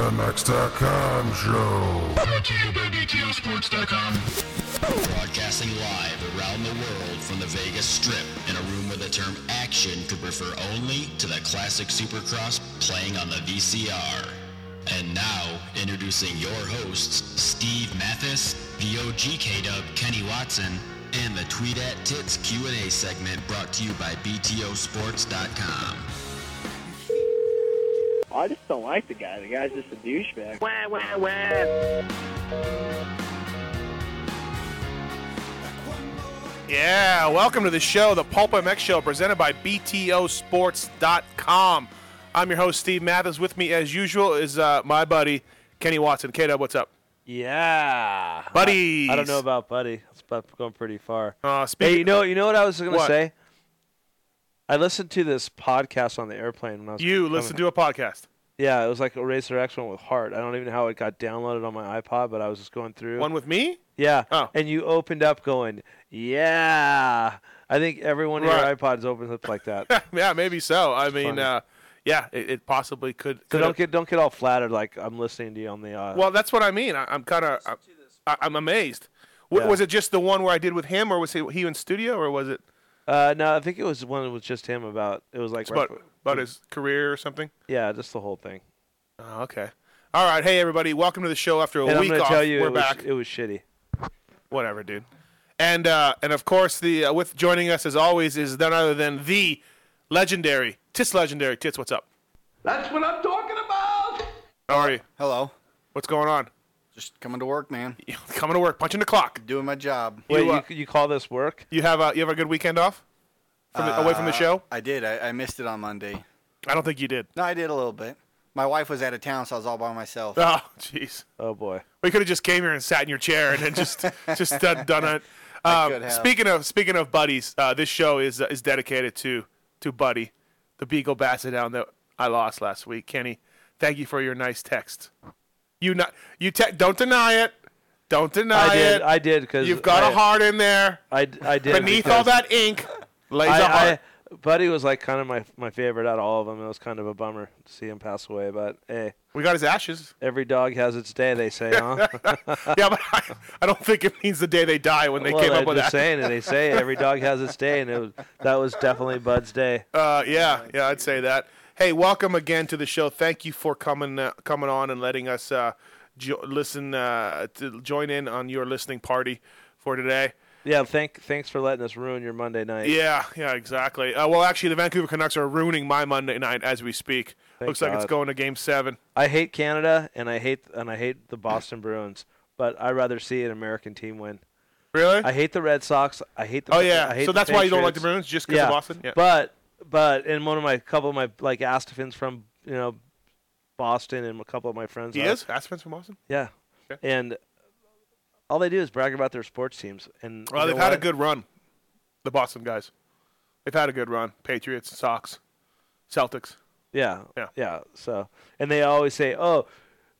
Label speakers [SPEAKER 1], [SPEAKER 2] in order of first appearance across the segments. [SPEAKER 1] ThePulpMX.com show.
[SPEAKER 2] Brought to you by BTOsports.com. Broadcasting live around the world from the Vegas Strip in a room where the term action could refer only to the classic Supercross playing on the VCR. And now, introducing your hosts, Steve Mathis, VOG K-Dub Kenny Watson, and the Tweet at Tits Q&A segment brought to you by BTOsports.com.
[SPEAKER 3] I just don't like the guy. The guy's just a douchebag.
[SPEAKER 4] Wah, wah, wah.
[SPEAKER 5] Yeah, welcome to the show, the Pulp MX Show, presented by BTOsports.com. I'm your host, Steve Mathis. With me, as usual, is uh, my buddy, Kenny Watson. K what's up?
[SPEAKER 6] Yeah,
[SPEAKER 5] Buddies.
[SPEAKER 6] I, I don't know about buddy. It's about going pretty far.
[SPEAKER 5] Uh,
[SPEAKER 6] Hey,
[SPEAKER 5] speaking
[SPEAKER 6] you know, you know what I was going to
[SPEAKER 5] What?
[SPEAKER 6] say. I listened to this podcast on the airplane when I was.
[SPEAKER 5] you listen to a podcast.
[SPEAKER 6] Yeah, it was like a Racer X one with Heart. I don't even know how it got downloaded on my iPod, but I was just going through.
[SPEAKER 5] One with me?
[SPEAKER 6] yeah.
[SPEAKER 5] Oh.
[SPEAKER 6] And you opened up going, yeah. I think everyone in your
[SPEAKER 5] Right.
[SPEAKER 6] iPods opens up like that.
[SPEAKER 5] yeah, maybe so. I mean,
[SPEAKER 6] funny.
[SPEAKER 5] uh, yeah, it, it possibly could.
[SPEAKER 6] so
[SPEAKER 5] could
[SPEAKER 6] don't get don't get all flattered like I'm listening to you on the. Uh,
[SPEAKER 5] well, that's what I mean. I, I'm kind of, I- I'm amazed. W-
[SPEAKER 6] Yeah.
[SPEAKER 5] Was it just the one where I did with him, or was he, he in studio, or was it
[SPEAKER 6] uh, no, I think it was one that was just him about. It was like
[SPEAKER 5] about,
[SPEAKER 6] right-
[SPEAKER 5] about his career or something?
[SPEAKER 6] yeah, just the whole thing.
[SPEAKER 5] Oh, okay. All right. Hey, everybody. Welcome to the show after a
[SPEAKER 6] and I'm
[SPEAKER 5] week
[SPEAKER 6] gonna
[SPEAKER 5] off.
[SPEAKER 6] tell you,
[SPEAKER 5] We're
[SPEAKER 6] it was,
[SPEAKER 5] back.
[SPEAKER 6] It was shitty.
[SPEAKER 5] Whatever, dude. And uh, and of course, the uh, with joining us as always is none other than the legendary Tits, legendary Tits. What's up?
[SPEAKER 7] That's what I'm talking about.
[SPEAKER 5] How are you?
[SPEAKER 7] Hello.
[SPEAKER 5] What's going on?
[SPEAKER 7] Just coming to work, man.
[SPEAKER 5] Coming to work, punching the clock.
[SPEAKER 7] Doing my job.
[SPEAKER 6] Wait,
[SPEAKER 5] uh,
[SPEAKER 6] you, you call this work?
[SPEAKER 5] You have a you have a good weekend off from the, away from the
[SPEAKER 7] Uh,
[SPEAKER 5] show.
[SPEAKER 7] I did. I, I missed it on Monday.
[SPEAKER 5] I don't think you did.
[SPEAKER 7] No, I did a little bit. My wife was out of town, so I was all by myself.
[SPEAKER 5] Oh, jeez.
[SPEAKER 6] Oh boy.
[SPEAKER 5] We could have just came here and sat in your chair and then just just done, done it.
[SPEAKER 7] Uh. I
[SPEAKER 5] Um,
[SPEAKER 7] could have.
[SPEAKER 5] speaking of speaking of buddies, uh, this show is uh, is dedicated to to Buddy, the Beagle Basset Hound that I lost last week. Kenny, thank you for your nice text. You not you te- don't deny it. Don't deny
[SPEAKER 6] I did.
[SPEAKER 5] it.
[SPEAKER 6] I did because
[SPEAKER 5] You've got
[SPEAKER 6] a
[SPEAKER 5] a heart in there
[SPEAKER 6] I, I did
[SPEAKER 5] beneath
[SPEAKER 6] because
[SPEAKER 5] all that ink. Lays
[SPEAKER 6] I,
[SPEAKER 5] a heart.
[SPEAKER 6] I- Buddy was like kind of my my favorite out of all of them. It was kind of a bummer to see him pass away, but hey,
[SPEAKER 5] we got his ashes.
[SPEAKER 6] every dog has its day. They say, huh?
[SPEAKER 5] yeah, but I, I don't think it means the day they die when they
[SPEAKER 6] well,
[SPEAKER 5] came
[SPEAKER 6] they're
[SPEAKER 5] up with
[SPEAKER 6] just
[SPEAKER 5] that.
[SPEAKER 6] saying it. They say every dog has its day, and it was, that was definitely Bud's day.
[SPEAKER 5] Uh, yeah, yeah, I'd say that. Hey, welcome again to the show. Thank you for coming uh, coming on and letting us uh, jo- listen uh, to join in on your listening party for today.
[SPEAKER 6] Yeah, thank thanks for letting us ruin your Monday night.
[SPEAKER 5] Yeah, yeah, exactly. Uh, well, actually, the Vancouver Canucks are ruining my Monday night as we speak.
[SPEAKER 6] Thank
[SPEAKER 5] Looks like it's
[SPEAKER 6] God.
[SPEAKER 5] going to Game Seven.
[SPEAKER 6] I hate Canada, and I hate and I hate the Boston Bruins, but I would rather see an American team win.
[SPEAKER 5] Really?
[SPEAKER 6] I hate the Red Sox. I hate the.
[SPEAKER 5] oh
[SPEAKER 6] I
[SPEAKER 5] yeah.
[SPEAKER 6] hate
[SPEAKER 5] So
[SPEAKER 6] the
[SPEAKER 5] that's why you don't like the
[SPEAKER 6] Patriots.
[SPEAKER 5] Bruins, just because
[SPEAKER 6] yeah.
[SPEAKER 5] of Boston. Yeah.
[SPEAKER 6] But but in one of my couple of my like Astafins from you know Boston and a couple of my friends.
[SPEAKER 5] he
[SPEAKER 6] are-
[SPEAKER 5] is. Aspen's from Boston.
[SPEAKER 6] Yeah.
[SPEAKER 5] Okay.
[SPEAKER 6] And all they do is brag about their sports teams and
[SPEAKER 5] Well,
[SPEAKER 6] you
[SPEAKER 5] they've
[SPEAKER 6] know
[SPEAKER 5] had a
[SPEAKER 6] what?
[SPEAKER 5] good run. The Boston guys. They've had a good run. Patriots, Sox, Celtics.
[SPEAKER 6] yeah,
[SPEAKER 5] Yeah.
[SPEAKER 6] yeah. So and they always say, oh.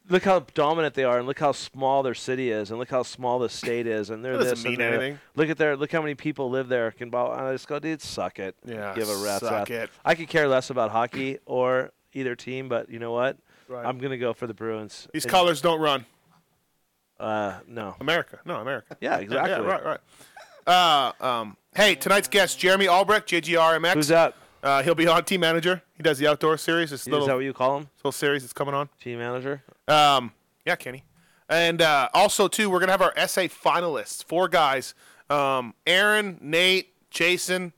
[SPEAKER 6] Look how dominant they are, and look how small their city is, and look how small the state is, and they're
[SPEAKER 5] That doesn't
[SPEAKER 6] this. and
[SPEAKER 5] mean
[SPEAKER 6] they're that.
[SPEAKER 5] anything.
[SPEAKER 6] Look at their look how many people live there. Can ball, and I just go, dude, suck it.
[SPEAKER 5] Yeah,
[SPEAKER 6] give a rat's
[SPEAKER 5] suck
[SPEAKER 6] ass.
[SPEAKER 5] it.
[SPEAKER 6] I could care less about hockey or either team, but you know what?
[SPEAKER 5] Right.
[SPEAKER 6] I'm gonna go for the Bruins.
[SPEAKER 5] These
[SPEAKER 6] And-
[SPEAKER 5] colors don't run.
[SPEAKER 6] Uh, no.
[SPEAKER 5] America. No, America.
[SPEAKER 6] Yeah, exactly.
[SPEAKER 5] Yeah, right, right. Uh, um, hey, tonight's guest, Jeremy Albrecht, JGRMX.
[SPEAKER 6] Who's up?
[SPEAKER 5] Uh, he'll be on Team Manager. He does the outdoor series. This
[SPEAKER 6] Is
[SPEAKER 5] little,
[SPEAKER 6] that what you call him?
[SPEAKER 5] little series that's coming on.
[SPEAKER 6] Team manager?
[SPEAKER 5] Um, yeah, Kenny. And uh, also, too, we're going to have our essay finalists. Four guys. Um, Aaron, Nate, Jason,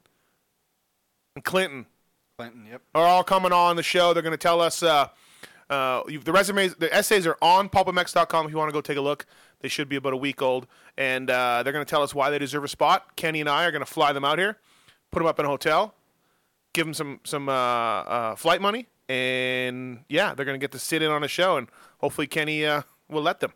[SPEAKER 5] and Clinton
[SPEAKER 7] Clinton. Yep.
[SPEAKER 5] are all coming on the show. They're going to tell us uh, uh, you- the resumes, the essays are on pulpmx.com if you want to go take a look. They should be about a week old, and uh, they're going to tell us why they deserve a spot. Kenny and I are going to fly them out here, put them up in a hotel, give them some some uh, uh, flight money, and yeah, they're going to get to sit in on a show, and hopefully Kenny uh, will let them.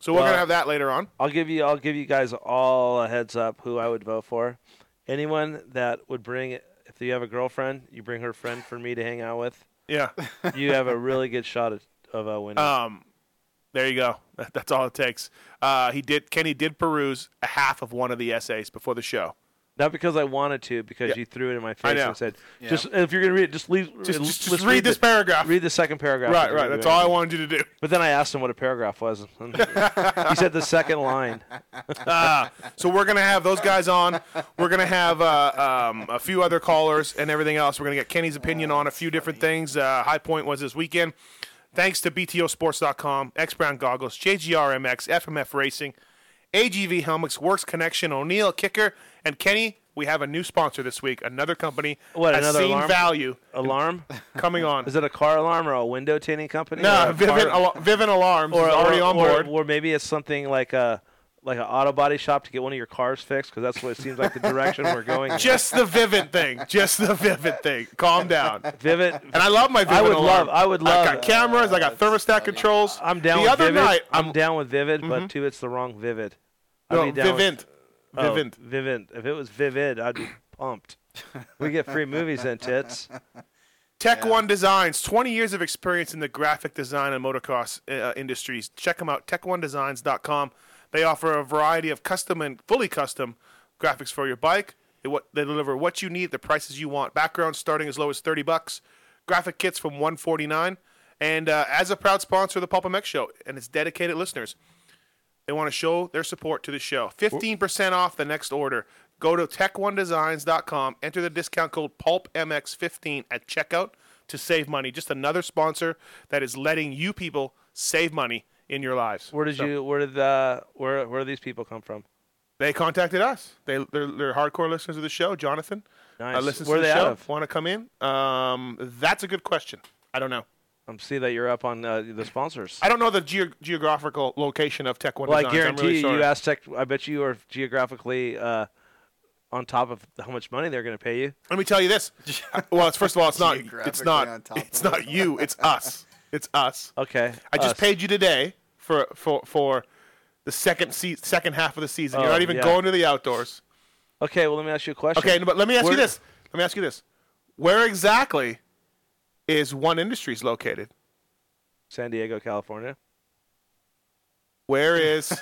[SPEAKER 5] So we're
[SPEAKER 6] Well-
[SPEAKER 5] going to have that later on.
[SPEAKER 6] I'll give you I'll give you guys all a heads up who I would vote for. Anyone that would bring if you have a girlfriend, you bring her friend for me to hang out with.
[SPEAKER 5] Yeah,
[SPEAKER 6] You have a really good shot of, of uh, winning.
[SPEAKER 5] um, there you go. That, that's all it takes. Uh, he did. Kenny did peruse a half of one of the essays before the show.
[SPEAKER 6] Not because I wanted to, because
[SPEAKER 5] Yeah.
[SPEAKER 6] you threw it in my face
[SPEAKER 5] know.
[SPEAKER 6] and said,
[SPEAKER 7] Yeah.
[SPEAKER 6] "Just if you're gonna read it, just leave.
[SPEAKER 5] Just,
[SPEAKER 6] l-
[SPEAKER 5] just, just
[SPEAKER 6] let's
[SPEAKER 5] read, this
[SPEAKER 6] the-
[SPEAKER 5] paragraph.
[SPEAKER 6] Read the second paragraph.
[SPEAKER 5] right, right. That's all I wanted you to do.
[SPEAKER 6] But then I asked him what a paragraph was. and he said the second line.
[SPEAKER 5] Ah, so we're gonna have those guys on. We're gonna have uh, um, a few other callers and everything else. We're gonna get Kenny's opinion on a few different things. Uh, high point was this weekend. Thanks to BTOsports.com, X Brown Goggles, JGRMX, FMF Racing, AGV Helmets, Works Connection, O'Neill Kicker, and Kenny. We have a new sponsor this week. Another company
[SPEAKER 6] What,
[SPEAKER 5] has
[SPEAKER 6] another
[SPEAKER 5] seen
[SPEAKER 6] alarm?
[SPEAKER 5] value
[SPEAKER 6] Alarm?
[SPEAKER 5] coming on.
[SPEAKER 6] Is it a car alarm or a window tinting company?
[SPEAKER 5] no,
[SPEAKER 6] Or a
[SPEAKER 5] Vivint,
[SPEAKER 6] car-
[SPEAKER 5] Al- Vivint Alarms is already on board.
[SPEAKER 6] Or, or maybe it's something like a like an auto body shop to get one of your cars fixed because that's what it seems like the direction we're going. in.
[SPEAKER 5] just the Vivint thing. Just the Vivint thing. Calm down.
[SPEAKER 6] Vivid.
[SPEAKER 5] And I love my Vivid
[SPEAKER 6] I would
[SPEAKER 5] alarm.
[SPEAKER 6] love- I would love- uh,
[SPEAKER 5] I got cameras. I got thermostat controls.
[SPEAKER 6] I'm down.
[SPEAKER 5] The
[SPEAKER 6] with
[SPEAKER 5] other
[SPEAKER 6] Vivid.
[SPEAKER 5] night,
[SPEAKER 6] I'm,
[SPEAKER 5] I'm, Mm-hmm.
[SPEAKER 6] down with Vivid, but two, it's the wrong Vivid. I'd
[SPEAKER 5] no,
[SPEAKER 6] be down with-
[SPEAKER 5] Vivint.
[SPEAKER 6] oh,
[SPEAKER 5] Vivint.
[SPEAKER 6] Vivid. If it was Vivid, I'd be pumped. We get free movies then, tits.
[SPEAKER 5] Tech One Designs. 20 years of experience in the graphic design and motocross uh, industries. Check them out. TechOneDesigns.com. They offer a variety of custom and fully custom graphics for your bike. They, what, they deliver what you need, at the prices you want. Backgrounds starting as low as 30 bucks. Graphic kits from 149. And uh, as a proud sponsor of the Pulp MX Show and its dedicated listeners, They want to show their support to the show. 15% off the next order. Go to tech1designs.com, enter the discount code PULPMX15 at checkout to save money. Just another sponsor that is letting you people save money in your lives.
[SPEAKER 6] Where did
[SPEAKER 5] So,
[SPEAKER 6] you? Where did the? Where where do these people come from?
[SPEAKER 5] They contacted us. They, they're, they're hardcore listeners of the show. Jonathan
[SPEAKER 6] Nice.
[SPEAKER 5] uh, listens
[SPEAKER 6] Where
[SPEAKER 5] to
[SPEAKER 6] are
[SPEAKER 5] the
[SPEAKER 6] they out
[SPEAKER 5] show.
[SPEAKER 6] of?
[SPEAKER 5] Want to come in? Um, that's a good question. I don't know.
[SPEAKER 6] I'm Um, see that you're up on uh, the sponsors.
[SPEAKER 5] I don't know the geo- geographical location of Tech One
[SPEAKER 6] Well, I
[SPEAKER 5] Designs. I'm
[SPEAKER 6] guarantee
[SPEAKER 5] really
[SPEAKER 6] you,
[SPEAKER 5] sorry.
[SPEAKER 6] you asked tech. I bet you are geographically uh, on top of how much money they're going to pay you.
[SPEAKER 5] Let me tell you this. well, it's first of all, it's not. It's
[SPEAKER 7] Geographically on
[SPEAKER 5] not.
[SPEAKER 7] top of
[SPEAKER 5] It's
[SPEAKER 7] it.
[SPEAKER 5] not you. It's us. It's us.
[SPEAKER 6] Okay.
[SPEAKER 5] I just
[SPEAKER 6] us.
[SPEAKER 5] paid you today for for for the second se- second half of the season. You're
[SPEAKER 6] Oh,
[SPEAKER 5] not even
[SPEAKER 6] yeah.
[SPEAKER 5] going to the outdoors.
[SPEAKER 6] Okay. Well, let me ask you a question.
[SPEAKER 5] Okay, but let me ask you
[SPEAKER 6] Where-
[SPEAKER 5] this. Let me ask you this. Where exactly is One Industries located?
[SPEAKER 6] San Diego, California.
[SPEAKER 5] Where is?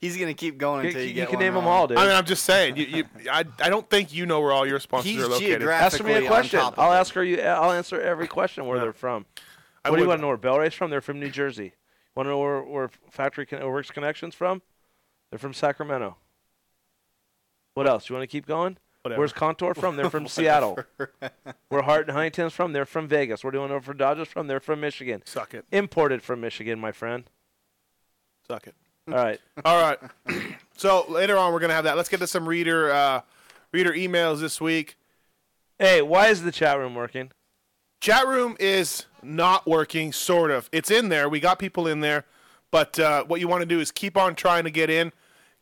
[SPEAKER 7] He's gonna keep going
[SPEAKER 6] You,
[SPEAKER 7] until you,
[SPEAKER 6] you
[SPEAKER 7] get
[SPEAKER 6] can
[SPEAKER 7] one
[SPEAKER 6] name them
[SPEAKER 7] wrong.
[SPEAKER 6] all, dude.
[SPEAKER 5] I mean, I'm just saying. You, you, I, I don't think you know where all your sponsors
[SPEAKER 7] He's
[SPEAKER 5] are located.
[SPEAKER 6] ask me
[SPEAKER 7] geographically
[SPEAKER 6] a question.
[SPEAKER 7] on top of
[SPEAKER 6] I'll
[SPEAKER 7] it.
[SPEAKER 6] ask her. You. I'll answer every question where they're from.
[SPEAKER 5] I
[SPEAKER 6] what do you
[SPEAKER 5] would-
[SPEAKER 6] want to know where Bell Ray's from? They're from New Jersey. Want to know where, where Factory Con- or Works Connections from? They're from Sacramento. What else? You want to keep going?
[SPEAKER 5] Whatever.
[SPEAKER 6] Where's Contour from? They're from Seattle. Where Hart and Huntington's from? They're from Vegas. Where do you want to know for Dodgers from? They're from Michigan.
[SPEAKER 5] Suck it.
[SPEAKER 6] Imported from Michigan, my friend.
[SPEAKER 5] Suck it.
[SPEAKER 6] All right.
[SPEAKER 5] All right. so later on, we're gonna have that. Let's get to some reader uh, reader emails this week.
[SPEAKER 6] Hey, why is the chat room working?
[SPEAKER 5] Chat room is not working, sort of. It's in there. We got people in there, but uh, what you want to do is keep on trying to get in,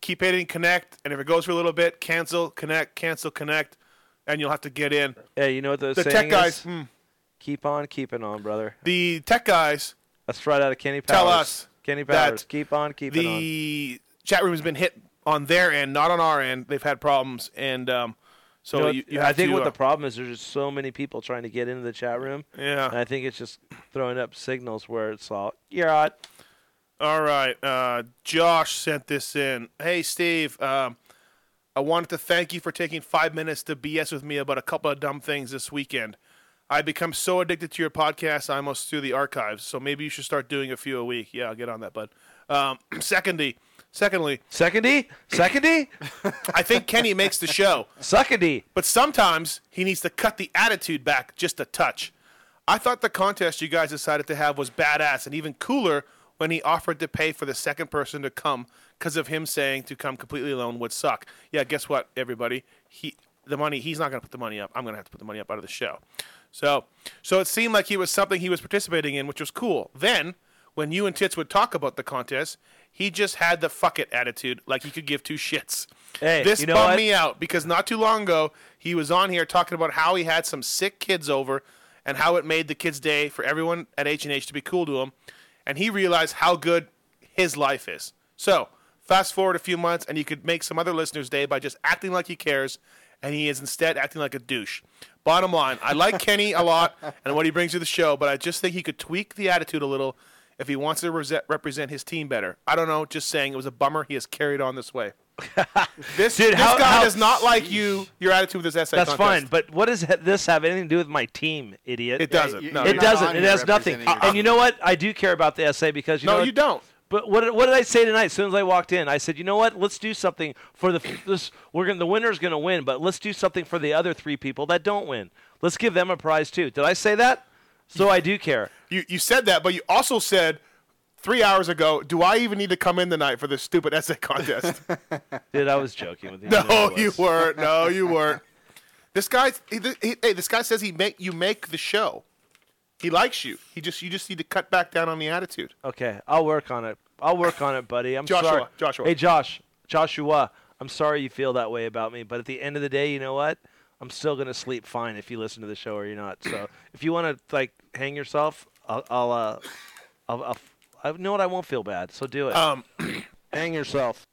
[SPEAKER 5] keep hitting connect, and if it goes for a little bit, cancel, connect, cancel, connect, and you'll have to get in.
[SPEAKER 6] Hey, you know what those
[SPEAKER 5] The
[SPEAKER 6] saying
[SPEAKER 5] tech guys,
[SPEAKER 6] is?
[SPEAKER 5] hmm,
[SPEAKER 6] Keep on keeping on, brother.
[SPEAKER 5] the tech guys,
[SPEAKER 6] That's right out of Kenny Powers.
[SPEAKER 5] Tell us
[SPEAKER 6] Kenny
[SPEAKER 5] that
[SPEAKER 6] Powers. Keep on keeping on.
[SPEAKER 5] the chat room has been hit on their end, not on our end. They've had problems, and um, so
[SPEAKER 6] You
[SPEAKER 5] you,
[SPEAKER 6] know,
[SPEAKER 5] you
[SPEAKER 6] I
[SPEAKER 5] have
[SPEAKER 6] think
[SPEAKER 5] to,
[SPEAKER 6] what
[SPEAKER 5] uh,
[SPEAKER 6] the problem is there's just so many people trying to get into the chat room.
[SPEAKER 5] Yeah.
[SPEAKER 6] And I think it's just throwing up signals where it's all you're out.
[SPEAKER 5] All right. Uh, Josh sent this in. Hey, Steve. Um, I wanted to thank you for taking five minutes to BS with me about a couple of dumb things this weekend. I become so addicted to your podcast, I almost threw the archives. So maybe you should start doing a few a week. Yeah, I'll get on that, bud. Um, secondly, secondly,
[SPEAKER 6] Secondy? Secondy?
[SPEAKER 5] I think Kenny makes the show,
[SPEAKER 6] Suckandy.
[SPEAKER 5] but sometimes he needs to cut the attitude back just a touch. I thought the contest you guys decided to have was badass and even cooler when he offered to pay for the second person to come because of him saying to come completely alone would suck. Yeah, guess what, everybody? He the money he's not going to put the money up. I'm going to have to put the money up out of the show. So, so it seemed like he was something he was participating in, which was cool. Then, when you and Tits would talk about the contest, he just had the fuck it attitude, like he could give two shits.
[SPEAKER 6] Hey,
[SPEAKER 5] this
[SPEAKER 6] you know
[SPEAKER 5] bummed
[SPEAKER 6] what?
[SPEAKER 5] me out because not too long ago he was on here talking about how he had some sick kids over and how it made the kids' day for everyone at H and H to be cool to him, and he realized how good his life is. So fast forward a few months, and you could make some other listeners' day by just acting like he cares, and he is instead acting like a douche. Bottom line, I like Kenny a lot and what he brings to the show, but I just think he could tweak the attitude a little if he wants to rese- represent his team better. I don't know, just saying it was a bummer he has carried on this way. This,
[SPEAKER 6] Dude,
[SPEAKER 5] this
[SPEAKER 6] how-
[SPEAKER 5] guy
[SPEAKER 6] how-
[SPEAKER 5] does not like you. Your attitude with this essay.
[SPEAKER 6] That's
[SPEAKER 5] contest.
[SPEAKER 6] fine, but what does ha- this have anything to do with my team, idiot?
[SPEAKER 5] It doesn't.
[SPEAKER 7] you-
[SPEAKER 5] no,
[SPEAKER 7] you're
[SPEAKER 6] It
[SPEAKER 5] no.
[SPEAKER 7] not on
[SPEAKER 6] doesn't. It
[SPEAKER 7] here
[SPEAKER 6] has nothing.
[SPEAKER 7] representing your
[SPEAKER 6] And you know what? I do care about the essay because you
[SPEAKER 5] No,
[SPEAKER 6] know
[SPEAKER 5] you
[SPEAKER 6] what?
[SPEAKER 5] don't.
[SPEAKER 6] But what, what did I say tonight? As soon as I walked in, I said, you know what? Let's do something for the this. We're gonna the winner's gonna win, but let's do something for the other three people that don't win. Let's give them a prize too. Did I say that? So I do care.
[SPEAKER 5] You you said that, but you also said three hours ago, "Do I even need to come in tonight for this stupid essay contest?"
[SPEAKER 6] Dude, I was joking with you. I know I
[SPEAKER 5] no,
[SPEAKER 6] was.
[SPEAKER 5] you weren't. No, you weren't. This guy, he, he, hey, this guy says he make you make the show. He likes you. He just you just need to cut back down on the attitude.
[SPEAKER 6] Okay, I'll work on it. I'll work on it, buddy. I'm
[SPEAKER 5] Joshua,
[SPEAKER 6] sorry.
[SPEAKER 5] Joshua.
[SPEAKER 6] Hey, Josh. Joshua, I'm sorry you feel that way about me, but at the end of the day, you know what? I'm still gonna sleep fine if you listen to the show or you're not. So if you want to like hang yourself, I'll, I'll uh, I'll, I'll, I know what I won't feel bad. So do it.
[SPEAKER 5] Um,
[SPEAKER 6] hang yourself.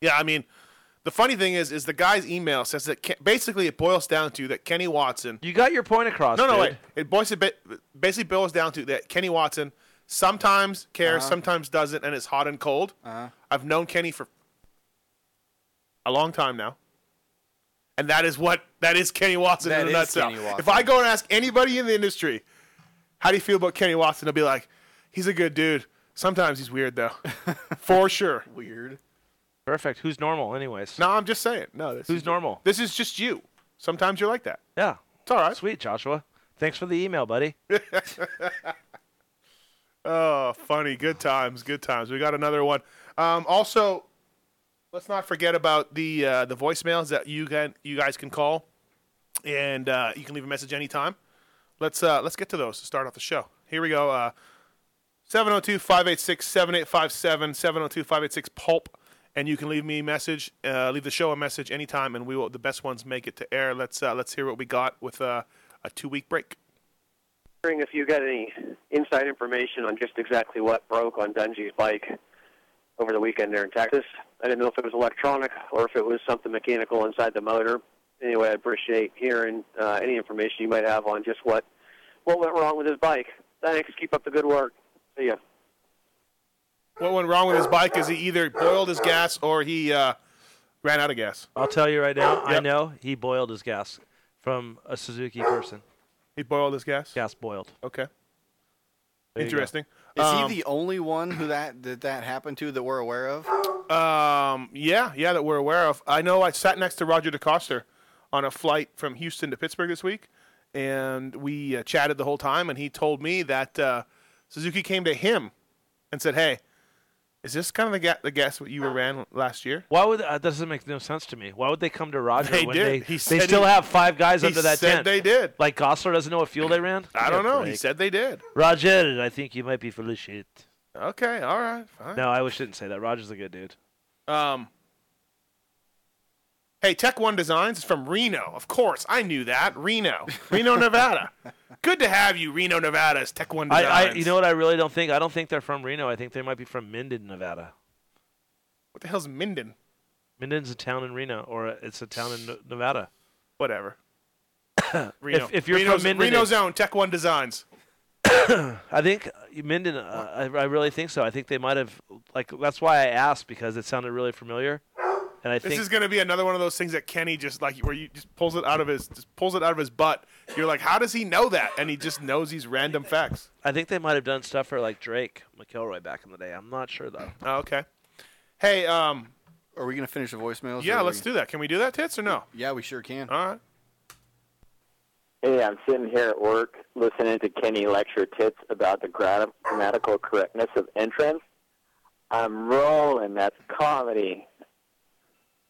[SPEAKER 5] Yeah, I mean, the funny thing is, is the guy's email says that Ke- basically it boils down to that Kenny Watson.
[SPEAKER 6] You got your point across.
[SPEAKER 5] No, no,
[SPEAKER 6] dude.
[SPEAKER 5] wait. It boils it ba- basically boils down to that Kenny Watson sometimes cares, sometimes doesn't, and it's hot and cold. I've known Kenny for a long time now, and that is what that is Kenny Watson
[SPEAKER 7] That
[SPEAKER 5] in a
[SPEAKER 7] is
[SPEAKER 5] nutshell.
[SPEAKER 7] Kenny Watson.
[SPEAKER 5] If I go and ask anybody in the industry, how do you feel about Kenny Watson? They'll be like, he's a good dude. Sometimes he's weird though, for sure.
[SPEAKER 7] Weird.
[SPEAKER 6] Perfect. Who's normal, anyways?
[SPEAKER 5] No, I'm just saying. No, this
[SPEAKER 6] Who's
[SPEAKER 5] is,
[SPEAKER 6] normal?
[SPEAKER 5] This is just you. Sometimes you're like that.
[SPEAKER 6] Yeah.
[SPEAKER 5] It's all right.
[SPEAKER 6] Sweet, Joshua. Thanks for the email, buddy.
[SPEAKER 5] Oh, funny. Good times. Good times. We got another one. Um, also, let's not forget about the uh, the voicemails that you can you guys can call, and uh, you can leave a message anytime. Let's uh, let's get to those to start off the show. Here we go. Uh, 702-586-7857, 702-586-PULP, and you can leave me a message, uh, leave the show a message anytime, and we will the best ones make it to air. Let's uh, let's hear what we got with uh, a two week break.
[SPEAKER 4] wondering if you got any inside information on just exactly what broke on Dungy's bike over the weekend there in Texas. I didn't know if it was electronic or if it was something mechanical inside the motor. Anyway, I appreciate hearing uh, any information you might have on just what what went wrong with his bike. Thanks. Keep up the good work. See ya.
[SPEAKER 5] What went wrong with his bike is he either boiled his gas or he uh, ran out of gas.
[SPEAKER 6] I'll tell you right now. I
[SPEAKER 5] Yep.
[SPEAKER 6] know he boiled his gas from a Suzuki person.
[SPEAKER 5] He boiled his gas.
[SPEAKER 6] Gas boiled.
[SPEAKER 5] Okay.
[SPEAKER 6] There you go.
[SPEAKER 5] Interesting.
[SPEAKER 7] Is
[SPEAKER 5] um,
[SPEAKER 7] he the only one who that that that happened to that we're aware of?
[SPEAKER 5] um, yeah, yeah, that we're aware of. I know I sat next to Roger DeCoster on a flight from Houston to Pittsburgh this week, and we uh, chatted the whole time, and he told me that uh, Suzuki came to him and said, "Hey, is this kind of the, ga- the gas what you were ran last year?"
[SPEAKER 6] Why would uh, that doesn't make no sense to me? Why would they come to Roger
[SPEAKER 5] They
[SPEAKER 6] when
[SPEAKER 5] did.
[SPEAKER 6] they
[SPEAKER 5] He
[SPEAKER 6] they
[SPEAKER 5] said
[SPEAKER 6] still
[SPEAKER 5] he-
[SPEAKER 6] have five guys
[SPEAKER 5] he
[SPEAKER 6] under that
[SPEAKER 5] said
[SPEAKER 6] tent?
[SPEAKER 5] they did.
[SPEAKER 6] Like Gosler doesn't know what fuel they ran.
[SPEAKER 5] I don't know. He
[SPEAKER 6] Break.
[SPEAKER 5] said they did.
[SPEAKER 6] Roger, I think you might be full of shit.
[SPEAKER 5] Okay, all right, fine.
[SPEAKER 6] No, I wish didn't say that. Roger's a good dude.
[SPEAKER 5] Um, hey, Tech One Designs is from Reno, of course. I knew that. Reno, Reno, Nevada. Good to have you, Reno, Nevada. Is Tech One
[SPEAKER 6] I,
[SPEAKER 5] Designs?
[SPEAKER 6] I, you know what? I really don't think. I don't think they're from Reno. I think they might be from Minden, Nevada.
[SPEAKER 5] what the hell's Minden?
[SPEAKER 6] Minden's a town in Reno, or a- it's a town in Ne- Nevada.
[SPEAKER 5] Whatever. Reno.
[SPEAKER 6] If- if you're from
[SPEAKER 5] Reno's,
[SPEAKER 6] Minden,
[SPEAKER 5] Reno's own Tech One Designs.
[SPEAKER 6] I think Minden. Uh, I, I really think so. I think they might have. Like that's why I asked because it sounded really familiar, and I
[SPEAKER 5] This
[SPEAKER 6] think
[SPEAKER 5] is gonna be another one of those things that Kenny just like where you just pulls it out of his just pulls it out of his butt. You're like, how does he know that? And he just knows these random facts.
[SPEAKER 6] I think they might have done stuff for like Drake McElroy back in the day. I'm not sure though.
[SPEAKER 5] Oh, okay. Hey, um,
[SPEAKER 7] Are we gonna finish the voicemails?
[SPEAKER 5] yeah,
[SPEAKER 7] or are
[SPEAKER 5] let's
[SPEAKER 7] we-
[SPEAKER 5] do that. Can we do that, tits or no?
[SPEAKER 7] Yeah, we sure can.
[SPEAKER 5] All right.
[SPEAKER 8] Hey, I'm sitting here at work listening to Kenny lecture tits about the grammatical correctness of entrance. I'm rolling. That's comedy.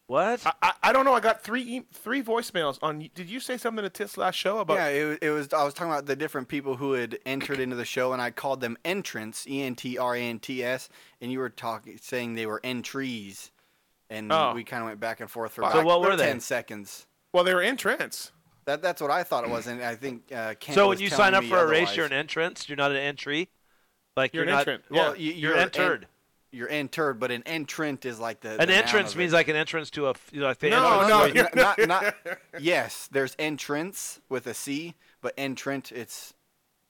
[SPEAKER 6] What?
[SPEAKER 5] I- I, I don't know. I got three e- three voicemails on. Did you say something to Tits last show about?
[SPEAKER 7] yeah, it, it was. I was talking about the different people who had entered into the show, and I called them entrants, E N T R A N T S, and you were talking saying they were entries, and
[SPEAKER 5] Oh.
[SPEAKER 7] we kind of went back and forth for
[SPEAKER 5] So
[SPEAKER 7] about
[SPEAKER 6] what were they?
[SPEAKER 7] ten seconds.
[SPEAKER 5] Well, they were in trance.
[SPEAKER 7] That that's what I thought it was, and I think uh, Ken
[SPEAKER 6] so
[SPEAKER 7] was
[SPEAKER 6] when you
[SPEAKER 7] telling
[SPEAKER 6] sign up
[SPEAKER 7] me
[SPEAKER 6] for a race,
[SPEAKER 7] otherwise.
[SPEAKER 6] you're an entrance. You're not an entry. Like
[SPEAKER 5] You're,
[SPEAKER 6] you're,
[SPEAKER 5] an
[SPEAKER 6] not.
[SPEAKER 5] entrant.
[SPEAKER 7] Well,
[SPEAKER 5] yeah.
[SPEAKER 7] you,
[SPEAKER 6] You're,
[SPEAKER 7] an
[SPEAKER 6] entered.
[SPEAKER 7] en- you're entered, but an entrant is like the
[SPEAKER 6] an entrance means like an entrance to a. f- You know, like the
[SPEAKER 5] No,
[SPEAKER 6] entrance
[SPEAKER 5] no,
[SPEAKER 6] way-
[SPEAKER 5] you're-
[SPEAKER 7] not, not, not- yes. There's entrance with a C, but entrant it's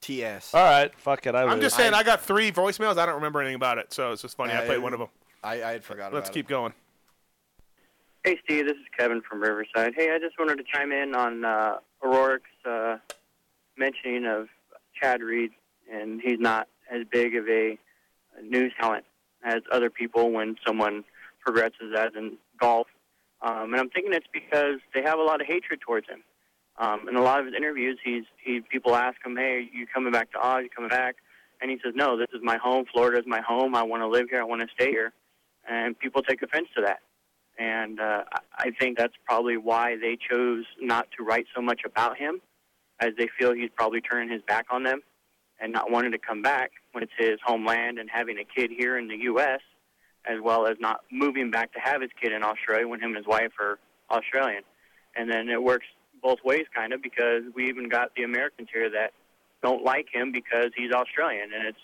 [SPEAKER 7] T S. I
[SPEAKER 6] All right, fuck it. I
[SPEAKER 5] I'm
[SPEAKER 6] lose.
[SPEAKER 5] just saying. I, got three voicemails. I don't remember anything about it, so it's just funny. I
[SPEAKER 7] Uh,
[SPEAKER 5] played one of them.
[SPEAKER 7] I had forgot
[SPEAKER 5] Let's
[SPEAKER 7] about
[SPEAKER 5] keep
[SPEAKER 7] it.
[SPEAKER 5] going.
[SPEAKER 9] Hey, Steve, this is Kevin from Riverside. Hey, I just wanted to chime in on uh, O'Rourke's uh, mentioning of Chad Reed, and he's not as big of a news talent as other people when someone progresses as in golf. Um, and I'm thinking it's because they have a lot of hatred towards him. Um, in a lot of his interviews, he's he people ask him, "Hey, you coming back to Oz? You coming back?" And he says, "No, this is my home. Florida is my home. I want to live here. I want to stay here." And people take offense to that. And uh, I- I think that's probably why they chose not to write so much about him, as they feel he's probably turning his back on them and not wanting to come back when it's his homeland and having a kid here in the U.S., as well as not moving back to have his kid in Australia when him and his wife are Australian. And then it works both ways, kind of, because we even got the Americans here that don't like him because he's Australian, and it's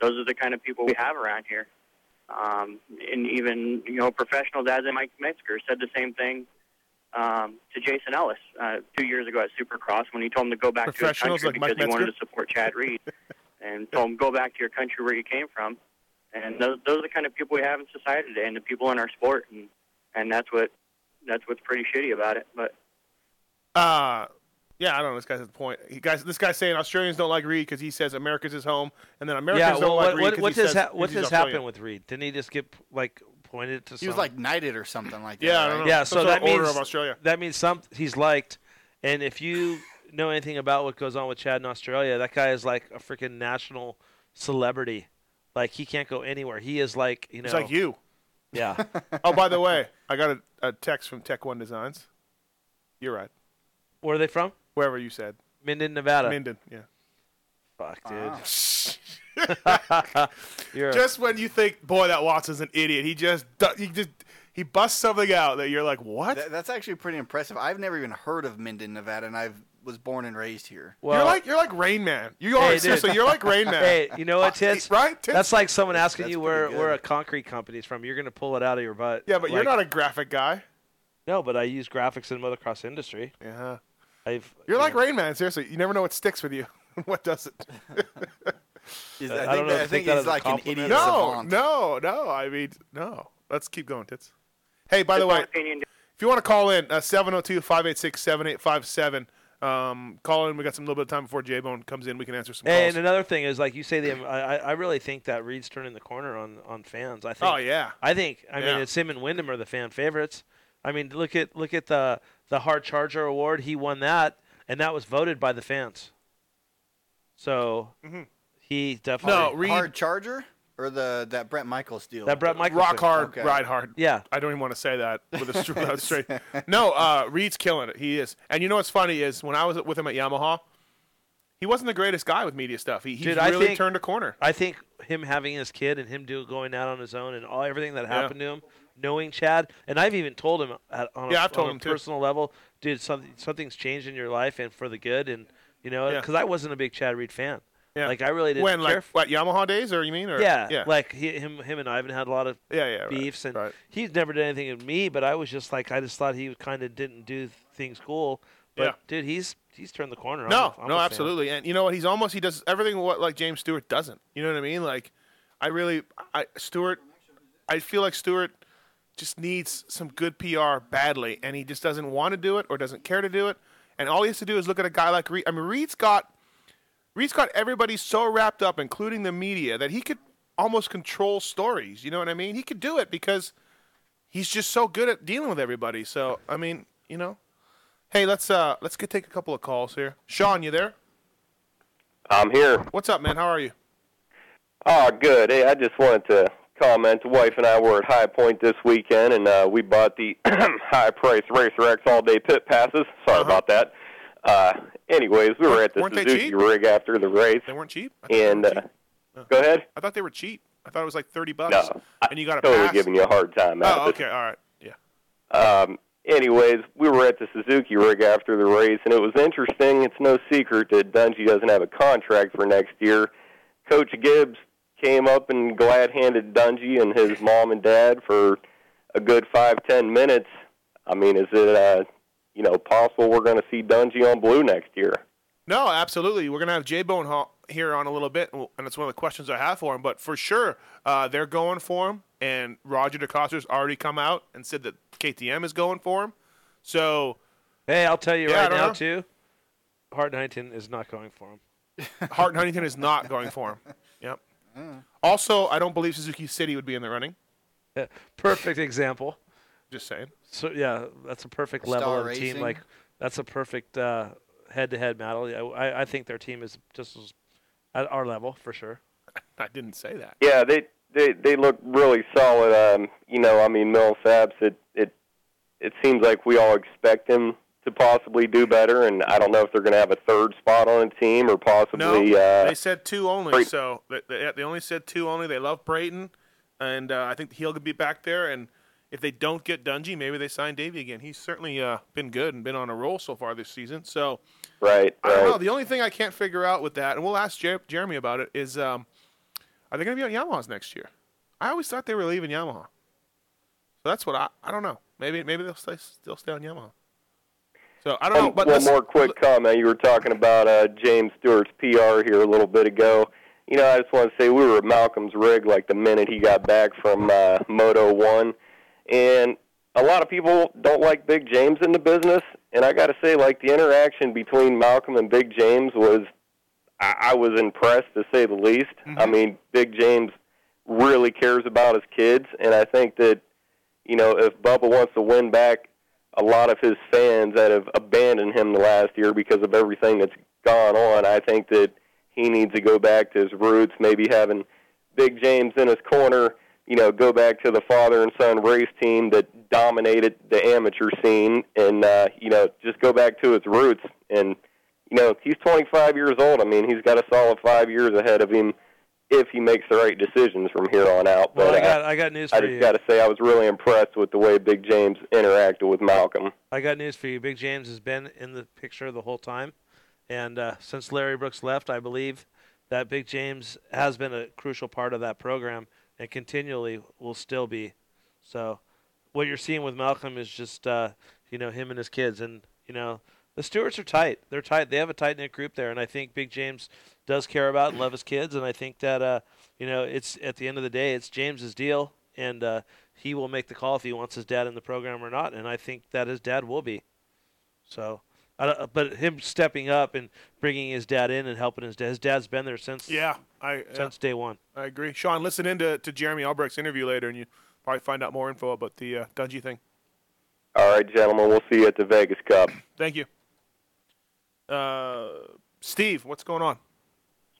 [SPEAKER 9] those are the kind of people we have around here. Um, and even you know professionals, as in Mike Metzger, said the same thing um, to Jason Ellis uh, two years ago at Supercross when he told him to go back to his
[SPEAKER 5] Professionals
[SPEAKER 9] country
[SPEAKER 5] like Mike
[SPEAKER 9] because he wanted
[SPEAKER 5] Metzger?
[SPEAKER 9] to support Chad Reed, and told him go back to your country where you came from. And those those are the kind of people we have in society today, and the people in our sport, and and that's what that's what's pretty shitty about it. But
[SPEAKER 5] Uh yeah, I don't know. This guy's at the point. He guys, this guy's saying Australians don't like Reed because he says America's his home, and then Americans
[SPEAKER 6] yeah, well,
[SPEAKER 5] don't like
[SPEAKER 6] what,
[SPEAKER 5] Reed
[SPEAKER 6] what,
[SPEAKER 5] 'cause
[SPEAKER 6] what
[SPEAKER 5] he
[SPEAKER 6] does
[SPEAKER 5] says
[SPEAKER 6] ha- what
[SPEAKER 5] he's- he's
[SPEAKER 6] does
[SPEAKER 5] Australian.
[SPEAKER 6] happen with Reed? Didn't he just get like pointed to?
[SPEAKER 7] He was
[SPEAKER 6] some-
[SPEAKER 7] like knighted or something like that.
[SPEAKER 5] Yeah, I
[SPEAKER 7] right?
[SPEAKER 5] don't know.
[SPEAKER 6] yeah, so
[SPEAKER 5] Some sort
[SPEAKER 6] that
[SPEAKER 5] of order
[SPEAKER 6] means
[SPEAKER 5] of Australia.
[SPEAKER 6] that means some he's liked, and if you know anything about what goes on with Chad in Australia, that guy is like a freaking national celebrity. Like he can't go anywhere. He is like you know.
[SPEAKER 5] It's like you.
[SPEAKER 6] Yeah.
[SPEAKER 5] Oh, by the way, I got a, a text from Tech One Designs. You're right.
[SPEAKER 6] Where are they from?
[SPEAKER 5] Wherever you said
[SPEAKER 6] Minden, Nevada.
[SPEAKER 5] Minden, yeah.
[SPEAKER 6] Fuck, dude.
[SPEAKER 7] Wow.
[SPEAKER 6] You're a-
[SPEAKER 5] Just when you think, boy, that Watson's an idiot, he just do- he just he busts something out that you're like, what?
[SPEAKER 7] That- that's actually pretty impressive. I've never even heard of Minden, Nevada, and I was born and raised here.
[SPEAKER 6] well,
[SPEAKER 5] you're like you're like Rain Man. You
[SPEAKER 6] Hey,
[SPEAKER 5] are
[SPEAKER 6] dude.
[SPEAKER 5] seriously, you're like Rain Man.
[SPEAKER 6] hey, you know what, Tits?
[SPEAKER 5] right? Tits?
[SPEAKER 6] That's like someone asking
[SPEAKER 7] That's
[SPEAKER 6] you
[SPEAKER 7] pretty
[SPEAKER 6] where
[SPEAKER 7] good.
[SPEAKER 6] where a concrete company's from. You're gonna pull it out of your butt.
[SPEAKER 5] yeah, but you're
[SPEAKER 6] Like,
[SPEAKER 5] not a graphic guy.
[SPEAKER 6] No, but I use graphics in the motocross industry.
[SPEAKER 5] Yeah.
[SPEAKER 6] I've
[SPEAKER 5] You're
[SPEAKER 6] you
[SPEAKER 5] like
[SPEAKER 6] know,
[SPEAKER 5] Rain Man. Seriously, you never know what sticks with you. what doesn't?
[SPEAKER 7] Is-
[SPEAKER 6] Uh,
[SPEAKER 7] I,
[SPEAKER 6] I don't
[SPEAKER 7] think
[SPEAKER 6] know
[SPEAKER 7] that-
[SPEAKER 6] if
[SPEAKER 7] I
[SPEAKER 6] you
[SPEAKER 7] think
[SPEAKER 6] take that
[SPEAKER 7] he's
[SPEAKER 6] as a
[SPEAKER 7] like an
[SPEAKER 6] compliment.
[SPEAKER 7] idiot
[SPEAKER 5] No,
[SPEAKER 7] savant.
[SPEAKER 5] no, no. I mean, no. Let's keep going, tits. Hey, by the
[SPEAKER 9] that's my
[SPEAKER 5] way,
[SPEAKER 9] opinion,
[SPEAKER 5] if you want to call in, uh, 702 586 7857. um, Call in. We got some little bit of time before J Bone comes in. We can answer some
[SPEAKER 6] Hey,
[SPEAKER 5] calls.
[SPEAKER 6] and another thing is like you say the I, I I really think that Reed's turning the corner on on fans. I think
[SPEAKER 5] oh, yeah.
[SPEAKER 6] I think I
[SPEAKER 5] Yeah.
[SPEAKER 6] mean it's him and Wyndham are the fan favorites. I mean look at look at the the hard charger award. He won that, and that was voted by the fans. So
[SPEAKER 5] Mhm.
[SPEAKER 6] he definitely
[SPEAKER 5] No, Reed.
[SPEAKER 7] Hard Charger or the that Brett Michaels deal.
[SPEAKER 6] that Brett Michaels
[SPEAKER 5] rock
[SPEAKER 6] pick.
[SPEAKER 5] hard,
[SPEAKER 7] Okay.
[SPEAKER 5] ride hard.
[SPEAKER 6] Yeah,
[SPEAKER 5] I don't even want to say that with a straight. without straight. No, uh, Reed's killing it. He is. And you know what's funny is when I was with him at Yamaha, he wasn't the greatest guy with media stuff. He, he's
[SPEAKER 6] Dude, I
[SPEAKER 5] really
[SPEAKER 6] think-
[SPEAKER 5] turned a corner.
[SPEAKER 6] I think him having his kid and him do going out on his own and all everything that
[SPEAKER 5] Yeah.
[SPEAKER 6] happened to him, knowing Chad, and I've even told him at, on a,
[SPEAKER 5] Yeah, I've told
[SPEAKER 6] on a
[SPEAKER 5] him too.
[SPEAKER 6] personal level, dude, something something's changed in your life and for the good, and you know,
[SPEAKER 5] Yeah.
[SPEAKER 6] because I wasn't a big Chad Reed fan,
[SPEAKER 5] Yeah.
[SPEAKER 6] like I really didn't
[SPEAKER 5] when,
[SPEAKER 6] care.
[SPEAKER 5] like,
[SPEAKER 6] for,
[SPEAKER 5] what, Yamaha days, or you mean? Or,
[SPEAKER 6] yeah,
[SPEAKER 5] Yeah.
[SPEAKER 6] like he, him, him and Ivan had a lot of
[SPEAKER 5] yeah, yeah. right,
[SPEAKER 6] beefs, and
[SPEAKER 5] right.
[SPEAKER 6] he's never done anything to me, but I was just like, I just thought he kind of didn't do things cool, but
[SPEAKER 5] Yeah.
[SPEAKER 6] dude, he's he's turned the corner. I'm
[SPEAKER 5] No,
[SPEAKER 6] a- I'm a
[SPEAKER 5] no,
[SPEAKER 6] fan.
[SPEAKER 5] absolutely. And you know what? He's almost he does everything what like James Stewart doesn't. You know what I mean? Like, I really, I Stewart, I feel like Stewart just needs some good PR badly, and he just doesn't want to do it or doesn't care to do it. And all he has to do is look at a guy like Reed. I mean, Reed's got Reed's got everybody so wrapped up, including the media, that he could almost control stories. You know what I mean? He could do it because he's just so good at dealing with everybody. So I mean, you know. Hey, let's uh let's get take a couple of calls here. Sean, you there?
[SPEAKER 10] I'm here.
[SPEAKER 5] What's up, man? How are you?
[SPEAKER 10] Oh, good. Hey, I just wanted to comment. The wife and I were at High Point this weekend, and uh, we bought the high price Racer X all day pit passes. Sorry about that. Uh, anyways, we were at the
[SPEAKER 5] Uh-huh. Weren't they
[SPEAKER 10] Suzuki
[SPEAKER 5] cheap?
[SPEAKER 10] rig after the race,
[SPEAKER 5] They weren't cheap. I thought they
[SPEAKER 10] and
[SPEAKER 5] were
[SPEAKER 10] uh,
[SPEAKER 5] cheap.
[SPEAKER 10] go ahead.
[SPEAKER 5] I thought they were cheap. I thought it was like thirty bucks,
[SPEAKER 10] No, I-
[SPEAKER 5] and you got a
[SPEAKER 10] Totally
[SPEAKER 5] pass.
[SPEAKER 10] giving you a hard time. out
[SPEAKER 5] oh,
[SPEAKER 10] of this.
[SPEAKER 5] okay, all right, yeah.
[SPEAKER 10] Um, anyways, we were at the Suzuki rig after the race, and it was interesting. It's no secret that Dungy doesn't have a contract for next year. Coach Gibbs came up and glad handed Dungy and his mom and dad for a good five ten minutes. I mean, is it uh, you know possible we're going to see Dungy on blue next year?
[SPEAKER 5] No, absolutely. We're gonna have J Bone Hall, here on a little bit, and it's one of the questions I have for him. But for sure, uh, they're going for him, and Roger DeCoster's already come out and said that KTM is going for him. So,
[SPEAKER 6] hey, I'll tell you
[SPEAKER 5] Yeah, I
[SPEAKER 6] right
[SPEAKER 5] don't
[SPEAKER 6] now
[SPEAKER 5] know.
[SPEAKER 6] too. Hart and Huntington is not going for him.
[SPEAKER 5] Hart and Huntington is not going for him. Yep.
[SPEAKER 6] Mm.
[SPEAKER 5] Also, I don't believe Suzuki City would be in the running.
[SPEAKER 6] Perfect example.
[SPEAKER 5] Just saying.
[SPEAKER 6] So yeah, that's a perfect
[SPEAKER 5] Star
[SPEAKER 6] level of
[SPEAKER 5] Racing.
[SPEAKER 6] team. Like that's a perfect uh, head-to-head battle. Yeah, I, I think their team is just as- at our level for sure.
[SPEAKER 5] I didn't say that.
[SPEAKER 10] Yeah, they they they look really solid. Um, you know, I mean, Millsaps. It it it seems like we all expect him to possibly do better, and I don't know if they're going to have a third spot on a team or
[SPEAKER 5] No,
[SPEAKER 10] possibly. uh,
[SPEAKER 5] they said two only.
[SPEAKER 10] Brayton.
[SPEAKER 5] So they, they, they only said two only. They love Brayton, and uh, I think he'll be back there. And if they don't get Dungy, maybe they sign Davey again. He's certainly uh, been good and been on a roll so far this season. So
[SPEAKER 10] right,
[SPEAKER 5] I don't
[SPEAKER 10] right.
[SPEAKER 5] know. The only thing I can't figure out with that, and we'll ask Jer- Jeremy about it, is um, are they going to be on Yamahas next year? I always thought they were leaving Yamaha. So that's what I I don't know. Maybe maybe they'll stay still stay on Yamaha. So I don't know.
[SPEAKER 10] Um,
[SPEAKER 5] But
[SPEAKER 10] one
[SPEAKER 5] let's-
[SPEAKER 10] more quick comment. You were talking about uh, James Stewart's PR here a little bit ago. You know, I just want to say we were at Malcolm's rig like the minute he got back from uh, Moto One, and a lot of people don't like Big James in the business. And I got to say, like the interaction between Malcolm and Big James was, I, I was impressed to say the least.
[SPEAKER 5] Mm-hmm.
[SPEAKER 10] I mean, Big James really cares about his kids, and I think that you know if Bubba wants to win back a lot of his fans that have abandoned him the last year because of everything that's gone on. I think that he needs to go back to his roots, maybe having Big James in his corner, you know, go back to the father and son race team that dominated the amateur scene and uh, you know, just go back to his roots and you know, he's 25 years old. I mean, he's got a solid 5 years ahead of him if he makes the right decisions from here on out.
[SPEAKER 6] Well,
[SPEAKER 10] but uh,
[SPEAKER 6] I got I got news
[SPEAKER 10] I
[SPEAKER 6] for you.
[SPEAKER 10] just got to say I was really impressed with the way Big James interacted with Malcolm.
[SPEAKER 6] I got news for you. Big James has been in the picture the whole time, and uh, since Larry Brooks left, I believe that Big James has been a crucial part of that program and continually will still be. So, what you're seeing with Malcolm is just uh, you know him and his kids, and you know the Stewarts are tight. They're tight. They have a tight knit group there, and I think Big James does care about and love his kids, and I think that uh, you know it's at the end of the day, it's James's deal, and uh, he will make the call if he wants his dad in the program or not, and I think that his dad will be. So, I don't, uh, but him stepping up and bringing his dad in and helping his dad. His dad's been there since
[SPEAKER 5] Yeah, I yeah,
[SPEAKER 6] since day one.
[SPEAKER 5] I agree. Sean, listen in to, to Jeremy Albrecht's interview later, and you probably find out more info about the uh, Dungy thing.
[SPEAKER 10] All right, gentlemen, we'll see you at the Vegas Cup.
[SPEAKER 5] Thank you, uh, Steve. What's going on?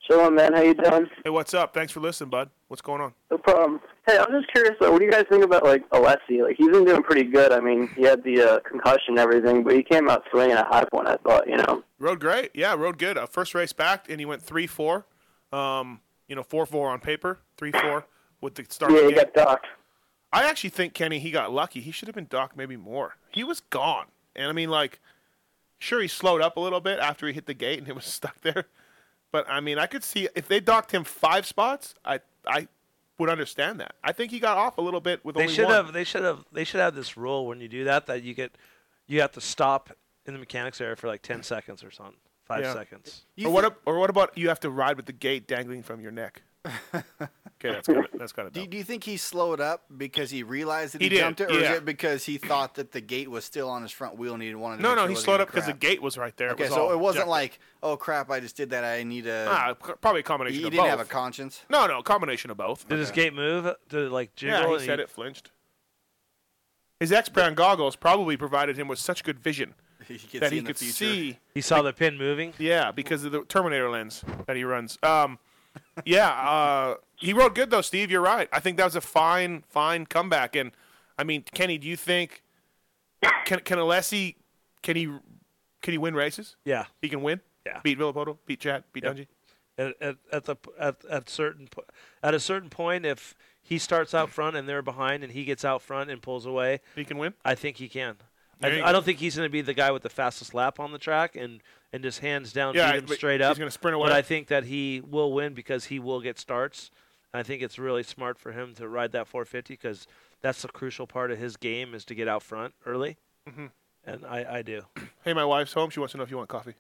[SPEAKER 11] Chilling, man. How you doing?
[SPEAKER 5] Hey, what's up? Thanks for listening, bud. What's going on?
[SPEAKER 11] No problem. Hey, I'm just curious though. What do you guys think about like Alessi? Like he's been doing pretty good. I mean, he had the uh, concussion and everything, but he came out swinging a high point. I thought, you know.
[SPEAKER 5] Rode great. Yeah, rode good. Uh, first race back, and he went three four. Um, you know, four four on paper, three four with the start.
[SPEAKER 11] Yeah,
[SPEAKER 5] of
[SPEAKER 11] he
[SPEAKER 5] the game.
[SPEAKER 11] got docked.
[SPEAKER 5] I actually think Kenny he got lucky. He should have been docked maybe more. He was gone, and I mean like, sure he slowed up a little bit after he hit the gate and it was stuck there, but I mean I could see if they docked him five spots, I I would understand that. I think he got off a little bit with
[SPEAKER 6] They
[SPEAKER 5] only
[SPEAKER 6] should
[SPEAKER 5] one.
[SPEAKER 6] have. They should have. They should have this rule when you do that that you get, you have to stop in the mechanics area for like ten seconds or something, five
[SPEAKER 5] Yeah.
[SPEAKER 6] seconds.
[SPEAKER 5] or what? ab- Or what about you have to ride with the gate dangling from your neck? okay, that's kind of that's kind of
[SPEAKER 7] Do, do you think he slowed up because he realized that
[SPEAKER 5] He
[SPEAKER 7] he,
[SPEAKER 5] did,
[SPEAKER 7] jumped it, or
[SPEAKER 5] yeah.
[SPEAKER 7] is it because he thought that the gate was still on his front wheel and he wanted to?
[SPEAKER 5] No,
[SPEAKER 7] make
[SPEAKER 5] no,
[SPEAKER 7] sure
[SPEAKER 5] he
[SPEAKER 7] it wasn't
[SPEAKER 5] slowed
[SPEAKER 7] gonna
[SPEAKER 5] up because the
[SPEAKER 7] crash?
[SPEAKER 5] gate was right there. It
[SPEAKER 7] Okay,
[SPEAKER 5] was
[SPEAKER 7] so
[SPEAKER 5] all
[SPEAKER 7] it wasn't
[SPEAKER 5] objective.
[SPEAKER 7] like, oh crap, I just did that. I need a.
[SPEAKER 5] ah, c- probably a combination.
[SPEAKER 7] he
[SPEAKER 5] of
[SPEAKER 7] didn't
[SPEAKER 5] both.
[SPEAKER 7] have a conscience.
[SPEAKER 5] No, no, combination of both.
[SPEAKER 6] Did his gate move? Did it like jiggle?
[SPEAKER 5] Yeah,
[SPEAKER 6] and
[SPEAKER 5] he said it flinched. His X brand goggles probably provided him with such good vision
[SPEAKER 7] He could
[SPEAKER 5] that
[SPEAKER 7] see
[SPEAKER 5] he
[SPEAKER 7] in the
[SPEAKER 5] could
[SPEAKER 7] future.
[SPEAKER 5] see.
[SPEAKER 6] He saw the pin moving.
[SPEAKER 5] Yeah, because of the Terminator lens that he runs. Um, yeah, uh, he rode good though, Steve. You're right. I think that was a fine, fine comeback. And I mean, Kenny, do you think can can Alessi can he can he win races?
[SPEAKER 6] Yeah.
[SPEAKER 5] he can win.
[SPEAKER 6] Yeah.
[SPEAKER 5] beat Villapoto, beat Chad, beat
[SPEAKER 6] Yep.
[SPEAKER 5] Dungy.
[SPEAKER 6] At, at, at the at, at certain po- at a certain point, if he starts out front and they're behind, and he gets out front and pulls away,
[SPEAKER 5] he can win.
[SPEAKER 6] I think he can.
[SPEAKER 5] There
[SPEAKER 6] I,
[SPEAKER 5] you
[SPEAKER 6] I
[SPEAKER 5] go.
[SPEAKER 6] don't think he's going to be the guy with the fastest lap on the track and, and just hands down
[SPEAKER 5] Yeah,
[SPEAKER 6] beat him
[SPEAKER 5] but
[SPEAKER 6] straight
[SPEAKER 5] he's
[SPEAKER 6] up.
[SPEAKER 5] gonna sprint away.
[SPEAKER 6] But I think that he will win because he will get starts. And I think it's really smart for him to ride that 450 because that's the crucial part of his game is to get out front early.
[SPEAKER 5] Mhm.
[SPEAKER 6] And I, I do.
[SPEAKER 5] Hey, my wife's home. She wants to know if you want coffee.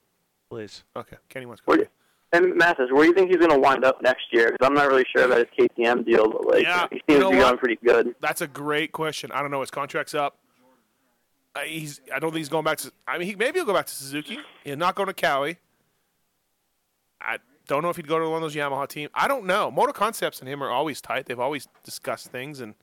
[SPEAKER 6] Please.
[SPEAKER 5] Okay. Kenny wants
[SPEAKER 6] coffee.
[SPEAKER 12] And Mathis, where do you think he's going to wind up next year? Because I'm not really sure about his KTM deal, but like
[SPEAKER 5] Yeah,
[SPEAKER 12] he
[SPEAKER 5] you
[SPEAKER 12] seems
[SPEAKER 5] know
[SPEAKER 12] to be
[SPEAKER 5] what?
[SPEAKER 12] going pretty good.
[SPEAKER 5] That's a great question. I don't know. His contract's up. I, he's. I don't think he's going back to. I mean, he maybe he'll go back to Suzuki. He's not going to Cali. I don't know if he'd go to one of those Yamaha teams. I don't know. Motor Concepts and him are always tight. They've always discussed things, and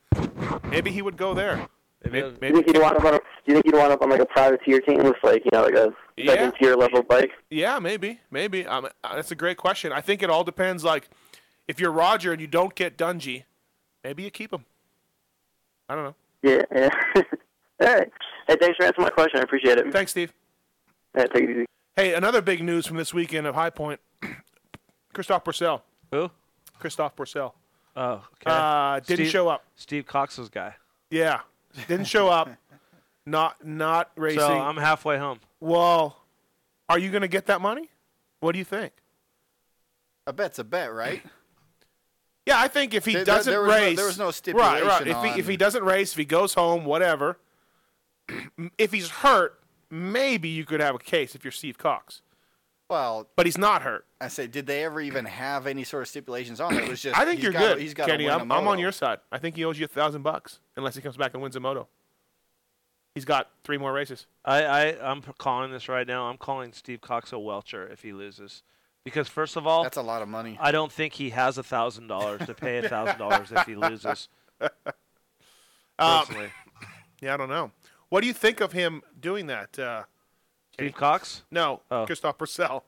[SPEAKER 5] maybe he would go there. Maybe,
[SPEAKER 12] Do you think he'd wind up on a, Do you think he'd wind up on like a privateer team with like you know like a
[SPEAKER 5] Yeah.
[SPEAKER 12] second tier level bike?
[SPEAKER 5] Yeah, maybe, maybe. Um, uh, that's a great question. I think it all depends. Like, if you're Roger and you don't get Dungy, maybe you keep him. I don't know.
[SPEAKER 12] Yeah. yeah. All right. Hey, thanks for answering my question. I appreciate it.
[SPEAKER 5] Thanks, Steve.
[SPEAKER 12] take it easy.
[SPEAKER 5] Hey, another big news from this weekend of High Point: Christoph Purcell.
[SPEAKER 6] Who?
[SPEAKER 5] Christoph Purcell.
[SPEAKER 6] Oh, okay.
[SPEAKER 5] Uh, didn't
[SPEAKER 6] Steve-
[SPEAKER 5] show up.
[SPEAKER 6] Steve Cox's guy.
[SPEAKER 5] Yeah, didn't show up. Not not racing.
[SPEAKER 6] So I'm halfway home.
[SPEAKER 5] well, are you going to get that money? What do you think?
[SPEAKER 7] A bet's a bet, right?
[SPEAKER 5] Yeah, I think if he
[SPEAKER 7] There- there-
[SPEAKER 5] doesn't
[SPEAKER 7] there was no-
[SPEAKER 5] race,
[SPEAKER 7] there was no
[SPEAKER 5] Right, right.
[SPEAKER 7] stipulation
[SPEAKER 5] If he if
[SPEAKER 7] on-
[SPEAKER 5] he doesn't race, if he goes home, whatever. if he's hurt, maybe you could have a case if you're Steve Cox.
[SPEAKER 7] Well,
[SPEAKER 5] But he's not hurt.
[SPEAKER 7] I say, did they ever even have any sort of stipulations on it? It was just.
[SPEAKER 5] I think
[SPEAKER 7] he's
[SPEAKER 5] you're
[SPEAKER 7] gotta-
[SPEAKER 5] good,
[SPEAKER 7] He's got
[SPEAKER 5] Kenny.
[SPEAKER 7] to win a
[SPEAKER 5] I'm, I'm on
[SPEAKER 7] moto.
[SPEAKER 5] your side. I think he owes you a thousand bucks unless he comes back and wins a moto. He's got three more races.
[SPEAKER 6] I, I I'm p- calling this right now. I'm calling Steve Cox a welcher if he loses, because first of all, that's
[SPEAKER 7] a lot of money.
[SPEAKER 6] I don't think he has a thousand dollars to pay a thousand dollars if he loses.
[SPEAKER 5] Um,
[SPEAKER 6] Personally.
[SPEAKER 5] yeah, I don't know. What do you think of him doing that? Uh,
[SPEAKER 6] Steve Cox?
[SPEAKER 5] No,
[SPEAKER 6] Oh.
[SPEAKER 5] Christoph Purcell.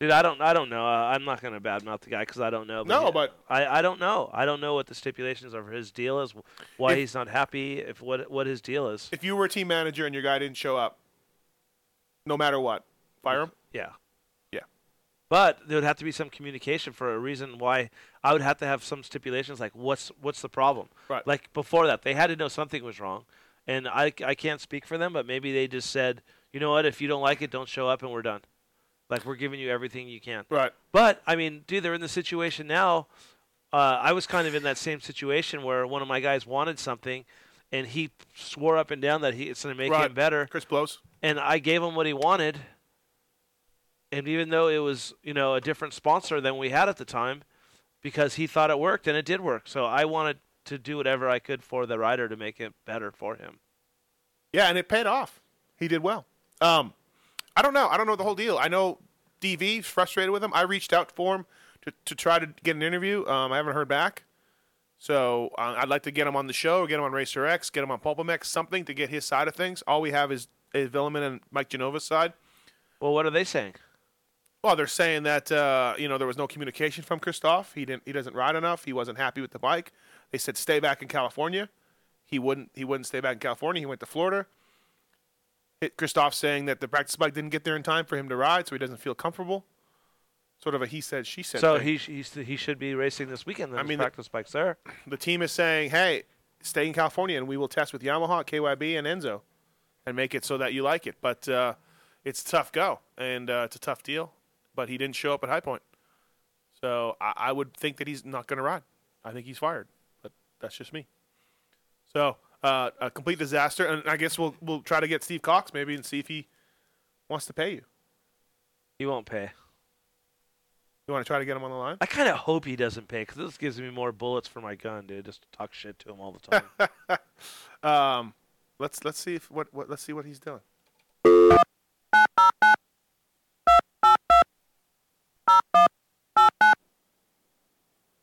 [SPEAKER 6] Dude, I don't, I don't know. Uh, I'm not gonna badmouth the guy because I don't know.
[SPEAKER 5] No,
[SPEAKER 6] he-
[SPEAKER 5] but-
[SPEAKER 6] I, I don't know. I don't know what the stipulations are for his deal is, wh- why
[SPEAKER 5] If-
[SPEAKER 6] he's not happy, if what what his deal is.
[SPEAKER 5] If you were a team manager and your guy didn't show up, no matter what, fire him.
[SPEAKER 6] Yeah.
[SPEAKER 5] Yeah.
[SPEAKER 6] But there would have to be some communication for a reason why I would have to have some stipulations like what's what's the problem.
[SPEAKER 5] Right.
[SPEAKER 6] Like before that, they had to know something was wrong, and I I can't speak for them, but maybe they just said, you know what, if you don't like it, don't show up, and we're done. Like we're giving you everything you can.
[SPEAKER 5] Right.
[SPEAKER 6] But I mean, dude, they're in the situation now. Uh, I was kind of in that same situation where one of my guys wanted something, and he swore up and down that he it's going to make
[SPEAKER 5] Right.
[SPEAKER 6] him better.
[SPEAKER 5] Chris Blows.
[SPEAKER 6] And I gave him what he wanted, and even though it was you know a different sponsor than we had at the time, because he thought it worked and it did work. So I wanted to do whatever I could for the rider to make it better for him.
[SPEAKER 5] Yeah, and it paid off. He did well. Um, I don't know. I don't know the whole deal. I know DV frustrated with him. I reached out for him to, to try to get an interview. Um, I haven't heard back. So uh, I'd like to get him on the show, get him on Racer X, get him on Pulpamex, something to get his side of things. All we have is, is Villeman and Mike Genova's side.
[SPEAKER 6] Well, what are they saying?
[SPEAKER 5] Well, they're saying that uh, you know there was no communication from Christoph. He didn't. He doesn't ride enough. He wasn't happy with the bike. They said stay back in California. He wouldn't. He wouldn't stay back in California. He went to Florida. It, Christoph saying that the practice bike didn't get there in time for him to ride, so he doesn't feel comfortable. Sort of a he said she said.
[SPEAKER 6] So
[SPEAKER 5] thing.
[SPEAKER 6] he sh- he's, he should be racing this weekend. Then
[SPEAKER 5] I
[SPEAKER 6] his
[SPEAKER 5] mean, the-
[SPEAKER 6] practice bike's there.
[SPEAKER 5] the team is saying, hey, stay in California and we will test with Yamaha, KYB, and Enzo and make it so that you like it. But uh, it's a tough go and uh, it's a tough deal. But he didn't show up at High Point. So I, I would think that he's not going to ride. I think he's fired. But that's just me. So uh, a complete disaster. And I guess we'll, we'll try to get Steve Cox maybe and see if he wants to pay you.
[SPEAKER 6] He won't pay.
[SPEAKER 5] You want to try to get him on the line?
[SPEAKER 6] I kind of hope he doesn't pay because this gives me more bullets for my gun, dude. Just to talk shit to him all the time.
[SPEAKER 5] Um, let's let's see if what, what let's see what he's doing.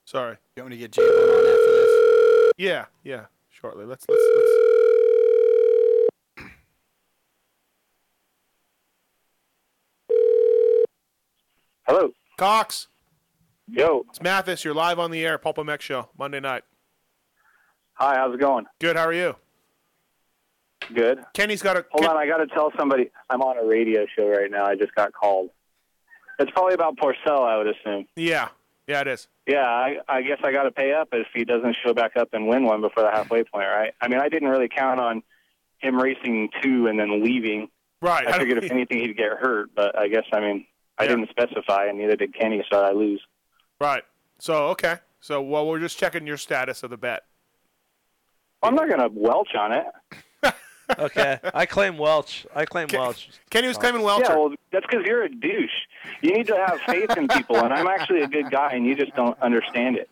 [SPEAKER 5] Sorry.
[SPEAKER 7] You want me to get Jay Leno on that for this?
[SPEAKER 5] Yeah, yeah. Shortly. Let's let's let's.
[SPEAKER 13] Hello.
[SPEAKER 5] Cox.
[SPEAKER 13] Yo.
[SPEAKER 5] It's Mathis. You're live on the air. Pulp MX show Monday night.
[SPEAKER 13] Hi, how's it going?
[SPEAKER 5] Good. How are you?
[SPEAKER 13] Good.
[SPEAKER 5] Kenny's got a.
[SPEAKER 13] Hold on, I got to tell somebody I'm on a radio show right now. I just got called. It's probably about Porcel, I would assume.
[SPEAKER 5] Yeah. Yeah, it is.
[SPEAKER 13] Yeah, I, I guess I got to pay up if he doesn't show back up and win one before the halfway point, right? I mean, I didn't really count on him racing two and then leaving.
[SPEAKER 5] Right.
[SPEAKER 13] I figured if anything he'd get hurt, but I guess I mean I didn't specify, and neither did Kenny, so I lose.
[SPEAKER 5] Right. So okay. So well, we're just checking your status of the bet.
[SPEAKER 13] I'm not going to welch on it.
[SPEAKER 6] okay, I claim Welch. I claim Welch.
[SPEAKER 5] Kenny was claiming
[SPEAKER 12] Oh. Yeah, well, that's because you're a douche. You need to have faith in people, and I'm actually a good guy, and you just don't understand it.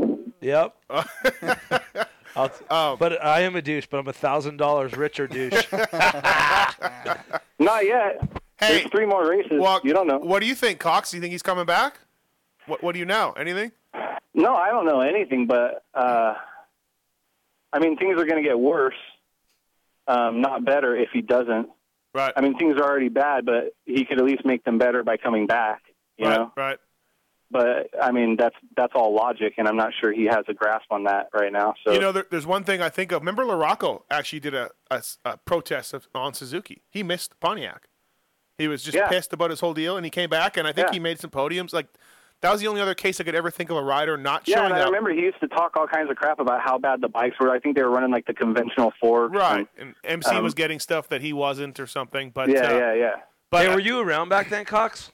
[SPEAKER 6] Yep. I'll,
[SPEAKER 5] Um,
[SPEAKER 6] but I am a douche, but I'm a thousand dollars richer douche.
[SPEAKER 12] Not yet.
[SPEAKER 5] Hey,
[SPEAKER 12] There's three more races.
[SPEAKER 5] you don't know. What do you think, Cox? Do you think he's coming back? What What do you know? Anything?
[SPEAKER 12] No, I don't know anything, but uh, I mean, things are going to get worse, um, not better if he doesn't.
[SPEAKER 5] Right.
[SPEAKER 12] I mean, things are already bad, but he could at least make them better by coming back. You
[SPEAKER 5] right,
[SPEAKER 12] know.
[SPEAKER 5] right.
[SPEAKER 12] But I mean, that's that's all logic, and I'm not sure he has a grasp on that right now. So
[SPEAKER 5] you know, there, there's one thing I think of. Remember, Larocco actually did a, a s- a protest of, on Suzuki. He missed Pontiac. He was just
[SPEAKER 12] Yeah.
[SPEAKER 5] pissed about his whole deal, and he came back, and I think
[SPEAKER 12] Yeah.
[SPEAKER 5] he made some podiums. Like that was the only other case I could ever think of a rider not
[SPEAKER 12] yeah,
[SPEAKER 5] showing
[SPEAKER 12] and I
[SPEAKER 5] up.
[SPEAKER 12] remember he used to talk all kinds of crap about how bad the bikes were. I think they were running like the conventional four.
[SPEAKER 5] Right, and MC
[SPEAKER 12] um,
[SPEAKER 5] was getting stuff that he wasn't or something. But
[SPEAKER 12] yeah,
[SPEAKER 5] uh,
[SPEAKER 12] yeah, yeah.
[SPEAKER 5] But
[SPEAKER 6] were you around back then, Cox?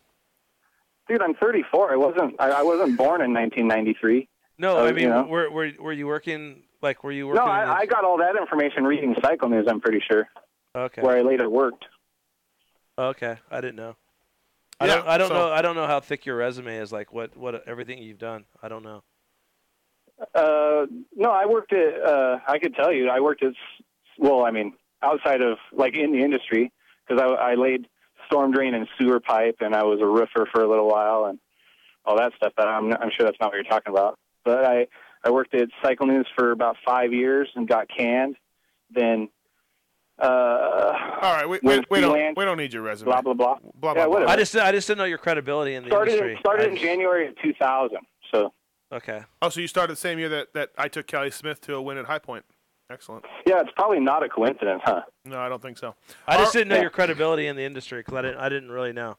[SPEAKER 12] Dude, I'm 34. I wasn't. I, I wasn't born in 1993.
[SPEAKER 6] No,
[SPEAKER 12] So,
[SPEAKER 6] I mean,
[SPEAKER 12] you know.
[SPEAKER 6] were, were were you working? Like, were you
[SPEAKER 12] Uh, no,
[SPEAKER 6] working? in the-
[SPEAKER 12] I, I got all that information reading Cycle News. I'm pretty sure.
[SPEAKER 6] Okay.
[SPEAKER 12] Where I later worked.
[SPEAKER 6] Okay, I didn't know. I
[SPEAKER 12] Yeah,
[SPEAKER 6] don't. I don't
[SPEAKER 12] so-
[SPEAKER 6] know. I don't know how thick your resume is. Like, what what everything you've done. I don't know.
[SPEAKER 12] Uh, no, I worked at. Uh, I could tell you, I worked at. s- Well, I mean, outside of like in the industry, because I, I laid storm drain and sewer pipe, and I was a roofer for a little while, and all that stuff. But I'm, I'm sure that's not what you're talking about. But I, I worked at Cycle News for about five years and got canned. Then. Uh, all
[SPEAKER 5] right, wait, wait, wait, don't, we don't need your resume.
[SPEAKER 12] Blah blah blah.
[SPEAKER 5] Blah
[SPEAKER 12] yeah, whatever.
[SPEAKER 6] I just I just didn't know your credibility in the
[SPEAKER 12] started
[SPEAKER 6] industry.
[SPEAKER 12] in, started
[SPEAKER 6] I
[SPEAKER 12] in
[SPEAKER 6] just-
[SPEAKER 12] January of 2000. So
[SPEAKER 6] Okay.
[SPEAKER 5] Oh, so you started the same year that, that I took Kelly Smith to a win at High Point. Excellent.
[SPEAKER 12] yeah, it's probably not a coincidence, huh?
[SPEAKER 5] No, I don't think so.
[SPEAKER 6] I just
[SPEAKER 5] Our-
[SPEAKER 6] didn't know your credibility in the industry because I didn't. I didn't really know.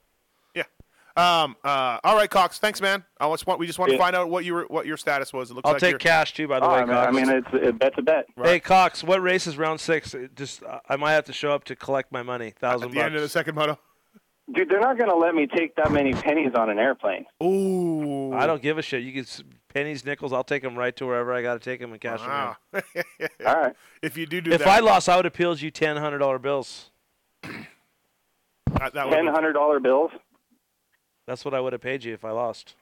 [SPEAKER 5] Um. Uh. All right, Cox. Thanks, man. I just want we just want to
[SPEAKER 6] Yeah.
[SPEAKER 5] find out what you were what your status was. It looks
[SPEAKER 6] I'll
[SPEAKER 5] like
[SPEAKER 6] take
[SPEAKER 5] you're-
[SPEAKER 6] cash too. By
[SPEAKER 5] Oh,
[SPEAKER 6] the way, Cox.
[SPEAKER 12] that's a bet.
[SPEAKER 6] Hey Cox, what race is round six? It just I- I might have to show up to collect my money. Thousand
[SPEAKER 5] At the end of the second moto.
[SPEAKER 12] Dude, they're not going to let me take that many pennies on an airplane.
[SPEAKER 5] Ooh.
[SPEAKER 6] I don't give a shit. You can s- pennies, nickels. I'll take them right to wherever I got to take them and cash
[SPEAKER 5] Wow.
[SPEAKER 6] them. In.
[SPEAKER 12] All right.
[SPEAKER 5] If you do do
[SPEAKER 6] if
[SPEAKER 5] that-
[SPEAKER 6] I lost, I would appeal you ten hundred dollar bills.
[SPEAKER 5] that
[SPEAKER 12] Ten hundred dollar bills.
[SPEAKER 6] That's what I would have paid you if I lost.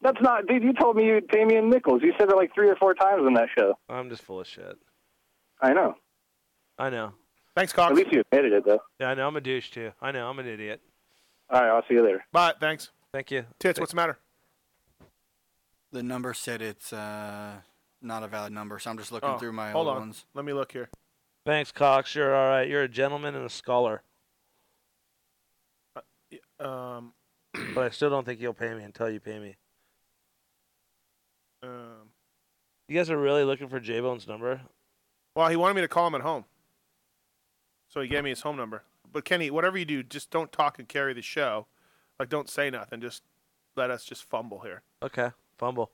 [SPEAKER 12] That's not, dude. You told me you'd pay me in nickels. You said it like three or four times on that show.
[SPEAKER 6] I'm just full of shit.
[SPEAKER 12] I know.
[SPEAKER 6] I know.
[SPEAKER 5] Thanks, Cox.
[SPEAKER 12] At least you admitted it, though.
[SPEAKER 6] Yeah, I know. I'm a douche too. I know. I'm an idiot.
[SPEAKER 12] All right, I'll see you later.
[SPEAKER 5] Bye. Thanks.
[SPEAKER 6] Thank you.
[SPEAKER 5] Tits, what's the matter?
[SPEAKER 14] The number said it's uh, not a valid number, so I'm just looking
[SPEAKER 5] Oh,
[SPEAKER 14] through my
[SPEAKER 5] hold
[SPEAKER 14] old
[SPEAKER 5] on.
[SPEAKER 14] ones.
[SPEAKER 5] Let me look here.
[SPEAKER 6] Thanks, Cox. You're all right. You're a gentleman and a scholar,
[SPEAKER 5] Uh, Um.
[SPEAKER 6] but I still don't think you'll pay me until you pay me.
[SPEAKER 5] Um.
[SPEAKER 6] You guys are really looking for J Bone's number.
[SPEAKER 5] Well, he wanted me to call him at home, so he gave me his home number. But Kenny, whatever you do, just don't talk and carry the show. Like, don't say nothing. Just let us just fumble here.
[SPEAKER 6] Okay, fumble.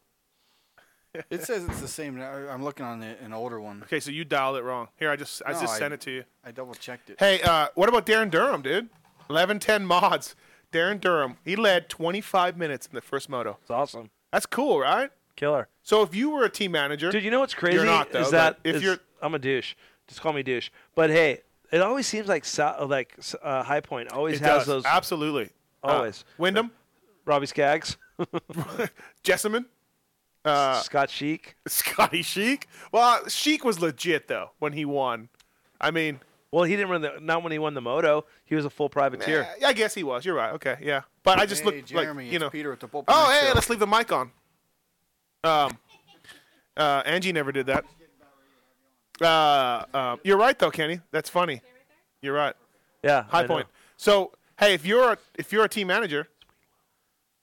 [SPEAKER 14] It says it's the same. I- I'm looking on the, an older one.
[SPEAKER 5] Okay, so you dialed it wrong. Here, I just I
[SPEAKER 14] No,
[SPEAKER 5] just
[SPEAKER 14] I-
[SPEAKER 5] sent it to you.
[SPEAKER 14] I double checked it.
[SPEAKER 5] Hey, uh, what about Darren Durham, dude? Eleven ten mods. Darren Durham. He led 25 minutes in the first moto.
[SPEAKER 6] It's awesome.
[SPEAKER 5] That's cool, right?
[SPEAKER 6] Killer.
[SPEAKER 5] So if you were a team manager,
[SPEAKER 6] Dude, you know what's crazy?
[SPEAKER 5] You're not though.
[SPEAKER 6] is
[SPEAKER 5] but
[SPEAKER 6] that
[SPEAKER 5] if
[SPEAKER 6] is-
[SPEAKER 5] you're
[SPEAKER 6] I'm a douche. Just call me douche. But hey, it always seems like Sou- like uh, High Point always
[SPEAKER 5] It
[SPEAKER 6] has
[SPEAKER 5] does.
[SPEAKER 6] those.
[SPEAKER 5] Absolutely. Uh,
[SPEAKER 6] Always.
[SPEAKER 5] Wyndham.
[SPEAKER 6] Robbie Skaggs.
[SPEAKER 5] Jessamine. Uh,
[SPEAKER 6] Scott Sheik.
[SPEAKER 5] Scotty Sheik. Well, Sheik was legit though when he won. I mean,
[SPEAKER 6] well, he didn't run the not when he won the moto. He was a full privateer.
[SPEAKER 5] yeah, I guess he was. You're right. Okay, yeah. But I just
[SPEAKER 14] Hey,
[SPEAKER 5] looked
[SPEAKER 14] Jeremy,
[SPEAKER 5] like you
[SPEAKER 14] it's
[SPEAKER 5] know
[SPEAKER 14] Peter at the bullpen
[SPEAKER 5] Oh,
[SPEAKER 14] next
[SPEAKER 5] hey,
[SPEAKER 14] show.
[SPEAKER 5] let's leave the mic on. Um, uh, Angie never did that. Uh, uh, you're right though, Kenny. That's funny. You're right.
[SPEAKER 6] Yeah,
[SPEAKER 5] high
[SPEAKER 6] I
[SPEAKER 5] point.
[SPEAKER 6] know.
[SPEAKER 5] So hey, if you're a, if you're a team manager,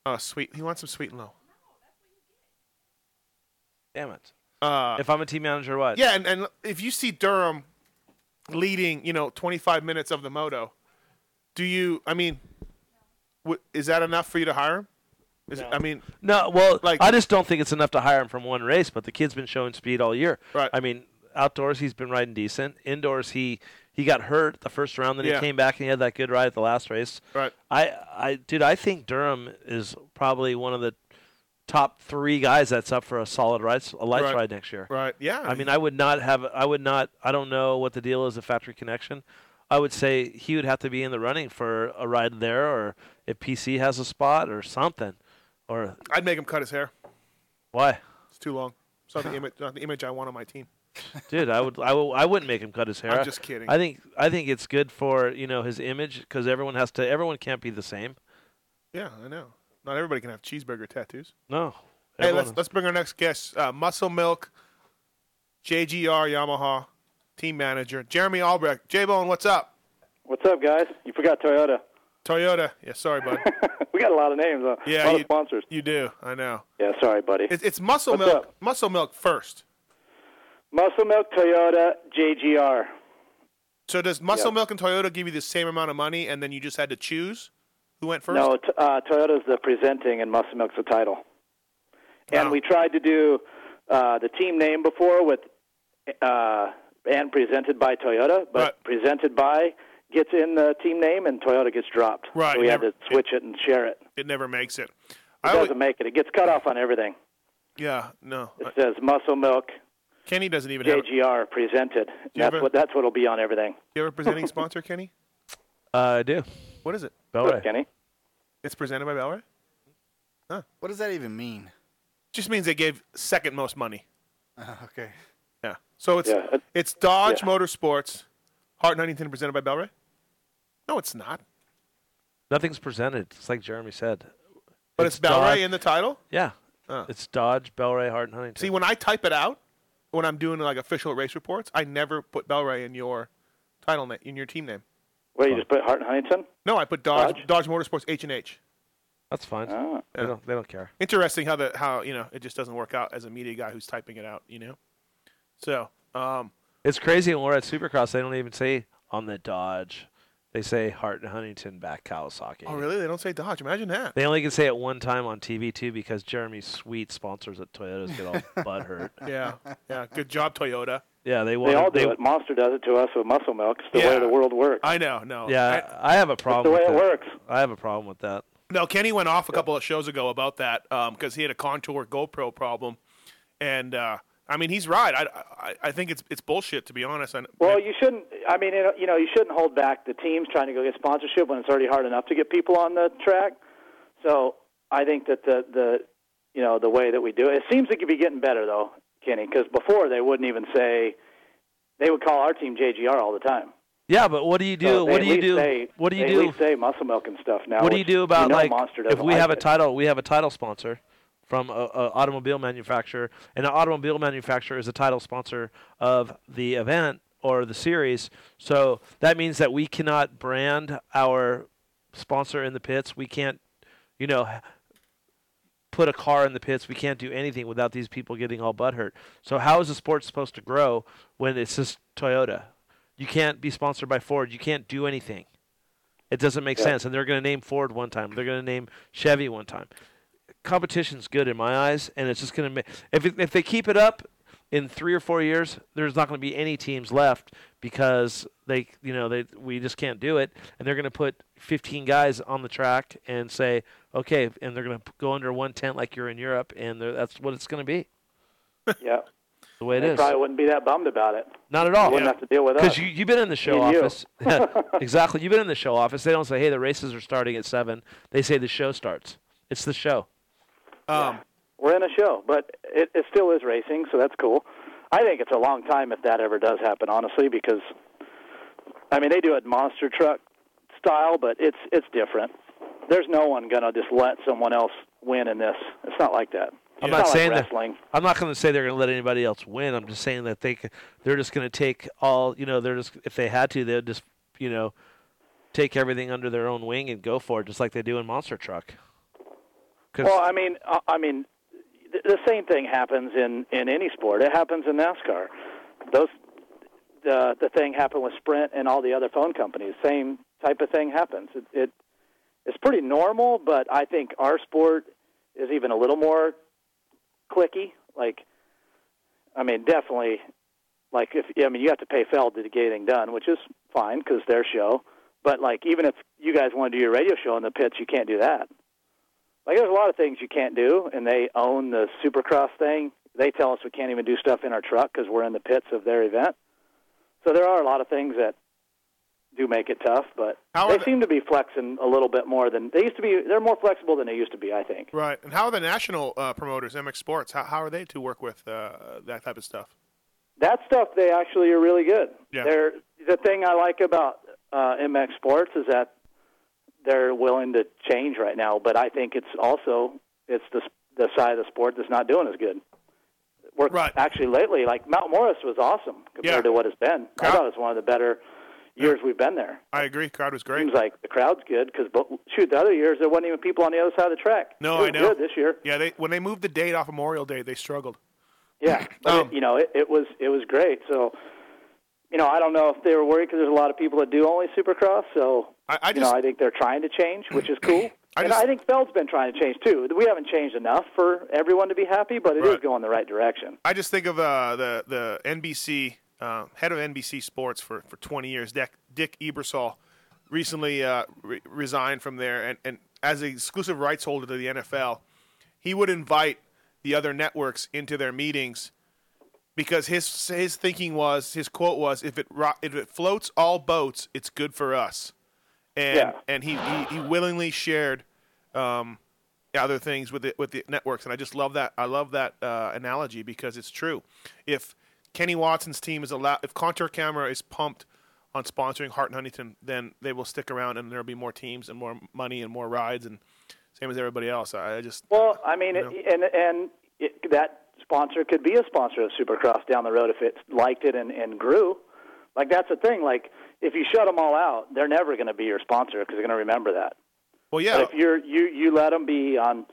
[SPEAKER 5] oh sweet, he wants some sweet and low.
[SPEAKER 6] Damn it.
[SPEAKER 5] Uh,
[SPEAKER 6] if I'm a team manager, what?
[SPEAKER 5] Yeah, and, and if you see Durham leading, you know, 25 minutes of the moto, do you? I mean, w- is that enough for you to hire him? Is it, I mean,
[SPEAKER 6] No, well,
[SPEAKER 5] Like-
[SPEAKER 6] I just don't think it's enough to hire him from one race. But the kid's been showing speed all year.
[SPEAKER 5] Right.
[SPEAKER 6] I mean, outdoors he's been riding decent. Indoors he he got hurt the first round, then
[SPEAKER 5] Yeah.
[SPEAKER 6] he came back and he had that good ride at the last race.
[SPEAKER 5] Right.
[SPEAKER 6] I I dude, I think Durham is probably one of the top three guys that's up for a solid ride, a lights
[SPEAKER 5] Right.
[SPEAKER 6] ride next year.
[SPEAKER 5] Right. Yeah.
[SPEAKER 6] I mean, I would not have. I would not. I don't know what the deal is. The factory connection. I would say he would have to be in the running for a ride there, or if PC has a spot or something, or
[SPEAKER 5] I'd make him cut his hair.
[SPEAKER 6] why,
[SPEAKER 5] It's too long. It's not the image. Not the image I want on my team.
[SPEAKER 6] dude? I would. I would. I wouldn't make him cut his hair.
[SPEAKER 5] I'm just kidding.
[SPEAKER 6] I think. I think it's good for you know his image because everyone has to. Everyone can't be the same.
[SPEAKER 5] Yeah, I know. Not everybody can have cheeseburger tattoos.
[SPEAKER 6] No.
[SPEAKER 5] Hey,
[SPEAKER 6] Everyone-
[SPEAKER 5] let's let's bring our next guest. Uh, Muscle Milk, JGR Yamaha, team manager Jeremy Albrecht. J Bone, what's up?
[SPEAKER 15] What's up, guys? You forgot Toyota.
[SPEAKER 5] Toyota. Yeah, sorry, bud.
[SPEAKER 15] We got a lot of names. Uh, a
[SPEAKER 5] Yeah,
[SPEAKER 15] lot
[SPEAKER 5] you-
[SPEAKER 15] of sponsors.
[SPEAKER 5] you do. I know.
[SPEAKER 15] Yeah, sorry, buddy.
[SPEAKER 5] It's, it's Muscle
[SPEAKER 15] What's
[SPEAKER 5] Milk. Muscle Milk first.
[SPEAKER 15] Muscle Milk Toyota JGR.
[SPEAKER 5] So does Muscle Milk and Toyota give you the same amount of money, and then you just had to choose who went first?
[SPEAKER 15] No, t- uh, Toyota's the presenting, and Muscle Milk's the title. And we tried to do uh, the team name before with uh, and presented by Toyota, but presented by gets in the team name, and Toyota gets dropped.
[SPEAKER 5] Right,
[SPEAKER 15] So we
[SPEAKER 5] never-
[SPEAKER 15] had to switch it and share it.
[SPEAKER 5] It never makes it.
[SPEAKER 15] It doesn't make it. It gets cut off on everything.
[SPEAKER 5] Yeah, no. Uh,
[SPEAKER 15] It says Muscle Milk
[SPEAKER 5] Kenny doesn't even have. it.
[SPEAKER 15] JGR presented.
[SPEAKER 5] you
[SPEAKER 15] That's
[SPEAKER 5] ever-
[SPEAKER 15] what that's what'll be on everything.
[SPEAKER 5] You have a presenting sponsor, Kenny?
[SPEAKER 6] Uh, I do.
[SPEAKER 5] What is it?
[SPEAKER 6] Bellway.
[SPEAKER 15] Kenny.
[SPEAKER 5] It's presented by Bellray.
[SPEAKER 7] What does that even mean?
[SPEAKER 5] Just means they gave second most money.
[SPEAKER 7] okay.
[SPEAKER 5] Yeah. So it's
[SPEAKER 7] Yeah, it-
[SPEAKER 5] it's Dodge
[SPEAKER 7] yeah.
[SPEAKER 5] Motorsports, Hart and Huntington presented by Bellray. No, it's not.
[SPEAKER 6] Nothing's presented. It's like Jeremy said.
[SPEAKER 5] But it's, Bellray in the title.
[SPEAKER 6] Yeah. It's Dodge, Bellray, Hart, and Huntington.
[SPEAKER 5] See, when I type it out, when I'm doing like official race reports, I never put Bellray in your title name, in your team name.
[SPEAKER 15] Wait,
[SPEAKER 5] Oh.
[SPEAKER 15] you just put Hart and Huntington?
[SPEAKER 5] No, I put Dodge Dodge, Motorsports H and H.
[SPEAKER 6] That's fine.
[SPEAKER 15] Oh.
[SPEAKER 6] They, don't, they don't care.
[SPEAKER 5] Interesting how the how you know it just doesn't work out as a media guy who's typing it out. You know, so um,
[SPEAKER 6] It's crazy when we're at Supercross, they don't even say on the Dodge. They say Hart and Huntington back Kawasaki.
[SPEAKER 5] oh really? They don't say Dodge. Imagine that.
[SPEAKER 6] They only can say it one time on TV too because Jeremy's sweet sponsors at Toyota's get all butt hurt.
[SPEAKER 5] Yeah, yeah. Good job, Toyota.
[SPEAKER 6] Yeah, they
[SPEAKER 15] They,
[SPEAKER 6] want.
[SPEAKER 15] all do it. Monster does it to us with Muscle Milk. It's the way the world works.
[SPEAKER 5] I know. No.
[SPEAKER 6] Yeah, I, have a problem.
[SPEAKER 15] way
[SPEAKER 6] with
[SPEAKER 15] it
[SPEAKER 6] that.
[SPEAKER 15] works.
[SPEAKER 6] I have a problem with that.
[SPEAKER 5] No, Kenny went off a couple of shows ago about that because he had a contour GoPro problem, and uh, I mean he's right. I, I I think it's it's bullshit to be honest. And
[SPEAKER 15] Well, you shouldn't. I mean, you know, you know, you shouldn't hold back the teams trying to go get sponsorship when it's already hard enough to get people on the track. So I think that the the you know the way that we do it, it seems to be getting better though, Kenny. Because before they wouldn't even say they would call our team JGR all the time.
[SPEAKER 6] Yeah, but what do you do?
[SPEAKER 15] So they
[SPEAKER 6] what
[SPEAKER 15] at
[SPEAKER 6] do you
[SPEAKER 15] least
[SPEAKER 6] do?
[SPEAKER 15] Say,
[SPEAKER 6] what do you
[SPEAKER 15] they
[SPEAKER 6] do?
[SPEAKER 15] At least say muscle milk and stuff now.
[SPEAKER 6] what do you
[SPEAKER 15] which
[SPEAKER 6] do about
[SPEAKER 15] know
[SPEAKER 6] like
[SPEAKER 15] Monster
[SPEAKER 6] if
[SPEAKER 15] doesn't
[SPEAKER 6] we
[SPEAKER 15] like
[SPEAKER 6] have a
[SPEAKER 15] it.
[SPEAKER 6] title we have a title sponsor from a, a automobile manufacturer and the automobile manufacturer is a title sponsor of the event or the series so that means that we cannot brand our sponsor in the pits we can't you know put a car in the pits we can't do anything without these people getting all butthurt so how is the sport supposed to grow when it's just toyota you can't be sponsored by ford you can't do anything it doesn't make
[SPEAKER 16] Yeah.
[SPEAKER 6] sense. And they're going to name Ford one time. They're going to name Chevy one time. Competition's good in my eyes, and it's just going to make. If it- if they keep it up in three or four years, there's not going to be any teams left because they you know they we just can't do it, and they're going to put 15 guys on the track and say okay, and they're going to go under one tent like you're in Europe, and they're- that's what it's going to be.
[SPEAKER 15] yeah,
[SPEAKER 6] The way it
[SPEAKER 15] they
[SPEAKER 6] is.
[SPEAKER 15] probably wouldn't be that bummed about it.
[SPEAKER 6] Not at all.
[SPEAKER 15] They wouldn't have to deal with us.
[SPEAKER 6] Because you, you've been in the show
[SPEAKER 15] Me and you.
[SPEAKER 6] office. exactly. You've been in the show office. They don't say, hey, the races are starting at 7. They say the show starts. It's the show.
[SPEAKER 5] Um,
[SPEAKER 15] We're in a show, but it, it still is racing, so that's cool. I think it's a long time if that ever does happen, honestly, because I mean they do it monster truck style, but it's it's different. There's no one gonna just let someone else win in this. It's not like that.
[SPEAKER 6] I'm
[SPEAKER 15] It's
[SPEAKER 6] not
[SPEAKER 15] like
[SPEAKER 6] saying that-
[SPEAKER 15] wrestling.
[SPEAKER 6] I'm not going to say they're going to let anybody else win. I'm just saying that they c- they're just going to take all you know. They're just if they had to, they'd just you know take everything under their own wing and go for it, just like they do in Monster Truck. 'Cause-
[SPEAKER 15] Well, I mean, uh, I- I mean, th- the same thing happens in in any sport. It happens in NASCAR. Those the the thing happened with Sprint and all the other phone companies. Same type of thing happens. It, it it's pretty normal, but I think our sport is even a little more clicky. Like, I mean, definitely. Like if I mean you have to pay Feld to get anything done, which is fine because their show. But like even if you guys want to do your radio show in the pits, you can't do that. Like there's a lot of things you can't do, and they own the Supercross thing. They tell us we can't even do stuff in our truck because we're in the pits of their event. So there are a lot of things that do make it tough, but they seem to be flexing a little bit more than they used to be. They're more flexible than they used to be, I think.
[SPEAKER 5] Right. And how are the national uh, promoters, MX Sports? How, how are they to work with uh, that type of stuff?
[SPEAKER 15] That stuff they actually are really good.
[SPEAKER 5] Yeah.
[SPEAKER 15] They're the thing I like about uh, MX Sports is that they're willing to change right now, but I think it's also it's the the side of the sport that's not doing as good. We're actually lately like Mount Morris was awesome compared
[SPEAKER 5] Yeah.
[SPEAKER 15] to what it's been. I thought it was one of the better years we've been there.
[SPEAKER 5] I agree. Uh, Crowd was great.
[SPEAKER 15] Seems like the crowd's good because shoot, the other years there wasn't even people on the other side of the track. It
[SPEAKER 5] No,
[SPEAKER 15] was
[SPEAKER 5] I know.
[SPEAKER 15] Good this year.
[SPEAKER 5] Yeah, they when they moved the date off Memorial Day, they struggled.
[SPEAKER 15] Yeah, but
[SPEAKER 5] Um,
[SPEAKER 15] it- you know, it, it was it was great. So, you know, I don't know if they were worried because there's a lot of people that do only Supercross. So,
[SPEAKER 5] I, I
[SPEAKER 15] you know, I think they're trying to change, which is cool.
[SPEAKER 5] I
[SPEAKER 15] and
[SPEAKER 5] just-
[SPEAKER 15] I think Feld's been trying to change too. We haven't changed enough for everyone to be happy, but it is going the right direction.
[SPEAKER 5] I just think of uh, the the NBC uh, head of NBC Sports for, for 20 years, Dick, Dick Ebersol, recently uh, re- resigned from there, and, and as an exclusive rights holder to the NFL, he would invite the other networks into their meetings because his his thinking was his quote was if it ro- if it floats all boats, it's good for us, and
[SPEAKER 15] Yeah.
[SPEAKER 5] and he, he he willingly shared. Um, other things with the, with the networks, and I just love that. I love that uh, analogy because it's true. If Kenny Watson's team is allowed, if Contour Camera is pumped on sponsoring Hart and Huntington, then they will stick around, and there'll be more teams and more money and more rides, and same as everybody else. I, I just
[SPEAKER 15] Well, I mean, it,
[SPEAKER 5] Yeah.
[SPEAKER 15] and and it, that sponsor could be a sponsor of Supercross down the road if it liked it and, and grew. Like that's the thing. Like if you shut them all out, they're never going to be your sponsor because they're going to remember that.
[SPEAKER 5] well, yeah,
[SPEAKER 15] But if you're you you let them be on,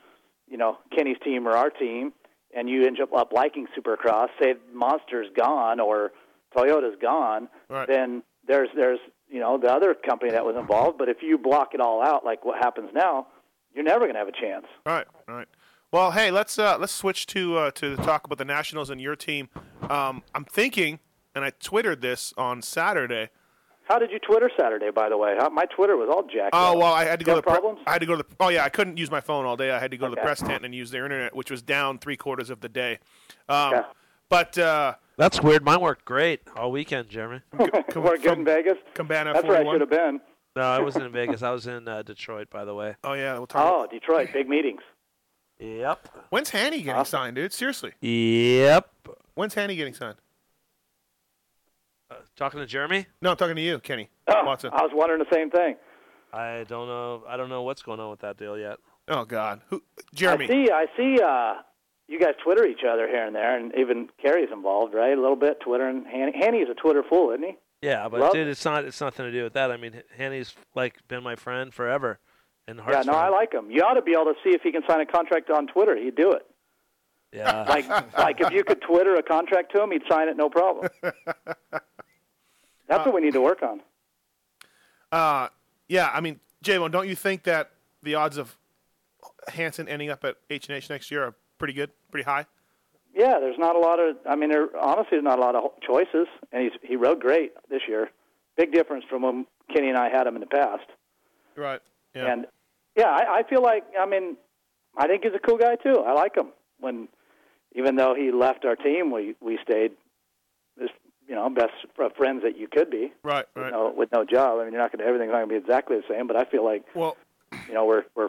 [SPEAKER 15] you know, Kenny's team or our team, and you end up liking Supercross, say Monster's gone or Toyota's gone,
[SPEAKER 5] Right.
[SPEAKER 15] then there's there's you know the other company that was involved. But if you block it all out, like what happens now, you're never going to have a chance.
[SPEAKER 5] All right, all right. Well, hey, let's uh, let's switch to uh, to talk about the Nationals and your team. Um, I'm thinking, and I twittered this on Saturday.
[SPEAKER 15] How did you Twitter Saturday, by the way? Huh? My Twitter was all jacked.
[SPEAKER 5] Oh
[SPEAKER 15] up.
[SPEAKER 5] well, I had to go
[SPEAKER 15] You
[SPEAKER 5] to
[SPEAKER 15] have
[SPEAKER 5] the pre-
[SPEAKER 15] problems.
[SPEAKER 5] I had to go to the. Oh yeah, I couldn't use my phone all day. I had to go to the
[SPEAKER 15] Okay.
[SPEAKER 5] press tent and use their internet, which was down three quarters of the day. Um, But uh,
[SPEAKER 6] That's weird. Mine worked great all weekend, Jeremy.
[SPEAKER 15] We're good in Vegas.
[SPEAKER 5] Cabana
[SPEAKER 15] That's where I
[SPEAKER 6] 41.
[SPEAKER 15] should have been.
[SPEAKER 6] No, I wasn't in Vegas. I was in uh, Detroit, by the way.
[SPEAKER 5] Oh yeah, we'll
[SPEAKER 15] Oh, Detroit, big meetings.
[SPEAKER 6] Yep.
[SPEAKER 5] When's Hanny getting signed, dude? Seriously.
[SPEAKER 6] Yep.
[SPEAKER 5] When's Hanny getting signed?
[SPEAKER 6] Talking to Jeremy.
[SPEAKER 5] No, I'm talking to you, Kenny Watson.
[SPEAKER 15] Oh, I was wondering the same thing.
[SPEAKER 6] I don't know. I don't know what's going on with that deal yet.
[SPEAKER 5] Oh God, who?
[SPEAKER 15] I see. I see. Uh, you guys Twitter each other here and there, and even Kerry's involved, right? A little bit Twitter and Han- Hanny's a Twitter fool, isn't he?
[SPEAKER 6] Yeah, but
[SPEAKER 15] Love-
[SPEAKER 6] dude, it's not. It's nothing to do with that. I mean, Hanny's like been my friend forever, and
[SPEAKER 15] yeah,
[SPEAKER 6] Hart's
[SPEAKER 15] no, I
[SPEAKER 6] friend.
[SPEAKER 15] like him. You ought to be able to see if he can sign a contract on Twitter. He'd do it.
[SPEAKER 6] Yeah.
[SPEAKER 15] Like, like if you could Twitter a contract to him, he'd sign it no problem. That's what we need to work on.
[SPEAKER 5] Uh, yeah, I mean, J-Lo, don't you think that the odds of Hanson ending up at H and H next year are pretty good, pretty high?
[SPEAKER 15] Yeah, there's not a lot of. I mean, there honestly there's not a lot of choices, and he's he rode great this year. Big difference from when Kenny and I had him in the past.
[SPEAKER 5] Right.
[SPEAKER 15] And yeah, I, I feel like I mean, I think he's a cool guy too. I like him. When even though he left our team, we we stayed as you know best fr- friends that you could be.
[SPEAKER 5] Right.
[SPEAKER 15] With no, with no job, I mean, you're not going to everything's not going to be exactly the same. But I feel like
[SPEAKER 5] well,
[SPEAKER 15] you know, we're we're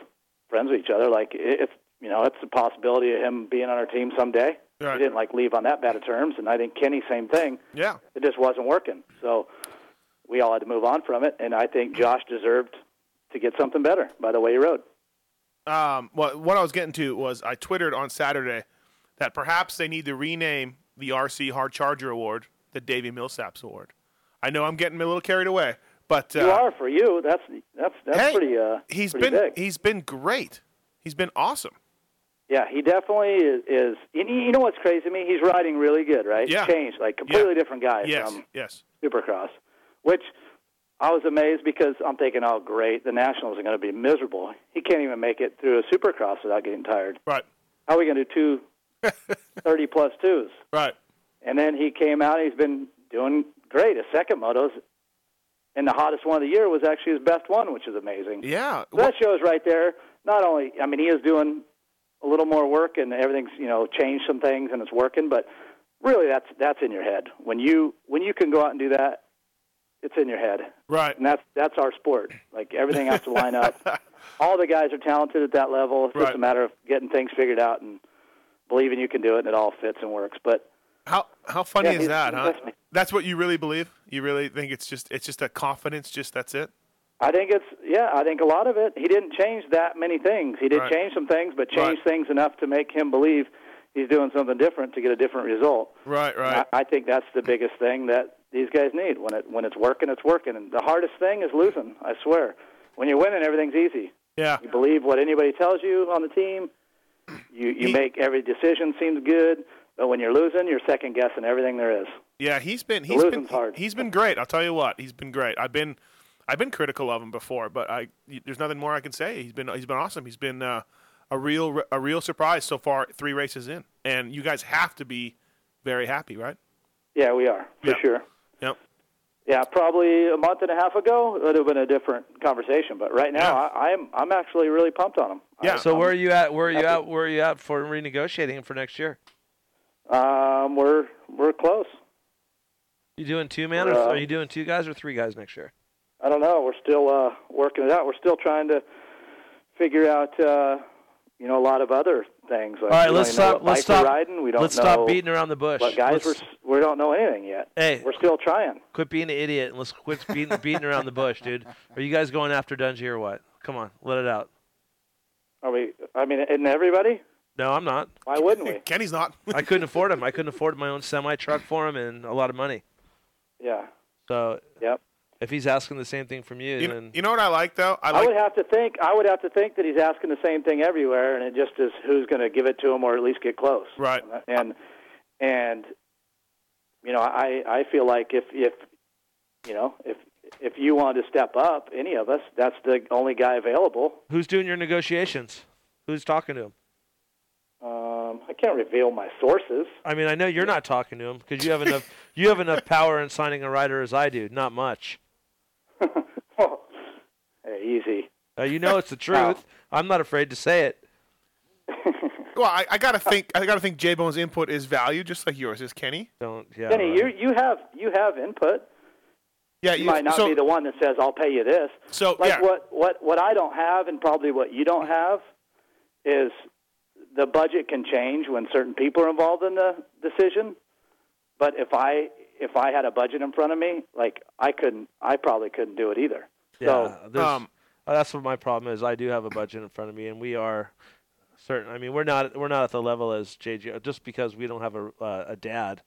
[SPEAKER 15] friends with each other. Like it, it's you know, it's a possibility of him being on our team someday.
[SPEAKER 5] Right.
[SPEAKER 15] He didn't like leave on that bad of terms, and I think Kenny same thing.
[SPEAKER 5] Yeah.
[SPEAKER 15] It just wasn't working, so we all had to move on from it. And I think Josh deserved to get something better by the way he rode.
[SPEAKER 5] Um, well, what I was getting to was I twittered on Saturday that perhaps they need to rename the RC Hard Charger Award the Davy Millsaps Award. I know I'm getting a little carried away, but uh,
[SPEAKER 15] you are for you. That's that's that's
[SPEAKER 5] hey,
[SPEAKER 15] pretty. Uh,
[SPEAKER 5] he's
[SPEAKER 15] pretty
[SPEAKER 5] been
[SPEAKER 15] big.
[SPEAKER 5] he's been great. He's been awesome.
[SPEAKER 15] Yeah, he definitely is. is and you you know what's crazy to me? He's riding really good, right?
[SPEAKER 5] Yeah.
[SPEAKER 15] Changed, like completely different guy
[SPEAKER 5] Yes,
[SPEAKER 15] from
[SPEAKER 5] yes.
[SPEAKER 15] Supercross, which I was amazed because I'm thinking, oh, great, the Nationals are going to be miserable. He can't even make it through a Supercross without getting tired.
[SPEAKER 5] Right.
[SPEAKER 15] How are we going to do two 30 plus twos?
[SPEAKER 5] Right.
[SPEAKER 15] And then he came out, he's been doing great. His second motos, and the hottest one of the year was actually his best one, which is amazing.
[SPEAKER 5] Yeah.
[SPEAKER 15] So that shows right there not only, I mean, he is doing a little more work and everything's, you know, changed some things and it's working, but really that's that's in your head. When you when you can go out and do that, it's in your head.
[SPEAKER 5] Right.
[SPEAKER 15] And that's that's our sport. Like everything has to line up. All the guys are talented at that level. It's just a
[SPEAKER 5] Right.
[SPEAKER 15] matter of getting things figured out and believing you can do it and it all fits and works. But
[SPEAKER 5] How how funny
[SPEAKER 15] Yeah,
[SPEAKER 5] is
[SPEAKER 15] he's-
[SPEAKER 5] that, huh?
[SPEAKER 15] that's
[SPEAKER 5] That's what you really believe? You really think it's just it's just a confidence, just that's it?
[SPEAKER 15] I think it's yeah, I think a lot of it he didn't change that many things. He did
[SPEAKER 5] Right.
[SPEAKER 15] change some things, but change things enough to make him believe he's doing something different to get a different result.
[SPEAKER 5] Right, right.
[SPEAKER 4] Uh,
[SPEAKER 15] I, I think that's the biggest thing that these guys need. When it when it's working, it's working. And the hardest thing is losing. I swear. When you're winning, everything's easy.
[SPEAKER 5] Yeah.
[SPEAKER 15] You believe what anybody tells you on the team. You you make every decision seems good. But when you're losing, you're second guessing everything there is.
[SPEAKER 5] Yeah, he's been
[SPEAKER 15] The
[SPEAKER 5] he's been
[SPEAKER 15] losing's hard.
[SPEAKER 5] he's been great. I'll tell you what, he's been great. I've been I've been critical of him before, but I y- there's nothing more I can say. He's been he's been awesome. He's been uh, a real a real surprise so far, three races in, and you guys have to be very happy, right?
[SPEAKER 15] Yeah, we are for sure.
[SPEAKER 5] Yep.
[SPEAKER 15] Yeah, probably a month and a half ago, it would have been a different conversation. But right now, I, I'm I'm actually really pumped on him.
[SPEAKER 5] Yeah.
[SPEAKER 6] So where are you at? Where are you at? Where are you at for renegotiating for next year?
[SPEAKER 15] Um, we're we're close.
[SPEAKER 6] You doing two man? Or
[SPEAKER 15] Uh,
[SPEAKER 6] are you doing two guys or three guys next year?
[SPEAKER 15] I don't know. We're still uh, working it out. We're still trying to figure out, uh, you know, a lot of other things. Like,
[SPEAKER 6] All right,
[SPEAKER 15] we don't
[SPEAKER 6] let's
[SPEAKER 15] even know
[SPEAKER 6] stop.
[SPEAKER 15] what
[SPEAKER 6] Let's
[SPEAKER 15] bike we're
[SPEAKER 6] stop.
[SPEAKER 15] Riding. We don't
[SPEAKER 6] let's
[SPEAKER 15] know
[SPEAKER 6] stop beating around the bush.
[SPEAKER 15] What guys
[SPEAKER 6] Let's
[SPEAKER 15] we're, s- we don't know anything yet.
[SPEAKER 6] Hey.
[SPEAKER 15] we're still trying.
[SPEAKER 6] quit being an idiot and let's quit beating, beating around the bush, dude. Are you guys going after Dungy or what? Come on, let it out.
[SPEAKER 15] Are we? I mean, isn't everybody?
[SPEAKER 6] No, I'm not.
[SPEAKER 15] Why wouldn't we?
[SPEAKER 5] Kenny's not.
[SPEAKER 6] I couldn't afford him. I couldn't afford my own semi truck for him and a lot of money.
[SPEAKER 15] Yeah.
[SPEAKER 6] So
[SPEAKER 15] yep.
[SPEAKER 6] if he's asking the same thing from you,
[SPEAKER 5] You,
[SPEAKER 6] then
[SPEAKER 5] you know what I like though? Oh,
[SPEAKER 15] I,
[SPEAKER 5] I like
[SPEAKER 15] would have to think. I would have to think that he's asking the same thing everywhere, and it just is who's going to give it to him or at least get close.
[SPEAKER 5] Right.
[SPEAKER 15] And and you know, I I feel like if if you know if if you wanted to step up, any of us, that's the only guy available.
[SPEAKER 6] who's doing your negotiations? Who's talking to him?
[SPEAKER 15] Um, I can't reveal my sources.
[SPEAKER 6] I mean, I know you're not talking to him because you have enough you have enough power in signing a rider as I do. Not much.
[SPEAKER 15] Hey, easy.
[SPEAKER 6] Uh, you know it's the truth. I'm not afraid to say it.
[SPEAKER 5] Well, I, I gotta think. I gotta think. J Bone's input is value, just like yours is, Kenny.
[SPEAKER 6] Don't.
[SPEAKER 15] Denny, you you have you have input.
[SPEAKER 5] Yeah,
[SPEAKER 15] you,
[SPEAKER 5] you-
[SPEAKER 15] might not
[SPEAKER 5] so-
[SPEAKER 15] be the one that says I'll pay you this.
[SPEAKER 5] So
[SPEAKER 15] like
[SPEAKER 5] yeah.
[SPEAKER 15] what what what I don't have, and probably what you don't have, is the budget can change when certain people are involved in the decision. But if I if I had a budget in front of me, like I couldn't, I probably couldn't do it either.
[SPEAKER 6] Yeah,
[SPEAKER 15] so
[SPEAKER 6] there's-
[SPEAKER 5] um,
[SPEAKER 6] uh, that's what my problem is. I do have a budget in front of me, and we are certain. I mean, we're not we're not at the level as JJ just because we don't have a uh, a dad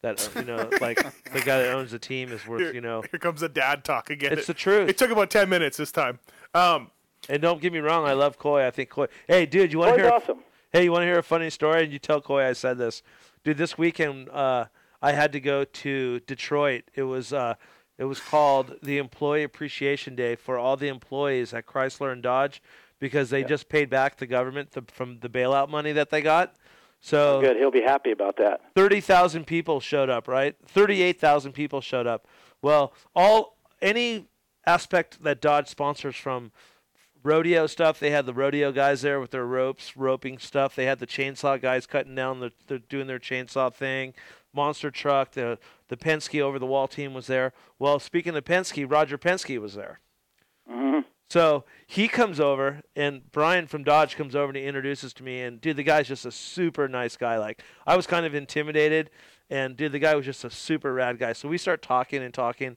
[SPEAKER 6] that uh, you know, like the guy that owns the team is worth
[SPEAKER 5] Here-
[SPEAKER 6] you know.
[SPEAKER 5] Here comes the dad talk again.
[SPEAKER 6] It's
[SPEAKER 5] It-
[SPEAKER 6] the truth.
[SPEAKER 5] It took about ten minutes this time. Um,
[SPEAKER 6] and don't get me wrong, I love Coy. I think Coy. Hey, dude, you want to
[SPEAKER 15] Coy's
[SPEAKER 6] hear? a-
[SPEAKER 15] awesome.
[SPEAKER 6] Hey, you want to hear a funny story? And you tell Coy I said this, dude. This weekend, uh, I had to go to Detroit. It was uh, it was called the Employee Appreciation Day for all the employees at Chrysler and Dodge because they just paid back the government the, from the bailout money that they got. So
[SPEAKER 15] good, he'll be happy about that.
[SPEAKER 6] Thirty thousand people showed up, right? Thirty-eight thousand people showed up. Well, all any aspect that Dodge sponsors from rodeo stuff, they had the rodeo guys there with their ropes, roping stuff. They had the chainsaw guys cutting down, the, they're doing their chainsaw thing. Monster truck, the the Penske over the wall team was there. Well, speaking of Penske, Roger Penske was there.
[SPEAKER 4] mm-hmm.
[SPEAKER 6] So he comes over, and Brian from Dodge comes over and he introduces to me. And dude, the guy's just a super nice guy. Like I was kind of intimidated, and dude, the guy was just a super rad guy. So we start talking and talking.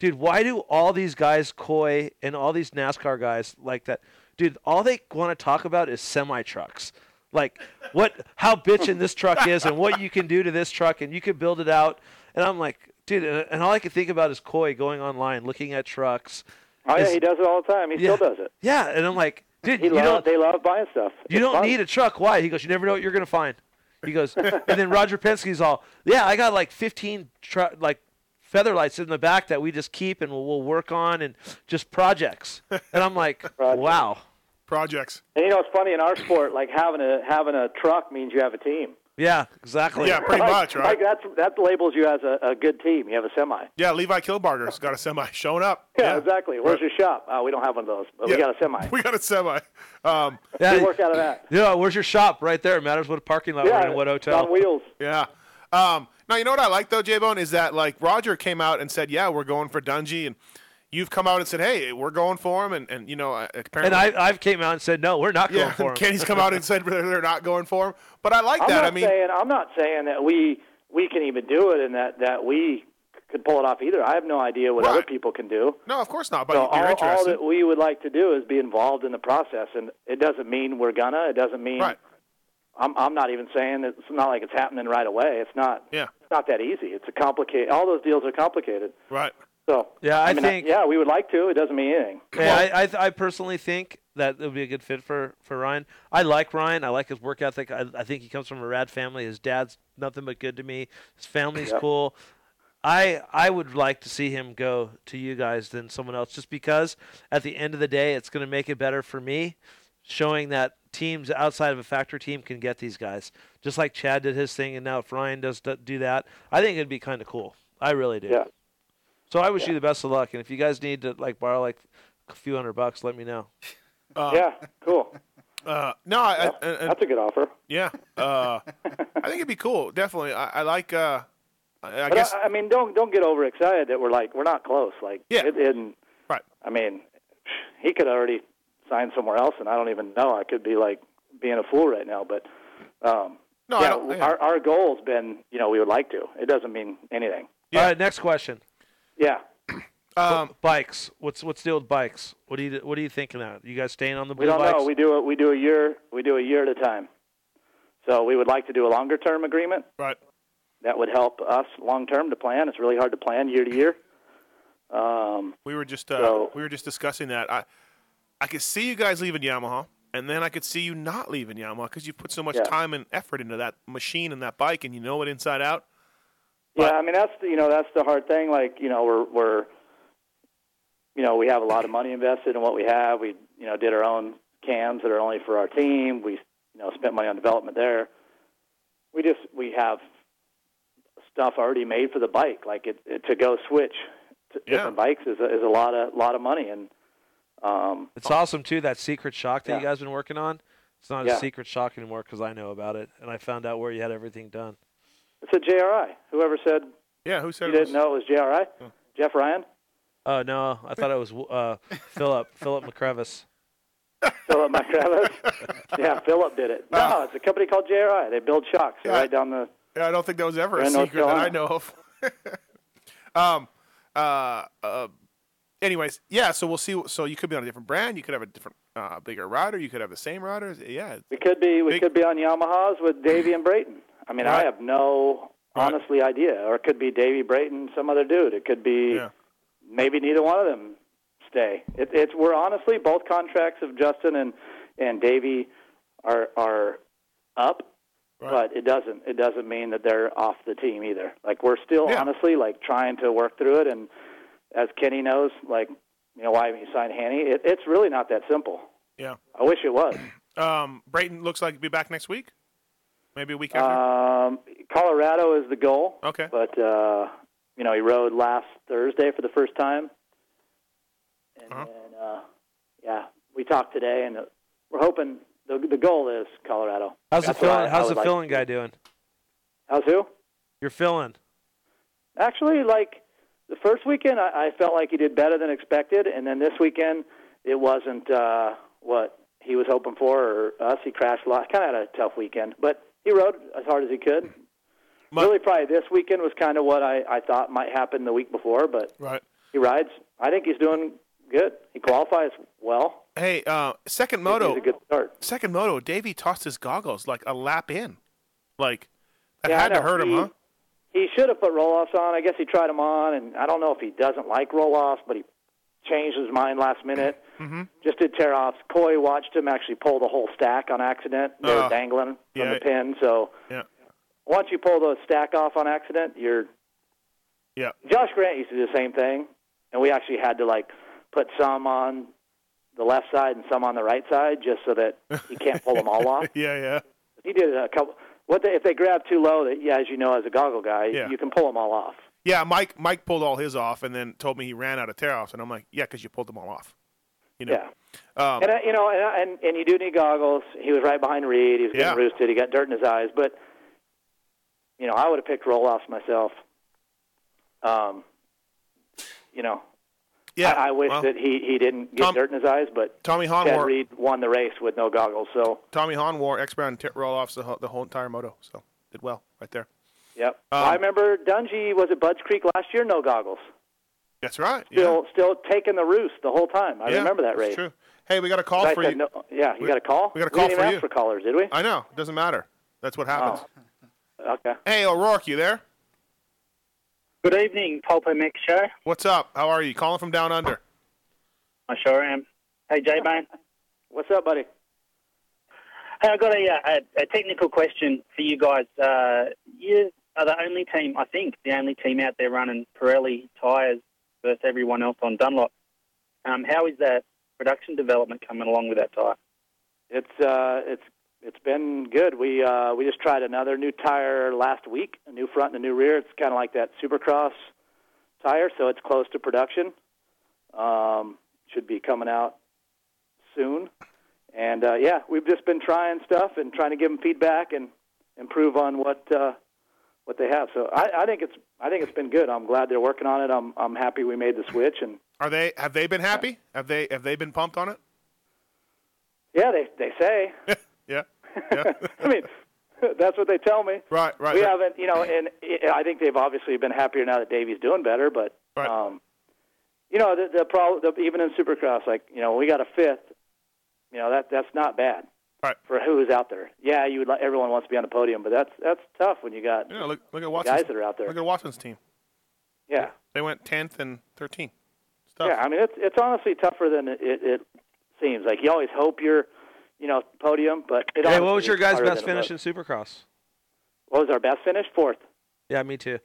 [SPEAKER 6] Dude, why do all these guys, Coy and all these NASCAR guys like that? Dude, all they want to talk about is semi trucks. Like what, how bitchin' this truck is, and what you can do to this truck, and you can build it out. And I'm like, dude, and and all I can think about is Coy going online, looking at trucks.
[SPEAKER 15] Oh yeah,
[SPEAKER 6] It's-
[SPEAKER 15] he does it all the time. He still does it.
[SPEAKER 6] yeah, and I'm like, dude,
[SPEAKER 15] He
[SPEAKER 6] you
[SPEAKER 15] lo-
[SPEAKER 6] don't
[SPEAKER 15] they love buying stuff.
[SPEAKER 6] you
[SPEAKER 15] It's
[SPEAKER 6] don't
[SPEAKER 15] fun.
[SPEAKER 6] need a truck. Why? He goes, you never know what you're gonna find. He goes, and then Roger Penske's all, yeah, I got like 15 tru like feather lights in the back that we just keep and we'll, we'll work on and just projects. And I'm like, wow,
[SPEAKER 5] projects.
[SPEAKER 15] And you know, it's funny in our sport, like having a having a truck means you have a team.
[SPEAKER 6] Yeah, exactly.
[SPEAKER 5] Yeah, pretty much,
[SPEAKER 15] Like
[SPEAKER 5] right?
[SPEAKER 15] that's, that labels you as a, a good team. You have a semi.
[SPEAKER 5] Yeah, Levi Kilbarger's got a semi showing up.
[SPEAKER 15] Yeah, exactly. Where's your shop? Uh, we don't have one of those, but we
[SPEAKER 5] Yeah.
[SPEAKER 15] got a semi.
[SPEAKER 5] We got a semi. Um,
[SPEAKER 6] Yeah.
[SPEAKER 15] We work out of that.
[SPEAKER 6] Yeah, where's your shop? Right there. It matters what parking lot we're in, what hotel.
[SPEAKER 15] wheels.
[SPEAKER 5] Yeah. Um, now you know what I like though, J Bone, is that like Roger came out and said, "Yeah, we're going for Dungy," and you've come out and said, "Hey, we're going for him," and, and you know I- apparently.
[SPEAKER 6] And I, uh, I've came out and said, no, we're not going
[SPEAKER 5] yeah,
[SPEAKER 6] for him.
[SPEAKER 5] Kenny's come out and said they're they're not going for him. But I like
[SPEAKER 15] I'm
[SPEAKER 5] that.
[SPEAKER 15] not
[SPEAKER 5] I mean,
[SPEAKER 15] saying I'm not saying that we we can even do it, and that that we could pull it off either. I have no idea what other people can do.
[SPEAKER 5] no, of course not. But
[SPEAKER 15] so
[SPEAKER 5] you're
[SPEAKER 15] all, all
[SPEAKER 5] interested.
[SPEAKER 15] that we would like to do is be involved in the process, and it doesn't mean we're gonna. It doesn't mean I'm, I'm not even saying that it's not like it's happening right away. It's not.
[SPEAKER 5] Yeah.
[SPEAKER 15] It's not that easy. It's a complicated. All those deals are complicated.
[SPEAKER 5] Right.
[SPEAKER 15] So
[SPEAKER 6] Yeah, I
[SPEAKER 15] mean,
[SPEAKER 6] think-
[SPEAKER 15] yeah, we would like to. It doesn't mean anything.
[SPEAKER 6] Yeah, I, I, th- I personally think that it would be a good fit for, for Ryan. I like Ryan. I like his work ethic. I, I think he comes from a rad family. His dad's nothing but good to me. His family's
[SPEAKER 15] Yeah.
[SPEAKER 6] cool. I I would like to see him go to you guys than someone else, just because at the end of the day, it's going to make it better for me, showing that teams outside of a factor team can get these guys. Just like Chad did his thing, and now if Ryan does d- do that, I think it'd be kind of cool. I really do.
[SPEAKER 15] Yeah.
[SPEAKER 6] So I wish you the best of luck, and if you guys need to like borrow like a few hundred bucks, let me know.
[SPEAKER 5] Um,
[SPEAKER 15] yeah, cool.
[SPEAKER 5] Uh, no, I, I, I, that's
[SPEAKER 15] a good offer.
[SPEAKER 5] Yeah, uh, I think it'd be cool. Definitely, I, I like. Uh, I, I
[SPEAKER 15] But
[SPEAKER 5] guess
[SPEAKER 15] I, I mean, don't don't get overexcited that we're like we're not close. Like
[SPEAKER 5] Yeah.
[SPEAKER 15] it isn't.
[SPEAKER 5] Right.
[SPEAKER 15] I mean, he could already sign somewhere else, and I don't even know. I could be like being a fool right now, but. Um,
[SPEAKER 6] No, I
[SPEAKER 15] yeah,
[SPEAKER 6] don't- yeah.
[SPEAKER 15] our our goal's been, you know, we would like to. It doesn't mean anything.
[SPEAKER 6] All right, next question.
[SPEAKER 15] Yeah.
[SPEAKER 5] Um,
[SPEAKER 6] bikes. What's what's the old bikes? What do you what are you thinking of? You guys staying on the blue
[SPEAKER 15] We don't
[SPEAKER 6] bikes?
[SPEAKER 15] know. We do a, we do a year we do a year at a time. So we would like to do a longer term agreement.
[SPEAKER 5] Right.
[SPEAKER 15] That would help us long term to plan. It's really hard to plan year to year. Um,
[SPEAKER 5] we were just uh, we were just discussing that. I I could see you guys leaving Yamaha, and then I could see you not leaving Yamaha because you put so much
[SPEAKER 15] Yeah.
[SPEAKER 5] time and effort into that machine and that bike, and you know it inside out.
[SPEAKER 15] yeah, I mean that's the, you know that's the hard thing. Like you know we're we're you know we have a lot of money invested in what we have. We you know did our own cams that are only for our team. We you know spent money on development there. We just we have stuff already made for the bike. Like it, it to go switch to different bikes is a, is a lot of lot of money and um
[SPEAKER 6] It's awesome too that secret shock that you
[SPEAKER 15] Yeah.
[SPEAKER 6] guys been working on. It's not
[SPEAKER 15] Yeah.
[SPEAKER 6] a secret shock anymore because I know about it and I found out where you had everything done.
[SPEAKER 15] it's a JRI. Whoever said
[SPEAKER 5] yeah, who said
[SPEAKER 15] you
[SPEAKER 5] it
[SPEAKER 15] didn't
[SPEAKER 5] was-
[SPEAKER 15] know it was JRI? Jeff Ryan.
[SPEAKER 6] Oh no, I thought it was uh, Philip Philip McCrevis.
[SPEAKER 15] Philip McCrevis. yeah, Philip did it. No, it's a company called JRI. They build shocks They're right down the.
[SPEAKER 5] Yeah, I don't think that was ever a
[SPEAKER 15] Yeah, North
[SPEAKER 5] secret that I
[SPEAKER 15] Carolina.
[SPEAKER 5] know of. um, uh, uh, anyways, yeah. So we'll see. So you could be on a different brand. You could have a different, uh, bigger rider. You could have the same rider. Yeah.
[SPEAKER 15] We could be we could be on Yamahas with Davey and Brayton. I mean, I
[SPEAKER 5] Right.
[SPEAKER 15] have no honestly idea. Or it could be Davey Brayton, some other dude. It could be maybe neither one of them stay. It, it's we're honestly both contracts of Justin and and Davey are are up. But it doesn't it doesn't mean that they're off the team either. Like we're still honestly like trying to work through it and as Kenny knows, like you know why haven't you signed Hanny? It, it's really not that simple.
[SPEAKER 5] Yeah.
[SPEAKER 15] I wish it was.
[SPEAKER 5] Um, Brayton looks like he'll be back next week. Maybe a week after.
[SPEAKER 15] Um, Colorado is the goal.
[SPEAKER 5] Okay.
[SPEAKER 15] But uh, you know, he rode last Thursday for the first time, and
[SPEAKER 5] Uh-huh.
[SPEAKER 15] then uh, yeah, we talked today, and uh, we're hoping the the goal is Colorado.
[SPEAKER 6] How's
[SPEAKER 15] That's
[SPEAKER 6] the
[SPEAKER 15] what I-
[SPEAKER 6] filling?
[SPEAKER 15] I
[SPEAKER 6] How's
[SPEAKER 15] would
[SPEAKER 6] the
[SPEAKER 15] like.
[SPEAKER 6] filling guy doing?
[SPEAKER 15] How's who?
[SPEAKER 6] You're filling.
[SPEAKER 15] Actually, like the first weekend, I, I felt like he did better than expected, and then this weekend, it wasn't uh, what he was hoping for or us. He crashed a lot. Kind of had a tough weekend, but he rode as hard as he could. really, probably this weekend was kind of what I, I thought might happen the week before, but
[SPEAKER 5] Right.
[SPEAKER 15] he rides. I think he's doing good. He qualifies well.
[SPEAKER 5] Hey, uh, second moto.
[SPEAKER 15] He's a good start.
[SPEAKER 5] Second moto. Davey tossed his goggles like a lap in. Like that
[SPEAKER 15] Yeah, I
[SPEAKER 5] had to
[SPEAKER 15] know.
[SPEAKER 5] hurt him,
[SPEAKER 15] He-
[SPEAKER 5] huh?
[SPEAKER 15] He should have put roll offs on. I guess he tried them on, and I don't know if he doesn't like roll offs, but he changed his mind last minute.
[SPEAKER 5] Mm-hmm.
[SPEAKER 15] just did tear offs. Coy watched him actually pull the whole stack on accident. They were
[SPEAKER 5] Oh.
[SPEAKER 15] dangling from
[SPEAKER 5] Yeah.
[SPEAKER 15] the pin. So
[SPEAKER 5] Yeah.
[SPEAKER 15] once you pull the stack off on accident, you're.
[SPEAKER 5] Yeah.
[SPEAKER 15] Josh Grant used to do the same thing, and we actually had to like put some on the left side and some on the right side just so that he can't pull them all off.
[SPEAKER 5] yeah, yeah.
[SPEAKER 15] He did it a couple. What they, if they grab too low? That yeah, as you know, as a goggle guy,
[SPEAKER 5] Yeah.
[SPEAKER 15] you can pull them all off.
[SPEAKER 5] Yeah, Mike Mike pulled all his off and then told me he ran out of tear offs, and I'm like, yeah, because you pulled them all off. You know. Yeah. Um,
[SPEAKER 15] and I, you know, and, I- and and you do need goggles. He was right behind Reed. He was getting
[SPEAKER 5] Yeah.
[SPEAKER 15] roosted. He got dirt in his eyes. But you know, I would have picked roll offs myself. Um, you know,
[SPEAKER 5] yeah,
[SPEAKER 15] I, I wish
[SPEAKER 5] well-
[SPEAKER 15] that he he didn't get dirt in his eyes. But
[SPEAKER 5] Tommy
[SPEAKER 15] Chad
[SPEAKER 5] Hanwar-
[SPEAKER 15] Reed won the race with no goggles. So
[SPEAKER 5] Tommy Hahn wore X Brown tear roll offs the, whole- the whole entire moto, so did well right there.
[SPEAKER 15] yep.
[SPEAKER 5] Um,
[SPEAKER 15] I remember Dungy was at Bud's Creek last year, no goggles.
[SPEAKER 5] That's right.
[SPEAKER 15] Still, still taking the roost the whole time. I
[SPEAKER 5] Yeah,
[SPEAKER 15] remember that
[SPEAKER 5] that's
[SPEAKER 15] race.
[SPEAKER 5] true. Hey, we got a call
[SPEAKER 15] I
[SPEAKER 5] for
[SPEAKER 15] said
[SPEAKER 5] you.
[SPEAKER 15] no- yeah, you
[SPEAKER 5] We-
[SPEAKER 15] got a call.
[SPEAKER 5] we got a
[SPEAKER 15] We
[SPEAKER 5] call
[SPEAKER 15] didn't
[SPEAKER 5] for
[SPEAKER 15] even
[SPEAKER 5] you.
[SPEAKER 15] ask for callers, did we? Oh.
[SPEAKER 5] I know. Doesn't matter. That's what happens.
[SPEAKER 15] Okay.
[SPEAKER 5] Hey, O'Rourke, you there?
[SPEAKER 16] Good evening, Pulpo Mix Show.
[SPEAKER 5] What's up? How are you? Calling from down under.
[SPEAKER 16] I sure am. Hey, J Bone.
[SPEAKER 15] What's up, buddy?
[SPEAKER 16] Hey, I got a, uh, a, a technical question for you guys. Uh, you are the only team, I think, the only team out there running Pirelli tyres versus everyone else on Dunlop. Um, how is that production development coming along with that tyre?
[SPEAKER 15] It's uh, it's it's been good. We uh, we just tried another new tire last week, a new front and a new rear. It's kind of like that Supercross tire, so it's close to production. Um, should be coming out soon. And uh, yeah, we've just been trying stuff and trying to give them feedback and improve on what uh, what they have. So I, I think it's I think it's been good. I'm glad they're working on it. I'm I'm happy we made the switch and
[SPEAKER 5] Are they? Have they been happy? Have they? Have they been pumped on it?
[SPEAKER 15] yeah, they they say.
[SPEAKER 5] Yeah.
[SPEAKER 15] I mean, that's what they tell me.
[SPEAKER 5] Right. Uh, Right.
[SPEAKER 15] we
[SPEAKER 5] right.
[SPEAKER 15] haven't, you know, and i- I think they've obviously been happier now that Davey's doing better. But
[SPEAKER 5] Right.
[SPEAKER 15] um, you know, the, the problem, the, even in Supercross, like you know, we got a fifth. You know, that that's not bad
[SPEAKER 5] Right.
[SPEAKER 15] for who's out there. Yeah, you would. li- Everyone wants to be on the podium, but that's that's tough when you got
[SPEAKER 5] Yeah, look, look at
[SPEAKER 15] the
[SPEAKER 5] Watson's
[SPEAKER 15] guys that are out there.
[SPEAKER 5] Look at Watson's team.
[SPEAKER 15] yeah,
[SPEAKER 5] They went tenth and thirteenth.
[SPEAKER 15] yeah. I mean, it's it's honestly tougher than it, it, it seems. Like you always hope you're, you know, podium, but it
[SPEAKER 6] hey,
[SPEAKER 15] honestly
[SPEAKER 6] what was your
[SPEAKER 15] is
[SPEAKER 6] guys'
[SPEAKER 15] harder
[SPEAKER 6] best
[SPEAKER 15] than it
[SPEAKER 6] finish
[SPEAKER 15] looks.
[SPEAKER 6] in Supercross?
[SPEAKER 15] What was our best finish? Fourth.
[SPEAKER 6] Yeah, me too.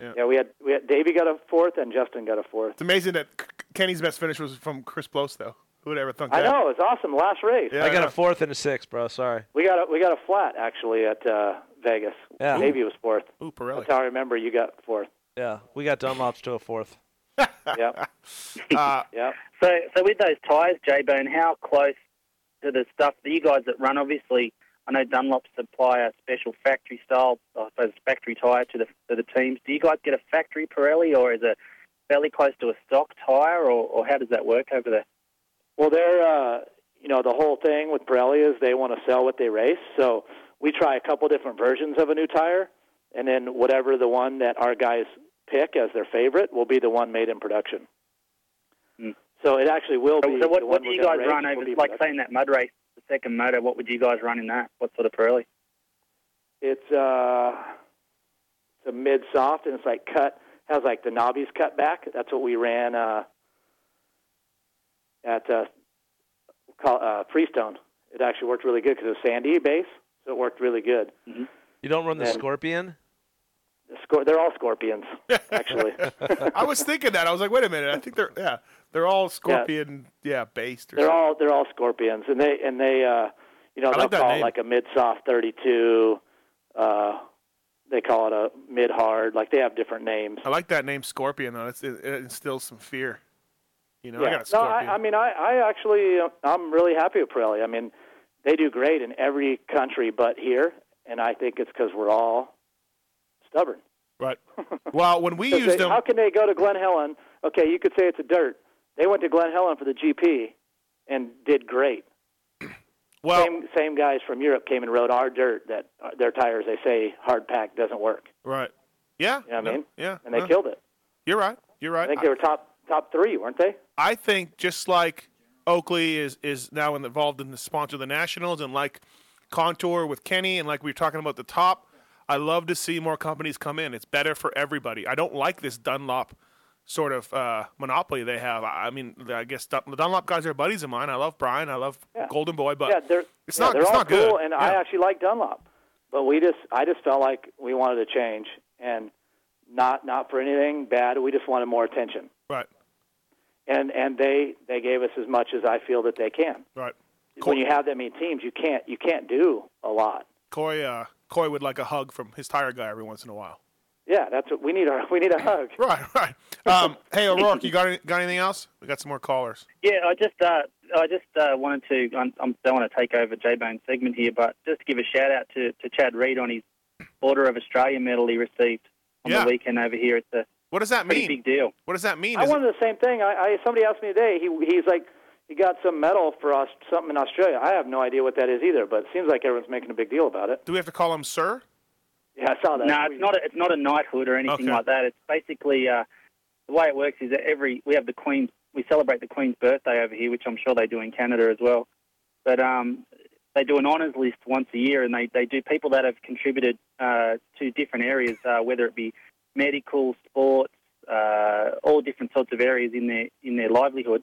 [SPEAKER 5] Yeah.
[SPEAKER 15] we had we had Davey got a fourth and Justin got a fourth.
[SPEAKER 5] It's amazing that K- Kenny's best finish was from Chris Blos, though. Who would ever thunk
[SPEAKER 15] I
[SPEAKER 5] that?
[SPEAKER 15] know it's awesome. Last race,
[SPEAKER 6] I got a fourth and a sixth, bro. Sorry.
[SPEAKER 15] we got a, we got a flat actually at uh, Vegas.
[SPEAKER 6] Yeah.
[SPEAKER 15] Davey was fourth.
[SPEAKER 5] Ooh, Pirelli.
[SPEAKER 15] That's how I remember you got fourth.
[SPEAKER 6] Yeah, we got Dunlops to a fourth.
[SPEAKER 15] yep.
[SPEAKER 5] Uh,
[SPEAKER 15] yep.
[SPEAKER 16] So, so with those tyres, J Bone, how close to the stuff that you guys that run? Obviously, I know Dunlop supply a special factory style, I suppose, factory tyre to the to the teams. Do you guys get a factory Pirelli, or is it fairly close to a stock tyre, or, or how does that work over there?
[SPEAKER 15] Well, they're uh, you know the whole thing with Pirelli is they want to sell what they race, so we try a couple different versions of a new tire, and then whatever the one that our guys pick as their favorite will be the one made in production. So it actually will
[SPEAKER 16] So,
[SPEAKER 15] be.
[SPEAKER 16] so what,
[SPEAKER 15] the
[SPEAKER 16] what
[SPEAKER 15] one
[SPEAKER 16] do
[SPEAKER 15] we're
[SPEAKER 16] you
[SPEAKER 15] gonna
[SPEAKER 16] guys
[SPEAKER 15] race
[SPEAKER 16] run
[SPEAKER 15] will
[SPEAKER 16] over?
[SPEAKER 15] be
[SPEAKER 16] Like
[SPEAKER 15] production.
[SPEAKER 16] saying that mud race, the second motor, what would you guys run in that? What sort of Pirelli?
[SPEAKER 15] It's uh, it's a mid soft, and it's like cut has like the knobbies cut back. That's what we ran uh, at uh, call, uh, Freestone. It actually worked really good because it was sandy base, so it worked really good.
[SPEAKER 6] You don't run the
[SPEAKER 15] And-
[SPEAKER 6] Scorpion?
[SPEAKER 15] The scor- they're all scorpions, actually.
[SPEAKER 5] I was thinking that. I was like, wait a minute. I think they're yeah, they're all scorpion yeah, based. Or
[SPEAKER 15] they're
[SPEAKER 5] something.
[SPEAKER 15] all they're all scorpions, and they and they uh, you know
[SPEAKER 5] I
[SPEAKER 15] they'll
[SPEAKER 5] like that
[SPEAKER 15] call
[SPEAKER 5] name.
[SPEAKER 15] it like a mid soft thirty two. Uh, they call it a mid hard. Like they have different names.
[SPEAKER 5] I like that name Scorpion though. It's, it, it instills some fear. You know, I
[SPEAKER 15] Yeah.
[SPEAKER 5] got a
[SPEAKER 15] no,
[SPEAKER 5] Scorpion.
[SPEAKER 15] I, I mean, I, I actually, uh, I'm really happy with Pirelli. I mean, they do great in every country but here, and I think it's because we're all stubborn.
[SPEAKER 5] right. Well, when we
[SPEAKER 15] 'Cause
[SPEAKER 5] used
[SPEAKER 15] they-
[SPEAKER 5] them,
[SPEAKER 15] How can they go to Glen Helen? Okay, you could say it's a dirt. They went to Glen Helen for the GP and did great.
[SPEAKER 5] Well-
[SPEAKER 15] same, same guys from Europe came and rode our dirt that uh, their tires, they say, hard pack doesn't work.
[SPEAKER 5] right? Yeah.
[SPEAKER 15] You know what I
[SPEAKER 5] no,
[SPEAKER 15] mean?
[SPEAKER 5] Yeah.
[SPEAKER 15] And they
[SPEAKER 5] no.
[SPEAKER 15] killed it.
[SPEAKER 5] You're right. You're right.
[SPEAKER 15] I think they were top top three, weren't they?
[SPEAKER 5] I think just like Oakley is is now involved in the sponsor of the Nationals, and like Contour with Kenny, and like we were talking about the top. I love to see more companies come in. It's better for everybody. I don't like this Dunlop sort of uh, monopoly they have. I I mean, I guess Dun- the Dunlop guys are buddies of mine. I love Brian. I love Golden Boy, but
[SPEAKER 15] yeah, they're,
[SPEAKER 5] it's
[SPEAKER 15] yeah,
[SPEAKER 5] not.
[SPEAKER 15] They're
[SPEAKER 5] it's
[SPEAKER 15] all
[SPEAKER 5] not
[SPEAKER 15] cool,
[SPEAKER 5] good.
[SPEAKER 15] and I actually like Dunlop, but we just I just felt like we wanted to change, and not not for anything bad. We just wanted more attention,
[SPEAKER 5] Right.
[SPEAKER 15] and and they they gave us as much as I feel that they can.
[SPEAKER 5] Right.
[SPEAKER 15] When you have that many teams, you can't you can't do a lot.
[SPEAKER 5] Corey uh, Coy would like a hug from his tire guy every once in a while.
[SPEAKER 15] Yeah, that's what we need. Our we need a hug.
[SPEAKER 5] right, right. Um, hey O'Rourke, you got any, got anything else? We got some more callers.
[SPEAKER 16] Yeah, I just uh, I just uh, wanted to. I'm, I'm, don't want to take over J Bone's segment here, but just to give a shout out to, to Chad Reed on his Order of Australia medal he received on
[SPEAKER 5] Yeah.
[SPEAKER 16] the weekend over here. It's a
[SPEAKER 5] what does that
[SPEAKER 16] pretty
[SPEAKER 5] mean?
[SPEAKER 16] Big deal.
[SPEAKER 5] What does that mean?
[SPEAKER 15] I
[SPEAKER 5] Is it-
[SPEAKER 15] wanted the same thing. I, I somebody asked me today. He he's like he got some medal for us something in Australia. I have no idea what that is either, but it seems like everyone's making a big deal about it.
[SPEAKER 5] Do we have to call him sir?
[SPEAKER 15] Yeah, I saw that.
[SPEAKER 16] No, it's not. A, it's not a knighthood or anything
[SPEAKER 5] Okay.
[SPEAKER 16] like that. It's basically uh, the way it works is that every we have the Queen. We celebrate the Queen's birthday over here, which I'm sure they do in Canada as well. But um, they do an honours list once a year, and they, they do people that have contributed uh, to different areas, uh, whether it be medical, sports, uh, all different sorts of areas in their in their livelihood.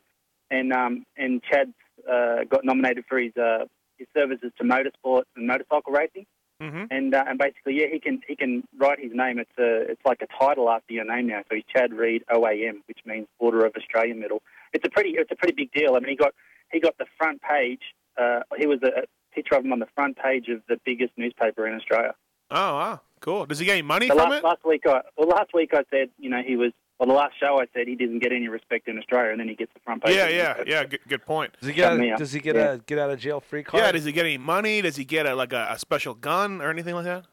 [SPEAKER 16] And um, and Chad uh, got nominated for his uh, his services to motorsports and motorcycle racing
[SPEAKER 5] Mm-hmm.
[SPEAKER 16] and uh, and basically, yeah, he can he can write his name. It's a it's like a title after your name now. So he's Chad Reed OAM, which means Order of Australia Medal. It's a pretty it's a pretty big deal. I mean, he got he got the front page. Uh, he was a, a picture of him on the front page of the biggest newspaper in Australia.
[SPEAKER 5] Oh, wow, cool. Does he get any money
[SPEAKER 16] So
[SPEAKER 5] from
[SPEAKER 16] last,
[SPEAKER 5] it?
[SPEAKER 16] last week, I, well, last week I said you know he was. Well, the last show I said he didn't get any respect in Australia, and then he gets the front page.
[SPEAKER 5] Yeah, yeah, yeah. Good, good point.
[SPEAKER 6] Does he get? A, does he get a get out of jail free card?
[SPEAKER 5] Yeah, does he get any money? Does he get a, like a, a special gun or anything like that?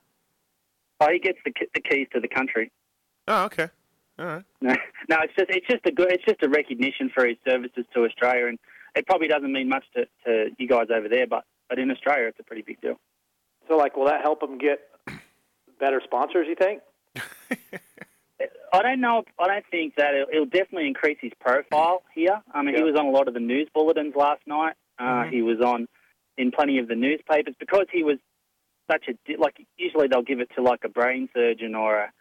[SPEAKER 16] Oh, he gets the, ki- the keys to the country.
[SPEAKER 5] Oh, okay. All right.
[SPEAKER 16] No, no, it's just it's just a good it's just a recognition for his services to Australia, and it probably doesn't mean much to, to you guys over there, but but in Australia, it's a pretty big deal.
[SPEAKER 15] So like, will that help him get better sponsors? You think?
[SPEAKER 16] I don't know. I don't think that it'll, it'll definitely increase his profile here. I mean, he was on a lot of the news bulletins last night. Uh,
[SPEAKER 15] Mhm.
[SPEAKER 16] He was on in plenty of the newspapers because he was such a di- like. Usually, they'll give it to like a brain surgeon or a,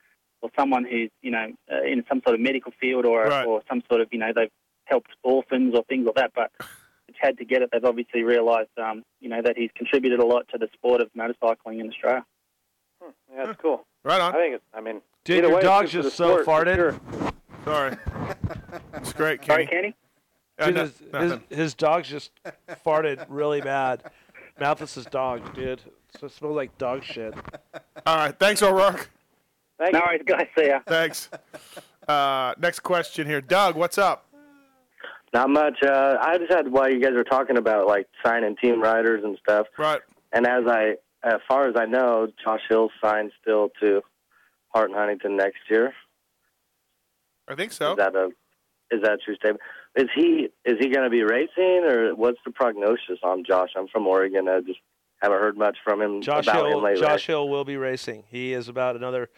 [SPEAKER 16] or someone who's you know uh, in some sort of medical field or
[SPEAKER 17] Right.
[SPEAKER 16] or some sort of you know they've helped orphans or things like that. But it's had to get it. They've obviously realised um, you know that he's contributed a lot to the sport of motorcycling in Australia.
[SPEAKER 15] Yeah, it's cool.
[SPEAKER 5] Right on.
[SPEAKER 15] I think it's. I mean,
[SPEAKER 6] Dude,
[SPEAKER 15] either
[SPEAKER 6] your
[SPEAKER 15] way, it's
[SPEAKER 6] dog's
[SPEAKER 15] good for
[SPEAKER 6] just
[SPEAKER 15] the
[SPEAKER 6] so
[SPEAKER 15] sport, for
[SPEAKER 6] farted.
[SPEAKER 15] sure.
[SPEAKER 5] Sorry. It's great,
[SPEAKER 16] Sorry,
[SPEAKER 5] Kenny.
[SPEAKER 16] Kenny.
[SPEAKER 5] Uh,
[SPEAKER 6] Dude,
[SPEAKER 5] no-
[SPEAKER 6] his, his,
[SPEAKER 5] nothing.
[SPEAKER 6] his dog's just farted really bad. Malthus's dog, dude. So it smells like dog shit.
[SPEAKER 5] All right. Thanks, O'Rourke.
[SPEAKER 15] Thank
[SPEAKER 16] no worries, guys. See ya.
[SPEAKER 5] Thanks. Uh, next question here. Doug, what's up?
[SPEAKER 17] Not much. Uh, I just had while you guys were talking about like signing team riders and stuff.
[SPEAKER 5] Right.
[SPEAKER 17] And as I, as far as I know, Josh Hill signed still to Hart and Huntington next year.
[SPEAKER 5] I think so.
[SPEAKER 17] Is that a, is that a true statement? Is he is he going to be racing or what's the prognosis on Josh? I'm from Oregon. I just haven't heard much from him
[SPEAKER 6] Josh
[SPEAKER 17] about him
[SPEAKER 6] Hill,
[SPEAKER 17] lately.
[SPEAKER 6] Josh Hill will be racing. He is about another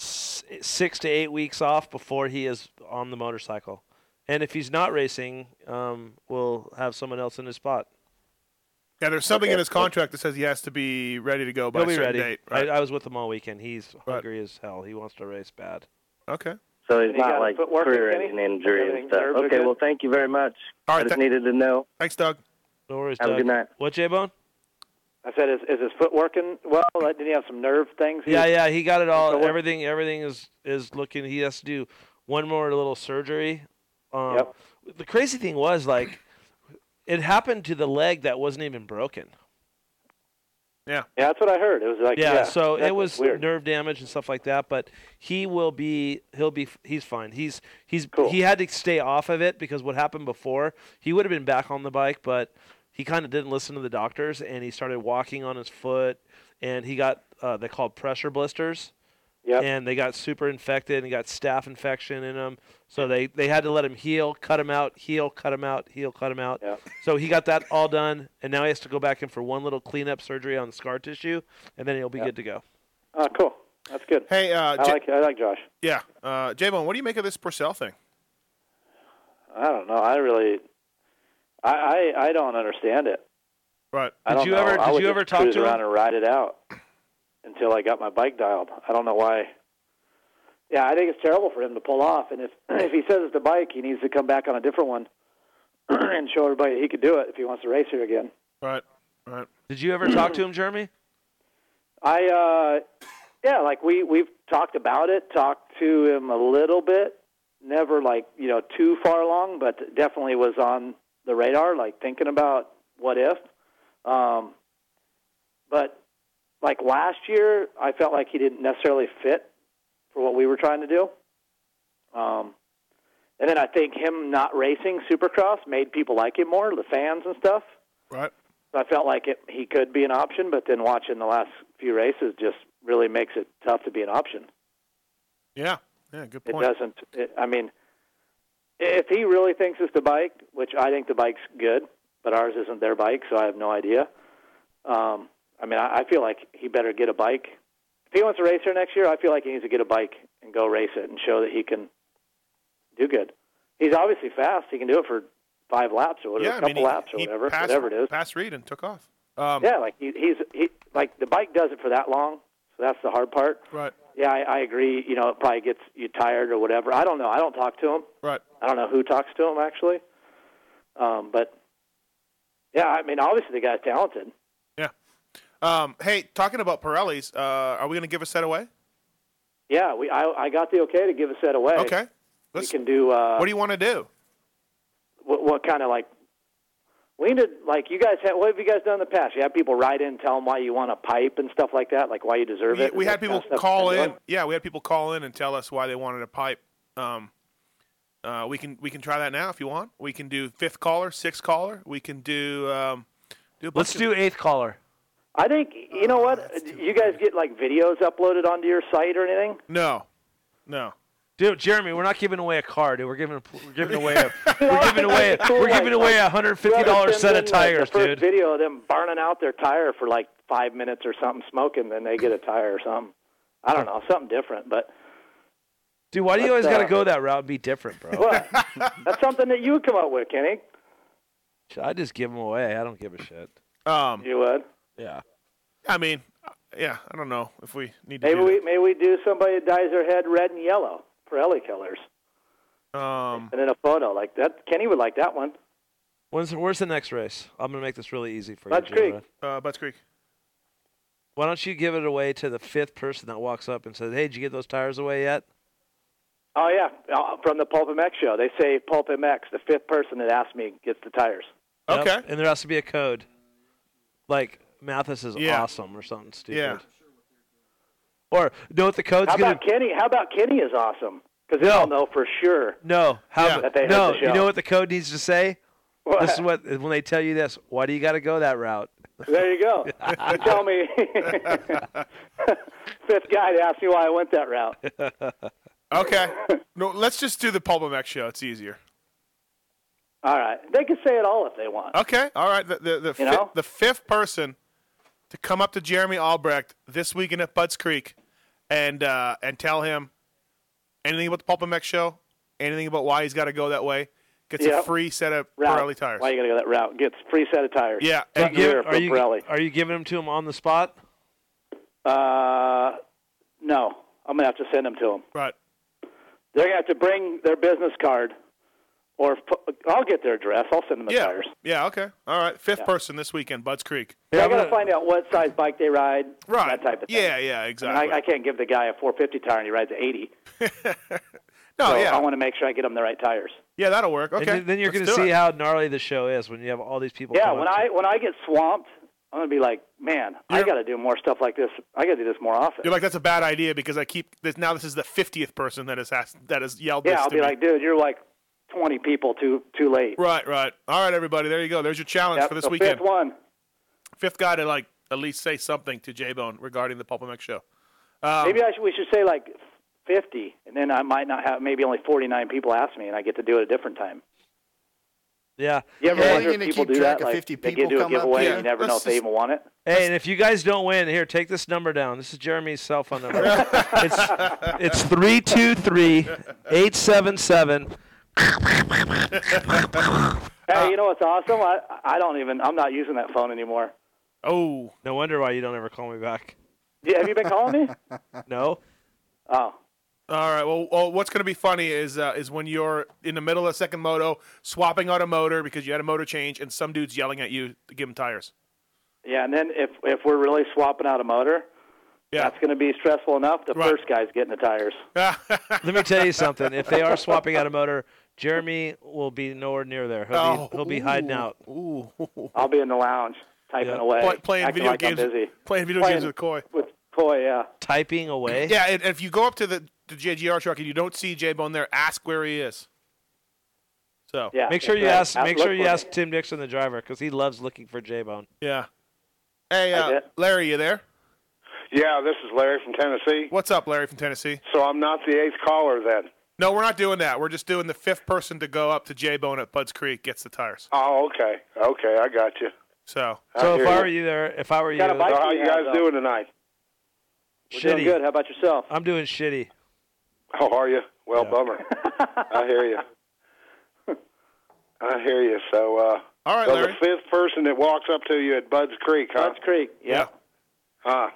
[SPEAKER 6] s- six to eight weeks off before he is on the motorcycle. And if he's not racing, um, we'll have someone else in his spot.
[SPEAKER 5] Yeah, there's something
[SPEAKER 6] Okay.
[SPEAKER 5] in his contract that says he has to be ready to go by
[SPEAKER 6] He'll
[SPEAKER 5] a
[SPEAKER 6] be
[SPEAKER 5] certain
[SPEAKER 6] ready.
[SPEAKER 5] date. Right.
[SPEAKER 6] I, I was with him all weekend. He's hungry as hell. He wants to race bad.
[SPEAKER 5] Okay.
[SPEAKER 17] So he's
[SPEAKER 6] And he got
[SPEAKER 17] not
[SPEAKER 6] his
[SPEAKER 17] like
[SPEAKER 6] footwork
[SPEAKER 17] career-ending
[SPEAKER 6] okay?
[SPEAKER 17] injury and
[SPEAKER 6] Everything's
[SPEAKER 17] stuff.
[SPEAKER 6] nerves are
[SPEAKER 17] Okay,
[SPEAKER 6] good?
[SPEAKER 17] well, thank you very much.
[SPEAKER 5] All right,
[SPEAKER 17] I just
[SPEAKER 5] tha-
[SPEAKER 17] needed to know.
[SPEAKER 5] Thanks, Doug.
[SPEAKER 6] No worries,
[SPEAKER 17] Have a
[SPEAKER 6] Doug.
[SPEAKER 17] good night.
[SPEAKER 6] What, J Bone?
[SPEAKER 15] I said, is, is his foot working well? Like, Did he have some nerve things?
[SPEAKER 6] Yeah, yeah, he got it all.
[SPEAKER 15] So what-
[SPEAKER 6] everything, everything is is looking. He has to do one more little surgery. Um,
[SPEAKER 15] Yep.
[SPEAKER 6] The crazy thing was like, it happened to the leg that wasn't even broken.
[SPEAKER 5] Yeah.
[SPEAKER 15] Yeah, that's what I heard. It was like
[SPEAKER 6] yeah, so
[SPEAKER 15] that
[SPEAKER 6] it was
[SPEAKER 15] weird.
[SPEAKER 6] nerve damage and stuff like that. But he will be, he'll be, he's fine. He's he's he had to stay off of it because what happened before, he would have been back on the bike, but he kind of didn't listen to the doctors and he started walking on his foot and he got uh, they called pressure blisters.
[SPEAKER 15] Yep.
[SPEAKER 6] And they got super infected and he got staph infection in him. So they, they had to let him heal, cut him out, heal, cut him out, heal, cut him out. So he got that all done. And now he has to go back in for one little cleanup surgery on the scar tissue. And then he'll be good to go.
[SPEAKER 15] Oh, cool. That's good.
[SPEAKER 5] Hey, uh,
[SPEAKER 15] I
[SPEAKER 5] J-
[SPEAKER 15] like I like Josh.
[SPEAKER 5] Yeah. Uh, J Bone, what do you make of this Purcell thing?
[SPEAKER 15] I don't know. I really, I I, I don't understand it.
[SPEAKER 5] Right.
[SPEAKER 15] I
[SPEAKER 6] Did
[SPEAKER 15] don't
[SPEAKER 6] you
[SPEAKER 15] know.
[SPEAKER 6] ever-
[SPEAKER 15] I
[SPEAKER 6] did
[SPEAKER 15] would
[SPEAKER 6] you
[SPEAKER 15] just
[SPEAKER 6] ever talk
[SPEAKER 15] cruise
[SPEAKER 6] to him?
[SPEAKER 15] around and ride it out until I got my bike dialed. I don't know why. Yeah, I think it's terrible for him to pull off. And if if he says it's the bike, he needs to come back on a different one and show everybody he could do it if he wants to race here again.
[SPEAKER 5] Right. Right.
[SPEAKER 6] Did you ever talk to him, Jeremy?
[SPEAKER 15] I uh yeah, like we we've talked about it, talked to him a little bit, never like, you know, too far along, but definitely was on the radar like thinking about what if. Um but like last year, I felt like he didn't necessarily fit for what we were trying to do. Um, and then I think him not racing Supercross made people like him more, the fans and stuff.
[SPEAKER 5] Right.
[SPEAKER 15] So I felt like it, he could be an option, but then watching the last few races just really makes it tough to be an option.
[SPEAKER 5] Yeah. Yeah. Good
[SPEAKER 15] It
[SPEAKER 5] point.
[SPEAKER 15] doesn't. It, I mean, if he really thinks it's the bike, which I think the bike's good, but ours isn't their bike, so I have no idea. Um, I mean, I, I feel like he better get a bike. If he wants to race here next year, I feel like he needs to get a bike and go race it and show that he can do good. He's obviously fast. He can do it for five laps or whatever,
[SPEAKER 5] Yeah, I
[SPEAKER 15] a
[SPEAKER 5] mean,
[SPEAKER 15] couple laps or
[SPEAKER 5] he
[SPEAKER 15] whatever,
[SPEAKER 5] passed-
[SPEAKER 15] whatever it is.
[SPEAKER 5] Passed Reed and took off. Um,
[SPEAKER 15] yeah, like he, he's he like the bike does it for that long, so that's the hard part.
[SPEAKER 5] Right.
[SPEAKER 15] Yeah, I, I agree. You know, it probably gets you tired or whatever. I don't know. I don't talk to him.
[SPEAKER 5] Right.
[SPEAKER 15] I don't know who talks to him actually. Um, but yeah, I mean, obviously the guy's talented.
[SPEAKER 5] Um, hey, talking about Pirellis, uh, are we going to give a set away?
[SPEAKER 15] Yeah, we I, I got the okay to give a set away.
[SPEAKER 5] Okay.
[SPEAKER 15] we can do. Uh,
[SPEAKER 5] what do you want to do?
[SPEAKER 15] What, what kind of like? We need to like you guys. Have, what have you guys done in the past? You have people write in, tell them why you want a pipe and stuff like that, like why you deserve
[SPEAKER 5] We,
[SPEAKER 15] it.
[SPEAKER 5] we
[SPEAKER 15] and that kind
[SPEAKER 5] had people
[SPEAKER 15] of stuff.
[SPEAKER 5] call in. Yeah, we had people call in and tell us why they wanted a pipe. Um, uh, we can we can try that now if you want. We can do fifth caller, sixth caller. We can do um, do. A bunch
[SPEAKER 6] Let's
[SPEAKER 5] of-
[SPEAKER 6] do eighth caller.
[SPEAKER 15] I think you
[SPEAKER 6] Oh,
[SPEAKER 15] know what? You guys get like videos uploaded onto your site or anything?
[SPEAKER 5] No, no.
[SPEAKER 6] Dude, Jeremy, we're not giving away a car, dude. We're giving we're giving away a we're giving away a, we're giving away a hundred fifty dollar set of tires,
[SPEAKER 15] the first
[SPEAKER 6] dude.
[SPEAKER 15] Video of them burning out their tire for like five minutes or something, smoking, then they get a tire or something. I don't know, something different. But
[SPEAKER 6] Dude, why do you
[SPEAKER 15] Let's,
[SPEAKER 6] always gotta
[SPEAKER 15] uh,
[SPEAKER 6] go that route and be different, bro?
[SPEAKER 15] what? that's something that you would come up with, Kenny.
[SPEAKER 6] I just give them away. I don't give a shit.
[SPEAKER 5] Um,
[SPEAKER 15] you would.
[SPEAKER 6] Yeah.
[SPEAKER 5] I mean, uh, yeah. I don't know if we need to.
[SPEAKER 15] Maybe
[SPEAKER 5] do
[SPEAKER 15] we maybe we do somebody that dyes their head red and yellow, Pirelli colors,
[SPEAKER 5] that. Um,
[SPEAKER 15] and then a photo like that. Kenny would like that one.
[SPEAKER 6] When's where's the next race? I'm gonna make this really easy for
[SPEAKER 15] Butts
[SPEAKER 6] you. Jim.
[SPEAKER 15] Creek.
[SPEAKER 5] Uh, Butts Creek.
[SPEAKER 6] Why don't you give it away to the fifth person that walks up and says, "Hey, did you get those tires away yet?"
[SPEAKER 15] Oh yeah, uh, from the Pulp MX show. They say Pulp MX. The fifth person that asked me gets the tires.
[SPEAKER 6] Okay. And there has to be a code, like Mathis is
[SPEAKER 15] Yeah.
[SPEAKER 6] awesome or something stupid.
[SPEAKER 15] Yeah.
[SPEAKER 6] Or know what the code's
[SPEAKER 15] how
[SPEAKER 6] Oh, gonna
[SPEAKER 15] about Kenny? How about Kenny is awesome? Because they'll know for sure.
[SPEAKER 6] No, how
[SPEAKER 15] Yeah. That they heard
[SPEAKER 6] no.
[SPEAKER 15] the
[SPEAKER 6] You
[SPEAKER 15] show.
[SPEAKER 6] know what the code needs to say?
[SPEAKER 15] What?
[SPEAKER 6] This is what when they tell you this. Why do you got to go that route?
[SPEAKER 15] There you go. you tell me. Fifth guy to ask me why I went that route.
[SPEAKER 5] Okay. no, let's just do the Pulp X show. It's easier.
[SPEAKER 15] All right, they can say it all if they want.
[SPEAKER 5] Okay, all right. The the the, fi-
[SPEAKER 15] know?
[SPEAKER 5] the fifth person to come up to Jeremy Albrecht this weekend at Butts Creek and uh, and tell him anything about the Pulp MX show, anything about why he's got to go that way, gets a
[SPEAKER 15] Yep.
[SPEAKER 5] free set of
[SPEAKER 15] Route.
[SPEAKER 5] Pirelli tires.
[SPEAKER 15] Why you gotta go that route? Gets free set of tires.
[SPEAKER 5] Yeah,
[SPEAKER 6] Are
[SPEAKER 15] and
[SPEAKER 6] you, giving,
[SPEAKER 15] gear
[SPEAKER 6] are,
[SPEAKER 15] from
[SPEAKER 6] you,
[SPEAKER 15] Pirelli.
[SPEAKER 6] are you giving them to him on the spot?
[SPEAKER 15] Uh, no, I'm gonna have to send them to them.
[SPEAKER 5] Right.
[SPEAKER 15] They're gonna have to bring their business card, or pu- I'll get their address. I'll send them the
[SPEAKER 5] yeah,
[SPEAKER 15] tires.
[SPEAKER 5] yeah. Okay, all right. Fifth
[SPEAKER 15] Yeah.
[SPEAKER 5] person this weekend, Butts Creek.
[SPEAKER 15] I gotta find out what size bike they ride. Right. That type of thing.
[SPEAKER 5] Yeah, yeah, exactly.
[SPEAKER 15] I, mean, I, I can't give the guy a 450 tire and he rides an 80.
[SPEAKER 5] no,
[SPEAKER 15] so
[SPEAKER 5] yeah.
[SPEAKER 15] I want to make sure I get him the right tires.
[SPEAKER 5] yeah, that'll work.
[SPEAKER 6] And
[SPEAKER 5] Okay,
[SPEAKER 6] then- then you're
[SPEAKER 5] let's
[SPEAKER 6] gonna
[SPEAKER 5] do
[SPEAKER 6] see
[SPEAKER 5] it.
[SPEAKER 6] how gnarly the show is when you have all these people.
[SPEAKER 15] yeah,
[SPEAKER 6] come
[SPEAKER 15] when
[SPEAKER 6] up to
[SPEAKER 15] I when I get swamped, I'm gonna be like, man, I gotta do more stuff like this. I gotta do this more often.
[SPEAKER 5] You're like that's a bad idea because I keep this now. This is the fiftieth person that has asked, that has yelled.
[SPEAKER 15] yeah,
[SPEAKER 5] this
[SPEAKER 15] I'll
[SPEAKER 5] to
[SPEAKER 15] be
[SPEAKER 5] me.
[SPEAKER 15] like, dude, you're like 20 people too too late.
[SPEAKER 5] Right, right. All right, everybody. There you go. There's your challenge
[SPEAKER 15] Yep,
[SPEAKER 5] for this
[SPEAKER 15] the
[SPEAKER 5] weekend.
[SPEAKER 15] Fifth one.
[SPEAKER 5] Fifth guy to like at least say something to J Bone regarding the Pulp MX show. Um,
[SPEAKER 15] maybe I should, we should say like 50, and then I might not have maybe only 49 people ask me, and I get to do it a different time.
[SPEAKER 6] Yeah.
[SPEAKER 15] You ever
[SPEAKER 6] Hey,
[SPEAKER 15] wonder if people do that? Like they get to a giveaway, and you never know if they even want it.
[SPEAKER 6] Hey, and if you guys don't win, here, take this number down. This is Jeremy's cell phone number. it's it's 323 877.
[SPEAKER 15] Hey, you know what's awesome? I I don't even I'm not using that phone anymore.
[SPEAKER 5] Oh.
[SPEAKER 6] No wonder why you don't ever call me back.
[SPEAKER 15] Yeah, have you been calling me?
[SPEAKER 6] No.
[SPEAKER 15] Oh.
[SPEAKER 5] All right. Well, well what's going to be funny is uh, is when you're in the middle of second moto, swapping out a motor because you had a motor change, and some dude's yelling at you to give him tires.
[SPEAKER 15] Yeah, and then if if we're really swapping out a motor,
[SPEAKER 5] yeah,
[SPEAKER 15] that's going to be stressful enough. The first guy's getting the tires.
[SPEAKER 6] Let me tell you something. If they are swapping out a motor,
[SPEAKER 5] Oh.
[SPEAKER 6] Jeremy will be nowhere near there. He'll, be, he'll be hiding out.
[SPEAKER 5] Ooh.
[SPEAKER 15] I'll be in the lounge. typing away,
[SPEAKER 5] Play- playing
[SPEAKER 15] acting
[SPEAKER 5] video
[SPEAKER 15] like
[SPEAKER 5] games.
[SPEAKER 15] I'm busy.
[SPEAKER 5] Playing video
[SPEAKER 15] Playing
[SPEAKER 5] games with Coy.
[SPEAKER 15] With Coy, yeah.
[SPEAKER 6] Typing away.
[SPEAKER 5] Yeah, and, and if you go up to the, the JGR truck and you don't see J Bone there, ask where he is. So
[SPEAKER 6] make sure you ask. Make sure you ask Tim Dixon, the driver, because he loves looking for J Bone.
[SPEAKER 5] Yeah. Hey, uh, Larry, you there?
[SPEAKER 18] Yeah, this is Larry from Tennessee.
[SPEAKER 5] What's up, Larry from Tennessee?
[SPEAKER 18] So I'm not the eighth caller then.
[SPEAKER 5] No, we're not doing that. We're just doing the fifth person to go up to J Bone at Bud's Creek gets the tires.
[SPEAKER 18] Oh, okay, okay, I got you.
[SPEAKER 5] So,
[SPEAKER 6] So if
[SPEAKER 18] hear
[SPEAKER 6] I
[SPEAKER 18] you.
[SPEAKER 6] were you there, if I were you, uh,
[SPEAKER 18] So how you guys doing tonight?
[SPEAKER 6] Shitty.
[SPEAKER 18] doing good.
[SPEAKER 6] How about yourself? I'm doing shitty.
[SPEAKER 18] How are you? Well, bummer. I hear you. I hear you. So, uh,
[SPEAKER 5] all right,
[SPEAKER 18] so
[SPEAKER 5] Larry.
[SPEAKER 18] the fifth person that walks up to you at Bud's Creek, huh? Bud's
[SPEAKER 15] Creek,
[SPEAKER 5] yeah.
[SPEAKER 18] Huh.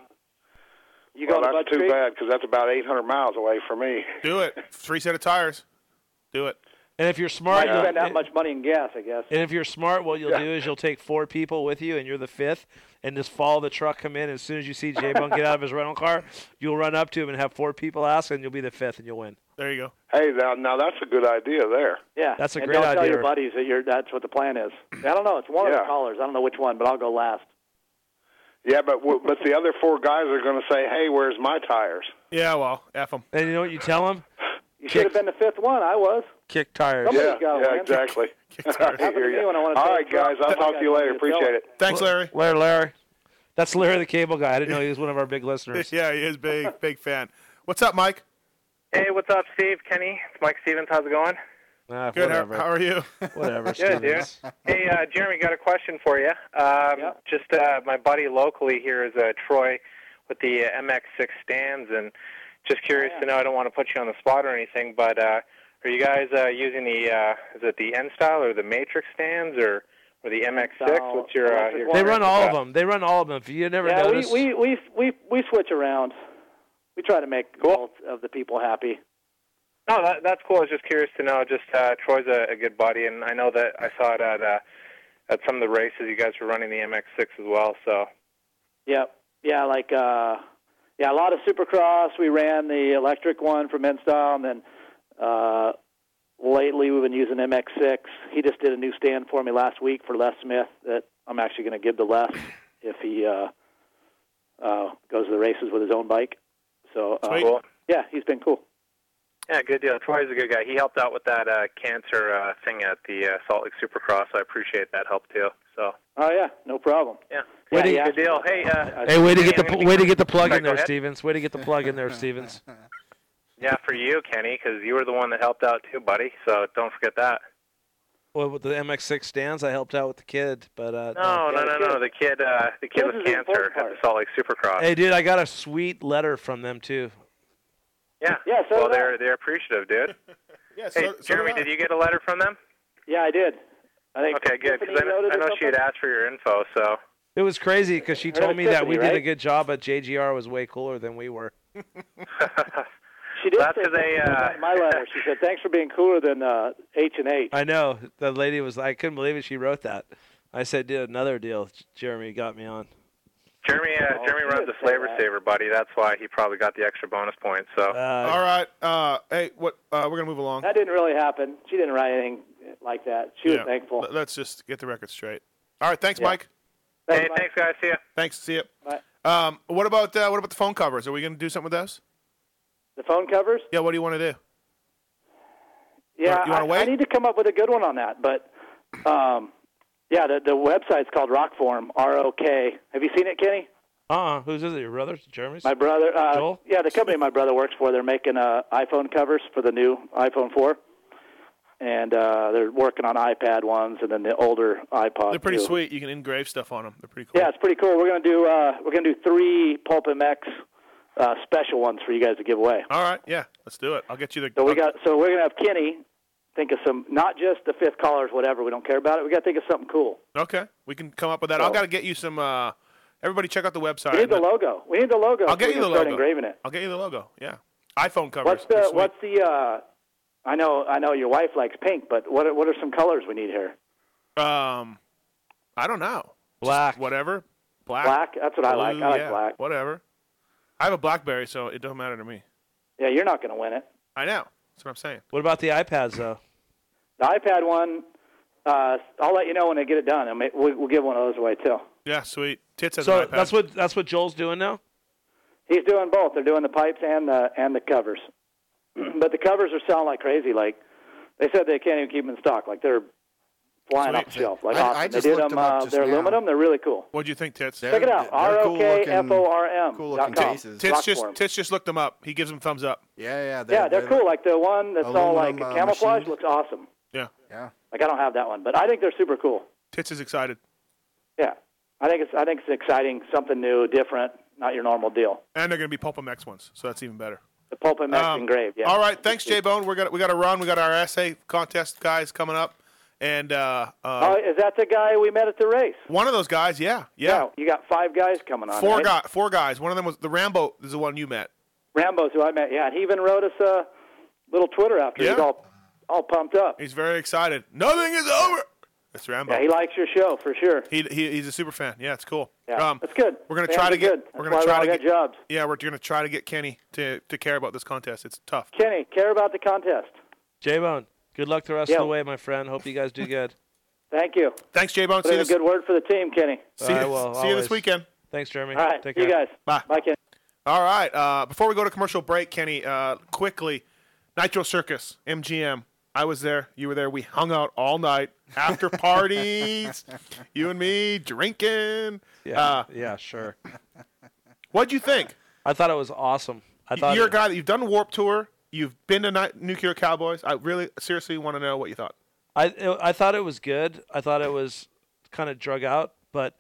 [SPEAKER 15] You
[SPEAKER 18] well,
[SPEAKER 5] going to
[SPEAKER 18] that's
[SPEAKER 5] Bud's
[SPEAKER 18] too
[SPEAKER 5] Creek?
[SPEAKER 18] bad because that's about 800 miles away from me.
[SPEAKER 5] do it. Three set of tires. Do it.
[SPEAKER 6] And if you're smart,
[SPEAKER 5] Might
[SPEAKER 6] you'll-
[SPEAKER 5] spend that
[SPEAKER 6] and-
[SPEAKER 5] much
[SPEAKER 15] Much money in gas, I guess.
[SPEAKER 6] And if you're smart, what you'll do is you'll take four people with you, and you're the fifth, and just follow the truck come in. As soon as you see J Bone get out of his rental car, you'll run up to him and have four people ask, and you'll be the fifth, and you'll win.
[SPEAKER 5] There you go.
[SPEAKER 18] Hey, now, now that's a good idea there.
[SPEAKER 15] Yeah,
[SPEAKER 6] That's a
[SPEAKER 15] and
[SPEAKER 6] great
[SPEAKER 15] don't Tell
[SPEAKER 6] idea.
[SPEAKER 15] your buddies that you're. That's what the plan is. I don't know. It's one of the
[SPEAKER 18] Yeah.
[SPEAKER 15] callers. I don't know which one, but I'll go last.
[SPEAKER 18] Yeah, but w- but the other four guys are going to say, "Hey, where's my tires?"
[SPEAKER 5] Yeah, well, f them.
[SPEAKER 6] And you know what you tell him?
[SPEAKER 15] You should have been the fifth one. I was.
[SPEAKER 6] Kick tires.
[SPEAKER 15] Somebody's
[SPEAKER 18] yeah,
[SPEAKER 15] gotta
[SPEAKER 18] yeah,
[SPEAKER 15] win.
[SPEAKER 18] exactly.
[SPEAKER 15] tires.
[SPEAKER 18] I hear
[SPEAKER 15] Happened to
[SPEAKER 18] you.
[SPEAKER 15] me when I wanted to
[SPEAKER 18] All
[SPEAKER 15] take
[SPEAKER 18] right,
[SPEAKER 15] a truck.
[SPEAKER 18] guys, I'll talk to you later. Appreciate it.
[SPEAKER 5] Thanks, Larry.
[SPEAKER 6] Larry, Larry. That's Larry the Cable Guy. I didn't know he was one of our big listeners.
[SPEAKER 5] yeah, he is big, big fan. What's up, Mike?
[SPEAKER 19] Hey, what's up, Steve? Kenny, it's Mike Stevens. How's it going?
[SPEAKER 6] Ah,
[SPEAKER 5] Good. How,
[SPEAKER 6] whatever.
[SPEAKER 5] how are you?
[SPEAKER 6] Whatever.
[SPEAKER 19] Good, dude. Hey, uh, Jeremy, got a question for you. Um, Just uh, my buddy locally here is uh, Troy with the uh, MX6 stands, and just curious
[SPEAKER 12] Oh,
[SPEAKER 19] to know. I don't want to put you on the spot or anything, but uh, are you guys uh, using the uh, is it the N style or the Matrix stands or or the MX6? What's your, uh, your
[SPEAKER 6] They run all of them. They run all of them. If you never
[SPEAKER 15] yeah,
[SPEAKER 6] noticed,
[SPEAKER 15] we, we we we we switch around. We try to make all of the people happy.
[SPEAKER 19] No, that, that's cool. I was just curious to know. Just uh, Troy's a, a good buddy, and I know that I saw it at uh, at some of the races. You guys were running the MX6 as well, so
[SPEAKER 15] Yep. Yeah, like uh yeah, a lot of supercross. We ran the electric one from Menstyle and then uh lately we've been using MX six. He just did a new stand for me last week for Les Smith that I'm actually gonna give to Les if he uh uh goes to the races with his own bike. So uh,
[SPEAKER 19] Sweet.
[SPEAKER 15] yeah, he's been cool.
[SPEAKER 19] yeah, good deal. Troy's a good guy. He helped out with that uh, cancer uh, thing at the uh, Salt Lake Supercross. So I appreciate that help too. So
[SPEAKER 15] Oh yeah, no problem.
[SPEAKER 19] Yeah.
[SPEAKER 6] Way to-
[SPEAKER 19] good deal. Hey, uh,
[SPEAKER 6] hey, way to
[SPEAKER 19] Kenny,
[SPEAKER 6] get the
[SPEAKER 19] I'm gonna
[SPEAKER 6] pl- way to get the plug
[SPEAKER 19] Sorry,
[SPEAKER 6] in
[SPEAKER 19] go
[SPEAKER 6] there,
[SPEAKER 19] ahead.
[SPEAKER 6] Stevens. Way to get the plug in there, Stevens.
[SPEAKER 19] Yeah, for you, Kenny, because you were the one that helped out too, buddy. So don't forget that.
[SPEAKER 6] Well, with the MX6 stands, I helped out with the kid, but uh,
[SPEAKER 19] No, no, no, no. The kid, uh, the kid with cancer at the Salt Lake Supercross.
[SPEAKER 6] Hey, dude, I got a sweet letter from them too.
[SPEAKER 19] Yeah.
[SPEAKER 15] Yeah. So
[SPEAKER 19] well, they're they're appreciative, dude.
[SPEAKER 5] yeah,
[SPEAKER 19] hey, Jeremy, did you get a letter from them?
[SPEAKER 15] Yeah, I did. I think
[SPEAKER 19] Okay, good. Because I,
[SPEAKER 15] Tiffany
[SPEAKER 19] know-
[SPEAKER 15] wrote it
[SPEAKER 19] I
[SPEAKER 15] or
[SPEAKER 19] know she had asked for your info, so
[SPEAKER 6] It was crazy because she
[SPEAKER 15] Her
[SPEAKER 6] told me that we
[SPEAKER 15] Tiffany,
[SPEAKER 6] did a
[SPEAKER 15] right?
[SPEAKER 6] good job, but JGR was way cooler than we were.
[SPEAKER 15] She did
[SPEAKER 19] That's
[SPEAKER 15] say
[SPEAKER 19] 'cause they,
[SPEAKER 15] something
[SPEAKER 19] uh,
[SPEAKER 15] in my letter. She said, Thanks for being cooler than uh H and H.
[SPEAKER 6] I know the lady was. I couldn't believe it. She wrote that. I said, "Dude, another deal." Jeremy got me on.
[SPEAKER 19] Jeremy uh,
[SPEAKER 15] Oh,
[SPEAKER 19] Jeremy runs the Flavor Saver, buddy. That's why he probably got the extra bonus points. So
[SPEAKER 5] All right. Uh, hey, what? Uh, we're gonna move along.
[SPEAKER 15] That didn't really happen. She didn't write anything like that. She was
[SPEAKER 5] Yeah.
[SPEAKER 15] thankful.
[SPEAKER 5] L- Let's just get the record straight. All right. Thanks,
[SPEAKER 15] Yeah.
[SPEAKER 5] Mike.
[SPEAKER 19] hey, thanks guys. See ya.
[SPEAKER 5] Thanks. See you. Um, what about uh, what about the phone covers? Are we gonna do something with those?
[SPEAKER 15] The phone covers?
[SPEAKER 5] Yeah. What do you want to do?
[SPEAKER 15] Yeah,
[SPEAKER 5] You wanna
[SPEAKER 15] I,
[SPEAKER 5] wait?
[SPEAKER 15] I need to come up with a good one on that. But um, yeah, the the website's called Rockform. R O K. Have you seen it, Kenny?
[SPEAKER 6] Uh, uh whose is it? Your brother's? Jeremy's?
[SPEAKER 15] My brother. Uh, Yeah, the company my brother works for. They're making uh, iPhone covers for the new iPhone four, and uh, they're working on iPad ones and then the older iPod.
[SPEAKER 5] They're pretty
[SPEAKER 15] too.
[SPEAKER 5] sweet. You can engrave stuff on them. They're pretty cool.
[SPEAKER 15] Yeah, it's pretty cool. We're gonna do uh, we're gonna do three Pulp MX uh, special ones for you guys to give away.
[SPEAKER 5] All right. Yeah. Let's do it. I'll get you the.
[SPEAKER 15] So we got so we're gonna have Kenny think of some not just the fifth callers, whatever. We don't care about it. We gotta think of something cool.
[SPEAKER 5] Okay. We can come up with that. I gotta get you some. Uh, everybody, check out the website.
[SPEAKER 15] we need the logo. We need the logo.
[SPEAKER 5] I'll
[SPEAKER 15] so
[SPEAKER 5] get
[SPEAKER 15] we
[SPEAKER 5] you
[SPEAKER 15] can
[SPEAKER 5] the
[SPEAKER 15] start
[SPEAKER 5] logo.
[SPEAKER 15] Engraving it.
[SPEAKER 5] I'll get you the logo. Yeah. iPhone covers.
[SPEAKER 15] What's
[SPEAKER 5] They're
[SPEAKER 15] the
[SPEAKER 5] sweet.
[SPEAKER 15] what's the uh, I know I know your wife likes pink, but what are, what are some colors we need here?
[SPEAKER 5] Um, I don't know.
[SPEAKER 6] Black.
[SPEAKER 5] whatever. Black.
[SPEAKER 15] Black? That's what I like.
[SPEAKER 5] Blue,
[SPEAKER 15] I like
[SPEAKER 5] yeah,
[SPEAKER 15] black.
[SPEAKER 5] Whatever. I have a BlackBerry, so it don't matter to me.
[SPEAKER 15] Yeah, you're not gonna win it.
[SPEAKER 5] I know. That's what I'm saying.
[SPEAKER 6] What about the iPads though?
[SPEAKER 15] The iPad one. Uh, I'll let you know when I get it done. I mean, we'll, we'll give one of those away too.
[SPEAKER 5] Yeah, sweet. Tits has
[SPEAKER 6] so
[SPEAKER 5] an iPad.
[SPEAKER 6] that's what that's what Joel's doing now.
[SPEAKER 15] He's doing both. They're doing the pipes and the and the covers, but the covers are selling like crazy. Like they said, they can't even keep them in stock. Like they're flying off the shelf. Like
[SPEAKER 5] I- I
[SPEAKER 15] awesome.
[SPEAKER 5] just
[SPEAKER 15] they did
[SPEAKER 5] looked
[SPEAKER 15] them.
[SPEAKER 5] them up
[SPEAKER 15] uh,
[SPEAKER 5] just
[SPEAKER 15] they're
[SPEAKER 5] now.
[SPEAKER 15] aluminum. They're really cool.
[SPEAKER 5] What do you think, Tits?
[SPEAKER 15] Check it out. R O K F O R M. dot com.
[SPEAKER 5] Tits
[SPEAKER 15] Rock
[SPEAKER 5] just
[SPEAKER 15] form.
[SPEAKER 5] Tits just looked them up. He gives them thumbs up.
[SPEAKER 7] Yeah, yeah,
[SPEAKER 15] yeah, they're, cool. Like the one that's all like
[SPEAKER 5] Aluminum, uh,
[SPEAKER 15] camouflage
[SPEAKER 5] machined.
[SPEAKER 15] looks awesome.
[SPEAKER 5] Yeah,
[SPEAKER 7] yeah.
[SPEAKER 15] Like I don't have that one, but I think they're super cool.
[SPEAKER 5] Tits is excited.
[SPEAKER 15] Yeah, I think it's I think it's exciting, something new, different, not your normal deal.
[SPEAKER 5] And they're going to be Pulp MX ones, so that's even better.
[SPEAKER 15] The pulp and
[SPEAKER 5] Um,
[SPEAKER 15] um, engraved. Yeah.
[SPEAKER 5] All right, thanks, J Bone. We got we got to run. We got our essay contest guys coming up, and uh, uh,
[SPEAKER 15] oh, is that the guy we met at the race?
[SPEAKER 5] one of those guys, yeah, yeah,
[SPEAKER 15] You got five guys coming on.
[SPEAKER 5] four
[SPEAKER 15] right?
[SPEAKER 5] guy, four guys. One of them was the Rambo. Is the one you met.
[SPEAKER 15] Rambo's who I met. Yeah, and he even wrote us a little Twitter after. He's all all pumped up.
[SPEAKER 5] He's very excited. Nothing is over. That's Rambo.
[SPEAKER 15] Yeah, he likes your show for sure.
[SPEAKER 5] He, he he's a super fan. Yeah, it's cool.
[SPEAKER 15] Yeah,
[SPEAKER 5] Um,
[SPEAKER 15] that's good.
[SPEAKER 5] We're gonna
[SPEAKER 15] Fans
[SPEAKER 5] try
[SPEAKER 15] are
[SPEAKER 5] to get.
[SPEAKER 15] good.
[SPEAKER 5] We're
[SPEAKER 15] That's
[SPEAKER 5] gonna
[SPEAKER 15] why
[SPEAKER 5] try
[SPEAKER 15] we
[SPEAKER 5] to
[SPEAKER 15] all
[SPEAKER 5] get
[SPEAKER 15] got jobs.
[SPEAKER 5] Yeah, we're gonna try to get Kenny to to care about this contest. It's tough.
[SPEAKER 15] Kenny, care about the contest.
[SPEAKER 6] J Bone, good luck the rest
[SPEAKER 15] Yeah.
[SPEAKER 6] of the way, my friend. Hope you guys do good.
[SPEAKER 15] Thank you.
[SPEAKER 5] Thanks, J Bone.
[SPEAKER 15] Put
[SPEAKER 5] See
[SPEAKER 15] in
[SPEAKER 5] you
[SPEAKER 15] a good word for the team, Kenny.
[SPEAKER 5] See you- see you this weekend.
[SPEAKER 6] Thanks, Jeremy.
[SPEAKER 15] All right,
[SPEAKER 6] Take
[SPEAKER 15] you
[SPEAKER 6] care.
[SPEAKER 15] guys.
[SPEAKER 5] Bye.
[SPEAKER 15] Bye, Kenny.
[SPEAKER 5] All right. Uh, before we go to commercial break, Kenny, uh, quickly, Nitro Circus, MGM. I was there. You were there. We hung out all night after parties. you and me drinking.
[SPEAKER 6] Yeah,
[SPEAKER 5] Uh,
[SPEAKER 6] yeah, sure.
[SPEAKER 5] What'd you think?
[SPEAKER 6] I thought it was awesome. I thought
[SPEAKER 5] You're
[SPEAKER 6] it-
[SPEAKER 5] a guy that you've done Warp Tour. You've been to Ni- Nuclear Cowboys. I really seriously want to know what you thought.
[SPEAKER 6] I I thought it was good. I thought it was kind of drug out, but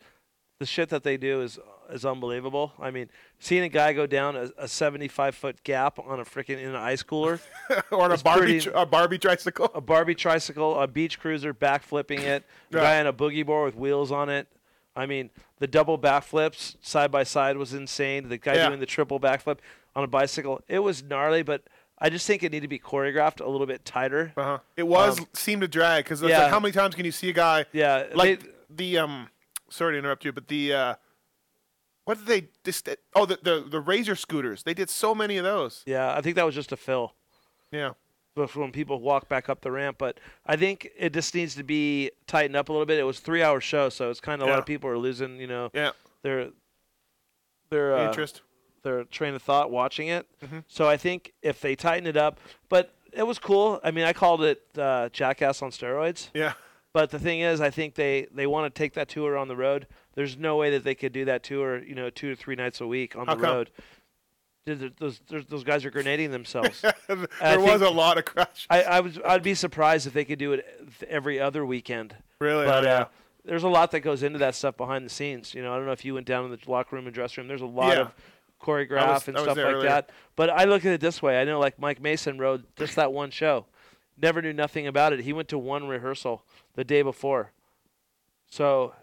[SPEAKER 6] the shit that they do is is unbelievable. I mean, seeing a guy go down a, a 75 foot gap on a freaking in an ice cooler,
[SPEAKER 5] or on a Barbie tr- a Barbie tricycle,
[SPEAKER 6] a Barbie tricycle, a beach cruiser backflipping it, a
[SPEAKER 5] Right.
[SPEAKER 6] guy on a boogie board with wheels on it. I mean, the double backflips side by side was insane. The guy
[SPEAKER 5] Yeah.
[SPEAKER 6] doing the triple backflip on a bicycle, it was gnarly, but I just think it needed to be choreographed a little bit tighter.
[SPEAKER 5] Uh-huh. It was
[SPEAKER 6] Um,
[SPEAKER 5] seemed to drag because
[SPEAKER 6] yeah.
[SPEAKER 5] like how many times can you see a guy?
[SPEAKER 6] Yeah,
[SPEAKER 5] like the um. Sorry to interrupt you, but the uh, what did they? Just, oh, the, the the razor scooters. They did so many of those.
[SPEAKER 6] Yeah, I think that was just a fill.
[SPEAKER 5] Yeah.
[SPEAKER 6] But when people walk back up the ramp, but I think it just needs to be tightened up a little bit. It was three hour show, so it's kind of a lot of
[SPEAKER 5] Yeah.
[SPEAKER 6] people are losing, you know,
[SPEAKER 5] yeah.
[SPEAKER 6] their their uh,
[SPEAKER 5] Interest.
[SPEAKER 6] their train of thought watching it.
[SPEAKER 5] Mhm.
[SPEAKER 6] So I think if they tighten it up, but it was cool. I mean, I called it uh, Jackass on steroids.
[SPEAKER 5] Yeah.
[SPEAKER 6] But the thing is, I think they they want to take that tour on the road. There's no way that they could do that tour, you know, two to three nights a week on
[SPEAKER 5] How
[SPEAKER 6] the
[SPEAKER 5] come?
[SPEAKER 6] road. Dude, th- those those those guys are grenading themselves. And I
[SPEAKER 5] there was a
[SPEAKER 6] think-
[SPEAKER 5] lot of crash.
[SPEAKER 6] I, I was I'd be surprised if they could do it th- every other weekend.
[SPEAKER 5] Really?
[SPEAKER 6] But
[SPEAKER 5] Oh, yeah.
[SPEAKER 6] uh, there's a lot that goes into that stuff behind the scenes. You know, I don't know if you went down in the locker room and dressing room. There's a lot
[SPEAKER 5] Yeah.
[SPEAKER 6] of choreograph
[SPEAKER 5] I was-
[SPEAKER 6] and
[SPEAKER 5] I was
[SPEAKER 6] stuff like
[SPEAKER 5] there earlier.
[SPEAKER 6] that. But I look at it this way. I know like Mike Mason rode just that one show. Never knew nothing about it. He went to one rehearsal the day before. So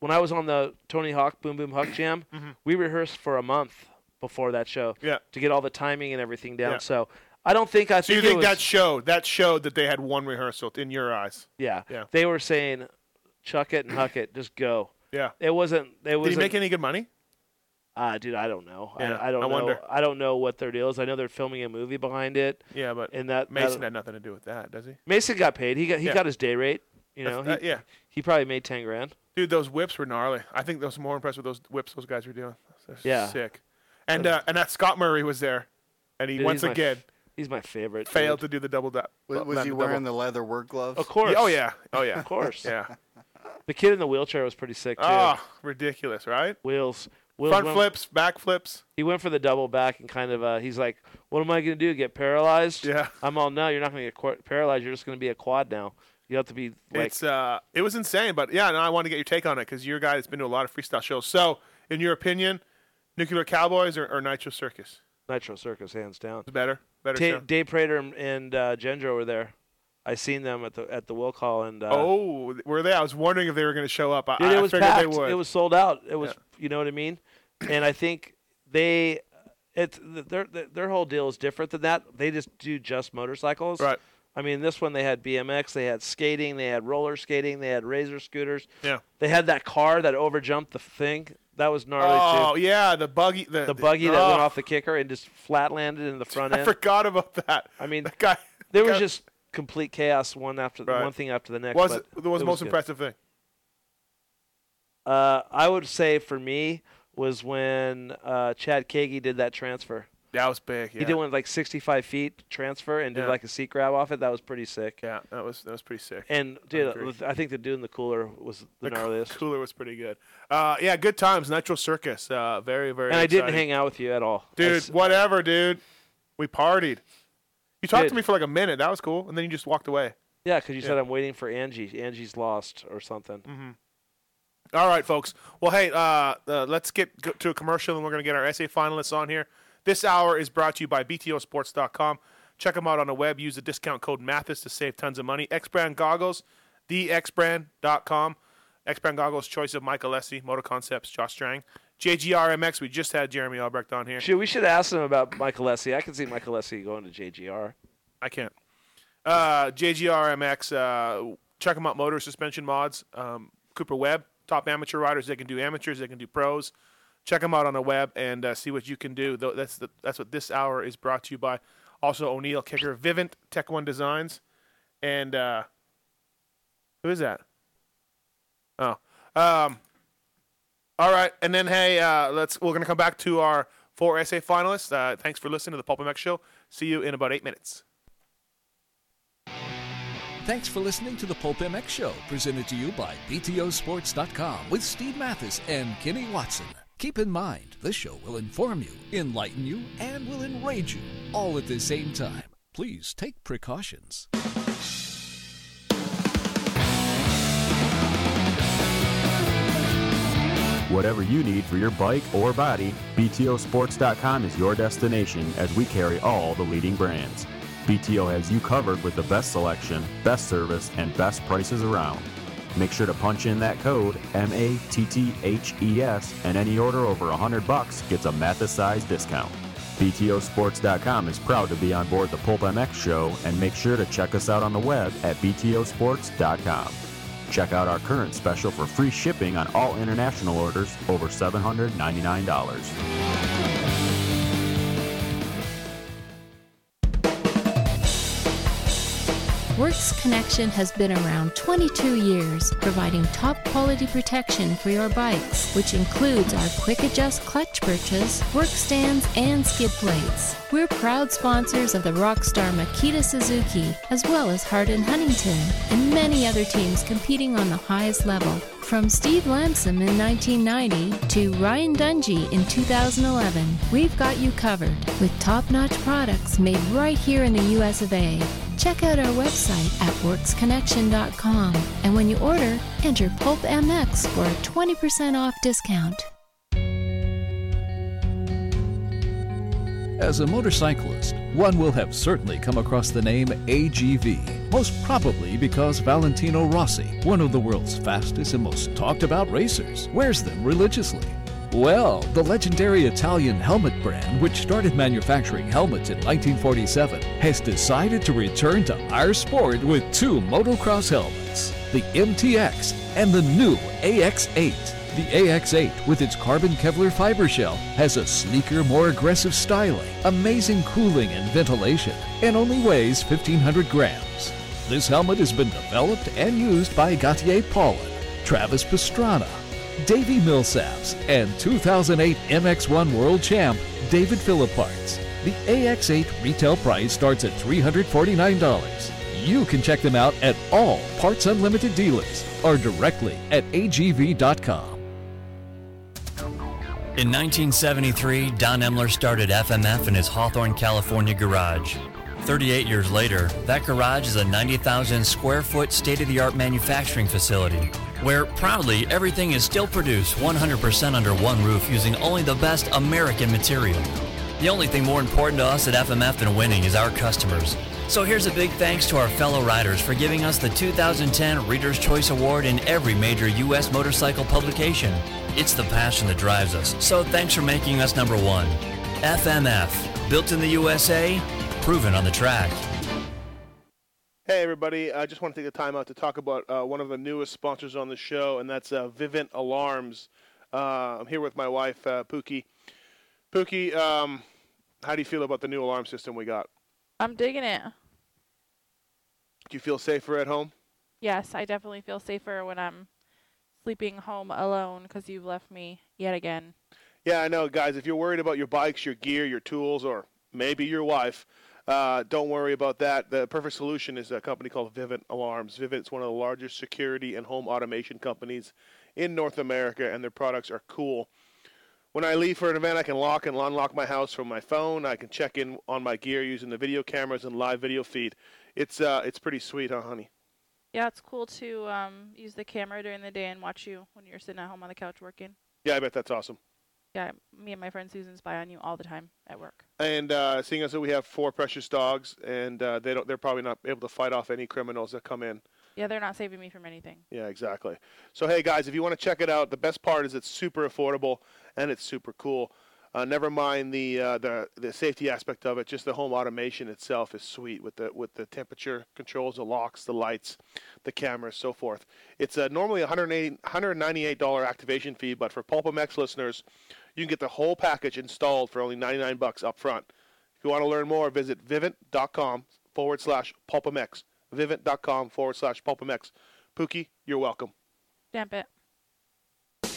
[SPEAKER 6] when I was on the Tony Hawk Boom Boom Huck Jam,
[SPEAKER 5] Mhm.
[SPEAKER 6] we rehearsed for a month before that show
[SPEAKER 5] Yeah.
[SPEAKER 6] to get all the timing and everything down.
[SPEAKER 5] Yeah.
[SPEAKER 6] So I don't think I
[SPEAKER 5] So you
[SPEAKER 6] think, it
[SPEAKER 5] think
[SPEAKER 6] was,
[SPEAKER 5] that showed that showed that they had one rehearsal in your eyes?
[SPEAKER 6] yeah.
[SPEAKER 5] Yeah.
[SPEAKER 6] They were saying, chuck it and huck it, just go.
[SPEAKER 5] Yeah.
[SPEAKER 6] It wasn't. It was.
[SPEAKER 5] Did he make any good money?
[SPEAKER 6] Ah, dude, I don't know.
[SPEAKER 5] Yeah,
[SPEAKER 6] I, I don't
[SPEAKER 5] I
[SPEAKER 6] know.
[SPEAKER 5] wonder.
[SPEAKER 6] I don't know what their deal is. I know they're filming a movie behind it.
[SPEAKER 5] Yeah, but
[SPEAKER 6] and that
[SPEAKER 5] Mason
[SPEAKER 6] that-
[SPEAKER 5] had nothing to do with that, does he?
[SPEAKER 6] Mason got paid. He got he
[SPEAKER 5] Yeah.
[SPEAKER 6] got his day rate. You know.
[SPEAKER 5] That's- that-
[SPEAKER 6] he,
[SPEAKER 5] yeah.
[SPEAKER 6] He probably made ten grand.
[SPEAKER 5] Dude, those whips were gnarly. I think those more impressed with those whips those guys were doing. They're
[SPEAKER 6] Yeah.
[SPEAKER 5] sick. And uh, and that Scott Murray was there, and he
[SPEAKER 6] Dude,
[SPEAKER 5] once
[SPEAKER 6] he's my f-
[SPEAKER 5] again
[SPEAKER 6] he's my favorite.
[SPEAKER 5] failed
[SPEAKER 6] dude.
[SPEAKER 5] to do the double dap.
[SPEAKER 7] Was, was he wearing the leather work gloves?
[SPEAKER 6] Of course.
[SPEAKER 5] Oh yeah. Oh yeah.
[SPEAKER 6] Of course.
[SPEAKER 5] Yeah.
[SPEAKER 6] The kid in the wheelchair was pretty sick too.
[SPEAKER 5] Ah, ridiculous, right?
[SPEAKER 6] Wheels. Wheels
[SPEAKER 5] Front
[SPEAKER 6] went-
[SPEAKER 5] flips, back flips.
[SPEAKER 6] He went for the double back and kind of uh, he's like, "What am I gonna do? Get paralyzed?"
[SPEAKER 5] Yeah.
[SPEAKER 6] I'm all, "No, you're not gonna get qu- paralyzed. You're just gonna be a quad now. You have to be like."
[SPEAKER 5] it's uh, it was insane, but yeah, no, I wanted to get your take on it because you're a guy that's been to a lot of freestyle shows. So, in your opinion, Nuclear Cowboys or, or Nitro Circus?
[SPEAKER 6] Nitro Circus, hands down.
[SPEAKER 5] Better, better
[SPEAKER 6] Ta-
[SPEAKER 5] show.
[SPEAKER 6] Dave Prater and- and uh, Gendro were there. I seen them at the at the will call and uh,
[SPEAKER 5] oh, were they? I was wondering if they were going to show up. I,
[SPEAKER 6] dude, it
[SPEAKER 5] I
[SPEAKER 6] was
[SPEAKER 5] figured
[SPEAKER 6] packed.
[SPEAKER 5] they would.
[SPEAKER 6] It was sold out. It was you know what I mean. And I think they it's their their- their whole deal is different than that. They just do just motorcycles.
[SPEAKER 5] Right.
[SPEAKER 6] I mean, this one they had BMX, they had skating, they had roller skating, they had razor scooters.
[SPEAKER 5] Yeah.
[SPEAKER 6] They had that car that overjumped the thing. That was gnarly too.
[SPEAKER 5] Oh yeah, the buggy, the,
[SPEAKER 6] the buggy that went
[SPEAKER 5] oh,
[SPEAKER 6] off the kicker and just flat landed in the front
[SPEAKER 5] I
[SPEAKER 6] end.
[SPEAKER 5] forgot about that.
[SPEAKER 6] I mean,
[SPEAKER 5] guy,
[SPEAKER 6] there
[SPEAKER 5] that
[SPEAKER 6] was
[SPEAKER 5] guy-
[SPEAKER 6] just complete chaos, one after
[SPEAKER 5] Right.
[SPEAKER 6] one thing after the next.
[SPEAKER 5] Was
[SPEAKER 6] but
[SPEAKER 5] was
[SPEAKER 6] it
[SPEAKER 5] the most
[SPEAKER 6] good.
[SPEAKER 5] impressive thing?
[SPEAKER 6] Uh, I would say for me was when uh, Chad Kagi did that transfer.
[SPEAKER 5] That was big. Yeah.
[SPEAKER 6] He did one like 65 feet transfer and did
[SPEAKER 5] Yeah.
[SPEAKER 6] like a seat grab off it. That was pretty sick.
[SPEAKER 5] Yeah, that was that was pretty sick.
[SPEAKER 6] And
[SPEAKER 5] I
[SPEAKER 6] dude,
[SPEAKER 5] agree.
[SPEAKER 6] I think the dude in the cooler was the,
[SPEAKER 5] The coo-
[SPEAKER 6] gnarliest.
[SPEAKER 5] cooler was pretty good. Uh, yeah, good times. Nitro Circus. Uh, very very.
[SPEAKER 6] and I didn't
[SPEAKER 5] exciting.
[SPEAKER 6] hang out with you at all, I
[SPEAKER 5] dude.
[SPEAKER 6] s-
[SPEAKER 5] whatever, dude. We partied. You talked to
[SPEAKER 6] Dude.
[SPEAKER 5] me for like a minute. That was cool, and then you just walked away.
[SPEAKER 6] yeah, because you
[SPEAKER 5] Yeah.
[SPEAKER 6] said I'm waiting for Angie. Angie's lost or something.
[SPEAKER 5] Mm-hmm. All right, folks. Well, hey, uh, uh, let's get go- to a commercial, and we're going to get our essay finalists on here. This hour is brought to you by BTOsports.com. Check them out on the web. Use the discount code Mathis to save tons of money. X Brand Goggles, thexbrand.com. X Brand Goggles, choice of Mike Alessi, Motor Concepts, Josh Strang. JGRMX, we just had Jeremy Albrecht on here.
[SPEAKER 6] Shoot, we should ask him about Michael Essie. I can see Michael Essie going to JGR.
[SPEAKER 5] I can't. Uh, JGRMX, uh, check them out. Motor suspension mods. Um, Cooper Webb, top amateur riders. They can do amateurs. They can do pros. Check them out on the web and uh, see what you can do. Tho- That's the, that's what this hour is brought to you by. Also, O'Neill Kicker, Vivint Tech One Designs, and uh, who is that? Oh, um, all right. And then hey, uh, let's we're gonna come back to our four essay finalists. Uh, thanks for listening to the Pulp MX Show. See you in about eight minutes.
[SPEAKER 20] Thanks for listening to the Pulp MX Show, presented to you by BTOsports.com with Steve Mathis and Kenny Watson. Keep in mind, this show will inform you, enlighten you, and will enrage you all at the same time. Please take precautions.
[SPEAKER 21] Whatever you need for your bike or body, BTOsports.com is your destination as we carry all the leading brands. BTO has you covered with the best selection, best service, and best prices around. Make sure to punch in that code M-A-T-T-H-E-S E and any order over 100 bucks gets a Mathis size discount. BTOsports.com is proud to be on board the Pulp MX show and make sure to check us out on the web at BTOsports.com. Check out our current special for free shipping on all international orders over $799.
[SPEAKER 22] Works Connection has been around 22 years, providing top quality protection for your bikes, which includes our quick adjust clutch perches, work stands, and skid plates. We're proud sponsors of the rockstar Makita Suzuki, as well as Hardin Huntington, and many other teams competing on the highest level. From Steve Lamson in 1990 to Ryan Dungey in 2011, we've got you covered with top notch products made right here in the US of A. Check out our website at worksconnection.com and when you order, enter PulpMX for a 20% off discount.
[SPEAKER 20] As a motorcyclist, one will have certainly come across the name AGV, most probably because Valentino Rossi, one of the world's fastest and most talked about racers, wears them religiously. Well, the legendary Italian helmet brand, which started manufacturing helmets in 1947, has decided to return to our sport with two motocross helmets the MTX and the new AX8. The AX8, with its carbon Kevlar fiber shell, has a sleeker, more aggressive styling, amazing cooling and ventilation, and only weighs 1,500 grams. This helmet has been developed and used by Gautier Paulin, Travis Pastrana, Davey Millsaps, and 2008 MX1 World Champ David Philipparts. The AX8 retail price starts at $349. You can check them out at all Parts Unlimited dealers or directly at agv.com.
[SPEAKER 23] In 1973, Don Emler started FMF in his Hawthorne, California garage. 38 years later, that garage is a 90,000 square foot state of the art manufacturing facility where proudly everything is still produced 100% under one roof using only the best American material. The only thing more important to us at FMF than winning is our customers. So here's a big thanks to our fellow riders for giving us the 2010 Reader's Choice Award in every major U.S. motorcycle publication. It's the passion that drives us, so thanks for making us number one. FMF, built in the USA, proven on the track.
[SPEAKER 5] Hey, everybody. I just want to take the time out to talk about uh, one of the newest sponsors on the show, and that's uh, Vivint Alarms. Uh, I'm here with my wife, uh, Pookie. Pookie, um, how do you feel about the new alarm system we got?
[SPEAKER 24] I'm digging it.
[SPEAKER 5] Do you feel safer at home?
[SPEAKER 24] Yes, I definitely feel safer when I'm
[SPEAKER 1] sleeping home alone because you've left me yet again.
[SPEAKER 5] Yeah, I know, guys. If you're worried about your bikes, your gear, your tools, or maybe your wife, uh, don't worry about that. The perfect solution is a company called Vivint Alarms. Vivint's one of the largest security and home automation companies in North America, and their products are cool. When I leave for an event, I can lock and unlock my house from my phone. I can check in on my gear using the video cameras and live video feed. It's uh, it's pretty sweet, huh, honey?
[SPEAKER 1] Yeah, it's cool to um, use the camera during the day and watch you when you're sitting at home on the couch working.
[SPEAKER 5] Yeah, I bet that's awesome.
[SPEAKER 1] Yeah, me and my friend Susan spy on you all the time at work.
[SPEAKER 5] And uh, seeing as though we have four precious dogs, and uh, they don't, they're probably not able to fight off any criminals that come in.
[SPEAKER 1] Yeah, they're not saving me from anything.
[SPEAKER 5] Yeah, exactly. So hey guys, if you want to check it out, the best part is it's super affordable and it's super cool. Uh, never mind the uh, the the safety aspect of it, just the home automation itself is sweet with the with the temperature controls, the locks, the lights, the cameras, so forth. It's uh, normally a $198 activation fee, but for Pulpamex listeners, you can get the whole package installed for only 99 bucks up front. If you want to learn more, visit vivint.com forward slash Pulpamex. Vivint.com forward slash Pulpamex. Pookie, you're welcome.
[SPEAKER 1] Damn it.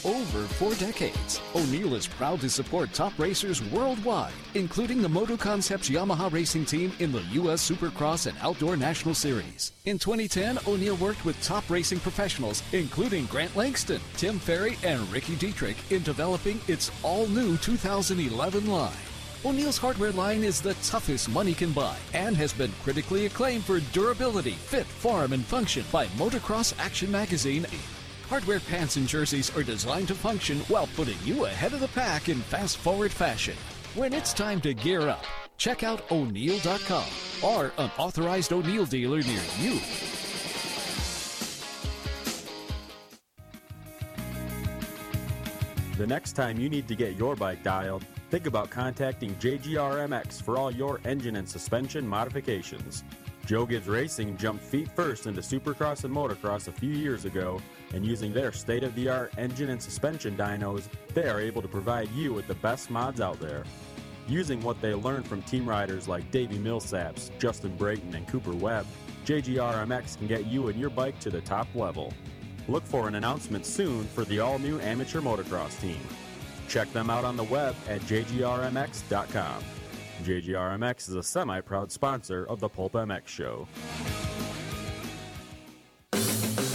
[SPEAKER 20] Over four decades, O'Neill is proud to support top racers worldwide, including the Moto Concepts Yamaha racing team in the U.S. Supercross and Outdoor National Series. In 2010, O'Neill worked with top racing professionals, including Grant Langston, Tim Ferry, and Ricky Dietrich, in developing its all new 2011 line. O'Neill's hardware line is the toughest money can buy and has been critically acclaimed for durability, fit, form, and function by Motocross Action Magazine. Hardware pants and jerseys are designed to function while putting you ahead of the pack in fast forward fashion. When it's time to gear up, check out O'Neill.com or an authorized O'Neill dealer near you.
[SPEAKER 21] The next time you need to get your bike dialed, think about contacting JGRMX for all your engine and suspension modifications. Joe Gibbs Racing jumped feet first into supercross and motocross a few years ago, and using their state of the art engine and suspension dynos, they are able to provide you with the best mods out there. Using what they learned from team riders like Davey Millsaps, Justin Brayton, and Cooper Webb, JGRMX can get you and your bike to the top level. Look for an announcement soon for the all new amateur motocross team. Check them out on the web at jgrmx.com. JGRMX is a semi proud sponsor of the Pulp MX show.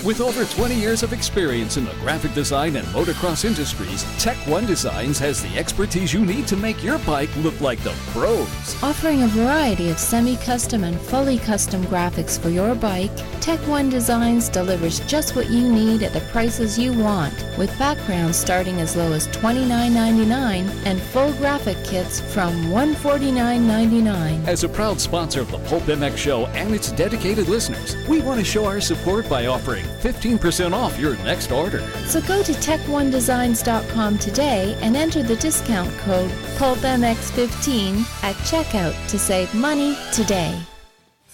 [SPEAKER 20] With over 20 years of experience in the graphic design and motocross industries, Tech One Designs has the expertise you need to make your bike look like the pros.
[SPEAKER 22] Offering a variety of semi custom and fully custom graphics for your bike, Tech One Designs delivers just what you need at the prices you want, with backgrounds starting as low as $29.99 and full graphic kits from $149.99.
[SPEAKER 20] As a proud sponsor of the Pulp MX Show and its dedicated listeners, we want to show our support by offering 15% off your next order.
[SPEAKER 22] So go to tech1designs.com today and enter the discount code PulpMX15 at checkout to save money today.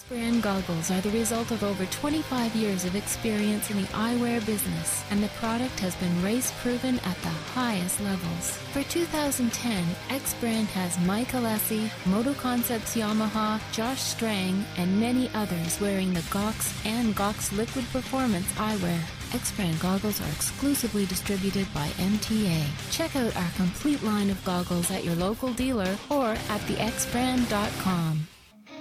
[SPEAKER 1] Brand
[SPEAKER 22] goggles are the result of over 25 years of experience in the eyewear business, and the product has been race proven at the highest levels. For 2010, X Brand has Mike Alessi, Moto Concepts Yamaha, Josh Strang, and many others wearing the Gox and Gox Liquid Performance eyewear. X Brand goggles are exclusively distributed by MTA. Check out our complete line of goggles at your local dealer or at thexbrand.com.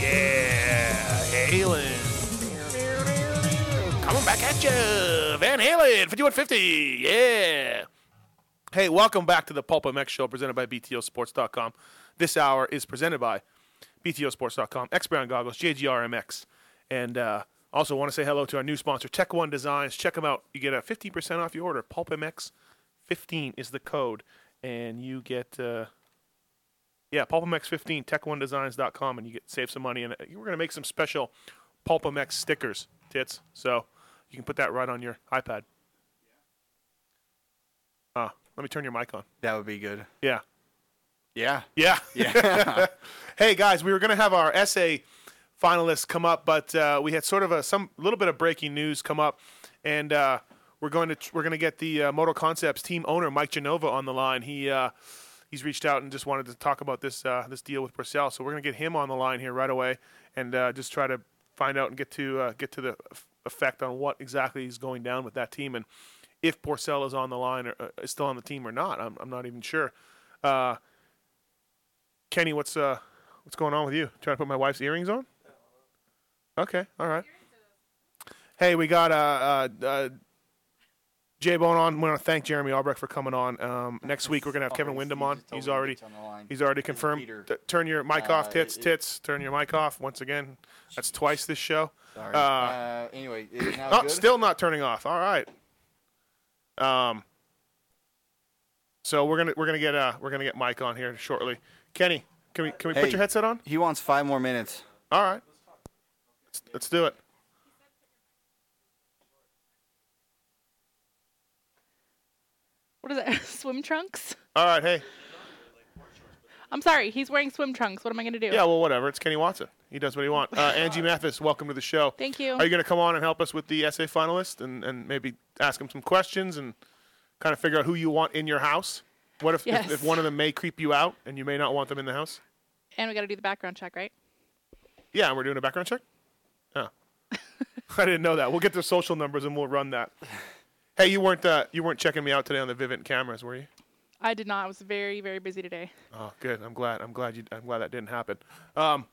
[SPEAKER 5] Yeah, Uh, Halen. Coming back at you. Van Halen, 5150. Yeah. Hey, welcome back to the Pulp MX show presented by BTOsports.com. This hour is presented by BTOsports.com, X Brown Goggles, JGRMX, and uh, Also, want to say hello to our new sponsor, Tech One Designs. Check them out. You get a 15% off your order. PulpMX15 is the code, and you get uh, yeah, PulpMX15, TechOneDesigns.com, and you get save some money. And uh, we're gonna make some special PulpMX stickers, tits. So you can put that right on your iPad. Ah, let me turn your mic on.
[SPEAKER 7] That would be good.
[SPEAKER 5] Yeah.
[SPEAKER 7] Yeah.
[SPEAKER 5] Yeah.
[SPEAKER 7] Yeah.
[SPEAKER 5] hey guys, we were going to have our essay finalists come up, but uh, we had sort of a some little bit of breaking news come up, and uh, we're going to we're going to get the uh, Moto Concepts team owner Mike Genova on the line. He uh, he's reached out and just wanted to talk about this uh, this deal with Purcell, so we're going to get him on the line here right away and uh, just try to find out and get to uh, get to the f- effect on what exactly is going down with that team and if Porcel is on the line or uh, is still on the team or not. I'm, I'm not even sure. Uh, Kenny, what's uh, what's going on with you? Trying to put my wife's earrings on? Okay, all right. Hey, we got uh, uh, uh, Jay Bone on. We want to thank Jeremy Albrecht for coming on. Um, next week we're gonna have Kevin Wyndham on. He's already he's already confirmed. T- turn your mic off,
[SPEAKER 7] Uh,
[SPEAKER 5] tits,
[SPEAKER 7] it-
[SPEAKER 5] tits. Turn your mic off once again. That's twice this show.
[SPEAKER 7] Sorry.
[SPEAKER 5] Uh,
[SPEAKER 7] Uh, anyway, is it now
[SPEAKER 5] oh,
[SPEAKER 7] good?
[SPEAKER 5] still not turning off. All right. Um. So we're gonna we're gonna get uh we're gonna get Mike on here shortly. Kenny, can we can we put
[SPEAKER 7] Hey,
[SPEAKER 5] your headset on?
[SPEAKER 7] He wants five more minutes.
[SPEAKER 5] All right. Let's, let's do it.
[SPEAKER 1] What is that? swim trunks?
[SPEAKER 5] All right. Hey.
[SPEAKER 1] I'm sorry. He's wearing swim trunks. What am I gonna do?
[SPEAKER 5] Yeah. Well, whatever. It's Kenny Watson. He does what he wants. Uh, Angie Mathis, welcome to the show.
[SPEAKER 1] Thank you.
[SPEAKER 5] Are you gonna come on and help us with the essay finalist and and maybe ask him some questions and kind of figure out who you want in your house? What if,
[SPEAKER 1] Yes.
[SPEAKER 5] if if one of them may creep you out and you may not want them in the house?
[SPEAKER 1] and we got to do the background check, right?
[SPEAKER 5] Yeah, and we're doing a background check. Oh. I didn't know that. We'll get their social numbers and we'll run that. Hey, you weren't uh, you weren't checking me out today on the Vivint cameras, were you?
[SPEAKER 1] I did not. I was very, very busy today.
[SPEAKER 5] Oh, good. I'm glad. I'm glad you. I'm glad that didn't happen. Um,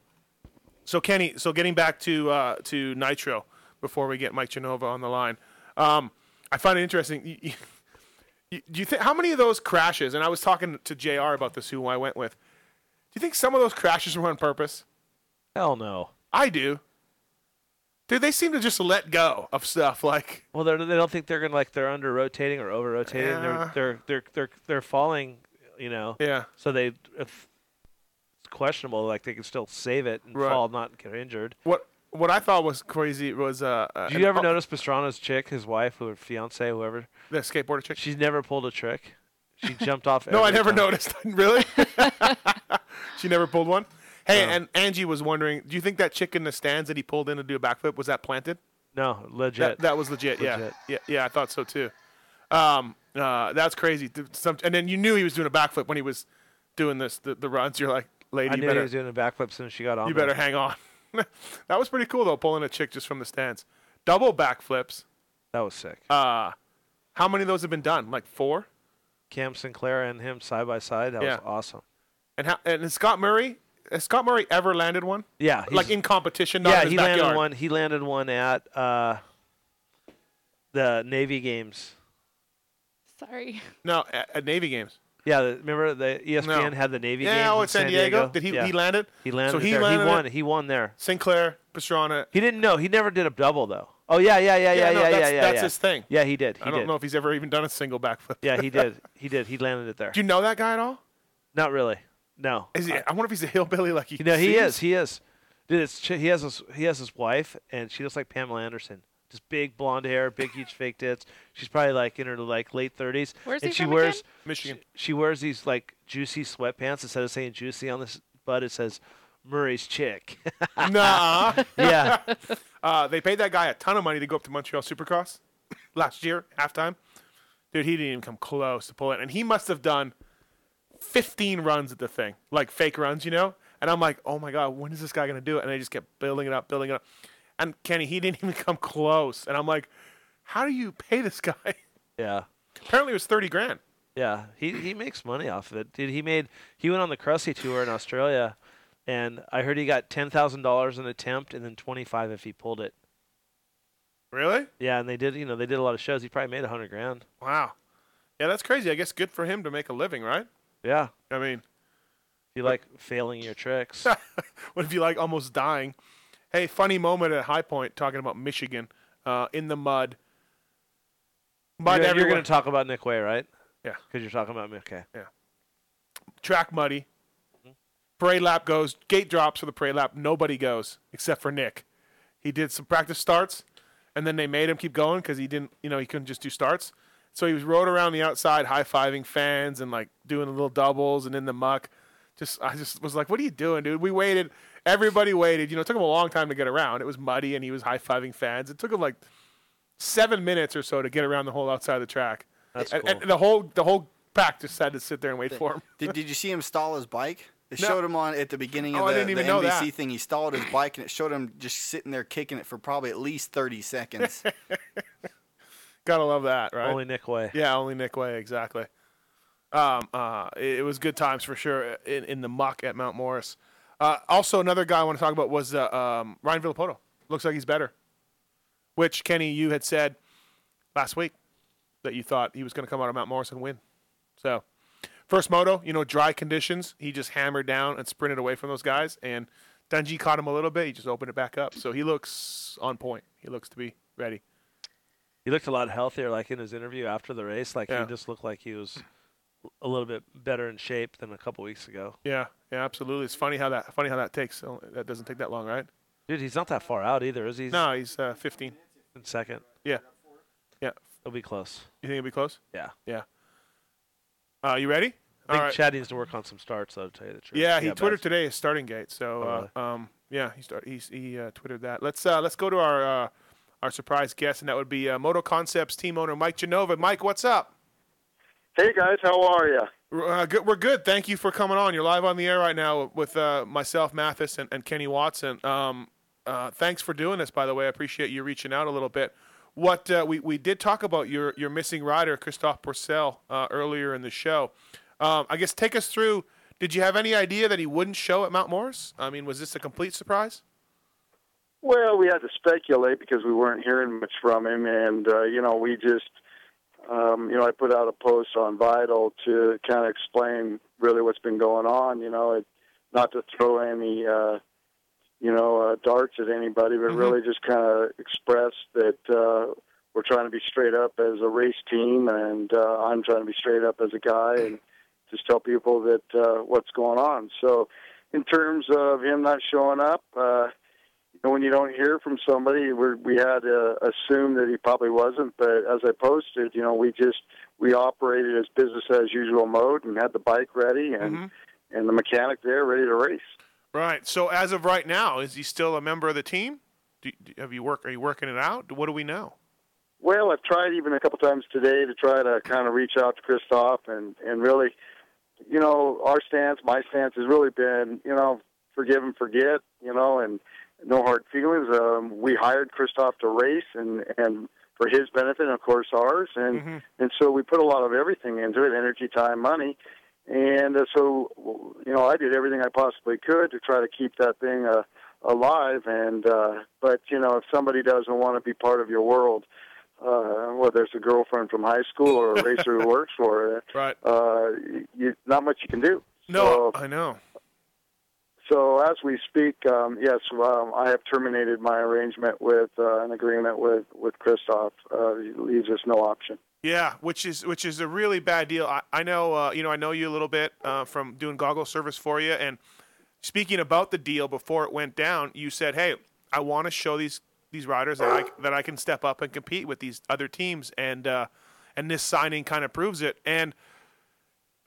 [SPEAKER 5] so Kenny, so getting back to uh, to Nitro before we get Mike Genova on the line, um, I find it interesting. You, you, you- do you think how many of those crashes? And I was talking to Jr. about this, who I went with. Do you think some of those crashes were on purpose?
[SPEAKER 6] Hell no.
[SPEAKER 5] I do. Dude, they seem to just let go of stuff. Like,
[SPEAKER 6] Well, they're, they don't think they're gonna like they're under rotating or over rotating.
[SPEAKER 5] Yeah.
[SPEAKER 6] They're they're they're they're they're falling. You know.
[SPEAKER 5] Yeah.
[SPEAKER 6] So they, if it's questionable, like they can still save it and
[SPEAKER 5] Right.
[SPEAKER 6] fall, not get injured.
[SPEAKER 5] what what I thought was crazy was uh. uh,
[SPEAKER 6] Did you ever
[SPEAKER 5] an-
[SPEAKER 6] notice Pastrana's chick, his wife or fiance, whoever?
[SPEAKER 5] The skateboarder chick.
[SPEAKER 6] She's never pulled a trick. She jumped off.
[SPEAKER 5] No, I
[SPEAKER 6] every
[SPEAKER 5] never
[SPEAKER 6] time.
[SPEAKER 5] noticed. really? she never pulled one. Hey, and Angie was wondering, do you think that chick in the stands that he pulled in to do a backflip was that planted?
[SPEAKER 6] No, legit.
[SPEAKER 5] That, that was legit. Yeah,
[SPEAKER 6] Legit.
[SPEAKER 5] yeah, yeah. I thought so too. Um, uh, that's crazy. Th- Some, and then you knew he was doing a backflip when he was doing this the, the runs. You're like, lady,
[SPEAKER 6] I
[SPEAKER 5] you
[SPEAKER 6] knew
[SPEAKER 5] better
[SPEAKER 6] he was doing a backflip soon as she got on.
[SPEAKER 5] you
[SPEAKER 6] there.
[SPEAKER 5] better hang on. that was pretty cool though, pulling a chick just from the stands. Double backflips.
[SPEAKER 6] That was sick.
[SPEAKER 5] Uh, how many of those have been done? Like four.
[SPEAKER 6] Cam Sinclair and him side by side. That
[SPEAKER 5] Yeah.
[SPEAKER 6] was awesome.
[SPEAKER 5] And how, and Scott Murray has Scott Murray ever landed one?
[SPEAKER 6] Yeah,
[SPEAKER 5] like
[SPEAKER 6] he's-
[SPEAKER 5] in competition. Not
[SPEAKER 6] yeah,
[SPEAKER 5] in his
[SPEAKER 6] he
[SPEAKER 5] backyard.
[SPEAKER 6] landed one. He landed one at uh, the Navy games.
[SPEAKER 1] Sorry.
[SPEAKER 5] No, at, at Navy games.
[SPEAKER 6] Yeah, the, remember the E ESPN had the Navy
[SPEAKER 5] Yeah,
[SPEAKER 6] games
[SPEAKER 5] oh,
[SPEAKER 6] in
[SPEAKER 5] at San Diego? Did he-
[SPEAKER 6] Yeah.
[SPEAKER 5] he landed?
[SPEAKER 6] He landed.
[SPEAKER 5] So he
[SPEAKER 6] there.
[SPEAKER 5] landed
[SPEAKER 6] he won.
[SPEAKER 5] it.
[SPEAKER 6] He won there.
[SPEAKER 5] Sinclair, Pastrana.
[SPEAKER 6] He didn't know. He never did a double though. Oh yeah, yeah, yeah, yeah, yeah,
[SPEAKER 5] no,
[SPEAKER 6] yeah,
[SPEAKER 5] that's,
[SPEAKER 6] yeah.
[SPEAKER 5] That's
[SPEAKER 6] yeah.
[SPEAKER 5] his thing.
[SPEAKER 6] Yeah, he did. He
[SPEAKER 5] I don't
[SPEAKER 6] did.
[SPEAKER 5] know if he's ever even done a single backflip.
[SPEAKER 6] Yeah, he did. He did. He landed it there.
[SPEAKER 5] Do you know that guy at all?
[SPEAKER 6] Not really. No.
[SPEAKER 5] Is he? I, wonder if he's a hillbilly like he.
[SPEAKER 6] You know, he
[SPEAKER 5] seems?
[SPEAKER 6] is. He is. Dude, it's ch- he has his he has his wife, and she looks like Pamela Anderson. Just big blonde hair, big huge fake tits. She's probably like in her like late thirties.
[SPEAKER 5] Where's
[SPEAKER 6] and
[SPEAKER 5] he
[SPEAKER 6] she
[SPEAKER 5] from
[SPEAKER 6] wears
[SPEAKER 5] again? Michigan.
[SPEAKER 6] She, she wears these like juicy sweatpants. Instead of saying juicy on this butt, it says Murray's chick.
[SPEAKER 5] Nah.
[SPEAKER 6] yeah.
[SPEAKER 5] Uh-huh. uh, they paid that guy a ton of money to go up to Montreal Supercross last year, halftime. Dude, he didn't even come close to pulling it. And he must have done 15 runs at the thing, like fake runs, you know? And I'm like, oh my God, when is this guy going to do it? And I just kept building it up, building it up. And Kenny, he didn't even come close. And I'm like, how do you pay this guy?
[SPEAKER 6] Yeah.
[SPEAKER 5] Apparently it was 30 grand.
[SPEAKER 6] Yeah, he he makes money off of it, dude. He made he went on the Krusty tour in Australia, and I heard he got ten thousand dollars an attempt, and then twenty five if he pulled it.
[SPEAKER 5] Really?
[SPEAKER 6] Yeah, and they did you know they did a lot of shows. He probably made a hundred grand.
[SPEAKER 5] Wow. Yeah, that's crazy. I guess good for him to make a living, right?
[SPEAKER 6] Yeah,
[SPEAKER 5] I mean,
[SPEAKER 6] you like failing your tricks.
[SPEAKER 5] what if you like almost dying? Hey, funny moment at High Point talking about Michigan uh, in the mud. Mud
[SPEAKER 6] you're,
[SPEAKER 5] everywhere.
[SPEAKER 6] going to talk about Nick Way, right?
[SPEAKER 5] Yeah.
[SPEAKER 6] Because you're talking about me. Okay.
[SPEAKER 5] Yeah. Track muddy. Parade lap goes. Gate drops for the parade lap. Nobody goes except for Nick. He did some practice starts, and then they made him keep going because he didn't. You know, he couldn't just do starts. So he was rode around the outside, high fiving fans and like doing little doubles and in the muck. Just I just was like, "What are you doing, dude?" We waited. Everybody waited. You know, it took him a long time to get around. It was muddy, and he was high fiving fans. It took him like seven minutes or so to get around the whole outside of the track.
[SPEAKER 7] That's
[SPEAKER 5] and,
[SPEAKER 7] cool.
[SPEAKER 5] and the whole the whole pack just had to sit there and wait for him.
[SPEAKER 7] Did, did you see him stall his bike? It
[SPEAKER 5] No.
[SPEAKER 7] showed him on at the beginning of
[SPEAKER 5] Oh, I
[SPEAKER 7] the,
[SPEAKER 5] didn't even
[SPEAKER 7] the
[SPEAKER 5] know
[SPEAKER 7] NBC
[SPEAKER 5] that.
[SPEAKER 7] thing. He stalled his bike, and it showed him just sitting there kicking it for probably at least thirty seconds.
[SPEAKER 5] Gotta love that, right?
[SPEAKER 6] Only Nick Way.
[SPEAKER 5] Yeah, only Nick Way, exactly. Um, uh, it, it was good times for sure in, in the muck at Mount Morris. Uh, also, another guy I want to talk about was uh, um, Ryan Villapoto. Looks like he's better, which Kenny, you had said last week that you thought he was going to come out of Mount Morris and win. So, first moto, you know, dry conditions, he just hammered down and sprinted away from those guys, and Dungy caught him a little bit. He just opened it back up, so he looks on point. He looks to be ready.
[SPEAKER 6] He looked a lot healthier, like in his interview after the race. Like he just looked like he was a little bit better in shape than a couple weeks ago.
[SPEAKER 5] Yeah, yeah, absolutely. It's funny how that funny how that takes. So that doesn't take that long, right?
[SPEAKER 6] Dude, he's not that far out either, is he?
[SPEAKER 5] No, he's uh, 15.
[SPEAKER 6] In second.
[SPEAKER 5] Yeah, yeah.
[SPEAKER 6] It'll be close.
[SPEAKER 5] You think it'll be close?
[SPEAKER 6] Yeah.
[SPEAKER 5] Yeah. Uh, you ready?
[SPEAKER 6] I think
[SPEAKER 5] All right.
[SPEAKER 6] Chad needs to work on some starts, though, to tell you the truth.
[SPEAKER 5] Yeah, he
[SPEAKER 6] but-
[SPEAKER 5] twittered today his starting gate. So,
[SPEAKER 6] Oh,
[SPEAKER 5] uh, um, yeah, he start he's, he uh, twittered that. Let's uh, let's go to our uh, our surprise guest, and that would be uh, Moto Concepts team owner Mike Genova. Mike, what's up?
[SPEAKER 2] Hey guys, how are you?
[SPEAKER 5] Uh, good, we're good. Thank you for coming on. You're live on the air right now with uh, myself, Mathis, and, and Kenny Watson. Um, uh, thanks for doing this, by the way. I appreciate you reaching out a little bit. What uh, we we did talk about your your missing rider, Christophe Porcel, uh, earlier in the show. Um, I guess take us through. Did you have any idea that he wouldn't show at Mount Morris? I mean, was this a complete surprise?
[SPEAKER 2] Well, we had to speculate because we weren't hearing much from him, and uh, you know, we just, um, you know, I put out a post on Vital to kind of explain really what's been going on. You know, it, not to throw any, uh, you know, uh, darts at anybody, but really just kind of express that uh, we're trying to be straight up as a race team, and uh, I'm trying to be straight up as a guy, and just tell people that uh, what's going on. So, in terms of him not showing up. Uh, and when you don't hear from somebody, we're, we had to assume that he probably wasn't. But as I posted, you know, we just we operated as business as usual mode and had the bike ready and and the mechanic there ready to race.
[SPEAKER 5] Right. So as of right now, is he still a member of the team? Do, do, have you work? Are you working it out? What do we know?
[SPEAKER 2] Well, I've tried even a couple times today to try to kind of reach out to Christoph and and really, you know, our stance, my stance has really been, you know, forgive and forget, you know, and no hard feelings. Um, we hired Christoph to race and and for his benefit, and of course ours, and and so we put a lot of everything into it, energy, time, money, and uh, so you know, I did everything I possibly could to try to keep that thing uh, alive. And uh, but you know, if somebody doesn't want to be part of your world uh, whether it's a girlfriend from high school or a racer who works for it,
[SPEAKER 5] right.
[SPEAKER 2] uh, you, not much you can do.
[SPEAKER 5] No, I know.
[SPEAKER 2] So as we speak, um, yes, um, I have terminated my arrangement with uh, an agreement with with Christoph. Uh, he leaves us no option.
[SPEAKER 5] Yeah, which is which is a really bad deal. I, I know uh, you know I know you a little bit uh, from doing goggle service for you. And speaking about the deal before it went down, you said, "Hey, I want to show these these riders that I that I can step up and compete with these other teams." And uh, and this signing kind of proves it. And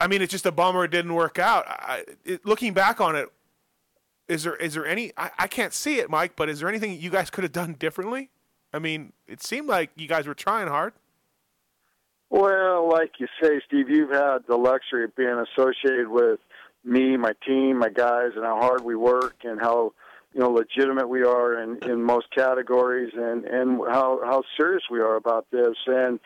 [SPEAKER 5] I mean, it's just a bummer it didn't work out. I, it, looking back on it, is there is there any? I, I can't see it, Mike. But is there anything you guys could have done differently? I mean, it seemed like you guys were trying hard.
[SPEAKER 2] Well, like you say, Steve, you've had the luxury of being associated with me, my team, my guys, and how hard we work, and how you know legitimate we are in in most categories, and and how how serious we are about this, and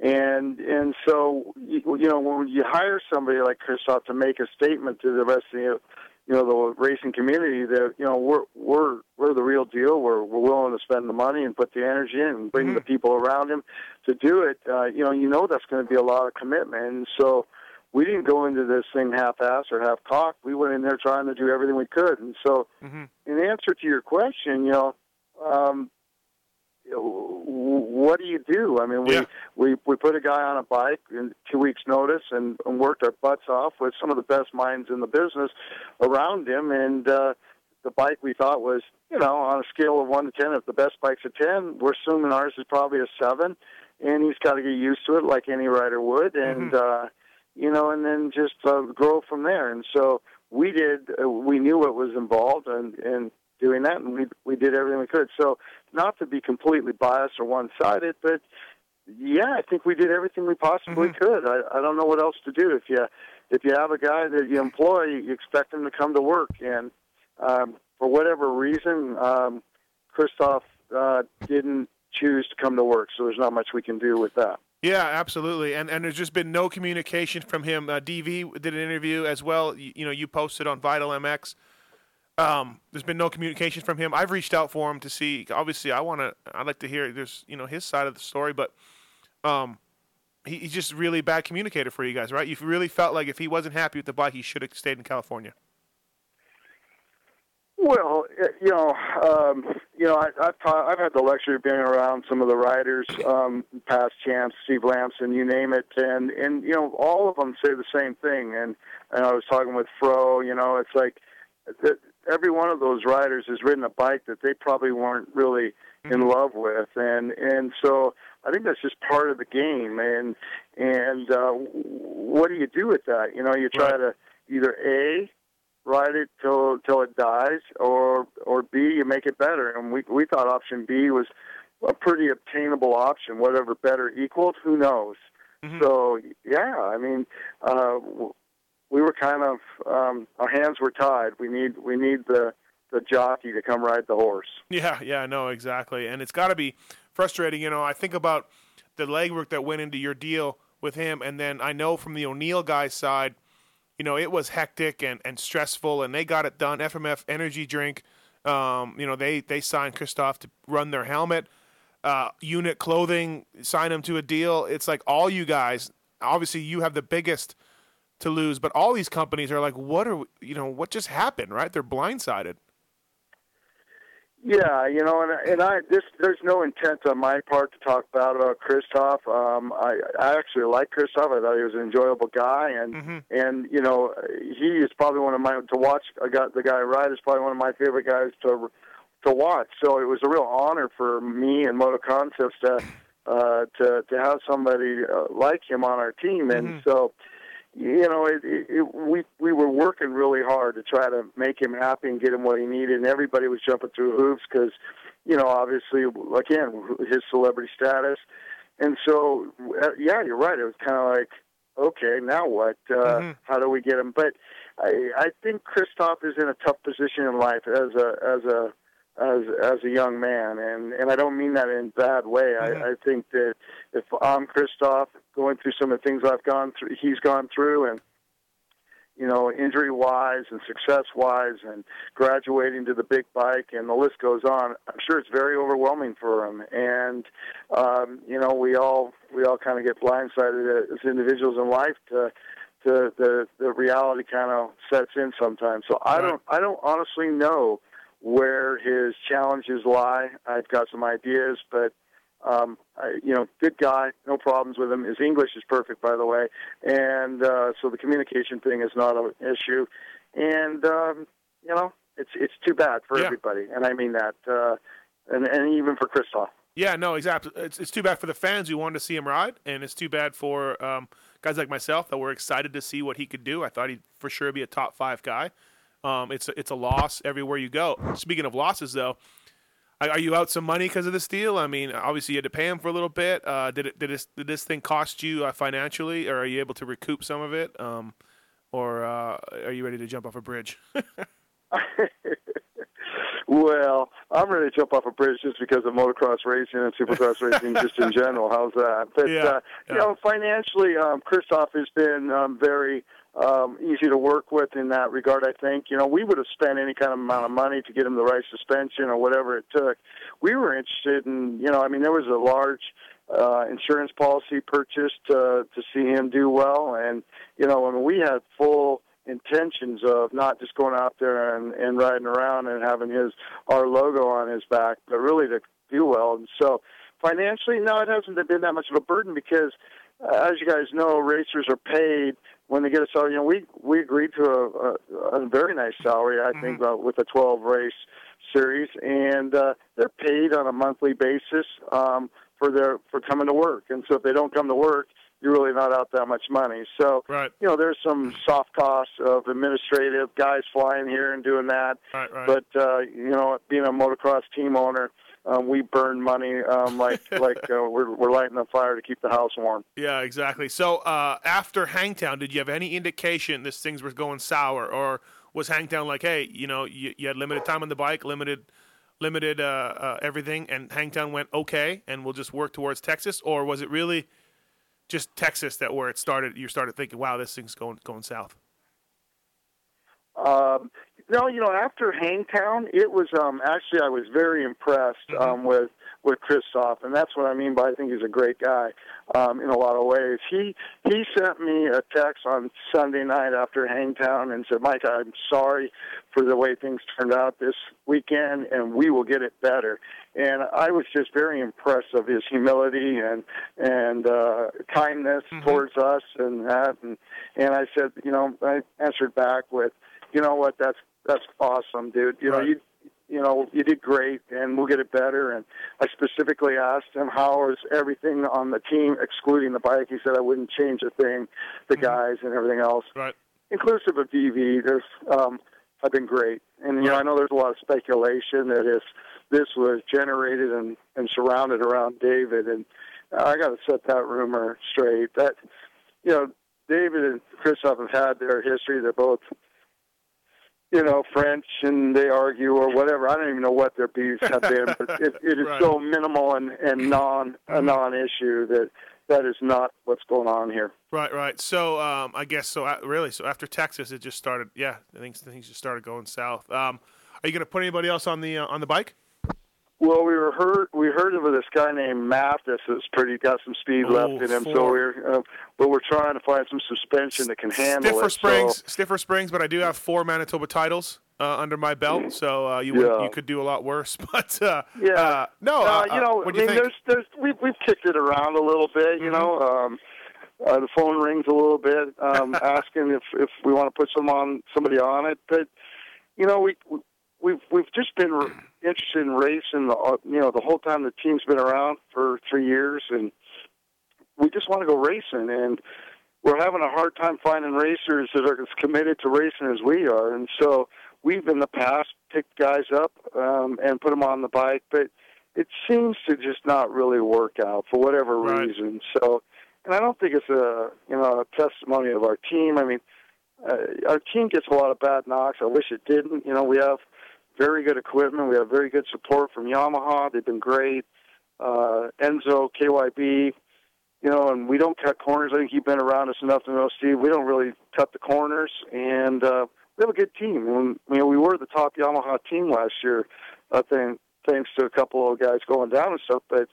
[SPEAKER 2] and and so you, you know when you hire somebody like Christoph to make a statement to the rest of the you know the racing community that you know we're we're we're the real deal. We're we're willing to spend the money and put the energy in and bring the people around him to do it. Uh, you know you know that's going to be a lot of commitment. And so we didn't go into this thing half-assed or half-cocked. We went in there trying to do everything we could. And so, in answer to your question, you know, um, you know, w- what do you do? I mean, we, we we put a guy on a bike in two weeks' notice and, and worked our butts off with some of the best minds in the business around him. And uh, the bike we thought was, you know, on a scale of one to ten, if the best bike's a ten, we're assuming ours is probably a seven. And he's got to get used to it, like any rider would. And uh, you know, and then just uh, grow from there. And so we did. Uh, we knew what was involved, and and doing that, and we we did everything we could. So not to be completely biased or one sided, but yeah, I think we did everything we possibly could. I, I don't know what else to do. If you if you have a guy that you employ, you expect him to come to work, and um, for whatever reason, um, Christoph uh, didn't choose to come to work. So there's not much we can do with that.
[SPEAKER 5] Yeah, absolutely. And and there's just been no communication from him. Uh, DV did an interview as well. You, you know, you posted on Vital MX. Um, there's been no communication from him. I've reached out for him to see. Obviously, I want to. I'd like to hear. There's you know his side of the story, but um, he, he's just really bad communicator for you guys, right? You really felt like if he wasn't happy with the bike, he should have stayed in California.
[SPEAKER 2] Well, uh, you know, um, you know, I, I've taught, I've had the luxury of being around some of the riders, um, past champs, Steve Lamson, you name it, and and you know, all of them say the same thing. And and I was talking with Fro, you know, it's like th- every one of those riders has ridden a bike that they probably weren't really in love with, and and so I think that's just part of the game. And and uh, what do you do with that? You know, you try to either a ride it till till it dies, or or B, you make it better. And we we thought option B was a pretty obtainable option. Whatever better equals, who knows? So yeah, I mean, uh, w- we were kind of um, our hands were tied. We need we need the the jockey to come ride the horse.
[SPEAKER 5] Yeah, yeah, no, exactly. And it's got to be frustrating. You know, I think about the legwork that went into your deal with him, and then I know from the O'Neill guy's side, you know, it was hectic and, and stressful, and they got it done. FMF Energy Drink, um, you know, they, they signed Christoph to run their helmet. Uh, unit Clothing signed him to a deal. It's like all you guys, obviously, you have the biggest to lose, but all these companies are like, what are, we, you know, what just happened, right? They're blindsided.
[SPEAKER 2] Yeah, you know, and and I this there's no intent on my part to talk bad about Kristoff. Um, I I actually like Kristoff. I thought he was an enjoyable guy, and and you know he is probably one of my to watch. I got the guy ride is probably one of my favorite guys to to watch. So it was a real honor for me and Moto Concepts to uh, to to have somebody uh, like him on our team, and so you know, it, it, it, we we were working really hard to try to make him happy and get him what he needed, and everybody was jumping through hoops because, you know, obviously, again, his celebrity status, and so uh, yeah, you're right. It was kind of like, okay, now what? Uh, How do we get him? But I I think Kristoff is in a tough position in life as a as a as as a young man, and and I don't mean that in a bad way. I, I think that if I'm Christoph going through some of the things I've gone through, he's gone through, and you know, injury wise and success wise, and graduating to the big bike, and the list goes on. I'm sure it's very overwhelming for him, and um, you know, we all we all kind of get blindsided as individuals in life to the the the reality kind of sets in sometimes. So I don't I don't honestly know where his challenges lie. I've got some ideas, but um, I, you know, good guy, no problems with him. His English is perfect, by the way, and uh, so the communication thing is not an issue. And um, you know, it's it's too bad for everybody, and I mean that, uh, and and even for Kristoff.
[SPEAKER 5] Yeah, no, exactly. It's, it's too bad for the fans who wanted to see him ride, and it's too bad for um, guys like myself that were excited to see what he could do. I thought he'd for sure be a top five guy. Um, it's a, it's a loss everywhere you go. Speaking of losses, though, are are you out some money because of this deal? I mean, obviously you had to pay him for a little bit. Uh, did it did this did this thing cost you uh, financially, or are you able to recoup some of it? Um, or uh, are you ready to jump off a bridge?
[SPEAKER 2] Well, I'm ready to jump off a bridge just because of motocross racing and supercross racing, just in general. How's that? But
[SPEAKER 5] Yeah,
[SPEAKER 2] uh, you know, financially, um, Christoph has been um, very um, easy to work with in that regard. I think you know we would have spent any kind of amount of money to get him the right suspension or whatever it took. We were interested in you know, I mean, there was a large uh, insurance policy purchased uh, to see him do well. And you know, I mean, we had full intentions of not just going out there and, and riding around and having his our logo on his back, but really to do well. And so financially, no, it hasn't been that much of a burden because, uh, as you guys know, racers are paid when they get a salary. You know, we we agreed to a, a, a very nice salary, I think, uh, with a 12 race series, and uh, they're paid on a monthly basis um, for their for coming to work. And so if they don't come to work, you're really not out that much money. So
[SPEAKER 5] Right.
[SPEAKER 2] you know, there's some soft costs of administrative guys flying here and doing that.
[SPEAKER 5] Right, right.
[SPEAKER 2] But uh, you know, being a motocross team owner, um, we burn money um, like like uh, we're we're lighting a fire to keep the house warm.
[SPEAKER 5] Yeah, exactly. So uh, after Hangtown, did you have any indication this things were going sour, or was Hangtown like, hey, you know, you, you had limited time on the bike, limited, limited uh, uh, everything, and Hangtown went okay, and we'll just work towards Texas, or was it really just Texas that where it started? You started thinking, wow, this thing's going going south.
[SPEAKER 2] Um, no, you know, after Hangtown, it was um, actually I was very impressed um, with with Kristoff, and that's what I mean by I think he's a great guy um, in a lot of ways. He he sent me a text on Sunday night after Hangtown and said, "Mike, I'm sorry for the way things turned out this weekend, and we will get it better." And I was just very impressed of his humility and and uh, kindness towards us and that, and and I said, you know, I answered back with you know what that's that's awesome dude you know you you know you did great and we'll get it better and i specifically asked him how is everything on the team excluding the bike he said i wouldn't change a thing the guys and everything else
[SPEAKER 5] right
[SPEAKER 2] inclusive of dv there's um i've been great and you know i know there's a lot of speculation that if this was generated and and surrounded around david and i got to set that rumor straight that you know david and christoph have had their history they're both you know, French and they argue or whatever. I don't even know what their beefs have been, but it, it is
[SPEAKER 5] Right.
[SPEAKER 2] so minimal and, and non a non issue that that is not what's going on here.
[SPEAKER 5] Right, right. So um, I guess so. uh, Really, so after Texas, it just started. Yeah, things things just started going south. Um, are you going to put anybody else on the uh, on the bike?
[SPEAKER 2] Well, we were heard we heard of this guy named Mathis that's pretty got some speed left in him, so
[SPEAKER 5] Oh, four.
[SPEAKER 2] we're uh, but we're trying to find some suspension that can handle
[SPEAKER 5] stiffer
[SPEAKER 2] it.
[SPEAKER 5] springs,
[SPEAKER 2] So,
[SPEAKER 5] stiffer springs. But I do have four Manitoba titles uh, under my belt, so uh, you would-
[SPEAKER 2] Yeah.
[SPEAKER 5] you could do a lot worse. But uh,
[SPEAKER 2] yeah,
[SPEAKER 5] uh, no,
[SPEAKER 2] Uh,
[SPEAKER 5] uh,
[SPEAKER 2] you know,
[SPEAKER 5] uh, what
[SPEAKER 2] I
[SPEAKER 5] do
[SPEAKER 2] mean,
[SPEAKER 5] you think? Mm-hmm.
[SPEAKER 2] there's there's we've we've kicked it around a little bit, you know. Um, uh, the phone rings a little bit, um, asking if if we want to put some on somebody on it, but you know, we we- we've we've just been r interested in racing, the, uh, you know, the whole time the team's been around for three years, and we just want to go racing, and we're having a hard time finding racers that are as committed to racing as we are, and so we've in the past picked guys up um, and put them on the bike, but it seems to just not really work out for whatever reason. So, and I don't think it's a you know a testimony of our team. I mean, uh, our team gets a lot of bad knocks. I wish it didn't. You know, we have very good equipment. We have very good support from Yamaha. They've been great. Uh, Enzo, KYB, you know, and we don't cut corners. I think you've been around us enough to know, Steve. We don't really cut the corners, and uh, we have a good team. And, you know, we were the top Yamaha team last year, I think, thanks to a couple of guys going down and stuff. But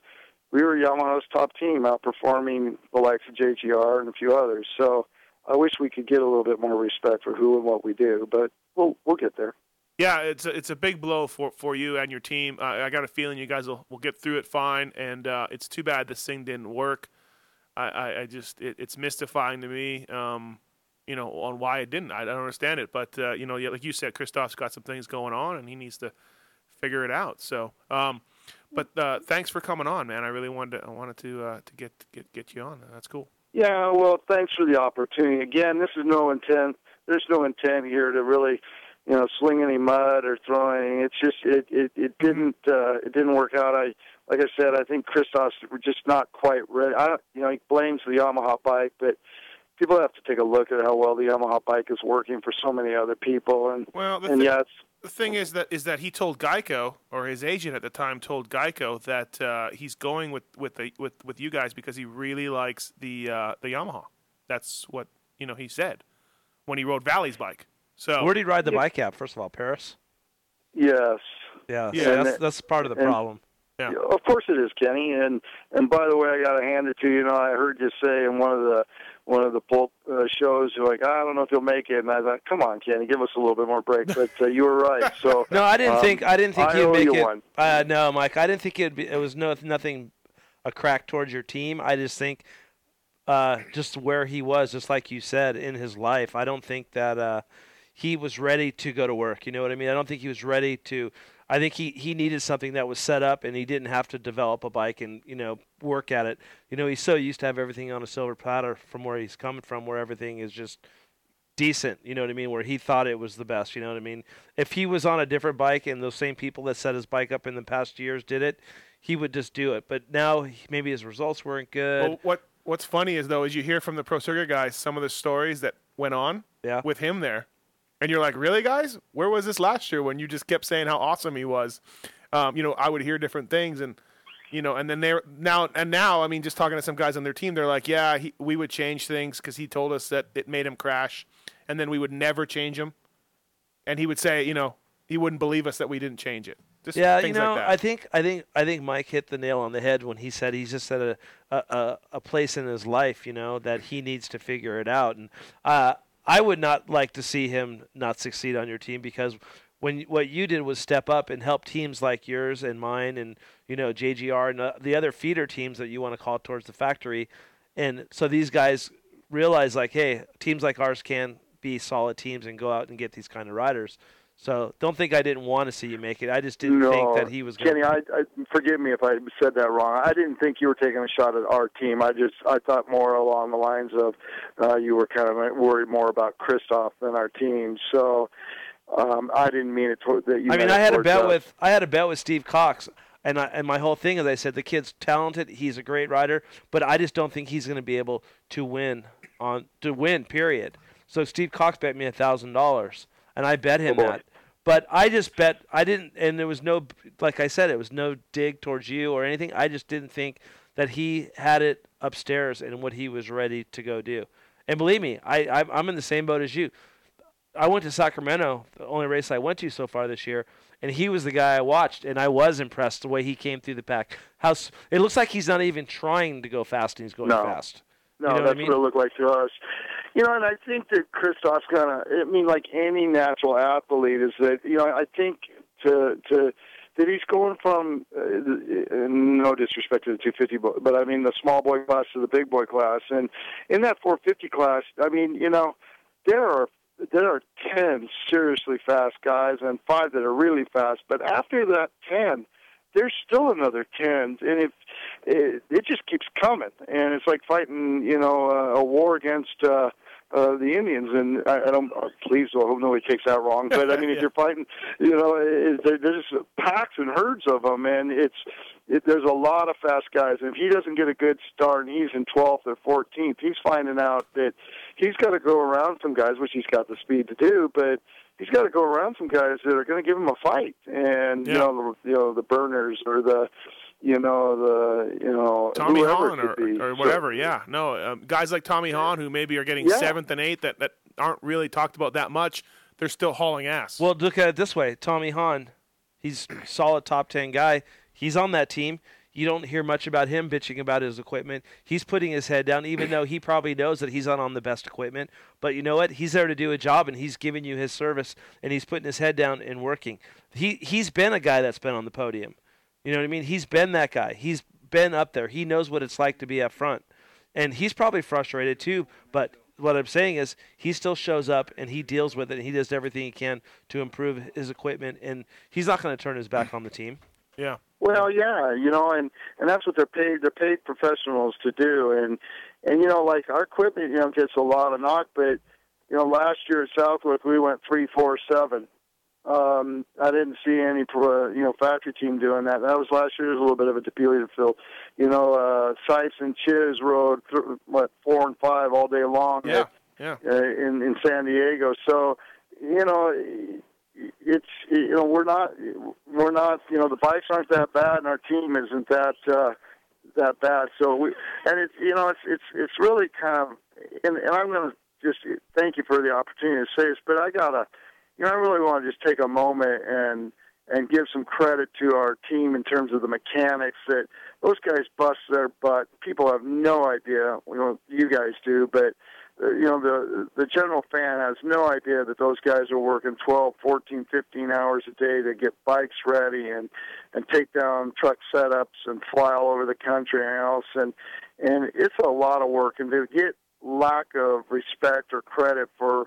[SPEAKER 2] we were Yamaha's top team, outperforming the likes of JGR and a few others. So I wish we could get a little bit more respect for who and what we do, but we'll we'll get there.
[SPEAKER 5] Yeah, it's a, it's a big blow for, for you and your team. Uh, I got a feeling you guys will, will get through it fine, and uh, it's too bad this thing didn't work. I, I, I just it, it's mystifying to me, um, you know, on why it didn't. I don't understand it, but uh, you know, yeah, like you said, Christoph's got some things going on, and he needs to figure it out. So, um, but uh, thanks for coming on, man. I really wanted to, I wanted to uh, to get get get you on. That's cool.
[SPEAKER 2] Yeah, well, thanks for the opportunity. Again, this is no intent. There's no intent here to really, you know, sling any mud or throw any. It's just it it, it
[SPEAKER 5] Mm-hmm.
[SPEAKER 2] didn't uh, it didn't work out. I like I said, I think Christos were just not quite ready. I don't, you know, he blames the Yamaha bike, but people have to take a look at how well the Yamaha bike is working for so many other people. And
[SPEAKER 5] Well, the
[SPEAKER 2] and
[SPEAKER 5] thi-
[SPEAKER 2] yeah, it's
[SPEAKER 5] the thing is that is that he told Geico or his agent at the time told Geico that uh, he's going with with the with, with you guys because he really likes the uh, the Yamaha. That's what you know he said when he rode Valley's bike. So
[SPEAKER 6] Where did he ride the bike at? First of all, Paris.
[SPEAKER 2] Yes.
[SPEAKER 6] Yeah,
[SPEAKER 5] Yeah.
[SPEAKER 6] so that's that's part of the
[SPEAKER 5] And-
[SPEAKER 6] problem.
[SPEAKER 2] Of course it is, Kenny. And and by the way, I got to hand it to you. You know, I heard you say in one of the one of the pulp uh, shows, you're like, I don't know if you'll make it. And I thought, come on, Kenny, give us a little bit more break. But uh, you were right. So
[SPEAKER 6] No, I didn't
[SPEAKER 2] um,
[SPEAKER 6] think I didn't think
[SPEAKER 2] I
[SPEAKER 6] you'd
[SPEAKER 2] owe
[SPEAKER 6] make
[SPEAKER 2] you
[SPEAKER 6] it.
[SPEAKER 2] One.
[SPEAKER 6] Uh, no, Mike, I didn't think it'd be. It was no nothing, a crack towards your team. I just think, uh, just where he was, just like you said, in his life. I don't think that uh, he was ready to go to work. You know what I mean? I don't think he was ready to. I think he, he needed something that was set up, and he didn't have to develop a bike and you know work at it. You know, he's so used to have everything on a silver platter from where he's coming from, where everything is just decent, you know what I mean, where he thought it was the best, you know what I mean? If he was on a different bike and those same people that set his bike up in the past years did it, he would just do it. But now he- maybe his results weren't good.
[SPEAKER 5] Well, what What's funny is though, is you hear from the pro circuit guys some of the stories that went on
[SPEAKER 6] yeah.
[SPEAKER 5] with him there, and you're like, really, guys? Where was this last year when you just kept saying how awesome he was? Um, you know, I would hear different things, and you know, and then they are now and now, I mean, just talking to some guys on their team, they're like, yeah, he, we would change things because he told us that it made him crash, and then we would never change him, and he would say, you know, he wouldn't believe us that we didn't change it. Just
[SPEAKER 6] yeah, you
[SPEAKER 5] things
[SPEAKER 6] know,
[SPEAKER 5] like that.
[SPEAKER 6] I think I think I think Mike hit the nail on the head when he said he's just at a a, a, a place in his life, you know, that he needs to figure it out. And uh, I would not like to see him not succeed on your team because when what you did was step up and help teams like yours and mine and you know JGR and uh, the other feeder teams that you want to call towards the factory, and so these guys realize like, hey, teams like ours can be solid teams and go out and get these kind of riders. So don't think I didn't want to see you make it. I just didn't think that he was going
[SPEAKER 2] Kenny, I, I forgive me if I said that wrong. I didn't think you were taking a shot at our team. I just I thought more along the lines of uh, you were kind of worried more about Kristoff than our team. So um, I didn't mean it toward, that you.
[SPEAKER 6] I mean,
[SPEAKER 2] meant it
[SPEAKER 6] I had a
[SPEAKER 2] towards
[SPEAKER 6] bet
[SPEAKER 2] us.
[SPEAKER 6] with I had a bet with Steve Cox, and I, and my whole thing is I said the kid's talented, he's a great rider, but I just don't think he's going to be able to win on to win. Period. So Steve Cox bet me a thousand dollars, and I bet him
[SPEAKER 3] Oh, boy.
[SPEAKER 6] that. But I just bet I didn't, and there was no like I said, it was no dig towards you or anything. I just didn't think that he had it upstairs and what he was ready to go do. And believe me, I I'm, I'm in the same boat as you. I went to Sacramento, the only race I went to so far this year, and he was the guy I watched, and I was impressed the way he came through the pack. How s- it looks like he's not even trying to go fast, and he's going
[SPEAKER 2] No.
[SPEAKER 6] fast.
[SPEAKER 2] No,
[SPEAKER 6] You know what I
[SPEAKER 2] that's
[SPEAKER 6] mean?
[SPEAKER 2] what it looked like to us. You know, and I think that Kristoff's gonna. I mean, like any natural athlete, is that you know I think to to that he's going from uh, the- uh, no disrespect to the 250, bo- but I mean the small boy class to the big boy class, and in that 450 class, I mean you know there are there are 10 seriously fast guys and five that are really fast, but after that 10, there's still another 10, and if it, it just keeps coming, and it's like fighting, you know, uh, a war against uh, uh, the Indians. And I, I don't, uh, please, I hope nobody takes that wrong. But I mean, if you're fighting, you know, it, there, there's packs and herds of them, and it's it, there's a lot of fast guys. And if he doesn't get a good start, and he's in 12th or 14th, he's finding out that he's got to go around some guys, which he's got the speed to do, but. He's got to go around some guys that are going to give him a fight, and you
[SPEAKER 5] Yeah.
[SPEAKER 2] know, the, you know, the burners or the, you know the you know
[SPEAKER 5] Tommy
[SPEAKER 2] whoever
[SPEAKER 5] Hahn
[SPEAKER 2] it
[SPEAKER 5] or,
[SPEAKER 2] could be. So-
[SPEAKER 5] or whatever. yeah, no, um, guys like Tommy Hahn who maybe are getting
[SPEAKER 2] Yeah.
[SPEAKER 5] seventh and eighth that, that aren't really talked about that much. They're still hauling ass.
[SPEAKER 6] Well, look at it this way: Tommy Hahn, he's a solid top ten guy. He's on that team. You don't hear much about him bitching about his equipment. He's putting his head down, even though he probably knows that he's not on the best equipment. But you know what? He's there to do a job, and he's giving you his service, and he's putting his head down and working. He he's been a guy that's been on the podium. You know what I mean? He's been that guy. He's been up there. He knows what it's like to be up front and he's probably frustrated too. But what I'm saying is, he still shows up and he deals with it. And he does everything he can to improve his equipment, and he's not going to turn his back on the team.
[SPEAKER 5] Yeah.
[SPEAKER 2] Well, yeah, you know, and and that's what they're paid. They're paid professionals to do, and and you know, like our equipment, you know, gets a lot of knock. But you know, last year at Southwick, we went three, four, seven. Um, I didn't see any, pro- uh, you know, factory team doing that. That was last year's a little bit of a depleted field. You know, uh, Sipes and Chiz rode th- what four and five all day long. Yeah.
[SPEAKER 5] Yeah.
[SPEAKER 2] uh, in in San Diego. So you know, it's you know we're not we're not you know the bikes aren't that bad and our team isn't that uh, that bad. So we and it's you know it's it's it's really kind of and, and I'm going to just thank you for the opportunity to say this, but I gotta you know I really want to just take a moment and and give some credit to our team in terms of the mechanics that those guys bust their butt. People have no idea. You know, you guys do, but uh, you know the the general fan has no idea that those guys are working 12, 14, 15 hours a day to get bikes ready and and take down truck setups and fly all over the country and else and and it's a lot of work and to get lack of respect or credit for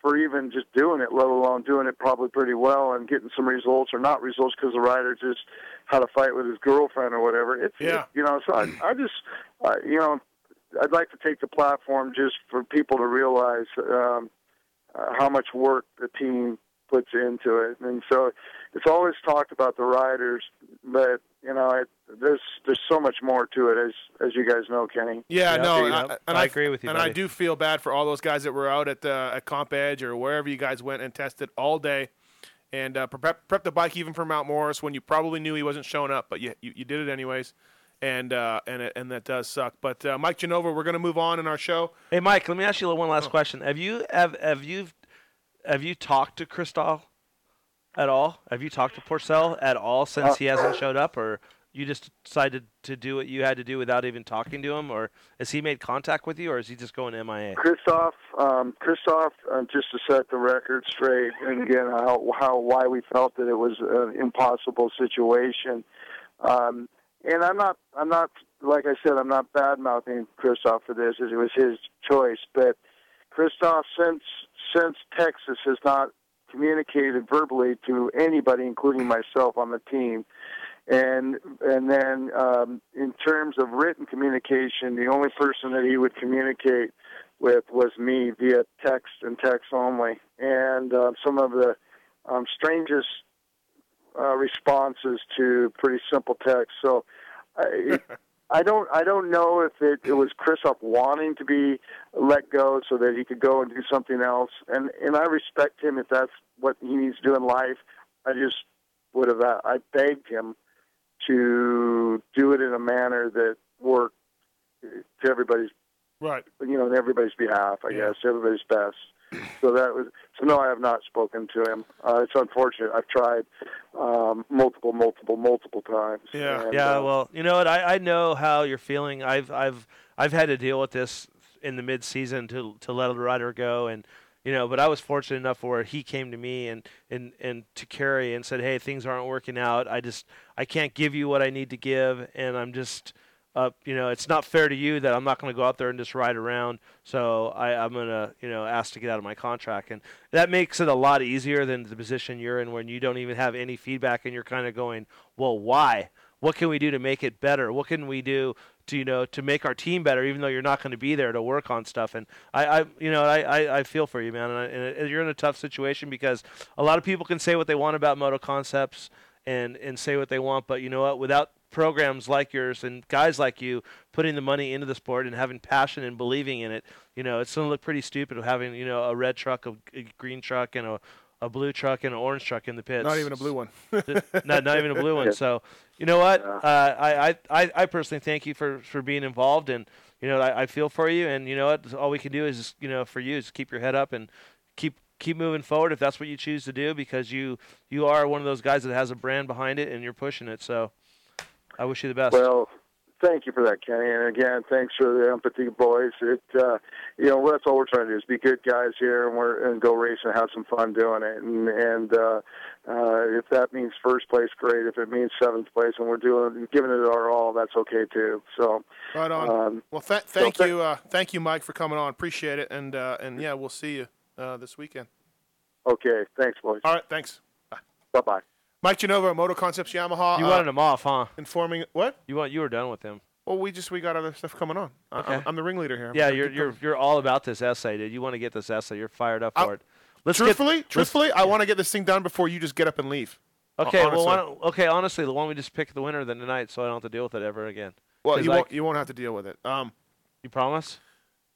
[SPEAKER 2] for even just doing it, let alone doing it probably pretty well and getting some results or not results because the rider just had a fight with his girlfriend or whatever. It's
[SPEAKER 5] Yeah.
[SPEAKER 2] you know, so I, I just uh, you know, I'd like to take the platform just for people to realize um, uh, how much work the team puts into it, and so it's always talked about the riders, but you know, it, there's there's so much more to it as as you guys know, Kenny.
[SPEAKER 5] Yeah, no, and I, and
[SPEAKER 6] I agree with you,
[SPEAKER 5] And I
[SPEAKER 6] buddy.
[SPEAKER 5] do feel bad for all those guys that were out at uh, at Comp Edge or wherever you guys went and tested all day, and uh, prep prep the bike even for Mount Morris when you probably knew he wasn't showing up, but you you, you did it anyways, and uh, and it, and that does suck. But uh, Mike Genova, we're gonna move on in our show.
[SPEAKER 6] Hey, Mike, let me ask you one last question. Have you have have you have you talked to Cristal at all? Have you talked to Porcel at all since he hasn't showed up, or you just decided to do what you had to do without even talking to him, or has he made contact with you, or is he just going MIA?
[SPEAKER 2] Christoph, um, Christoph, uh, just to set the record straight, and again, how, how why we felt that it was an impossible situation. Um, and I'm not, I'm not, like I said, I'm not bad mouthing Christoph for this. It was his choice, but Christoph, since since Texas has not communicated verbally to anybody, including myself, on the team, and and then um, in terms of written communication, the only person that he would communicate with was me via text and text only, and uh, some of the um, strangest uh, responses to pretty simple text. So, I, I don't I don't know if it, it was Chrisop wanting to be let go so that he could go and do something else, and and I respect him if that's what he needs to do in life. I just would have uh, I begged him to do it in a manner that worked to everybody's
[SPEAKER 5] Right.
[SPEAKER 2] you know, on everybody's behalf, I guess, everybody's best. So that was so. No, I have not spoken to him. Uh, it's unfortunate. I've tried um, multiple, multiple, multiple times. And,
[SPEAKER 6] yeah.
[SPEAKER 2] uh,
[SPEAKER 6] Well, you know what? I, I know how you're feeling. I've I've I've had to deal with this in the mid season to to let a rider go, and you know, but I was fortunate enough where he came to me and and and to Kerry and said, "Hey, things aren't working out. I just I can't give you what I need to give, and I'm just." Uh, you know, it's not fair to you that I'm not going to go out there and just ride around. So I, I'm going to, you know, ask to get out of my contract, and that makes it a lot easier than the position you're in when you don't even have any feedback and you're kind of going, well, why? What can we do to make it better? What can we do to you know to make our team better? Even though you're not going to be there to work on stuff, and I, I you know I, I, I feel for you, man, and, I, and you're in a tough situation because a lot of people can say what they want about Moto Concepts and and say what they want, but you know what? Without programs like yours and guys like you putting the money into the sport and having passion and believing in it, you know, it's going to look pretty stupid of having you know a red truck, a, a green truck, and a a blue truck and an orange truck in the pits.
[SPEAKER 5] Not even a blue one.
[SPEAKER 6] not, not even a blue one.
[SPEAKER 5] Yeah.
[SPEAKER 6] So you know what? Uh, I, I- I, I personally thank you for, for being involved, and you know I, I feel for you. And you know what? All we can do is just, you know for you is keep your head up and keep keep moving forward if that's what you choose to do because you you are one of those guys that has a brand behind it and you're pushing it. So I wish you the best.
[SPEAKER 2] Well, thank you for that, Kenny. And again, thanks for the empathy, boys. It, uh, you know, that's all we're trying to do is be good guys here and we're and go race and have some fun doing it. And and uh, uh, if that means first place, great. If it means seventh place, and we're doing giving it our all, that's okay too. So,
[SPEAKER 5] Right on.
[SPEAKER 2] Um,
[SPEAKER 5] well, th-
[SPEAKER 2] so
[SPEAKER 5] thank
[SPEAKER 2] thank-
[SPEAKER 5] you, uh, thank you, Mike, for coming on. Appreciate it, and uh, and yeah, we'll see you uh, this weekend.
[SPEAKER 2] okay, thanks, boys.
[SPEAKER 5] All right, thanks.
[SPEAKER 2] Bye bye.
[SPEAKER 5] Mike Genova, Moto Concepts Yamaha.
[SPEAKER 6] you
[SPEAKER 5] uh,
[SPEAKER 6] wanted him off, huh?
[SPEAKER 5] Informing what?
[SPEAKER 6] You want you were done with him.
[SPEAKER 5] Well, we just we got other stuff coming on. I-
[SPEAKER 6] Okay.
[SPEAKER 5] I'm, I'm the ringleader here.
[SPEAKER 6] Yeah,
[SPEAKER 5] I'm-
[SPEAKER 6] you're you're you're all about this essay, dude. You want to get this essay. You're fired up for it. Let's get-
[SPEAKER 5] truthfully,
[SPEAKER 6] let's-
[SPEAKER 5] truthfully, I want to get this thing done before you just get up and leave. Hon-
[SPEAKER 6] Okay, well, why
[SPEAKER 5] honestly.
[SPEAKER 6] don't, okay. Honestly, why don't we just pick the winner then tonight, so I don't have to deal with it ever again.
[SPEAKER 5] Well,
[SPEAKER 6] 'Cause,
[SPEAKER 5] you
[SPEAKER 6] like,
[SPEAKER 5] won't you won't have to deal with it. Um,
[SPEAKER 6] you promise?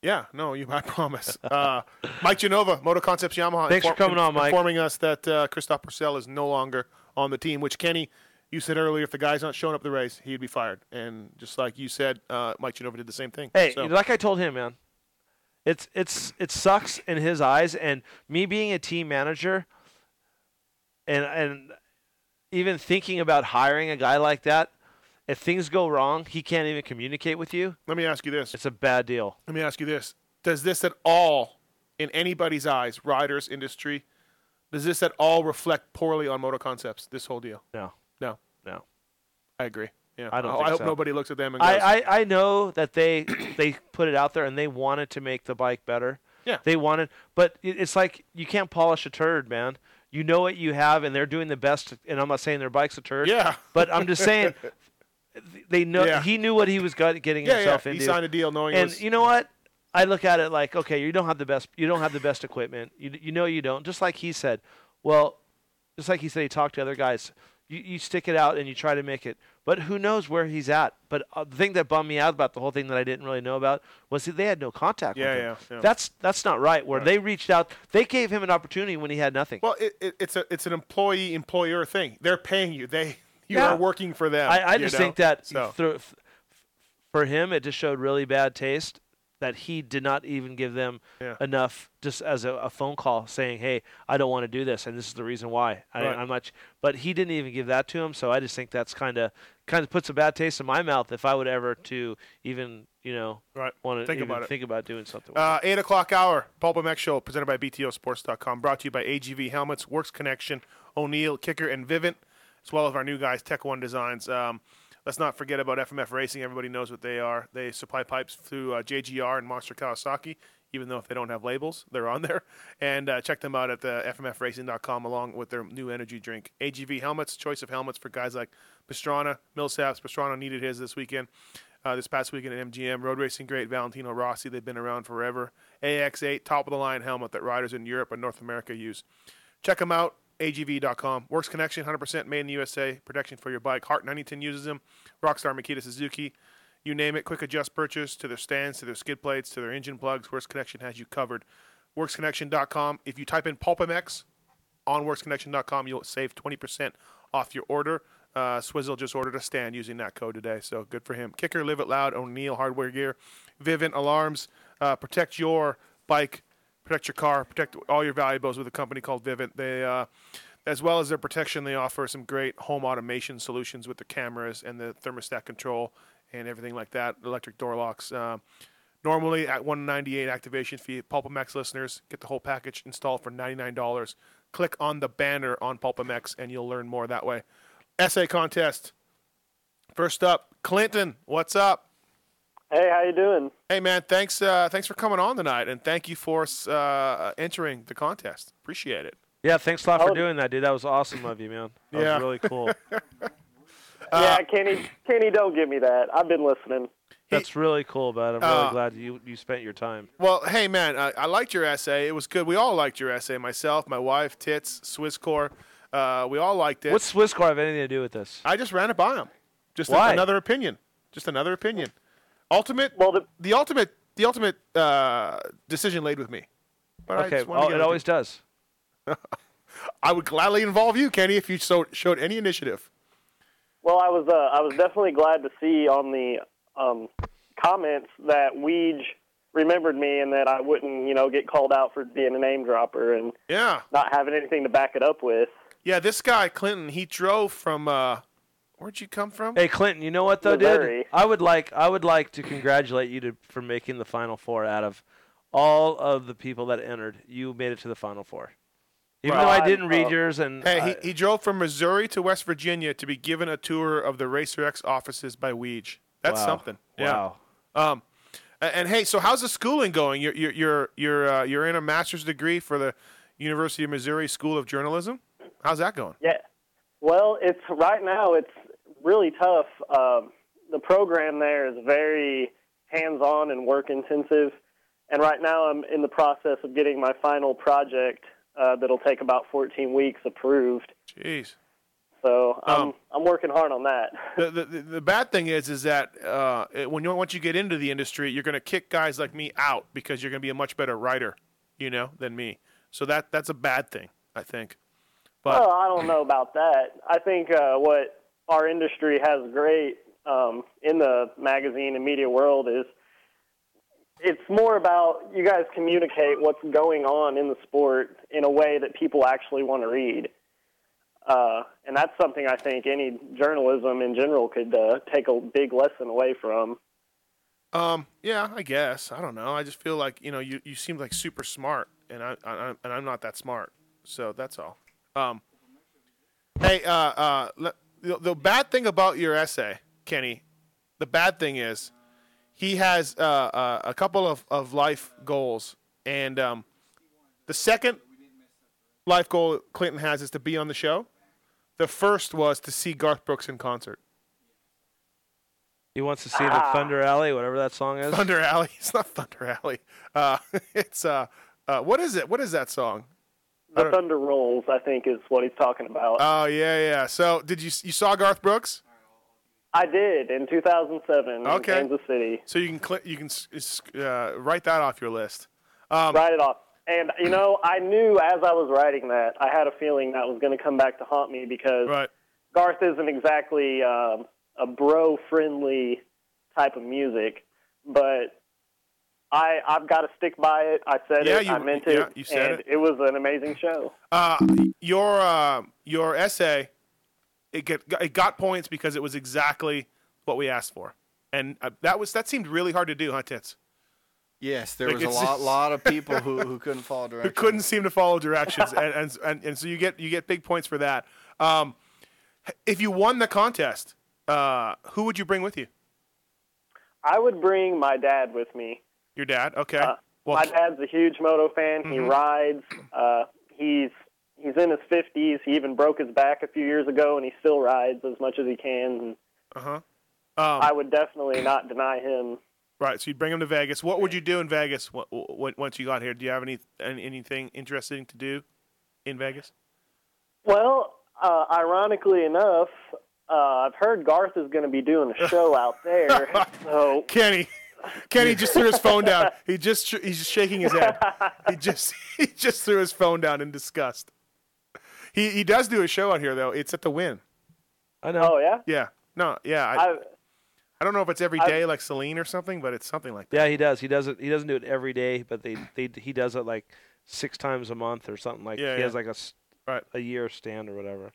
[SPEAKER 5] Yeah, no, you. I promise. uh, Mike Genova, Moto Concepts Yamaha.
[SPEAKER 6] Thanks for coming on, Mike.
[SPEAKER 5] Informing us that uh, Christoph Purcell is no longer on the team. Which Kenny, you said earlier, if the guy's not showing up the race, he'd be fired. And just like you said, uh, Mike Genova did the same thing.
[SPEAKER 6] Hey,
[SPEAKER 5] So-
[SPEAKER 6] like I told him, man, it's it's it sucks in his eyes, and me being a team manager, and and even thinking about hiring a guy like that, if things go wrong, he can't even communicate with you.
[SPEAKER 5] Let me ask you this.
[SPEAKER 6] It's a bad deal.
[SPEAKER 5] Let me ask you this: Does this at all, in anybody's eyes, riders industry, does this at all reflect poorly on Motor Concepts? This whole deal.
[SPEAKER 6] No.
[SPEAKER 5] No.
[SPEAKER 6] No.
[SPEAKER 5] I agree. Yeah.
[SPEAKER 6] I don't
[SPEAKER 5] I,
[SPEAKER 6] think
[SPEAKER 5] hope
[SPEAKER 6] so.
[SPEAKER 5] nobody looks at them and goes.
[SPEAKER 6] I, I, I know that they they put it out there and they wanted to make the bike better.
[SPEAKER 5] Yeah.
[SPEAKER 6] They wanted, but it, it's like you can't polish a turd, man. You know what you have, and they're doing the best. And I'm not saying their bike's a turd.
[SPEAKER 5] Yeah.
[SPEAKER 6] But I'm just saying they know
[SPEAKER 5] Yeah.
[SPEAKER 6] he knew what he was got, getting
[SPEAKER 5] Yeah,
[SPEAKER 6] himself
[SPEAKER 5] yeah. He
[SPEAKER 6] into.
[SPEAKER 5] signed a deal knowing it
[SPEAKER 6] And
[SPEAKER 5] was-
[SPEAKER 6] you know what? I look at it like, okay, you don't have the best. You don't have the best equipment. You you know you don't. Just like he said. Well, just like he said, he talked to other guys. You, you stick it out and you try to make it. But who knows where he's at? But uh, the thing that bummed me out about the whole thing that I didn't really know about was that they had no contact
[SPEAKER 5] Yeah,
[SPEAKER 6] with him.
[SPEAKER 5] yeah, yeah.
[SPEAKER 6] That's that's not right. Where they reached out, they gave him an opportunity when he had nothing.
[SPEAKER 5] Well, it, it, it's a it's an employee employer thing. They're paying you. They you
[SPEAKER 6] Yeah.
[SPEAKER 5] are working for them.
[SPEAKER 6] I, I
[SPEAKER 5] you
[SPEAKER 6] just
[SPEAKER 5] know?
[SPEAKER 6] think that
[SPEAKER 5] So.
[SPEAKER 6] through, f- for him, it just showed really bad taste that he did not even give them
[SPEAKER 5] Yeah.
[SPEAKER 6] enough, just as a, a phone call saying, "Hey, I don't want to do this, and this is the reason why." I,
[SPEAKER 5] Right.
[SPEAKER 6] I'm much, but he didn't even give that to him. So I just think that's kind of kind of puts a bad taste in my mouth if I would ever to even you know
[SPEAKER 5] right.
[SPEAKER 6] want to
[SPEAKER 5] Think about it.
[SPEAKER 6] think about doing something.
[SPEAKER 5] Uh, 8 o'clock hour, Paul Mech Show, presented by BTOsports.com, brought to you by AGV Helmets, Works Connection, O'Neill, Kicker, and Vivint, as well as our new guys, Tech One Designs. Um, let's not forget about FMF Racing. Everybody knows what they are. They supply pipes through uh, JGR and Monster Kawasaki, even though if they don't have labels, they're on there. And uh, check them out at the FMFRacing.com along with their new energy drink. AGV Helmets, choice of helmets for guys like Pastrana, Millsaps. Pastrana needed his this weekend uh, this past weekend at MGM. Road racing great Valentino Rossi, they've been around forever. AX8, top of the line helmet that riders in Europe and North America use. Check them out, agv.com. Works Connection, 100% made in the USA, protection for your bike. Hart and Huntington uses them. Rockstar Makita Suzuki, you name it. Quick adjust purchase to their stands, to their skid plates, to their engine plugs. Works Connection has you covered. WorksConnection.com. If you type in PulpMX, on worksconnection.com. You'll save 20% off your order. Uh, Swizzle just ordered a stand using that code today, so good for him. Kicker, Live It Loud, O'Neill Hardware Gear, Vivint Alarms. Uh, protect your bike, protect your car, protect all your valuables with a company called Vivint. They, uh, as well as their protection, they offer some great home automation solutions with the cameras and the thermostat control and everything like that, electric door locks. Um, Normally at 198 activation fee, Pulpamex listeners get the whole package installed for $99. Click on the banner on Pulpamex and you'll learn more that way. Essay contest. First up, Clinton, what's up?
[SPEAKER 3] Hey, how you doing?
[SPEAKER 5] Hey man, thanks uh, thanks for coming on tonight and thank you for uh, entering the contest. Appreciate it.
[SPEAKER 6] Yeah, thanks a lot for doing that, dude. That was awesome of you, man. That
[SPEAKER 5] Yeah.
[SPEAKER 6] was really cool.
[SPEAKER 3] yeah, Kenny, Kenny, don't give me that. I've been listening.
[SPEAKER 6] That's really cool, bud. I'm really
[SPEAKER 5] Uh,
[SPEAKER 6] glad you you spent your time.
[SPEAKER 5] Well, hey man, I, I liked your essay. It was good. We all liked your essay. Myself, my wife, Tits, Swisscore, uh, we all liked it.
[SPEAKER 6] What's Swisscore have anything to do with this?
[SPEAKER 5] I just ran it by him. Just
[SPEAKER 6] Why?
[SPEAKER 5] another opinion. Just another opinion. Ultimate. Well, the, ultimate, the ultimate uh, decision laid with me. But I
[SPEAKER 6] okay,
[SPEAKER 5] just wanted to
[SPEAKER 6] well, it
[SPEAKER 5] get other
[SPEAKER 6] always does.
[SPEAKER 5] I would gladly involve you, Kenny, if you so, showed any initiative.
[SPEAKER 3] Well, I was uh, I was definitely glad to see on the um, comments that Weege remembered me and that I wouldn't, you know, get called out for being a name dropper and
[SPEAKER 5] yeah,
[SPEAKER 3] not having anything to back it up with.
[SPEAKER 5] Yeah, this guy Clinton, he drove from. Uh, where'd you come from?
[SPEAKER 6] Hey, Clinton, you know what though, dude?
[SPEAKER 5] Missouri.
[SPEAKER 6] I would like I would like to congratulate you to, for making the final four out of all of the people that entered. You made it to the final four, even
[SPEAKER 5] Right.
[SPEAKER 6] though I didn't read yours. And
[SPEAKER 5] Hey,
[SPEAKER 6] I-
[SPEAKER 5] he, he drove from Missouri to West Virginia to be given a tour of the Racer X offices by Weege. That's
[SPEAKER 6] Wow.
[SPEAKER 5] something.
[SPEAKER 6] Wow.
[SPEAKER 5] Yeah. Um, a- and hey, so how's the schooling going? You're you're you're you're, uh, you're in a master's degree for the University of Missouri School of Journalism. How's that going?
[SPEAKER 3] Yeah. Well, it's right now. It's really tough. Um, the program there is very hands-on and work-intensive, and right now I'm in the process of getting my final project uh, that'll take about 14 weeks approved.
[SPEAKER 5] Jeez.
[SPEAKER 3] So I'm
[SPEAKER 5] Um,
[SPEAKER 3] I'm working hard on that.
[SPEAKER 5] the, the, the- the bad thing is is that uh, it- when you once you get into the industry, you're going to kick guys like me out because you're going to be a much better writer, you know, than me. So that that's a bad thing, I think. But
[SPEAKER 3] well, I don't know about that. I think uh, what our industry has great um, in the magazine and media world is it's more about you guys communicate what's going on in the sport in a way that people actually want to read. Uh, and that's something I think any journalism in general could uh, take a big lesson away from.
[SPEAKER 5] Um, yeah, I guess. I don't know. I just feel like you know you, you seem like super smart, and I, I I- and I'm not that smart, so that's all. Um, hey, uh, uh, le- the, the bad thing about your essay, Kenny, the bad thing is he has uh, uh, a couple of of life goals, and um, the second life goal Clinton has is to be on the show. The first was to see Garth Brooks in concert.
[SPEAKER 6] He wants to see him
[SPEAKER 5] Ah.
[SPEAKER 6] at Thunder Alley, whatever that song is.
[SPEAKER 5] Thunder Alley. It's not Thunder Alley. Uh, it's uh, uh, what is it? What is that song?
[SPEAKER 3] The thunder rolls, I think, is what he's talking about.
[SPEAKER 5] Oh yeah, yeah. So did you you saw Garth Brooks?
[SPEAKER 3] I did in 2007
[SPEAKER 5] Okay.
[SPEAKER 3] in Kansas City.
[SPEAKER 5] So you can cl- you can s- s- uh, write that off your list. Um,
[SPEAKER 3] Write it off. And you know, I knew as I was writing that, I had a feeling that was going to come back to haunt me because Garth isn't exactly um, a bro-friendly type of music, but I I've got to stick by it. I said
[SPEAKER 5] Yeah,
[SPEAKER 3] it.
[SPEAKER 5] you-
[SPEAKER 3] I meant
[SPEAKER 5] yeah,
[SPEAKER 3] it.
[SPEAKER 5] you said
[SPEAKER 3] and
[SPEAKER 5] it.
[SPEAKER 3] it was an amazing show.
[SPEAKER 5] Uh, your uh, your essay, it get it got points because it was exactly what we asked for, and uh, that was that seemed really hard to do, huh, Tits?
[SPEAKER 7] Yes, there
[SPEAKER 5] Like,
[SPEAKER 7] was a
[SPEAKER 5] it's
[SPEAKER 7] lot,
[SPEAKER 5] just-
[SPEAKER 7] lot of people who, who couldn't follow
[SPEAKER 5] who
[SPEAKER 7] directions.
[SPEAKER 5] couldn't seem to follow directions, and, and and and so you get you get big points for that. Um, if you won the contest, uh, who would you bring with you?
[SPEAKER 3] I would bring my dad with me.
[SPEAKER 5] Your dad, okay.
[SPEAKER 3] my dad's a huge moto fan. He
[SPEAKER 5] Mhm.
[SPEAKER 3] rides. Uh, he's he's in his fifties. He even broke his back a few years ago, and he still rides as much as he can. And
[SPEAKER 5] Uh huh.
[SPEAKER 3] I would definitely not deny him.
[SPEAKER 5] Right. So you'd bring him to Vegas. What would you do in Vegas w- w- once you got here? Do you have any an- anything interesting to do in Vegas?
[SPEAKER 3] Well, uh, ironically enough, uh, I've heard Garth is going to be doing a show out there. So
[SPEAKER 5] Kenny, Kenny just threw his phone down. He just sh- he's just shaking his head. He just he just threw his phone down in disgust. He he does do a show out here though. It's at the Win.
[SPEAKER 6] I know.
[SPEAKER 3] Oh yeah.
[SPEAKER 5] Yeah. No. Yeah. I, I,
[SPEAKER 3] I-
[SPEAKER 5] don't know if it's every
[SPEAKER 6] I-
[SPEAKER 5] day like Celine or something, but it's something like
[SPEAKER 6] Yeah, he does. He doesn't. He doesn't do it every day, but they, they he does it like six times a month or something like.
[SPEAKER 5] Yeah,
[SPEAKER 6] he
[SPEAKER 5] yeah.
[SPEAKER 6] has like a s-
[SPEAKER 5] right.
[SPEAKER 6] a year stand or whatever.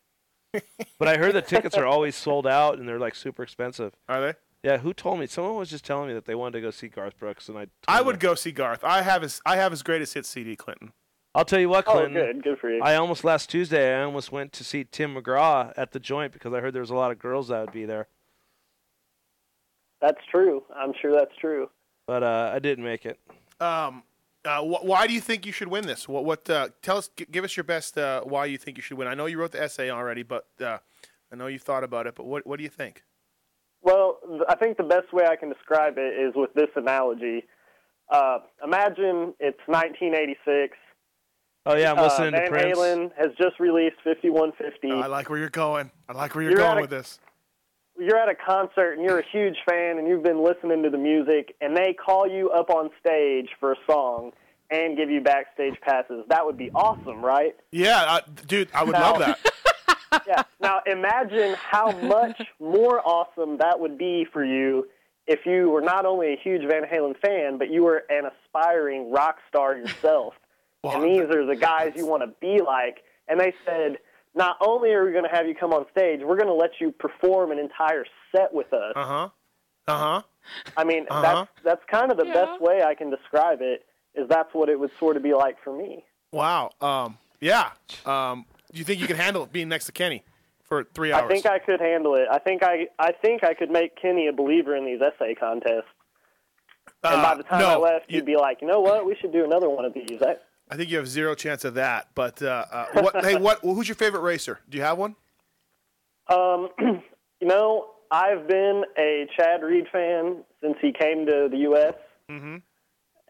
[SPEAKER 6] but I heard the tickets are always sold out and they're like super expensive.
[SPEAKER 5] Are they?
[SPEAKER 6] Yeah. Who told me? Someone was just telling me that they wanted to go see Garth Brooks, and I.
[SPEAKER 5] I would go see Garth. I have his I have his greatest hits CD, Clinton.
[SPEAKER 6] I'll tell you what,
[SPEAKER 5] Oh,
[SPEAKER 6] Clinton.
[SPEAKER 5] good. Good for you.
[SPEAKER 6] I almost last Tuesday. I almost went to see Tim McGraw at the joint because I heard there was a lot of girls that would be there,
[SPEAKER 3] that's true. I'm sure that's true.
[SPEAKER 6] but uh, I didn't make it.
[SPEAKER 5] Um, uh, wh- why do you think you should win this? What? What? Uh, tell us. G- give us your best. Uh, why you think you should win? I know you wrote the essay already, but uh, I know you thought about it. But what? What do you think?
[SPEAKER 3] Well, th- I think the best way I can describe it is with this analogy. Uh, imagine it's 1986.
[SPEAKER 6] Oh yeah, I'm
[SPEAKER 3] Uh,
[SPEAKER 6] listening
[SPEAKER 3] Van
[SPEAKER 6] to Prince.
[SPEAKER 3] Halen has just released 5150.
[SPEAKER 5] I like where you're going. I like where you're,
[SPEAKER 3] You're at
[SPEAKER 5] going
[SPEAKER 3] a-
[SPEAKER 5] with this.
[SPEAKER 3] You're at a concert and you're a huge fan and you've been listening to the music and they call you up on stage for a song and give you backstage passes. That would be awesome, right?
[SPEAKER 5] Yeah, uh, dude, I would love that.
[SPEAKER 3] yeah. Now imagine how much more awesome that would be for you if you were not only a huge Van Halen fan, but you were an aspiring rock star yourself. and these are the guys you want to be like. And they said, not only are we going to have you come on stage, we're going to let you perform an entire set with us.
[SPEAKER 5] Uh huh. Uh huh.
[SPEAKER 3] I mean,
[SPEAKER 5] Uh-huh.
[SPEAKER 3] that's that's kind of the best way I can describe it. Is that's what it would sort of be like for me.
[SPEAKER 5] Wow. Um. Yeah. Um. Do you think you can handle being next to Kenny for three hours?
[SPEAKER 3] I think I could handle it. I think I I think I could make Kenny a believer in these essay contests. And by
[SPEAKER 5] Uh,
[SPEAKER 3] the time I left, you'd be like, you know what? We should do another one of these. I,
[SPEAKER 5] I think you have zero chance of that. But uh, uh, what? hey, what? Who's your favorite racer? Do you have one?
[SPEAKER 3] um, you know, I've been a Chad Reed fan since he came to the U.S.
[SPEAKER 5] Mm-hmm.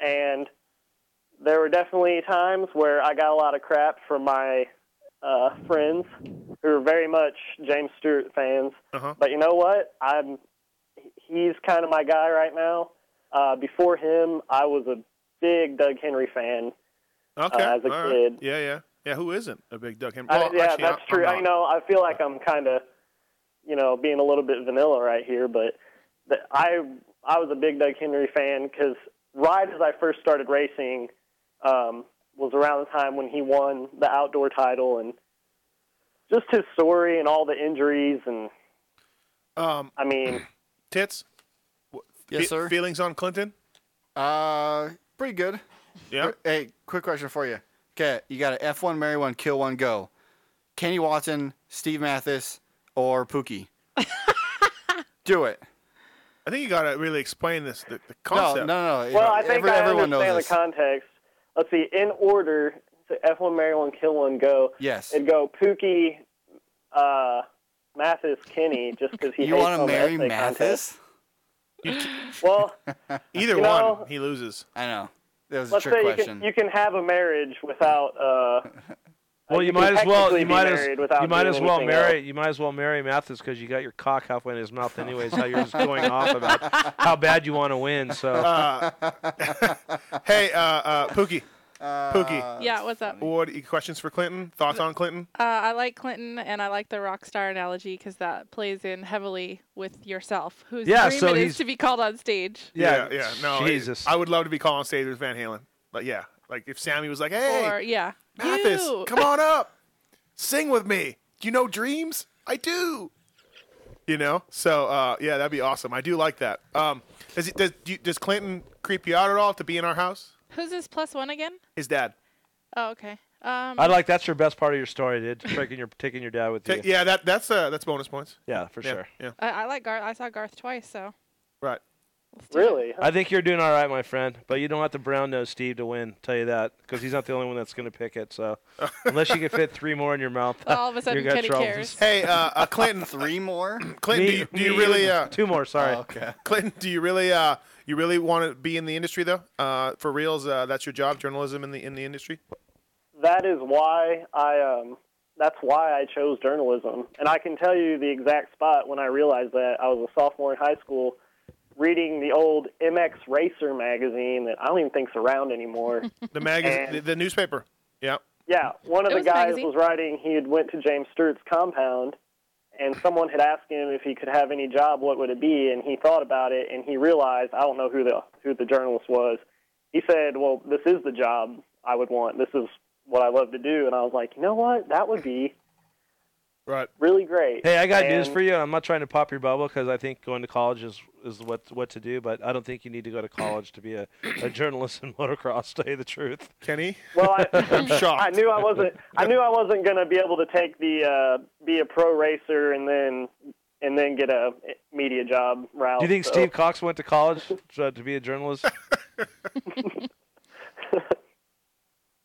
[SPEAKER 3] and there were definitely times where I got a lot of crap from my uh, friends who are very much James Stewart fans.
[SPEAKER 5] Uh-huh.
[SPEAKER 3] But you know what? I'm he's kind of my guy right now. Uh, before him, I was a big Doug Henry fan.
[SPEAKER 5] Okay.
[SPEAKER 3] Uh, as a
[SPEAKER 5] all right.
[SPEAKER 3] kid.
[SPEAKER 5] Yeah, yeah, yeah. Who isn't a big Doug Henry?
[SPEAKER 3] I-
[SPEAKER 5] Well,
[SPEAKER 3] yeah,
[SPEAKER 5] actually,
[SPEAKER 3] that's
[SPEAKER 5] I- I'm
[SPEAKER 3] true. I
[SPEAKER 5] not.
[SPEAKER 3] know. I feel like I'm kind of, you know, being a little bit vanilla right here, but the, I I was a big Doug Henry fan because right as I first started racing um, was around the time when he won the outdoor title, and just his story and all the injuries and
[SPEAKER 5] Um,
[SPEAKER 3] I mean,
[SPEAKER 5] tits.
[SPEAKER 7] Yes,
[SPEAKER 5] Fe-
[SPEAKER 7] sir.
[SPEAKER 5] Feelings on Clinton?
[SPEAKER 7] Uh, pretty good.
[SPEAKER 5] Yeah.
[SPEAKER 7] Hey, quick question for you. Okay, you got a F1, marry one, kill one, go. Kenny Watson, Steve Mathis, or Pookie? Do it.
[SPEAKER 5] I think you got to really explain this the, the concept.
[SPEAKER 7] No, no,
[SPEAKER 3] well, I think I understand the context. Let's see, in order, so F1, marry one, kill one, go.
[SPEAKER 7] Yes.
[SPEAKER 3] It'd go Pookie, uh, Mathis, Kenny, just because he
[SPEAKER 7] You
[SPEAKER 3] hates
[SPEAKER 7] wanna
[SPEAKER 3] on the
[SPEAKER 7] marry
[SPEAKER 3] essay contest. well,
[SPEAKER 5] Either
[SPEAKER 3] you
[SPEAKER 5] one,
[SPEAKER 3] know-
[SPEAKER 5] he loses.
[SPEAKER 7] I know. That was
[SPEAKER 3] let's
[SPEAKER 7] a trick
[SPEAKER 3] say you
[SPEAKER 7] question.
[SPEAKER 3] can, you can have a marriage without. Uh,
[SPEAKER 6] Well,
[SPEAKER 3] uh,
[SPEAKER 6] you,
[SPEAKER 3] can
[SPEAKER 6] might as well.
[SPEAKER 3] technically
[SPEAKER 6] You
[SPEAKER 3] be
[SPEAKER 6] might as,
[SPEAKER 3] married without
[SPEAKER 6] you might
[SPEAKER 3] doing
[SPEAKER 6] as well
[SPEAKER 3] anything
[SPEAKER 6] marry.
[SPEAKER 3] else.
[SPEAKER 6] You might as well marry Mathis because you got your cock halfway in his mouth, anyways. How you're just going off about how bad you want to win. So,
[SPEAKER 5] hey, uh, uh, Pookie. Pookie.
[SPEAKER 1] Yeah, what's up?
[SPEAKER 5] What questions for Clinton? Thoughts on Clinton?
[SPEAKER 1] Uh, I like Clinton, and I like the rock star analogy because that plays in heavily with yourself, whose
[SPEAKER 5] Yeah,
[SPEAKER 1] dream
[SPEAKER 5] so
[SPEAKER 1] it
[SPEAKER 5] he's-
[SPEAKER 1] is to be called on stage.
[SPEAKER 5] Yeah, yeah. No,
[SPEAKER 6] Jesus.
[SPEAKER 5] I would love to be calling stage with Van Halen. Like, yeah, like if Sammy was like, "Hey,
[SPEAKER 1] Or yeah,
[SPEAKER 5] Mathis,
[SPEAKER 1] You.
[SPEAKER 5] come on up, sing with me. Do you know Dreams? I do." You know, so uh, yeah, that'd be awesome. I do like that. Um, does he, does do you, does Clinton creep you out at all to be in our house?
[SPEAKER 1] Who's this plus one again?
[SPEAKER 5] His dad.
[SPEAKER 1] Oh, okay. Um,
[SPEAKER 6] I like that's your best part of your story, dude. Taking your taking your dad with you.
[SPEAKER 5] Ta- yeah, that that's uh, that's bonus points.
[SPEAKER 6] Yeah, for
[SPEAKER 5] Yeah,
[SPEAKER 6] sure.
[SPEAKER 5] Yeah,
[SPEAKER 1] I, I like Garth. I saw Garth twice, so
[SPEAKER 5] right.
[SPEAKER 3] Really?
[SPEAKER 6] I think you're doing all right, my friend. But you don't have to brown nose Steve to win. Tell you that because he's not the only one that's going to pick it. So unless you can fit three more in your mouth,
[SPEAKER 1] Well, all of a
[SPEAKER 6] you're
[SPEAKER 1] sudden
[SPEAKER 6] gonna
[SPEAKER 1] Kenny
[SPEAKER 6] trouble.
[SPEAKER 1] cares.
[SPEAKER 5] Hey, uh, uh, Clinton.
[SPEAKER 7] Three more. Oh,
[SPEAKER 5] Clinton, do
[SPEAKER 6] Me-
[SPEAKER 5] you, do you
[SPEAKER 6] me
[SPEAKER 5] really?
[SPEAKER 6] and-
[SPEAKER 5] Uh,
[SPEAKER 6] two more. Sorry.
[SPEAKER 7] okay.
[SPEAKER 5] Clinton, do you really? Uh, you really want to be in the industry though? Uh, for reals, uh, that's your job, journalism in the in the industry.
[SPEAKER 3] that is why I um that's why I chose journalism. And I can tell you the exact spot when I realized that I was a sophomore in high school reading the old MX Racer magazine that I don't even think's around anymore.
[SPEAKER 5] The magazine,
[SPEAKER 3] And-
[SPEAKER 5] the, the newspaper. Yeah.
[SPEAKER 3] yeah, one of
[SPEAKER 5] It
[SPEAKER 3] the
[SPEAKER 5] was a
[SPEAKER 3] guys
[SPEAKER 5] magazine.
[SPEAKER 3] was writing he had went to James Stewart's compound and someone had asked him if he could have any job what would it be and he thought about it and he realized I don't know who the who the journalist was. He said, "Well, this is the job I would want. This is what I love to do." And I was like, "You know what? That would be
[SPEAKER 5] Right.
[SPEAKER 3] really great."
[SPEAKER 6] Hey, I got news
[SPEAKER 3] And-
[SPEAKER 6] for you. I'm not trying to pop your bubble because I think going to college is is what what to do. But I don't think you need to go to college to be a, a journalist in motocross. To tell you the truth,
[SPEAKER 5] Kenny.
[SPEAKER 3] Well, I,
[SPEAKER 6] I'm shocked.
[SPEAKER 3] I knew I wasn't. I knew I wasn't going to be able to take the uh, be a pro racer and then and then get a media job route.
[SPEAKER 6] Do you think
[SPEAKER 3] so-
[SPEAKER 6] Steve Cox went to college to, to be a journalist?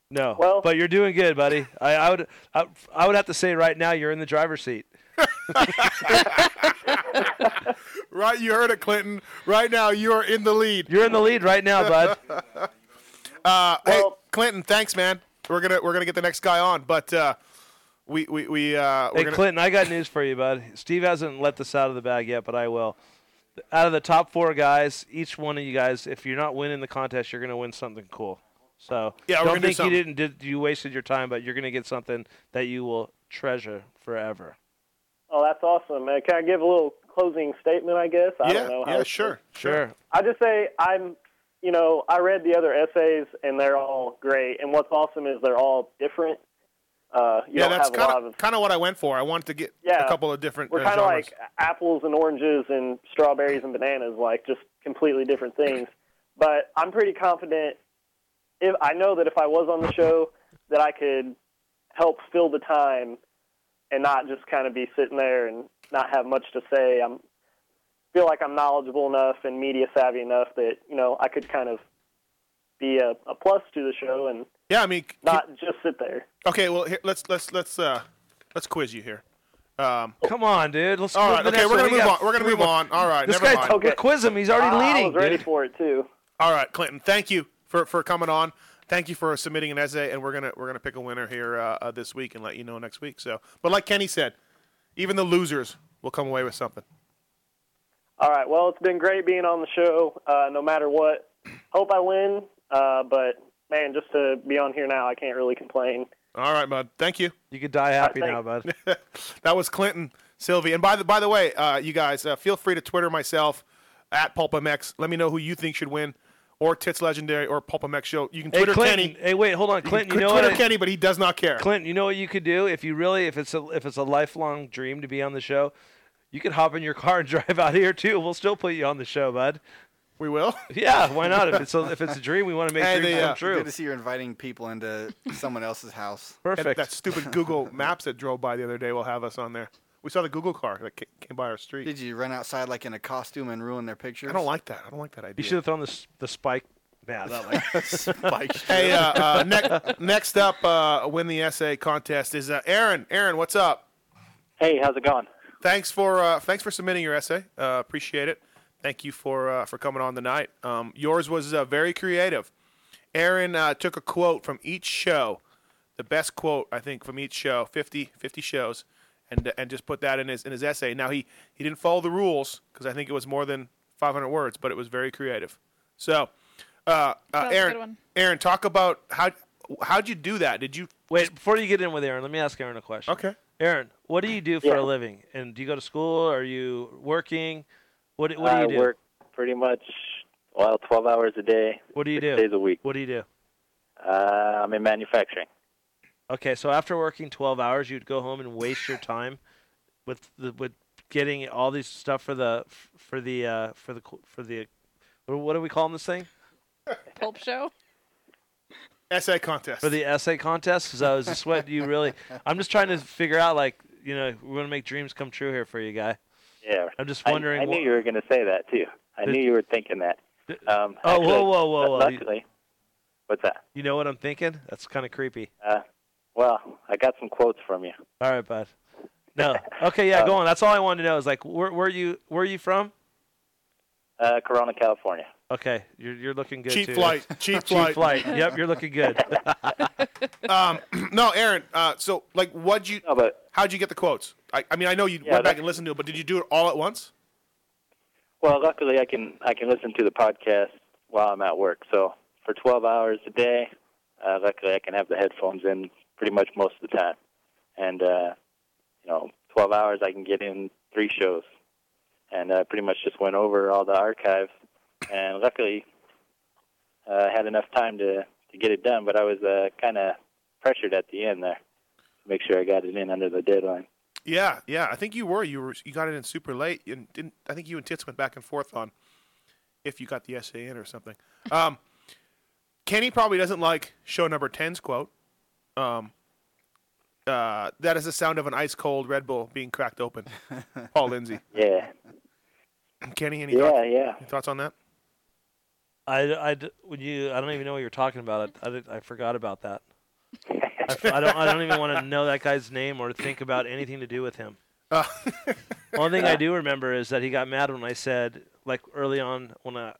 [SPEAKER 6] no.
[SPEAKER 3] Well-
[SPEAKER 6] but you're doing good, buddy. I, I would I, I would have to say right now you're in the driver's seat.
[SPEAKER 5] Right. You heard it, Clinton. Right now, you are in the lead.
[SPEAKER 6] You're in the lead right now, bud.
[SPEAKER 5] uh, hey, Clinton. Thanks, man. We're gonna we're gonna get the next guy on, but uh, we we we uh, we're
[SPEAKER 6] Hey,
[SPEAKER 5] gonna,
[SPEAKER 6] Clinton, I got news for you, bud. Steve hasn't let this out of the bag yet, but I will. Out of the top four guys, each one of you guys, if you're not winning the contest, you're going to win something cool. So
[SPEAKER 5] Yeah,
[SPEAKER 6] don't
[SPEAKER 5] we're gonna do
[SPEAKER 6] think you
[SPEAKER 5] something.
[SPEAKER 6] didn't did, you wasted your time, but you're going to get something that you will treasure forever.
[SPEAKER 3] Oh, that's awesome, man. Can I give a little closing statement, I guess? I
[SPEAKER 6] Yeah,
[SPEAKER 3] don't know how
[SPEAKER 6] yeah,
[SPEAKER 3] it's-
[SPEAKER 6] sure, sure.
[SPEAKER 3] I just say I'm, you know, I read the other essays and they're all great. And what's awesome is they're all different. Uh, you
[SPEAKER 5] yeah,
[SPEAKER 3] don't
[SPEAKER 5] that's
[SPEAKER 3] have a lot
[SPEAKER 5] kind
[SPEAKER 3] of,
[SPEAKER 5] of kind of what I went for. I wanted to get
[SPEAKER 3] Yeah.
[SPEAKER 5] a couple of different.
[SPEAKER 3] we're
[SPEAKER 5] uh,
[SPEAKER 3] kind of
[SPEAKER 5] genres.
[SPEAKER 3] like apples and oranges and strawberries and bananas, like just completely different things. But I'm pretty confident. If I know that if I was on the show, that I could help fill the time and not just kind of be sitting there and not have much to say. I'm feel like I'm knowledgeable enough and media savvy enough that you know I could kind of be a, a plus to the show and
[SPEAKER 5] Yeah, I mean,
[SPEAKER 3] not just sit there.
[SPEAKER 5] Okay, well, here, let's let's let's uh let's quiz you here. Um,
[SPEAKER 6] Oh. Come on, dude. Let's
[SPEAKER 5] all
[SPEAKER 6] move
[SPEAKER 5] right.
[SPEAKER 6] to the
[SPEAKER 5] Okay,
[SPEAKER 6] next
[SPEAKER 5] we're
[SPEAKER 6] one.
[SPEAKER 5] gonna
[SPEAKER 6] We
[SPEAKER 5] move on.
[SPEAKER 6] got
[SPEAKER 5] We're gonna
[SPEAKER 6] three
[SPEAKER 5] move
[SPEAKER 6] more.
[SPEAKER 5] on. All right.
[SPEAKER 6] This
[SPEAKER 5] never
[SPEAKER 6] guy's
[SPEAKER 5] mind.
[SPEAKER 6] okay. quiz him. He's
[SPEAKER 3] Ah,
[SPEAKER 6] already leading. dude.
[SPEAKER 3] for it too.
[SPEAKER 5] All right, Clinton. Thank you for for coming on. Thank you for submitting an essay, and we're gonna we're gonna pick a winner here uh, uh, this week and let you know next week. So, but like Kenny said, even the losers will come away with something.
[SPEAKER 3] All right. Well, it's been great being on the show. Uh, no matter what, hope I win. Uh, but man, just to be on here now, I can't really complain.
[SPEAKER 5] All right, bud. Thank you.
[SPEAKER 6] You could die happy
[SPEAKER 3] now,
[SPEAKER 6] bud.
[SPEAKER 5] that was Clinton Sylvie. And by the by the way, uh, you guys uh, feel free to Twitter myself at PulpMX. Let me know who you think should win. or Tits Legendary or Pulp MX Show. You can
[SPEAKER 6] Hey,
[SPEAKER 5] Twitter
[SPEAKER 6] Clinton.
[SPEAKER 5] Kenny.
[SPEAKER 6] Hey, wait, hold on,
[SPEAKER 5] can
[SPEAKER 6] Clinton.
[SPEAKER 5] cl-
[SPEAKER 6] you know
[SPEAKER 5] Twitter
[SPEAKER 6] what?
[SPEAKER 5] Kenny, but he does not care.
[SPEAKER 6] Clinton, you know what you could do if you really, if it's a, if it's a lifelong dream to be on the show, you could hop in your car and drive out here too. We'll still put you on the show, bud.
[SPEAKER 5] We will.
[SPEAKER 6] Yeah, why not? If it's a, if it's a dream, we want to make dreams
[SPEAKER 5] uh,
[SPEAKER 6] come true.
[SPEAKER 7] Good to see you're inviting people into someone else's house.
[SPEAKER 5] That, that stupid Google Maps that drove by the other day will have us on there. We saw the Google car that ca- came by our street.
[SPEAKER 7] Did you run outside like in a costume and ruin their pictures?
[SPEAKER 5] I don't like that. I don't like that idea.
[SPEAKER 6] You should have thrown the s- the spike. Yeah, that like
[SPEAKER 7] spike.
[SPEAKER 5] Hey, uh, uh, ne- next up, uh, win the essay contest is uh, Aaron. Aaron, what's up?
[SPEAKER 4] Hey, how's it going?
[SPEAKER 5] Thanks for uh, thanks for submitting your essay. Uh, appreciate it. Thank you for uh, for coming on tonight. Um, yours was uh, very creative. Aaron uh, took a quote from each show, the best quote I think from each show, 50, 50 shows, and and just put that in his in his essay. Now he he didn't follow the rules because I think it was more than five hundred words, but it was very creative. So, uh,
[SPEAKER 6] That
[SPEAKER 5] uh,
[SPEAKER 6] was a
[SPEAKER 5] Aaron,
[SPEAKER 6] good one.
[SPEAKER 5] Aaron, talk about how how'd you do that? Did you
[SPEAKER 6] wait before you get in with Aaron? Let me ask Aaron a question. Okay, Aaron, what do you do for
[SPEAKER 4] Yeah.
[SPEAKER 6] a living? And do you go to school? Are you working? What what do
[SPEAKER 4] I
[SPEAKER 6] you do?
[SPEAKER 4] work pretty much well, twelve hours a day.
[SPEAKER 6] What do you
[SPEAKER 4] six
[SPEAKER 6] do?
[SPEAKER 4] Days a week.
[SPEAKER 6] What do you do?
[SPEAKER 4] Uh, I'm in manufacturing.
[SPEAKER 6] Okay, so after working 12 hours, you'd go home and waste your time with the, with getting all these stuff for the for the uh, for the for the what do we call this thing?
[SPEAKER 1] Pulp show.
[SPEAKER 5] essay contest
[SPEAKER 6] For the essay contest cuz I was just what you really I'm just trying to figure out like, you know, we want to make dreams come true here for you guy.
[SPEAKER 4] Yeah.
[SPEAKER 6] I'm just
[SPEAKER 4] I-
[SPEAKER 6] wondering
[SPEAKER 4] I,
[SPEAKER 6] what-
[SPEAKER 4] knew you were going to say that too. I
[SPEAKER 6] Did-
[SPEAKER 4] knew you were thinking that. Um,
[SPEAKER 6] Oh,
[SPEAKER 4] actually,
[SPEAKER 6] whoa, whoa, whoa,
[SPEAKER 4] lu-
[SPEAKER 6] whoa. You-
[SPEAKER 4] Luckily, what's that?
[SPEAKER 6] You know what I'm thinking? That's kind of creepy.
[SPEAKER 4] Uh, well, I got some quotes from you.
[SPEAKER 6] All right, bud. No. Okay, yeah,
[SPEAKER 4] Um,
[SPEAKER 6] go on. That's all I wanted to know is like where where you where you from?
[SPEAKER 4] Uh, Corona, California.
[SPEAKER 6] Okay, you're you're looking good
[SPEAKER 5] Cheap
[SPEAKER 6] too.
[SPEAKER 5] flight, cheap flight.
[SPEAKER 6] Yep, you're looking good.
[SPEAKER 5] um, no, Aaron. Uh, so, like, what'd you? how'd you get the quotes? I, I mean, I know you
[SPEAKER 4] Yeah,
[SPEAKER 5] went back
[SPEAKER 4] that-
[SPEAKER 5] and listened to it, but did you do it all at once?
[SPEAKER 4] Well, luckily I can I can listen to the podcast while I'm at work. So for 12 hours a day, uh, luckily I can have the headphones in pretty much most of the time, and uh, you know, 12 hours I can get in three shows, and I pretty much just went over all the archive, and luckily uh, I had enough time to to get it done. But I was uh, kind of pressured at the end there to make sure I got it in under the deadline.
[SPEAKER 5] Yeah, yeah. I think you were. You were. You got it in super late, and didn't. I think you and Tits went back and forth on if you got the essay in or something. Um, Kenny probably doesn't like show number 10's quote. Um, uh, that is the sound of an ice cold Red Bull being cracked open. Paul Lindsay.
[SPEAKER 4] Yeah.
[SPEAKER 5] Kenny, any
[SPEAKER 4] Yeah,
[SPEAKER 5] thoughts?
[SPEAKER 4] yeah.
[SPEAKER 5] Any thoughts on that?
[SPEAKER 6] I, I d- when you I don't even know what you're talking about. I, I, did- I forgot about that. I, f- I don't I don't even want to know that guy's name or think about anything to do with him.
[SPEAKER 5] Uh.
[SPEAKER 6] Only thing I do remember is that he got mad when I said like early on when I,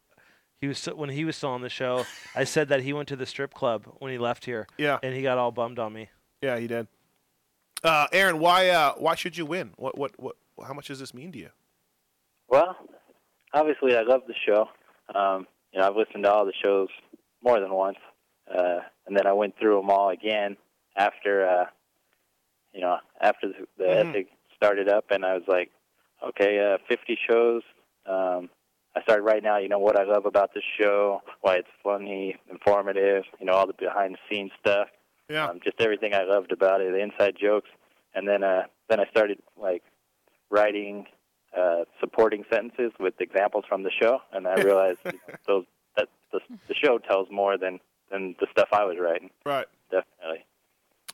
[SPEAKER 6] he was still- when he was still on the show. I said that he went to the strip club when he left here.
[SPEAKER 5] Yeah.
[SPEAKER 6] and he got all bummed on me.
[SPEAKER 5] Yeah, he did. Uh, Aaron, why? Uh, why should you win? What? What? What? How much does this mean to you?
[SPEAKER 4] Well, obviously, I love the show. Um, you know, I've listened to all the shows more than once, uh, and then I went through them all again after, uh, you know, after the, the
[SPEAKER 5] Mhm.
[SPEAKER 4] ethic started up, and I was like, okay, uh, 50 shows. Um, I started right now. You know what I love about the show? Why it's funny, informative. You know, all the behind-the-scenes stuff.
[SPEAKER 5] Yeah.
[SPEAKER 4] Um, just everything I loved about it, the inside jokes, and then uh, then I started like writing uh, supporting sentences with examples from the show, and I realized you know, those that the, the show tells more than than the stuff I was writing.
[SPEAKER 5] Right.
[SPEAKER 4] Definitely.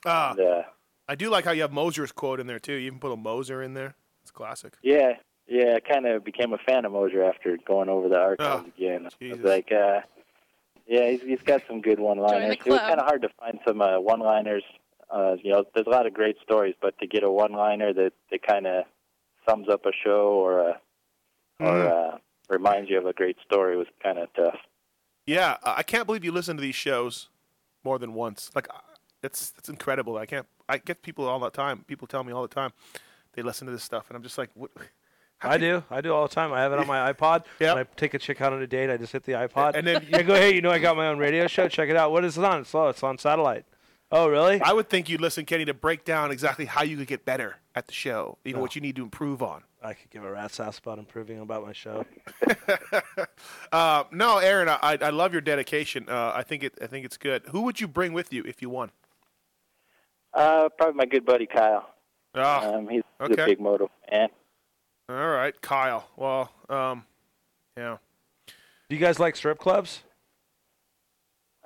[SPEAKER 5] Uh,
[SPEAKER 4] Yeah.
[SPEAKER 5] I do like how you have Moser's quote in there too. You even put a Moser in there. It's classic.
[SPEAKER 4] Yeah. Yeah. I kind of became a fan of Mosier after going over the
[SPEAKER 5] Oh,
[SPEAKER 4] archives again. I was like, uh, yeah, he's, he's got some good one-liners. It was
[SPEAKER 1] club.
[SPEAKER 4] kind of hard to find some uh, one-liners. Uh, you know, there's a lot of great stories, but to get a one-liner that that kind of sums up a show or a,
[SPEAKER 5] Oh,
[SPEAKER 4] or
[SPEAKER 5] Mm-hmm.
[SPEAKER 4] uh, reminds you of a great story was kind of tough.
[SPEAKER 5] Yeah, I I can't believe you listen to these shows more than once. Like, I- it's it's incredible. I can't. I get people all the time. People tell me all the time they listen to this stuff, and I'm just like, what? How
[SPEAKER 6] I
[SPEAKER 5] can-
[SPEAKER 6] do. I do all the time. I have it on my iPod. When I take a chick out on a date, I just hit the iPod
[SPEAKER 5] And then
[SPEAKER 6] I go, hey, you know, I got my own radio show. Check it out. What is it on? It's, oh, it's on satellite. Oh, really?
[SPEAKER 5] I would think you'd listen, Kenny, to break down exactly how you could get better at the show. You know what you need to improve on.
[SPEAKER 6] Oh. I could give a rat's ass about improving about my show.
[SPEAKER 5] Uh, no, Aaron, I- I, I love your dedication. Uh, I think it. I think it's good. Who would you bring with you if you won?
[SPEAKER 4] Uh, probably my good buddy Kyle.
[SPEAKER 5] Oh,
[SPEAKER 4] um, he's, he's
[SPEAKER 5] okay.
[SPEAKER 4] a big moto fan.
[SPEAKER 5] All right, Kyle. Well, um, yeah.
[SPEAKER 6] Do you guys like strip clubs?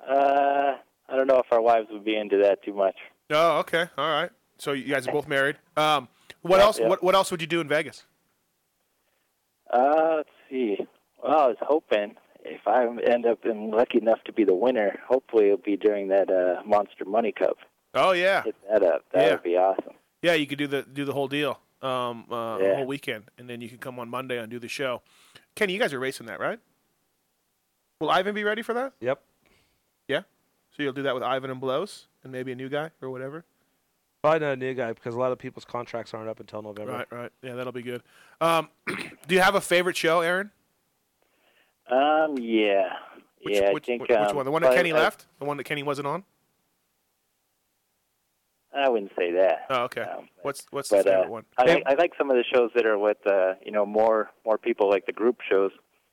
[SPEAKER 4] Uh, I don't know if our wives would be into that too much.
[SPEAKER 5] Oh, okay. All right. So you guys are both married. Um, what
[SPEAKER 4] Yeah,
[SPEAKER 5] else?
[SPEAKER 4] yeah.
[SPEAKER 5] What, what else would you do in Vegas?
[SPEAKER 4] Uh, let's see. Well, I was hoping if I end up in lucky enough to be the winner, hopefully it'll be during that uh, Monster Money Cup.
[SPEAKER 5] Oh yeah,
[SPEAKER 4] Hit that up. That
[SPEAKER 5] Yeah.
[SPEAKER 4] would be awesome.
[SPEAKER 5] yeah. You could do the do the whole deal, um, uh, the
[SPEAKER 4] Yeah.
[SPEAKER 5] whole weekend, and then you could come on Monday and do the show. Kenny, you guys are racing that, right? Will Ivan be ready for that?
[SPEAKER 6] Yep.
[SPEAKER 5] Yeah. So you'll do that with Ivan and Blows, and maybe a new guy or whatever.
[SPEAKER 6] Probably not a new guy because a lot of people's contracts aren't up until November.
[SPEAKER 5] Right, right. Yeah, that'll be good. Um, do you have a favorite show, Aaron?
[SPEAKER 4] Um, yeah. yeah,
[SPEAKER 5] which,
[SPEAKER 4] I think
[SPEAKER 5] which
[SPEAKER 4] um,
[SPEAKER 5] one? The one that
[SPEAKER 4] but
[SPEAKER 5] Kenny
[SPEAKER 4] I-
[SPEAKER 5] left? The one that Kenny wasn't on?
[SPEAKER 4] I wouldn't say that.
[SPEAKER 5] Oh, okay. what's what's
[SPEAKER 4] but,
[SPEAKER 5] the
[SPEAKER 4] uh,
[SPEAKER 5] favorite one?
[SPEAKER 4] I, like, I like some of the shows that are with uh, you know more more people, like the group shows,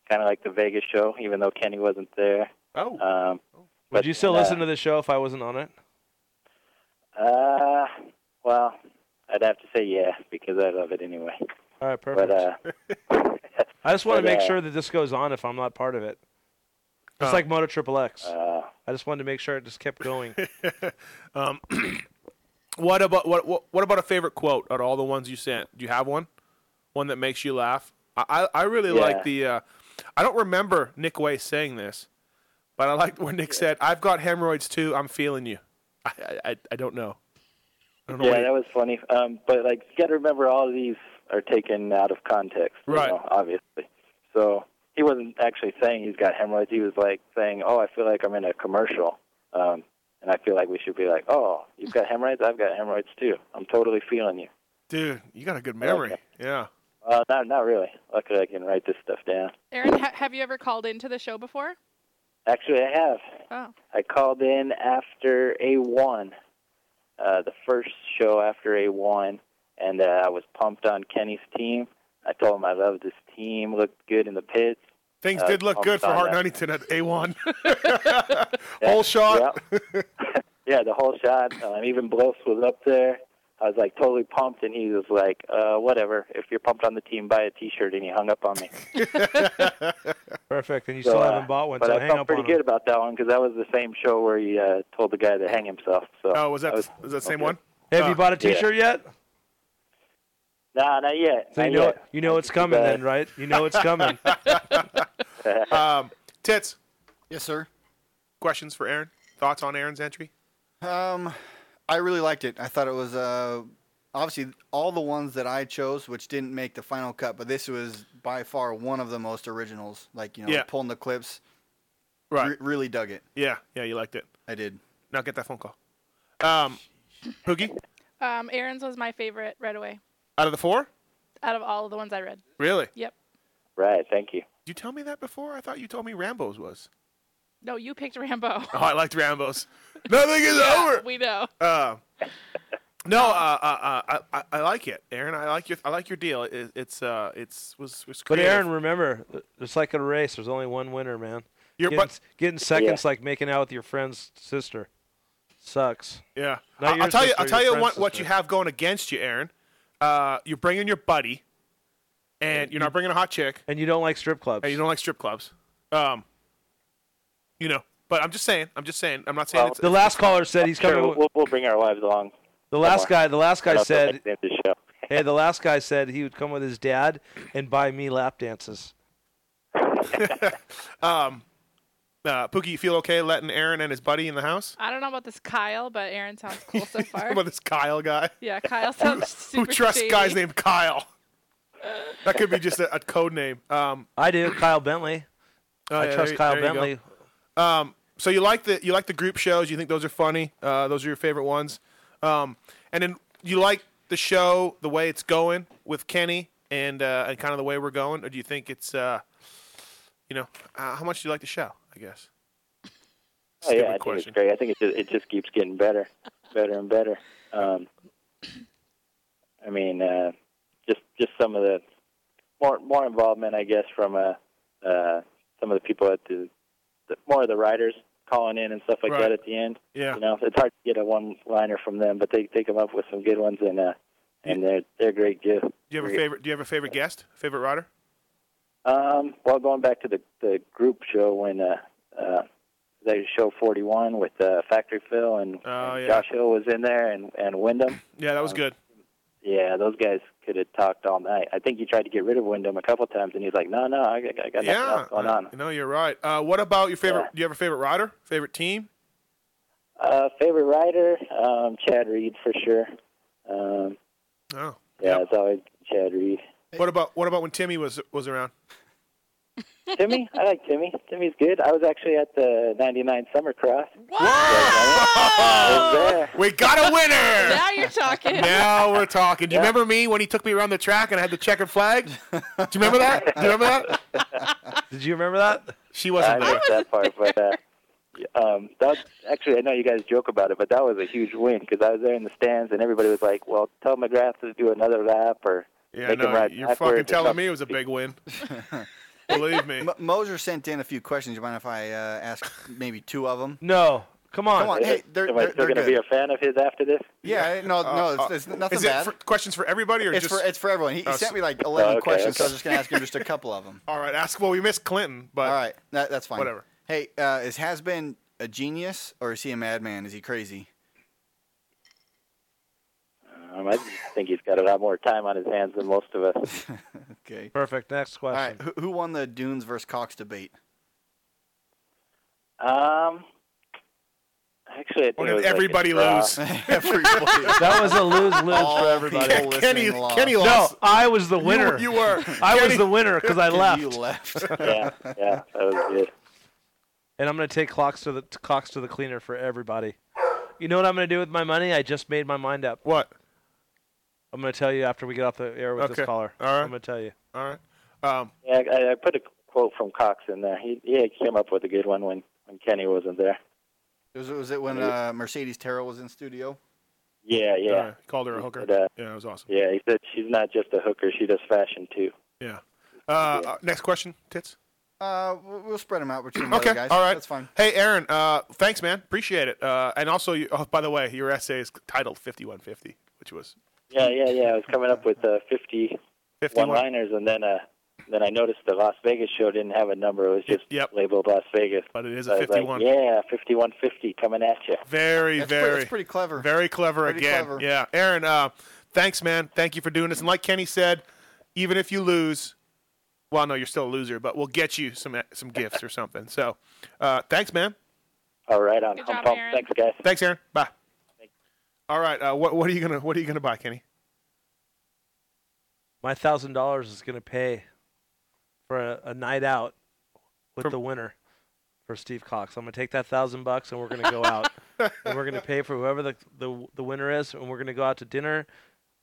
[SPEAKER 4] kind of like the Vegas show, even though Kenny wasn't there.
[SPEAKER 5] Oh.
[SPEAKER 4] Um,
[SPEAKER 6] Would
[SPEAKER 4] but,
[SPEAKER 6] you still
[SPEAKER 4] uh,
[SPEAKER 6] listen to the show if I wasn't on it?
[SPEAKER 4] Uh, well, I'd have to say yeah because I love it anyway. uh,
[SPEAKER 6] All right, perfect. I just want to
[SPEAKER 4] but,
[SPEAKER 6] make
[SPEAKER 4] uh,
[SPEAKER 6] sure that this goes on if I'm not part of it. It's
[SPEAKER 5] Uh,
[SPEAKER 6] like Moto Triple X. I
[SPEAKER 4] Uh,
[SPEAKER 6] just wanted to make sure it just kept going.
[SPEAKER 5] um, what about what, what what about a favorite quote out of all the ones you sent? Do you have one? One that makes you laugh? I I, I really
[SPEAKER 6] Yeah.
[SPEAKER 5] like the. Uh, I don't remember Nick Way saying this, but I liked where Nick said, "I've got hemorrhoids too. I'm feeling you." I I, I- I don't know. I don't know.
[SPEAKER 4] yeah,
[SPEAKER 5] what he-
[SPEAKER 4] that was funny. Um, but like, you got to remember, all of these are taken out of context, you
[SPEAKER 5] Right.
[SPEAKER 4] know, obviously. So he wasn't actually saying he's got hemorrhoids. He was like saying, "Oh, I feel like I'm in a commercial, um, and I feel like we should be like, oh, you've got hemorrhoids, I've got hemorrhoids too. I'm totally feeling you.'
[SPEAKER 5] dude, you got a good memory. Yeah.
[SPEAKER 4] Uh, not not really. Luckily, I can write this stuff down.
[SPEAKER 1] Aaron, ha- have you ever called into the show before?
[SPEAKER 4] Actually, I have.
[SPEAKER 1] Oh.
[SPEAKER 4] I called in after A1, uh, the first show after A1, and uh, I was pumped on Kenny's team. I told him I loved his team, looked good in the pits.
[SPEAKER 5] Things
[SPEAKER 4] Uh,
[SPEAKER 5] did look good
[SPEAKER 4] pumped
[SPEAKER 5] for
[SPEAKER 4] on
[SPEAKER 5] Hart
[SPEAKER 4] that.
[SPEAKER 5] Huntington at A1.
[SPEAKER 4] Yeah,
[SPEAKER 5] Whole shot.
[SPEAKER 4] yeah. yeah, the whole shot. Um, even Blos was up there. I was like totally pumped, and he was like, uh, "Whatever. If you're pumped on the team, buy a T-shirt." And he hung up on me.
[SPEAKER 6] Perfect. And you
[SPEAKER 4] So,
[SPEAKER 6] still
[SPEAKER 4] uh,
[SPEAKER 6] haven't bought one,
[SPEAKER 4] but
[SPEAKER 6] so
[SPEAKER 4] I
[SPEAKER 6] hang
[SPEAKER 4] felt
[SPEAKER 6] up
[SPEAKER 4] pretty
[SPEAKER 6] on 'em.
[SPEAKER 4] good about that one because that was the same show where he uh, told the guy to hang himself. So
[SPEAKER 5] Oh, was that the- was that the same one?
[SPEAKER 6] Hey, have you bought a
[SPEAKER 4] Oh, yeah.
[SPEAKER 6] T-shirt yet?
[SPEAKER 4] Nah, not yet.
[SPEAKER 6] So you
[SPEAKER 4] Not
[SPEAKER 6] know,
[SPEAKER 4] yet.
[SPEAKER 6] you know it's coming then, right? You know it's coming.
[SPEAKER 5] um, Tits.
[SPEAKER 7] Yes, sir.
[SPEAKER 5] Questions for Aaron? Thoughts on Aaron's entry?
[SPEAKER 7] Um, I really liked it. I thought it was uh, obviously all the ones that I chose, which didn't make the final cut, but this was by far one of the most originals. Like you know,
[SPEAKER 5] Yeah.
[SPEAKER 7] pulling the clips.
[SPEAKER 5] Right.
[SPEAKER 7] Re- really dug it.
[SPEAKER 5] Yeah, yeah, you liked it.
[SPEAKER 7] I did.
[SPEAKER 5] Now get that phone call. Um, Pookie,
[SPEAKER 1] Um, Aaron's was my favorite right away
[SPEAKER 5] out of the four?
[SPEAKER 1] out of all of the ones I read.
[SPEAKER 5] Really?
[SPEAKER 1] Yep.
[SPEAKER 4] Right. Thank you.
[SPEAKER 5] Did you tell me that before? I thought you told me Rambo's was.
[SPEAKER 1] No, you picked Rambo.
[SPEAKER 5] Oh, I liked Rambo's. Nothing is
[SPEAKER 1] Yeah,
[SPEAKER 5] over.
[SPEAKER 1] We know.
[SPEAKER 5] Uh, no, uh, uh, uh, I, I, I like it, Aaron. I like your, I like your deal. It, it's, uh, it's was, was
[SPEAKER 6] But
[SPEAKER 5] creative.
[SPEAKER 6] Aaron, remember, th- it's like a race. There's only one winner, man.
[SPEAKER 5] You're-
[SPEAKER 6] getting,
[SPEAKER 5] but-
[SPEAKER 6] s- getting seconds like making out with your friend's sister sucks.
[SPEAKER 5] Yeah,
[SPEAKER 6] Not
[SPEAKER 5] I,
[SPEAKER 6] your
[SPEAKER 5] will tell you.
[SPEAKER 6] sister,
[SPEAKER 5] I'll
[SPEAKER 6] your
[SPEAKER 5] tell you
[SPEAKER 6] friend's
[SPEAKER 5] what, what
[SPEAKER 6] sister.
[SPEAKER 5] you have going against you, Aaron. Uh, you're bringing your buddy, and you're not bringing a hot chick,
[SPEAKER 6] and you don't like strip clubs,
[SPEAKER 5] and you don't like strip clubs. Um, you know, but I'm just saying. I'm just saying. I'm not saying it's
[SPEAKER 6] the last caller said he's
[SPEAKER 4] Sure,
[SPEAKER 6] coming.
[SPEAKER 4] we'll, we'll bring our wives along.
[SPEAKER 6] The last guy, the last
[SPEAKER 4] I
[SPEAKER 6] guy
[SPEAKER 4] don't feel
[SPEAKER 6] said,
[SPEAKER 4] like doing this show.
[SPEAKER 6] "Hey, the last guy said he would come with his dad and buy me lap dances."
[SPEAKER 5] Um, uh, Pookie, you feel okay letting Aaron and his buddy in the house?
[SPEAKER 1] I don't know about this Kyle, but Aaron sounds cool so far.
[SPEAKER 5] About this Kyle guy.
[SPEAKER 1] yeah, Kyle sounds super
[SPEAKER 5] Who trusts
[SPEAKER 1] shady.
[SPEAKER 5] guys named Kyle? That could be just a, a code name. Um,
[SPEAKER 6] I do. Kyle Bentley.
[SPEAKER 5] Oh,
[SPEAKER 6] I
[SPEAKER 5] yeah,
[SPEAKER 6] trust
[SPEAKER 5] there-
[SPEAKER 6] Kyle
[SPEAKER 5] there you go.
[SPEAKER 6] Bentley.
[SPEAKER 5] Um, so you like the you like the group shows? You think those are funny? Uh, those are your favorite ones. Um, and then you like the show, the way it's going with Kenny, and uh, and kind of the way we're going. Or do you think it's, uh, you know, uh, how much do you like the show? I guess.
[SPEAKER 4] Oh, yeah, I think it's great. I think it just, it just keeps getting better, better and better. Um, I mean, uh, just just some of the more more involvement, I guess, from uh, uh, some of the people at the, the more of the riders calling in and stuff like
[SPEAKER 5] Right.
[SPEAKER 4] that at the end.
[SPEAKER 5] Yeah.
[SPEAKER 4] You know, it's hard to get a one liner from them, but they they come up with some good ones, and uh, and they're they're great gift.
[SPEAKER 5] Do you have a favorite? Do you have a favorite guest? Favorite rider?
[SPEAKER 4] Um, well, going back to the the group show when uh, uh, they show 41 with uh, Factory Phil and,
[SPEAKER 5] Oh
[SPEAKER 4] and
[SPEAKER 5] yeah,
[SPEAKER 4] Josh Hill was in there and and Wyndham.
[SPEAKER 5] yeah, that was
[SPEAKER 7] Um,
[SPEAKER 5] good.
[SPEAKER 4] Yeah, those guys could have talked all night. I think he tried to get rid of Wyndham a couple times, and he's like, "No, no, I, got- I got nothing
[SPEAKER 5] Yeah,
[SPEAKER 4] else going
[SPEAKER 5] uh,
[SPEAKER 4] on."
[SPEAKER 5] No, you're right. Uh, what about your favorite? Do you have a favorite rider? Favorite team?
[SPEAKER 4] Uh, favorite rider, um, Chad Reed for sure. Um,
[SPEAKER 5] Oh.
[SPEAKER 4] yeah, it's always Chad Reed.
[SPEAKER 5] What about what about when Timmy was was around?
[SPEAKER 4] Timmy, I like Timmy. Timmy's good. I was actually at the '99 Summer Cross.
[SPEAKER 5] We got a winner.
[SPEAKER 1] now you're talking.
[SPEAKER 5] Now we're talking. Do you remember me when he took me around the track and I had the checkered flag? Do you remember that? Do you remember that?
[SPEAKER 6] Did you remember that?
[SPEAKER 5] She
[SPEAKER 4] wasn't I missed that part, but uh, um, that actually, I know you guys joke about it, but that was a huge win because I was there in the stands and everybody was like, "Well, tell McGrath to do another lap or
[SPEAKER 5] Yeah,
[SPEAKER 4] make him
[SPEAKER 5] no,
[SPEAKER 4] ride
[SPEAKER 5] you're
[SPEAKER 4] backwards
[SPEAKER 5] fucking
[SPEAKER 4] or
[SPEAKER 5] telling
[SPEAKER 4] something."
[SPEAKER 5] me it was a big win. Believe me.
[SPEAKER 7] M- Moser sent in a few questions. You mind if I uh, ask maybe two of them?
[SPEAKER 6] No, come on.
[SPEAKER 7] Come on. Hey, they're,
[SPEAKER 4] Am I
[SPEAKER 7] they're,
[SPEAKER 4] still
[SPEAKER 7] they're
[SPEAKER 4] gonna be
[SPEAKER 7] good.
[SPEAKER 4] a fan of his after this?
[SPEAKER 7] Yeah, no, no, it's,
[SPEAKER 5] Uh,
[SPEAKER 7] it's nothing
[SPEAKER 5] is it
[SPEAKER 7] bad.
[SPEAKER 5] for- questions for everybody or
[SPEAKER 7] it's
[SPEAKER 5] just-
[SPEAKER 7] for it's for everyone. He, he
[SPEAKER 5] Oh,
[SPEAKER 7] sent me like
[SPEAKER 5] so-
[SPEAKER 7] eleven
[SPEAKER 5] oh, okay,
[SPEAKER 7] questions, so I was
[SPEAKER 5] okay.
[SPEAKER 7] just gonna ask him just a couple of them.
[SPEAKER 5] All right, ask. Well, we missed Clinton, but
[SPEAKER 7] all right, that, that's fine.
[SPEAKER 5] whatever.
[SPEAKER 7] Hey, uh, is has been a genius or is he a madman? Is he crazy?
[SPEAKER 4] Um, I think he's got a lot more time on his hands than most of us.
[SPEAKER 7] Okay.
[SPEAKER 6] Perfect. Next
[SPEAKER 7] All
[SPEAKER 6] question.
[SPEAKER 7] right, who, who won the Dunes versus Cox debate?
[SPEAKER 4] Um, actually, I think
[SPEAKER 7] Or
[SPEAKER 4] it
[SPEAKER 7] did
[SPEAKER 4] was like a
[SPEAKER 7] everybody
[SPEAKER 4] draw.
[SPEAKER 7] lose? Everybody.
[SPEAKER 6] That was a lose lose
[SPEAKER 7] All
[SPEAKER 6] for everybody.
[SPEAKER 7] people listening Kenny- lost. Kenny lost.
[SPEAKER 6] No, I was the
[SPEAKER 7] You-
[SPEAKER 6] winner.
[SPEAKER 7] you were.
[SPEAKER 6] I
[SPEAKER 7] Kenny-
[SPEAKER 6] was the winner because I left.
[SPEAKER 7] You left.
[SPEAKER 4] yeah, yeah, that was good.
[SPEAKER 6] And I'm gonna take clocks to the t- clocks to the cleaner for everybody. You know what I'm gonna do with my money? I just made my mind up.
[SPEAKER 5] What?
[SPEAKER 6] I'm gonna tell you after we get off the air with
[SPEAKER 4] Okay.
[SPEAKER 6] this caller.
[SPEAKER 5] All right.
[SPEAKER 6] I'm gonna tell you.
[SPEAKER 5] All right. Um,
[SPEAKER 4] Yeah, I, I put a quote from Cox in there. He he came up with a good one when when Kenny wasn't there.
[SPEAKER 7] Was, it- was it when uh, Mercedes Terrell was in studio?
[SPEAKER 4] Yeah, yeah.
[SPEAKER 7] Yeah,
[SPEAKER 5] called her
[SPEAKER 4] a
[SPEAKER 5] hooker.
[SPEAKER 6] uh,
[SPEAKER 4] yeah, that
[SPEAKER 5] was awesome.
[SPEAKER 4] Yeah, he said she's not just a hooker; she does fashion too.
[SPEAKER 5] Yeah. Uh, uh, next question, tits.
[SPEAKER 7] Uh, we'll we'll spread them out between the
[SPEAKER 5] Okay.
[SPEAKER 7] other guys.
[SPEAKER 5] All right.
[SPEAKER 7] that's fine.
[SPEAKER 5] Hey, Aaron. Uh, thanks, man. Appreciate it. Uh, and also, you, oh, by the way, your essay is titled "5150," which was
[SPEAKER 4] Yeah, yeah, yeah. I was coming up with uh, 50
[SPEAKER 5] 51.
[SPEAKER 4] one-liners, and then uh, then I noticed the Las Vegas show didn't have a number. It was just labeled Las Vegas.
[SPEAKER 5] But it is
[SPEAKER 4] So
[SPEAKER 5] a
[SPEAKER 4] I was
[SPEAKER 5] 51.
[SPEAKER 4] Like, yeah, 5150 coming at you.
[SPEAKER 5] very,
[SPEAKER 4] That's pre-
[SPEAKER 5] very.
[SPEAKER 4] that's
[SPEAKER 7] pretty clever.
[SPEAKER 5] Very clever
[SPEAKER 4] Pretty
[SPEAKER 5] again.
[SPEAKER 4] clever.
[SPEAKER 5] Yeah, Aaron. Uh, thanks, man. Thank you for doing this. And like Kenny said, even if you lose, well, no, you're still a loser, but we'll get you some some gifts or something. So, uh, thanks, man.
[SPEAKER 4] All right, on.
[SPEAKER 5] I'm
[SPEAKER 4] pumped. Aaron. Thanks, guys.
[SPEAKER 5] Thanks, Aaron. Bye. All right. Uh, what what are you gonna what are you gonna buy, Kenny?
[SPEAKER 6] My thousand dollars is gonna pay for a, a night out with the winner for Steve Cox. I'm gonna take that thousand bucks and we're gonna go out and we're gonna pay for whoever the, the the winner is and we're gonna go out to dinner,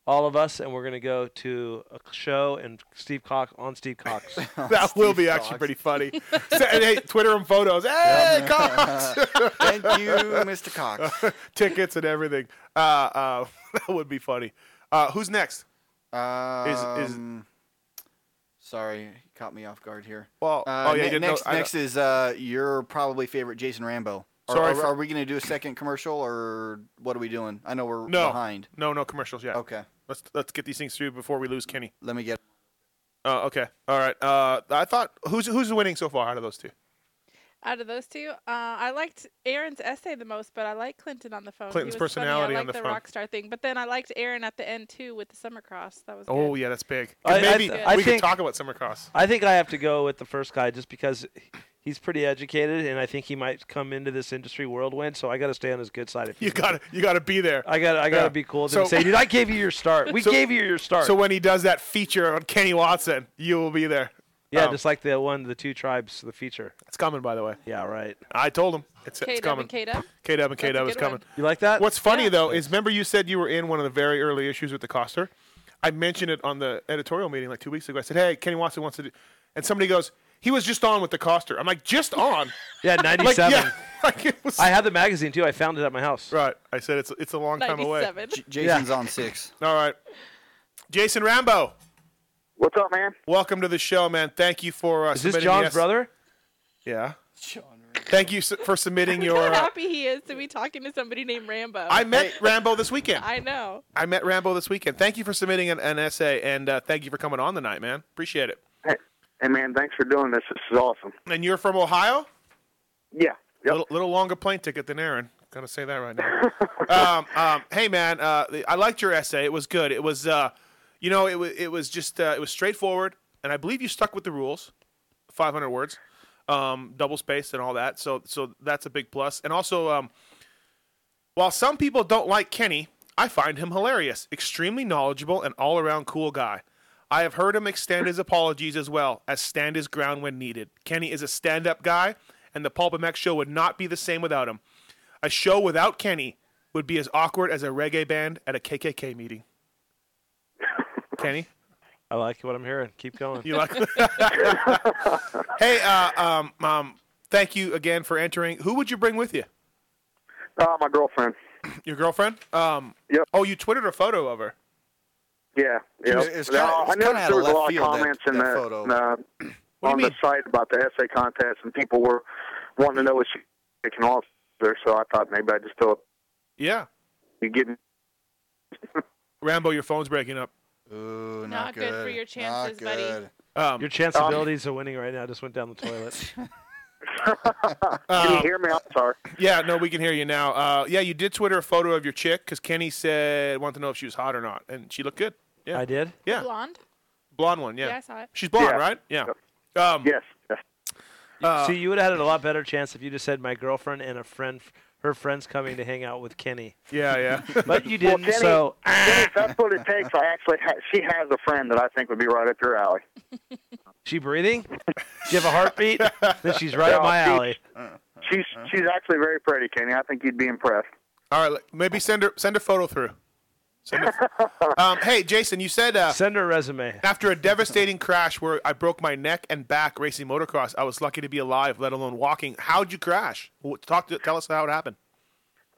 [SPEAKER 6] all of us, and we're gonna go to a show and Steve Cox on Steve Cox.
[SPEAKER 5] That will be actually pretty funny. So- and, hey, Twitter and photos. Hey, Cox.
[SPEAKER 7] Thank you, Mr. Cox.
[SPEAKER 5] Tickets and everything. Uh, uh, that would be funny. Uh, who's next?
[SPEAKER 7] Um,
[SPEAKER 5] is is
[SPEAKER 7] Sorry, he caught me off guard here.
[SPEAKER 5] Well, oh
[SPEAKER 7] Uh,
[SPEAKER 5] yeah.
[SPEAKER 7] ne-
[SPEAKER 5] you didn't know-
[SPEAKER 7] next,
[SPEAKER 5] I know-
[SPEAKER 7] next is uh, your probably favorite Jason Rambo. Are,
[SPEAKER 5] Sorry
[SPEAKER 7] are,
[SPEAKER 5] for-
[SPEAKER 7] are we going to do a second commercial or what are we doing? I know we're
[SPEAKER 5] no
[SPEAKER 7] behind.
[SPEAKER 5] No, no commercials yet.
[SPEAKER 7] Okay.
[SPEAKER 5] Let's let's get these things through before we lose Kenny.
[SPEAKER 7] Let me get.
[SPEAKER 5] Oh, okay. All right. Uh, I thought who's who's winning so far out of those two?
[SPEAKER 1] Out of those two, uh, I liked Aaron's essay the most, but I like Clinton on the phone. He
[SPEAKER 5] Clinton's
[SPEAKER 1] was
[SPEAKER 5] personality
[SPEAKER 1] funny. I
[SPEAKER 5] on
[SPEAKER 1] liked
[SPEAKER 5] the
[SPEAKER 1] the
[SPEAKER 5] phone.
[SPEAKER 1] rock star thing, but then I liked Aaron at the end too with the summer cross. That was
[SPEAKER 5] Oh
[SPEAKER 1] good.
[SPEAKER 5] yeah, that's big. 'Cause
[SPEAKER 6] I- I
[SPEAKER 5] maybe
[SPEAKER 6] th- I
[SPEAKER 5] we
[SPEAKER 6] think-
[SPEAKER 5] could talk about summer cross.
[SPEAKER 6] I think I have to go with the first guy just because he's pretty educated, and I think he might come into this industry whirlwind. So I got to stay on his good side. If
[SPEAKER 5] You got to you got to be there.
[SPEAKER 6] I got I got to be cool with him. and say, dude, I gave you your start. We gave you your start.
[SPEAKER 5] So when he does that feature on Kenny Watson, you will be there.
[SPEAKER 6] yeah,
[SPEAKER 5] Um,
[SPEAKER 6] just like the one, the two tribes, the feature.
[SPEAKER 5] It's coming, by the way.
[SPEAKER 6] Yeah, right.
[SPEAKER 5] I told him it's, it's
[SPEAKER 1] K-Dub
[SPEAKER 5] coming.
[SPEAKER 1] and K-Dub?
[SPEAKER 5] K Dub and K Dub
[SPEAKER 1] a
[SPEAKER 5] is
[SPEAKER 1] good
[SPEAKER 5] coming.
[SPEAKER 1] one.
[SPEAKER 6] You like that?
[SPEAKER 5] What's funny though is remember you said you were in one of the very early issues with the Coster. I mentioned it on the editorial meeting like two weeks ago. I said, "Hey, Kenny Watson wants to," do, and somebody goes, He was just on with the coster. I'm like, just on?
[SPEAKER 6] Yeah,
[SPEAKER 5] Like,
[SPEAKER 6] 97.
[SPEAKER 5] yeah, like it was-
[SPEAKER 6] I had the magazine too. I found it at my house.
[SPEAKER 5] Right. I said it's it's a long time away. 97. J- Jason's
[SPEAKER 7] on six.
[SPEAKER 5] All right. Jason Rambo.
[SPEAKER 8] What's up, man?
[SPEAKER 5] Welcome to the show, man. Thank you for uh,
[SPEAKER 6] Is this
[SPEAKER 5] submitting
[SPEAKER 6] John's
[SPEAKER 5] the S-
[SPEAKER 6] brother?
[SPEAKER 5] Yeah. Thank you s- for submitting your.
[SPEAKER 1] How
[SPEAKER 5] uh,
[SPEAKER 1] happy he is to be talking to somebody named Rambo.
[SPEAKER 5] I met Rambo this weekend.
[SPEAKER 1] I know.
[SPEAKER 5] I met Rambo this weekend. Thank you for submitting an, an essay, and uh, thank you for coming on tonight, man. Appreciate it.
[SPEAKER 8] Hey, man, thanks for doing this. This is awesome.
[SPEAKER 5] And you're from Ohio?
[SPEAKER 8] Yeah.
[SPEAKER 5] Little, little longer plane ticket than Aaron. Gonna say that right now. um, um, hey, man, uh, the- I liked your essay. It was good. It was, uh, you know, it was it was just uh, it was straightforward, and I believe you stuck with the rules. 500 words, um, double spaced, and all that. So so that's a big plus. And also, um, while some people don't like Kenny, I find him hilarious, extremely knowledgeable, and all around cool guy. I have heard him extend his apologies as well as stand his ground when needed. Kenny is a stand up guy, and the Pulp MX show would not be the same without him. A show without Kenny would be as awkward as a reggae band at a KKK meeting. Kenny?
[SPEAKER 6] I like what I'm hearing. Keep going.
[SPEAKER 5] You like? hey, uh, um, um, thank you again for entering. Who would you bring with you?
[SPEAKER 8] Uh, my girlfriend.
[SPEAKER 5] Your girlfriend? Um,
[SPEAKER 8] yep.
[SPEAKER 5] Oh, you tweeted a photo of her.
[SPEAKER 8] Yeah. Yeah.
[SPEAKER 5] It's- it's
[SPEAKER 8] Now,
[SPEAKER 5] kinda- it's
[SPEAKER 8] I
[SPEAKER 5] kinda
[SPEAKER 8] noticed there
[SPEAKER 5] out
[SPEAKER 8] was
[SPEAKER 5] of
[SPEAKER 8] a
[SPEAKER 5] left
[SPEAKER 8] lot of
[SPEAKER 5] field, that-
[SPEAKER 8] comments in
[SPEAKER 5] that
[SPEAKER 8] the,
[SPEAKER 5] photo.
[SPEAKER 8] in the- on the site about the essay contest, and people were wanting to know if she they can all there. So I thought maybe I just throw
[SPEAKER 5] Yeah.
[SPEAKER 8] you getting
[SPEAKER 5] Rambo, your phone's breaking up.
[SPEAKER 7] Ooh,
[SPEAKER 1] not Not good for good. your chances, Not buddy. good.
[SPEAKER 5] Um,
[SPEAKER 6] Your chance abilities are winning right now. I just went down the toilet.
[SPEAKER 8] Can you hear me? I'm sorry.
[SPEAKER 5] Um, Yeah, no, we can hear you now. Uh, yeah, you did Twitter a photo of your chick because Kenny said wanted to know if she was hot or not, and she looked good. Yeah, I
[SPEAKER 6] did.
[SPEAKER 5] Yeah,
[SPEAKER 1] Blonde.
[SPEAKER 5] blonde one. Yeah,
[SPEAKER 1] Yeah, I saw it.
[SPEAKER 5] She's blonde,
[SPEAKER 6] Yeah.
[SPEAKER 5] right? Yeah. Um,
[SPEAKER 8] yes.
[SPEAKER 5] Uh,
[SPEAKER 6] See, you would have had a lot better chance if you just said my girlfriend and a friend, her friends coming to hang out with Kenny.
[SPEAKER 5] Yeah, yeah.
[SPEAKER 6] But
[SPEAKER 8] Well,
[SPEAKER 6] you didn't,
[SPEAKER 8] Kenny,
[SPEAKER 6] so
[SPEAKER 8] Kenny, if that's what it takes. I actually ha- she has a friend that I think would be right up your alley.
[SPEAKER 6] she breathing? Do you have a heartbeat? then she's right
[SPEAKER 8] No,
[SPEAKER 6] up my
[SPEAKER 8] she-
[SPEAKER 6] alley.
[SPEAKER 7] Uh.
[SPEAKER 8] She's she's actually very pretty, Kenny. I think you'd be impressed.
[SPEAKER 5] Uh-huh. All right, like, maybe send her send her photo through. Send her, um, hey, Jason, you said uh,
[SPEAKER 6] send her resume.
[SPEAKER 5] After a devastating crash where I broke my neck and back racing motocross, I was lucky to be alive, let alone walking. How'd you crash? Wh- Talk to tell us how it happened.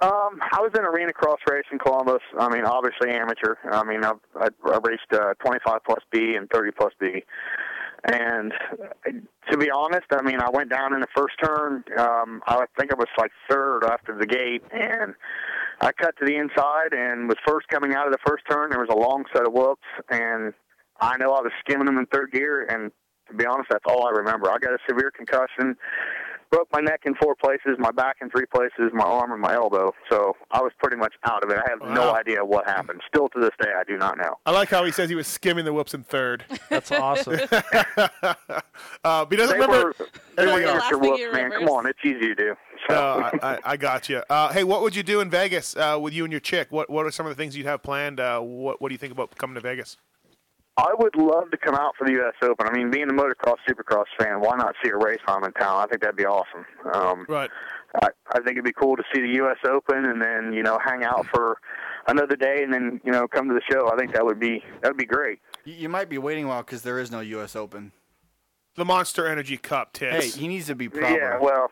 [SPEAKER 8] Um, I was in arena cross race in Columbus. I mean, obviously amateur. I mean, I, I, I raced uh, 25 plus B and 30 plus B. And
[SPEAKER 2] um,
[SPEAKER 8] uh, to be honest, I mean, I went down in the first turn. Um, I think I was like third after the gate, and I cut to the inside and was first coming out of the first turn. There was a long set of whoops, and I know I was skimming them in third gear. And to be honest, that's all I remember. I got a severe concussion broke my neck in four places, my back in three places, my arm and my elbow. So I was pretty much out of it. I have no idea what happened. Still to this day, I do not know.
[SPEAKER 5] I like how he says he was skimming the whoops in third.
[SPEAKER 6] That's awesome.
[SPEAKER 5] uh, but he doesn't
[SPEAKER 8] They
[SPEAKER 5] remember.
[SPEAKER 8] were-
[SPEAKER 5] everything
[SPEAKER 8] Going
[SPEAKER 5] else.
[SPEAKER 8] after whoops, man. Come on, it's easy to do.
[SPEAKER 5] No, I, I, I got you. Uh, hey, what would you do in Vegas uh, with you and your chick? What What are some of the things you'd have planned? Uh, what What do you think about coming to Vegas?
[SPEAKER 8] I would love to come out for the U.S. Open. I mean, being a motocross supercross fan, why not see a race while I'm in town? I think that'd be awesome. Um,
[SPEAKER 5] right.
[SPEAKER 8] I, I think it'd be cool to see the U.S. Open and then you know hang out for another day and then you know come to the show. I think that would be that would be great.
[SPEAKER 7] You, you might be waiting a while because there is no U.S. Open.
[SPEAKER 5] The Monster Energy Cup
[SPEAKER 7] Hey,
[SPEAKER 5] tits.
[SPEAKER 7] he needs to be proper.
[SPEAKER 8] Yeah. Well.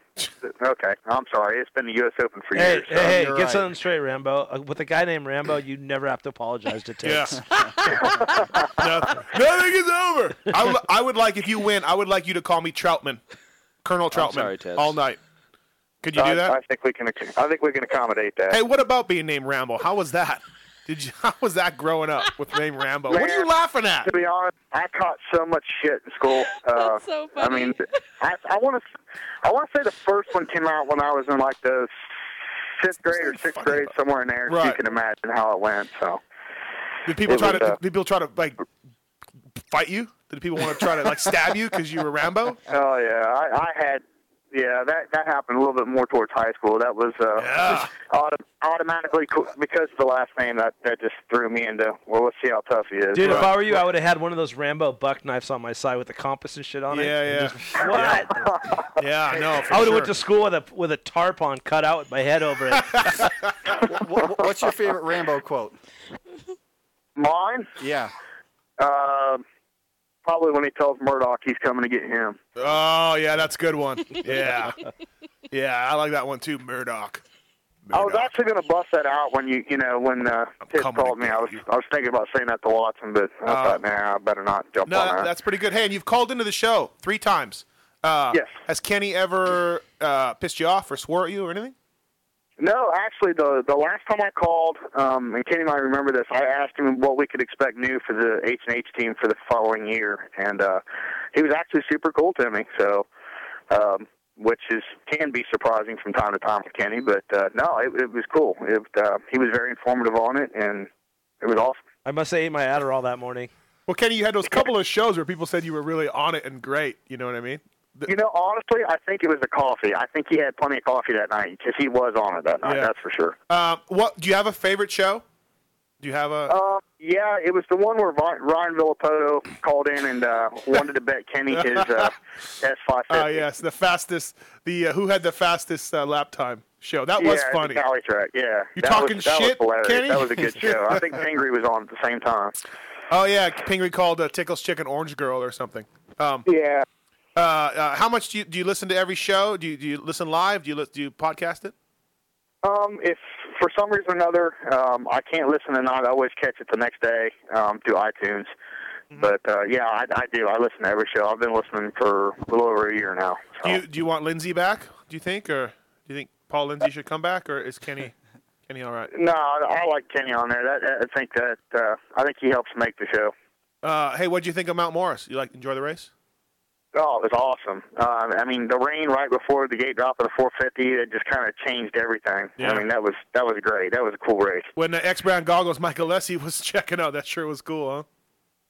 [SPEAKER 8] Okay. I'm sorry. It's been the U.S. Open for
[SPEAKER 6] Hey,
[SPEAKER 8] years. so-
[SPEAKER 6] hey, hey, get something straight, Rambo. Uh, With a guy named Rambo, you never have to apologize to Tits.
[SPEAKER 5] Nothing is over. I would, I would like if you win. I would like you to call me Troutman, Colonel Troutman,
[SPEAKER 8] sorry, Tess.
[SPEAKER 5] all night. Could you
[SPEAKER 8] I,
[SPEAKER 5] do that?
[SPEAKER 8] I think we can. ac- I think we can accommodate that.
[SPEAKER 5] Hey, what about being named Rambo? How was that? Did you? How was that growing up with the name Rambo? what are you
[SPEAKER 8] Man,
[SPEAKER 5] laughing at?
[SPEAKER 8] To be honest, I caught so much shit in school. Uh, That's so funny. I mean, I want to. I want to say the first one came out when I was in like the fifth grade or sixth grade, somewhere in there. So you
[SPEAKER 5] Right.
[SPEAKER 8] can imagine how it went. So.
[SPEAKER 5] Did people
[SPEAKER 8] It
[SPEAKER 5] try
[SPEAKER 8] was,
[SPEAKER 5] to?
[SPEAKER 8] uh,
[SPEAKER 5] did people try to like fight you? Did people want to try to like stab you because you were Rambo?
[SPEAKER 8] Oh yeah, I, I had. Yeah, that that happened a little bit more towards high school. That was uh, auto- automatically co- because of the last name that that just threw me into. Well, let's see how tough he is.
[SPEAKER 6] Dude, if I were you, I would have had one of those Rambo buck knives on my side with the compass and shit on it.
[SPEAKER 5] Yeah, yeah.
[SPEAKER 6] What?
[SPEAKER 5] Yeah, I know.
[SPEAKER 6] I would have went to school with a with a tarpon cut out with my head over it.
[SPEAKER 7] Wh- What's your favorite Rambo quote?
[SPEAKER 8] Mine?
[SPEAKER 7] Yeah.
[SPEAKER 8] Um, probably when he tells Murdoch he's coming to get him.
[SPEAKER 5] Oh yeah, that's a good one. Yeah, yeah, I like that one too. Murdoch.
[SPEAKER 8] I was actually going to bust that out when you, you know, when uh, Pitt called me. I was, I was thinking about saying that to Watson, but I
[SPEAKER 5] Uh,
[SPEAKER 8] thought, nah, I better not jump
[SPEAKER 5] No,
[SPEAKER 8] on that.
[SPEAKER 5] that's pretty good. Hey, and you've called into the show three times. Uh, yes. Has Kenny ever uh, pissed you off or swore at you or anything?
[SPEAKER 8] No, actually, the the last time I called, um, and Kenny and I remember this. I asked him what we could expect new for the H and H team for the following year, and uh, he was actually super cool to me. So, um, which is can be surprising from time to time for Kenny, but uh, no, it, it was cool. It, uh, he was very informative on it, and it was awesome.
[SPEAKER 6] I must say, ate my Adderall that morning.
[SPEAKER 5] Well, Kenny, you had those couple of shows where people said you were really on it and great. You know what I mean?
[SPEAKER 8] You know, honestly, I think it was the coffee. I think he had plenty of coffee that night because he was on it that night. That's for sure.
[SPEAKER 5] Uh, what do you have a favorite show? Do you have a?
[SPEAKER 8] Um, yeah, it was the one where Vi- Ryan Villapoto called in and uh, wanted to bet Kenny his uh, S five
[SPEAKER 5] Oh
[SPEAKER 8] fifty.
[SPEAKER 5] yes, the fastest. The uh, who had the fastest uh, lap time show. That was funny.
[SPEAKER 8] The Cali track, yeah.
[SPEAKER 5] You
[SPEAKER 8] that
[SPEAKER 5] talking
[SPEAKER 8] was, that
[SPEAKER 5] shit,
[SPEAKER 8] was hilarious.
[SPEAKER 5] Kenny?
[SPEAKER 8] That was a good show. I think Pingree was on at the same time.
[SPEAKER 5] Oh yeah, Pingree called uh, Tickle's Chicken Orange Girl or something. Um,
[SPEAKER 8] yeah.
[SPEAKER 5] Uh, uh, how much do you do you listen to every show? Do you do you listen live? Do you li- do you podcast it?
[SPEAKER 8] Um, if for some reason or another um, I can't listen tonight, I always catch it the next day um, through iTunes.
[SPEAKER 5] Mm-hmm.
[SPEAKER 8] But uh, yeah, I, I do. I listen to every show. I've been listening for a little over a year now.
[SPEAKER 5] Do you do you want Lindsay back? Do you think, or do you think Paul Lindsay should come back, or is Kenny Kenny all right?
[SPEAKER 8] No, I like Kenny on there. That, I think that uh, I think he helps make the show.
[SPEAKER 5] Uh, hey, what do you think of Mount Morris? You like enjoy the race?
[SPEAKER 8] Oh, it was awesome. Um, I mean, the rain right before the gate drop of the 450, it just kind of changed everything.
[SPEAKER 5] Yeah.
[SPEAKER 8] I mean, that was that was great. That was a cool race.
[SPEAKER 5] When the X Brown goggles, Michael Lessie was checking out. That sure was cool, huh?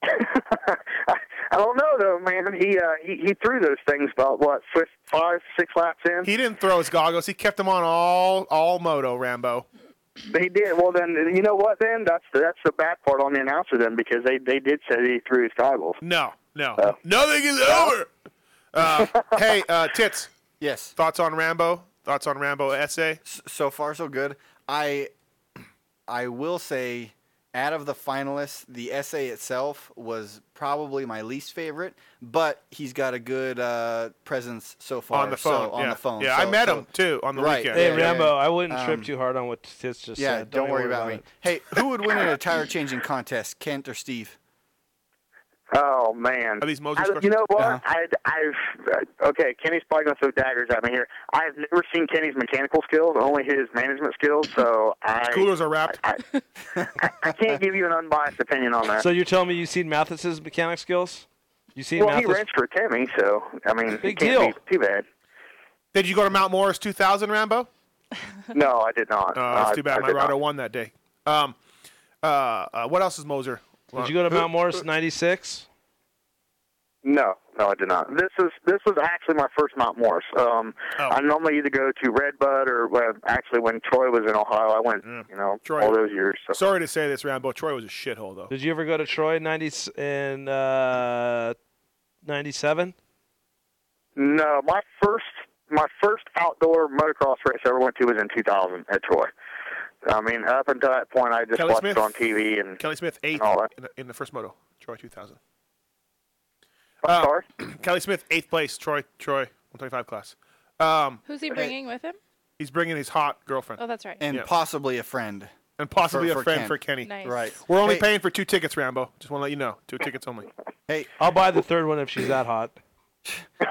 [SPEAKER 8] I don't know though, man. He uh, he, he threw those things about what fif- five, six laps in.
[SPEAKER 5] He didn't throw his goggles. He kept them on all all moto Rambo.
[SPEAKER 8] They did. Well, then you know what? Then that's the, that's the bad part on the announcer then because they they did say he threw his goggles.
[SPEAKER 5] No, no,
[SPEAKER 8] Oh.
[SPEAKER 5] nothing is over. Uh, hey, uh, tits.
[SPEAKER 7] Yes.
[SPEAKER 5] Thoughts on Rambo? Thoughts on Rambo essay?
[SPEAKER 7] So far, so good. I I will say, out of the finalists, the essay itself was probably my least favorite, but he's got a good uh, presence so far.
[SPEAKER 5] On the
[SPEAKER 7] so-
[SPEAKER 5] phone,
[SPEAKER 7] on
[SPEAKER 5] yeah.
[SPEAKER 7] the phone.
[SPEAKER 5] Yeah, I
[SPEAKER 7] So-
[SPEAKER 5] met
[SPEAKER 7] so-
[SPEAKER 5] him, too, on the weekend.
[SPEAKER 6] Hey,
[SPEAKER 7] yeah, yeah,
[SPEAKER 6] Rambo,
[SPEAKER 7] yeah.
[SPEAKER 6] I wouldn't
[SPEAKER 7] Um,
[SPEAKER 6] trip too hard on what Tits just
[SPEAKER 7] yeah,
[SPEAKER 6] said.
[SPEAKER 7] don't,
[SPEAKER 6] even
[SPEAKER 7] worry about, me.
[SPEAKER 6] it.
[SPEAKER 7] Hey, who would win in a tire changing contest, Kent or Steve?
[SPEAKER 8] Oh man!
[SPEAKER 5] Are these Uh-huh.
[SPEAKER 8] I, you know what? I, I've uh, okay. Kenny's probably gonna throw daggers at me here. I've never seen Kenny's mechanical skills, only his management skills. So I
[SPEAKER 5] Coolers are wrapped.
[SPEAKER 8] I, I, I can't give you an unbiased opinion on that.
[SPEAKER 6] So you're telling me you've seen Mathis's mechanic skills? You seen
[SPEAKER 8] well, he
[SPEAKER 6] Mathis?
[SPEAKER 8] rents for Timmy, so I mean,
[SPEAKER 6] Big
[SPEAKER 8] it can't
[SPEAKER 6] deal.
[SPEAKER 8] be too bad.
[SPEAKER 5] Did you go to Mount Morris 2000, Rambo?
[SPEAKER 8] No, I did not.
[SPEAKER 5] Oh, that's
[SPEAKER 8] I-
[SPEAKER 5] too bad.
[SPEAKER 8] I
[SPEAKER 5] My
[SPEAKER 8] did not.
[SPEAKER 5] Rado won that day. Um, uh, uh, what else is Moser?
[SPEAKER 6] Did you go to Mount Morris '96?
[SPEAKER 8] No, no, I did not. This is this was actually my first Mount Morris. Um,
[SPEAKER 5] Oh.
[SPEAKER 8] I normally either go to Redbud or well, actually when Troy was in Ohio, I went. You know, all those years. So.
[SPEAKER 5] Sorry to say this, Rambo. Troy was a shithole, though.
[SPEAKER 6] Did you ever go to Troy '90 in uh, '97?
[SPEAKER 8] No, my first my first outdoor motocross race I ever went to was in 2000 at Troy. I mean, up until that point, I just
[SPEAKER 5] Kelly
[SPEAKER 8] watched
[SPEAKER 5] Smith.
[SPEAKER 8] it on TV and
[SPEAKER 5] Kelly Smith eighth
[SPEAKER 8] all that.
[SPEAKER 5] in the, in the first moto, Troy 2000.
[SPEAKER 8] Uh,
[SPEAKER 5] Kelly Smith eighth place, Troy Troy 125 class. Um,
[SPEAKER 1] Who's he bringing with him?
[SPEAKER 5] He's bringing his hot girlfriend.
[SPEAKER 1] Oh, that's right.
[SPEAKER 7] And
[SPEAKER 5] Yeah.
[SPEAKER 7] possibly a friend.
[SPEAKER 5] and possibly
[SPEAKER 7] for-
[SPEAKER 5] a
[SPEAKER 7] for
[SPEAKER 5] friend
[SPEAKER 7] Ken.
[SPEAKER 5] for Kenny.
[SPEAKER 1] Nice.
[SPEAKER 7] Right.
[SPEAKER 5] We're only
[SPEAKER 7] Hey.
[SPEAKER 5] paying for two tickets, Rambo. Just want to let you know, two tickets only.
[SPEAKER 7] Hey,
[SPEAKER 6] I'll buy the third one if she's that hot.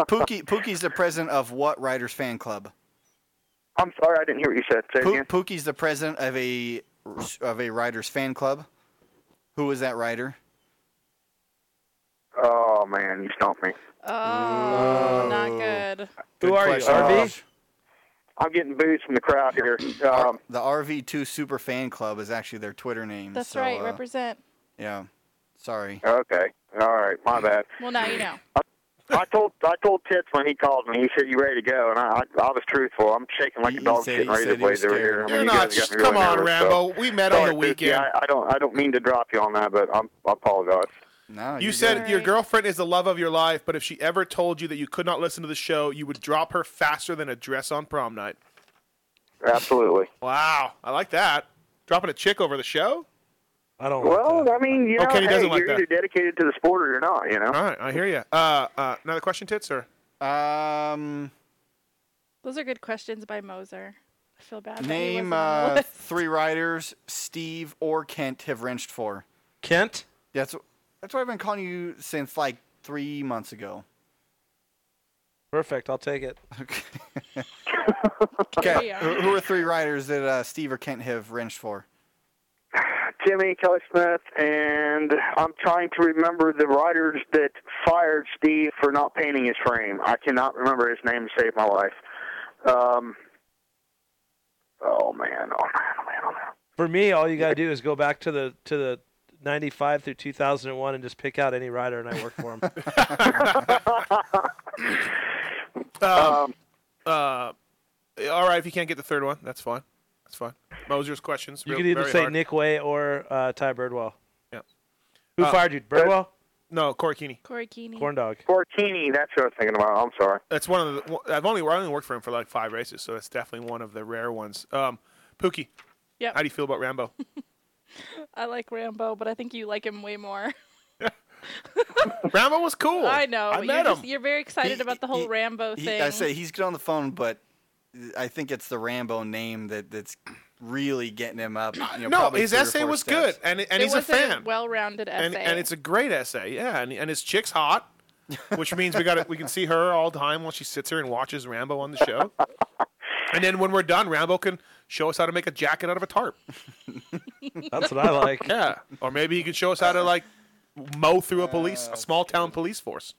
[SPEAKER 7] Pookie Pookie's the president of what Riders fan club?
[SPEAKER 8] I'm sorry, I didn't hear what you said. Say it
[SPEAKER 7] Poo-
[SPEAKER 8] again.
[SPEAKER 7] Pookie's the president of a of a Riders fan club. Who was that rider?
[SPEAKER 8] Oh man, you stumped me.
[SPEAKER 1] Oh, not good.
[SPEAKER 7] Who are you, RV?
[SPEAKER 8] I'm getting booze from the crowd Oh, here. Um,
[SPEAKER 7] the RV2 Super Fan Club is actually their Twitter name.
[SPEAKER 1] That's
[SPEAKER 7] so,
[SPEAKER 1] right.
[SPEAKER 7] uh,
[SPEAKER 1] Represent.
[SPEAKER 7] yeah. Sorry.
[SPEAKER 8] Okay. All right. My bad.
[SPEAKER 1] Well, now you know.
[SPEAKER 8] I told I told Tits when he called me. He said, "You ready to go?" And I I, I was truthful. I'm shaking like a dog
[SPEAKER 7] said-
[SPEAKER 8] getting
[SPEAKER 7] he
[SPEAKER 8] ready to
[SPEAKER 7] said he was
[SPEAKER 8] blaze over here.
[SPEAKER 7] scared.
[SPEAKER 8] I
[SPEAKER 5] You're
[SPEAKER 8] mean, you
[SPEAKER 5] not-
[SPEAKER 8] guys got me
[SPEAKER 5] come
[SPEAKER 8] really
[SPEAKER 5] on,
[SPEAKER 8] nervous,
[SPEAKER 5] Rambo.
[SPEAKER 8] So.
[SPEAKER 5] We met on
[SPEAKER 8] Sorry,
[SPEAKER 5] the
[SPEAKER 8] Toots.
[SPEAKER 5] weekend.
[SPEAKER 8] Yeah, I, I don't I don't mean to drop you on that, but I'm I apologize. Oh,
[SPEAKER 7] No,
[SPEAKER 5] you said your girlfriend is the love of your life, but if she ever told you that you could not listen to the show, you would drop her faster than a dress on prom night.
[SPEAKER 8] Absolutely.
[SPEAKER 5] Wow, I like that. Dropping a chick over the show?
[SPEAKER 6] I don't.
[SPEAKER 8] Well, I mean, you know,
[SPEAKER 5] Okay, he
[SPEAKER 8] hey,
[SPEAKER 5] doesn't
[SPEAKER 8] you're
[SPEAKER 5] like that.
[SPEAKER 8] either dedicated to the sport or you're not. You know.
[SPEAKER 5] All right, I hear you. Uh, uh, another question, tits or?
[SPEAKER 7] Um,
[SPEAKER 1] Those are good questions by Moser. I feel bad. that he
[SPEAKER 7] name
[SPEAKER 1] wasn't on the
[SPEAKER 7] uh,
[SPEAKER 1] list.
[SPEAKER 7] three riders Steve or Kent have wrenched for.
[SPEAKER 6] Kent.
[SPEAKER 7] That's that's what I've been calling you since like three months ago.
[SPEAKER 6] Perfect. I'll take it.
[SPEAKER 7] Okay.
[SPEAKER 1] We
[SPEAKER 7] okay.
[SPEAKER 1] are.
[SPEAKER 7] Who, who are three riders that uh, Steve or Kent have wrenched for?
[SPEAKER 8] Jimmy Kelly Smith, and I'm trying to remember the riders that fired Steve for not painting his frame. I cannot remember his name to save my life. Um, oh man, oh man, oh man, oh man.
[SPEAKER 6] For me, all you gotta do is go back to the to the '95 through 2001 and just pick out any rider, and I work for him.
[SPEAKER 5] Um, uh, all right, if you can't get the third one, that's fine. That's fine. Moser's questions.
[SPEAKER 6] you
[SPEAKER 5] real-
[SPEAKER 6] could either
[SPEAKER 5] very
[SPEAKER 6] say
[SPEAKER 5] hard.
[SPEAKER 6] Nick Way or uh, Ty Birdwell.
[SPEAKER 5] Yeah.
[SPEAKER 6] Who
[SPEAKER 5] Uh,
[SPEAKER 6] fired you, Birdwell?
[SPEAKER 5] No, Corkini.
[SPEAKER 1] Corey Keeney.
[SPEAKER 6] Corn dog.
[SPEAKER 8] Cortini, that's what I was thinking about. I'm sorry.
[SPEAKER 5] That's one of the. I've only I only worked for him for like five races, so it's definitely one of the rare ones. Um, Pookie.
[SPEAKER 1] Yep.
[SPEAKER 5] How do you feel about Rambo?
[SPEAKER 1] I like Rambo, but I think you like him way more.
[SPEAKER 5] Rambo was cool.
[SPEAKER 1] I know.
[SPEAKER 7] I
[SPEAKER 1] you're,
[SPEAKER 7] met
[SPEAKER 1] just-
[SPEAKER 7] him.
[SPEAKER 1] you're very excited about the whole Rambo
[SPEAKER 7] He,
[SPEAKER 1] thing.
[SPEAKER 7] I say he's good on the phone, but I think it's the Rambo name that, that's really getting him up. You know,
[SPEAKER 5] no,
[SPEAKER 7] probably
[SPEAKER 5] his
[SPEAKER 7] three or
[SPEAKER 5] essay
[SPEAKER 7] four
[SPEAKER 5] was
[SPEAKER 7] steps.
[SPEAKER 5] good, and and
[SPEAKER 1] it
[SPEAKER 5] he's
[SPEAKER 1] was
[SPEAKER 5] a fan,
[SPEAKER 1] well-rounded essay.
[SPEAKER 5] and and it's a great essay. Yeah, and and his chick's hot, which means we got we can see her all the time while she sits here and watches Rambo on the show. And then when we're done, Rambo can show us how to make a jacket out of a tarp.
[SPEAKER 6] That's what I like.
[SPEAKER 5] Yeah, or maybe he can show us how to like mow through a police, a small town police force.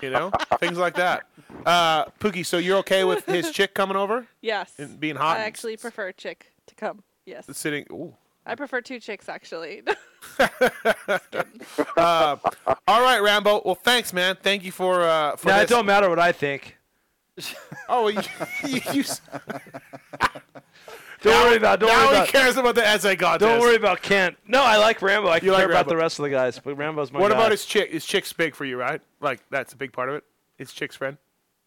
[SPEAKER 5] You know, things like that. Uh, Pookie, so you're okay with his chick coming over?
[SPEAKER 1] yes.
[SPEAKER 5] And being hot.
[SPEAKER 1] I
[SPEAKER 5] and
[SPEAKER 1] actually prefer a chick to come. Yes.
[SPEAKER 5] sitting. Ooh.
[SPEAKER 1] I prefer two chicks actually.
[SPEAKER 5] Uh, all right, Rambo. Well, thanhanks, man. Thank you for uh, for
[SPEAKER 6] Nah, it
[SPEAKER 5] this.
[SPEAKER 6] don't matter what I think.
[SPEAKER 5] Oh, you, you, you s-
[SPEAKER 6] Don't worry about. Don't
[SPEAKER 5] now
[SPEAKER 6] worry
[SPEAKER 5] he
[SPEAKER 6] about.
[SPEAKER 5] cares about the essay contest.
[SPEAKER 6] Don't worry about Kent. No, I like Rambo. I
[SPEAKER 5] You
[SPEAKER 6] care
[SPEAKER 5] like
[SPEAKER 6] about
[SPEAKER 5] Rambo.
[SPEAKER 6] the rest of the guys, but Rambo's my
[SPEAKER 5] What
[SPEAKER 6] guy.
[SPEAKER 5] about his chick? His chick's big for you, right? Like that's a big part of it. His chick's friend.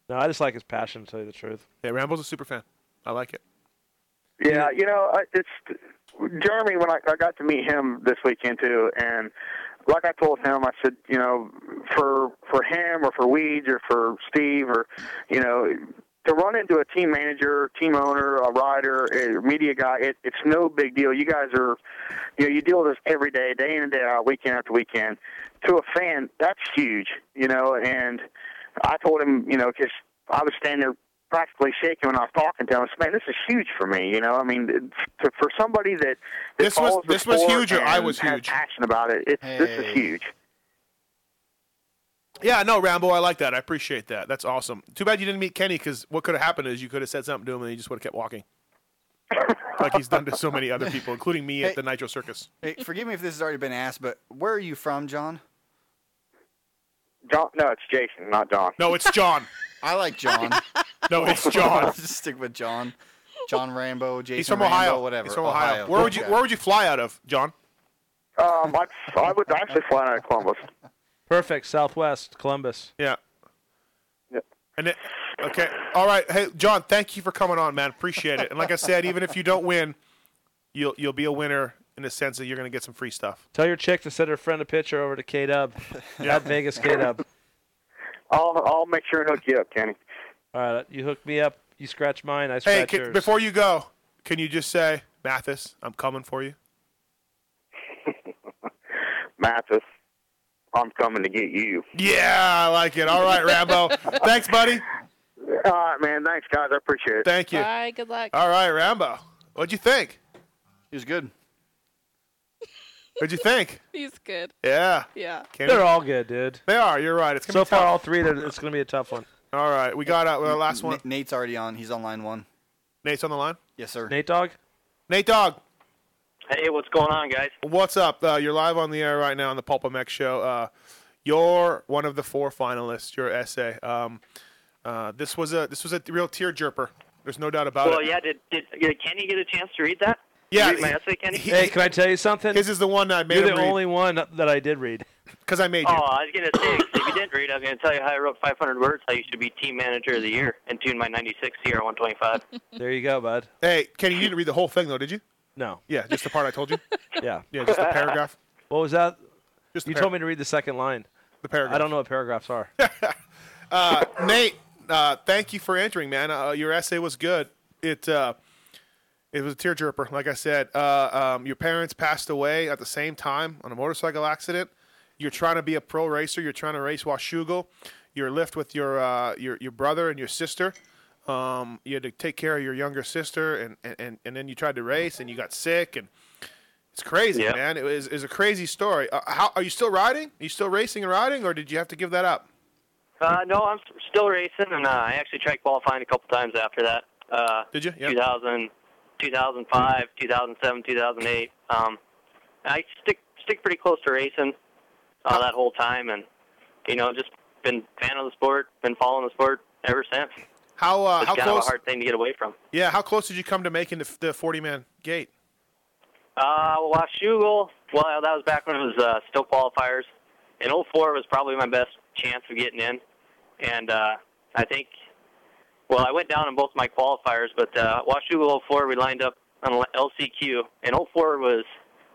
[SPEAKER 6] No, I just like his passion. To tell you the truth.
[SPEAKER 5] Yeah, Rambo's a super fan. I like it.
[SPEAKER 8] Yeah, you know, I it's Jeremy. When I, I got to meet him this weekend too, and like I told him, I said, you know, for for him or for Weeds or for Steve or, you know, to run into a team manager, team owner, a rider, a media guy, it, it's no big deal. You guys are, you know, you deal with this every day, day in and day out, weekend after weekend. To a fan, that's huge, you know. And I told him, you know, because I was standing there practically shaking when I was talking to him. I said, man, this is huge for me, you know. I mean, to, for somebody that, that
[SPEAKER 5] This was-
[SPEAKER 8] follows the
[SPEAKER 5] this was
[SPEAKER 8] sport
[SPEAKER 5] huge or I
[SPEAKER 8] and
[SPEAKER 5] was
[SPEAKER 8] has
[SPEAKER 5] huge?
[SPEAKER 8] Passion about it. It's this is
[SPEAKER 5] Hey.
[SPEAKER 8] huge.
[SPEAKER 5] Yeah, no, Rambo, I like that. I appreciate that. That's awesome. Too bad you didn't meet Kenny because what could have happened is you could have said something to him and he just would have kept walking. like he's done to so many other people, including me at the Nitro Circus.
[SPEAKER 7] Hey, forgive me if this has already been asked, but where are you from, John?
[SPEAKER 8] John, no, it's Jason, not John.
[SPEAKER 5] No, it's John.
[SPEAKER 7] I like John.
[SPEAKER 5] no, it's John.
[SPEAKER 7] Just stick with John. John Rambo, Jason
[SPEAKER 5] he's from
[SPEAKER 7] Rambo,
[SPEAKER 5] Ohio.
[SPEAKER 7] whatever.
[SPEAKER 5] He's from Ohio. Where would you
[SPEAKER 7] Okay.
[SPEAKER 5] Where would you fly out of, John?
[SPEAKER 8] Um, I, I would actually fly out of Columbus.
[SPEAKER 6] Perfect. Southwest Columbus.
[SPEAKER 5] Yeah. And it, okay, all right. Hey, John, thank you for coming on, man. Appreciate it. And like I said, even if you don't win, you'll you'll be a winner in the sense that you're going to get some free stuff.
[SPEAKER 6] Tell your chick to send her friend a picture over to K Dub. At Vegas K Dub.
[SPEAKER 8] I'll I'll make sure and hook you up, Kenny.
[SPEAKER 6] All right, you hook me up. You scratch mine. I
[SPEAKER 5] Hey,
[SPEAKER 6] scratch
[SPEAKER 5] can,
[SPEAKER 6] yours.
[SPEAKER 5] before you go, can you just say, Mathis, I'm coming for you?
[SPEAKER 8] Mathis, I'm coming to get you.
[SPEAKER 5] Yeah, I like it. All right, Rambo. Thanks, buddy.
[SPEAKER 8] All right, man. Thanks, guys. I appreciate it.
[SPEAKER 5] Thank you.
[SPEAKER 1] Bye. Good luck.
[SPEAKER 5] All right, Rambo. What'd you think?
[SPEAKER 7] He was good.
[SPEAKER 5] What'd you think?
[SPEAKER 1] He's good.
[SPEAKER 5] Yeah.
[SPEAKER 1] Yeah.
[SPEAKER 5] Kenny?
[SPEAKER 6] They're all good, dude.
[SPEAKER 5] They are. You're right. It's
[SPEAKER 6] so
[SPEAKER 5] gonna be
[SPEAKER 6] far
[SPEAKER 5] tough.
[SPEAKER 6] all three. they're- It's gonna be a tough one.
[SPEAKER 5] All right, we got out with our last
[SPEAKER 7] N-
[SPEAKER 5] one.
[SPEAKER 7] Nate's already on. He's on line one.
[SPEAKER 5] Nate's on the line.
[SPEAKER 7] Yes, sir.
[SPEAKER 6] Nate Dog.
[SPEAKER 5] Nate Dog,
[SPEAKER 11] Hey, what's going on, guys?
[SPEAKER 5] what's up? Uh, you're live on the air right now on the Pulp MX show. Uh, you're one of the four finalists. Your essay. Um, uh, this was a this was a real tearjerker. There's no doubt about
[SPEAKER 11] well,
[SPEAKER 5] it.
[SPEAKER 11] yeah. Did, did did Kenny get a chance to read that?
[SPEAKER 5] Yeah,
[SPEAKER 11] Read my essay, Kenny.
[SPEAKER 6] hey, can I tell you something?
[SPEAKER 5] His is the one that I made
[SPEAKER 6] You're
[SPEAKER 5] him
[SPEAKER 6] the
[SPEAKER 5] read.
[SPEAKER 6] only one that I did read.
[SPEAKER 5] Because I made
[SPEAKER 11] Oh, I was gonna say 'cause if you didn't read, I was gonna tell you how I wrote 500 words. How you should be team manager of the year and tune my '96 CR125.
[SPEAKER 6] There you go, bud.
[SPEAKER 5] Hey, Kenny, you didn't read the whole thing though, did you?
[SPEAKER 6] No.
[SPEAKER 5] Yeah, just the part I told you.
[SPEAKER 6] Yeah.
[SPEAKER 5] Yeah, just the paragraph.
[SPEAKER 6] What was that?
[SPEAKER 5] Just
[SPEAKER 6] you
[SPEAKER 5] the
[SPEAKER 6] told me to read the second line.
[SPEAKER 5] The paragraph.
[SPEAKER 6] I don't know what paragraphs are.
[SPEAKER 5] Uh, Nate, uh, thank you for answering, man. Uh, your essay was good. It uh, it was a tearjerker, like I said. Uh, um, your parents passed away at the same time on a motorcycle accident. You're trying to be a pro racer. You're trying to race Washugo. You're left with your uh, your your brother and your sister. Um, you had to take care of your younger sister, and, and, and, and then you tried to race, and you got sick, and it's crazy,
[SPEAKER 25] Yeah.
[SPEAKER 5] man. It was, it was a crazy story. Uh, how are you still riding? Are you still racing and riding, or did you have to give that up?
[SPEAKER 11] Uh, no, I'm s- still racing, and uh, I actually tried qualifying a couple times after that. Uh,
[SPEAKER 5] Did you?
[SPEAKER 11] Two thousand, two thousand five, 2000, 2005, 2007, 2008. Um, I stick stick pretty close to racing uh, that whole time, and you know, just been fan of the sport, been following the sport ever since.
[SPEAKER 5] How uh,
[SPEAKER 11] it's
[SPEAKER 5] how
[SPEAKER 11] kind of
[SPEAKER 5] close?
[SPEAKER 11] a hard thing to get away from.
[SPEAKER 5] Yeah, how close did you come to making the, the forty man gate?
[SPEAKER 11] Uh, Washougal, well, that was back when it was uh, still qualifiers. And 04 was probably my best chance of getting in. And uh, I think, well, I went down in both my qualifiers, but uh, Washougal 04, we lined up on L- LCQ. And 04 was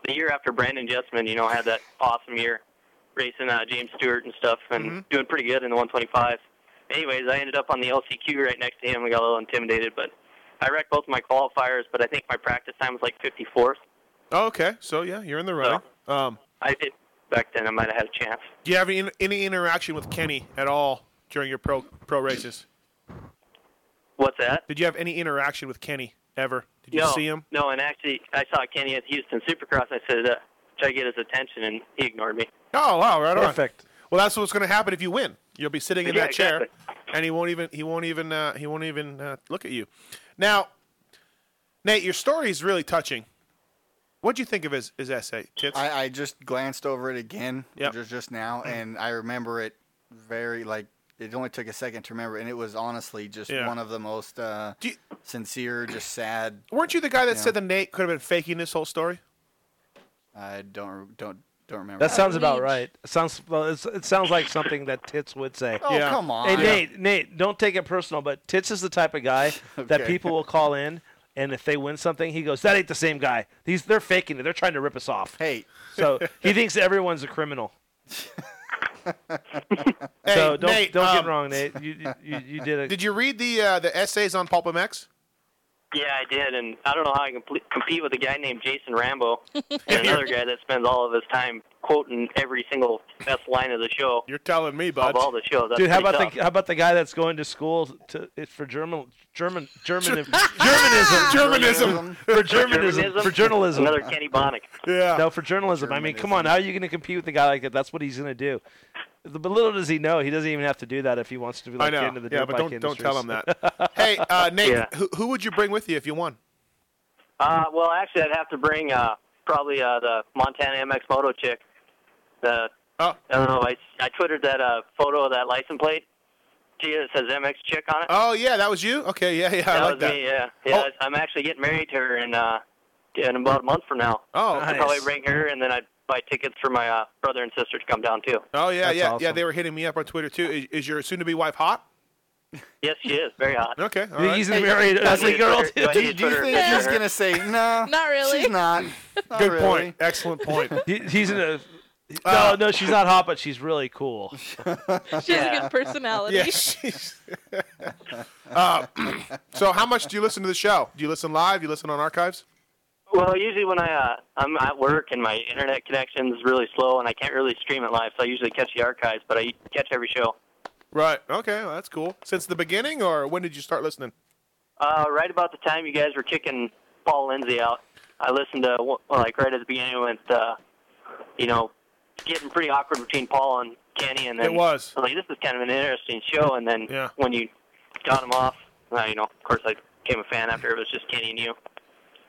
[SPEAKER 11] the year after Brandon Jessman, you know, had that awesome year racing uh, James Stewart and stuff and doing pretty good in the 125. Anyways, I ended up on the LCQ right next to him. I got a little intimidated, but I wrecked both my qualifiers, but I think my practice time was like 54th.
[SPEAKER 5] Oh, okay. So yeah, you're in the running. Um,
[SPEAKER 11] I did back then. I might have had a chance.
[SPEAKER 5] do you have any, any interaction with Kenny at all during your pro pro races?
[SPEAKER 11] What's that?
[SPEAKER 5] Did you have any interaction with Kenny ever? Did you
[SPEAKER 11] no,
[SPEAKER 5] see him?
[SPEAKER 11] No, and actually, I saw Kenny at Houston Supercross. I said, uh, "Try to get his attention," and he ignored me.
[SPEAKER 5] Oh wow, right on.
[SPEAKER 6] Perfect.
[SPEAKER 5] Well, that's what's going to happen if you win. You'll be sitting in
[SPEAKER 11] Yeah,
[SPEAKER 5] that chair, and he won't even he won't even uh, he won't even uh, look at you. Now, Nate, your story is really touching. What do you think of his, his essay? Tips?
[SPEAKER 7] I, I just glanced over it again just, just now,
[SPEAKER 5] Mm-hmm.
[SPEAKER 7] and I remember it very like it only took a second to remember, and it was honestly just
[SPEAKER 5] Yeah.
[SPEAKER 7] one of the most uh, sincere, just sad.
[SPEAKER 5] Weren't you the guy that
[SPEAKER 7] Yeah.
[SPEAKER 5] said that Nate could have been faking this whole story?
[SPEAKER 7] I don't don't don't remember.
[SPEAKER 6] That sounds about right. It sounds well, it's, it sounds like something that Tits would say.
[SPEAKER 7] Oh, Yeah. come on.
[SPEAKER 6] Hey
[SPEAKER 7] Yeah.
[SPEAKER 6] Nate, Nate, don't take it personal, but Tits is the type of guy that
[SPEAKER 7] Okay.
[SPEAKER 6] people will call in and if they win something, he goes, "That ain't the same guy. These they're faking it. They're trying to rip us off."
[SPEAKER 7] Hey.
[SPEAKER 6] So, he thinks everyone's a criminal. so don't
[SPEAKER 5] Nate,
[SPEAKER 6] don't get
[SPEAKER 5] um,
[SPEAKER 6] me wrong, Nate. You you, you, you did a
[SPEAKER 5] Did you read the uh, the essays on Pulp MX?
[SPEAKER 11] Yeah, I did, and I don't know how I can pl- compete with a guy named Jason Rambo and another guy that spends all of his time quoting every single best line of the show.
[SPEAKER 5] You're telling me, bud.
[SPEAKER 11] Of all the shows, that's
[SPEAKER 6] Dude, how
[SPEAKER 11] pretty
[SPEAKER 6] about
[SPEAKER 11] tough.
[SPEAKER 6] the how about the guy that's going to school to it for German German German
[SPEAKER 5] Germanism
[SPEAKER 6] for Germanism for journalism
[SPEAKER 11] Another Kenny Bonnick.
[SPEAKER 5] Yeah.
[SPEAKER 6] No, for journalism. I mean, come on, how are you going to compete with a guy like that? That's what he's going to do. The- But little does he know, he doesn't even have to do that if he wants to be like
[SPEAKER 5] I know.
[SPEAKER 6] get into the
[SPEAKER 5] yeah,
[SPEAKER 6] dirt
[SPEAKER 5] but
[SPEAKER 6] bike
[SPEAKER 5] don't don't tell him
[SPEAKER 6] industries.
[SPEAKER 5] that. hey, uh, Nate,
[SPEAKER 6] Yeah.
[SPEAKER 5] who, who would you bring with you if you won?
[SPEAKER 11] Uh, well, actually, I'd have to bring uh, probably uh, the Montana MX Moto chick. The
[SPEAKER 5] Oh.
[SPEAKER 11] I don't know. I I twittered that uh, photo of that license plate. See, it says MX chick on it.
[SPEAKER 5] Oh yeah, that was you. Okay, yeah, yeah,
[SPEAKER 11] that
[SPEAKER 5] I like
[SPEAKER 11] was
[SPEAKER 5] that. Oh.
[SPEAKER 11] me. Yeah, yeah. I'm actually getting married to her in uh, in about a month from now.
[SPEAKER 5] Oh,
[SPEAKER 11] I'd
[SPEAKER 5] nice.
[SPEAKER 11] probably bring her, and then I'd buy tickets for my uh, brother and sister to come down too.
[SPEAKER 5] Oh yeah,
[SPEAKER 11] That's
[SPEAKER 5] yeah, yeah.
[SPEAKER 11] awesome.
[SPEAKER 5] They were hitting me up on Twitter too. Is, is your soon-to-be wife hot?
[SPEAKER 11] Yes, she is very hot.
[SPEAKER 5] Okay, all
[SPEAKER 6] You
[SPEAKER 5] right.
[SPEAKER 6] he's gonna marry an ugly girl?
[SPEAKER 7] Do, do you think he's gonna say no?
[SPEAKER 1] Not really.
[SPEAKER 7] She's not. Not
[SPEAKER 6] Good
[SPEAKER 7] really.
[SPEAKER 6] point.
[SPEAKER 5] Excellent point.
[SPEAKER 6] He, he's in a.
[SPEAKER 5] Uh,
[SPEAKER 6] no, no, she's not hot, but she's really cool.
[SPEAKER 1] She has a good personality.
[SPEAKER 5] Yeah, she's- Uh, so, how much do you listen to the show? Do you listen live? You listen on archives?
[SPEAKER 11] Well, usually when I uh, I'm at work and my internet connection's really slow and I can't really stream it live, so I usually catch the archives, but I catch every show.
[SPEAKER 5] Right. Okay, well, that's cool. Since the beginning, or when did you start listening?
[SPEAKER 11] Uh, right about the time you guys were kicking Paul Lindsay out, I listened to well, like right at the beginning with uh, you know getting pretty awkward between Paul and Kenny, and then
[SPEAKER 5] It was.
[SPEAKER 11] I was like this is kind of an interesting show, and then
[SPEAKER 5] Yeah.
[SPEAKER 11] when you got him off, uh, you know, of course I became a fan after it was just Kenny and you.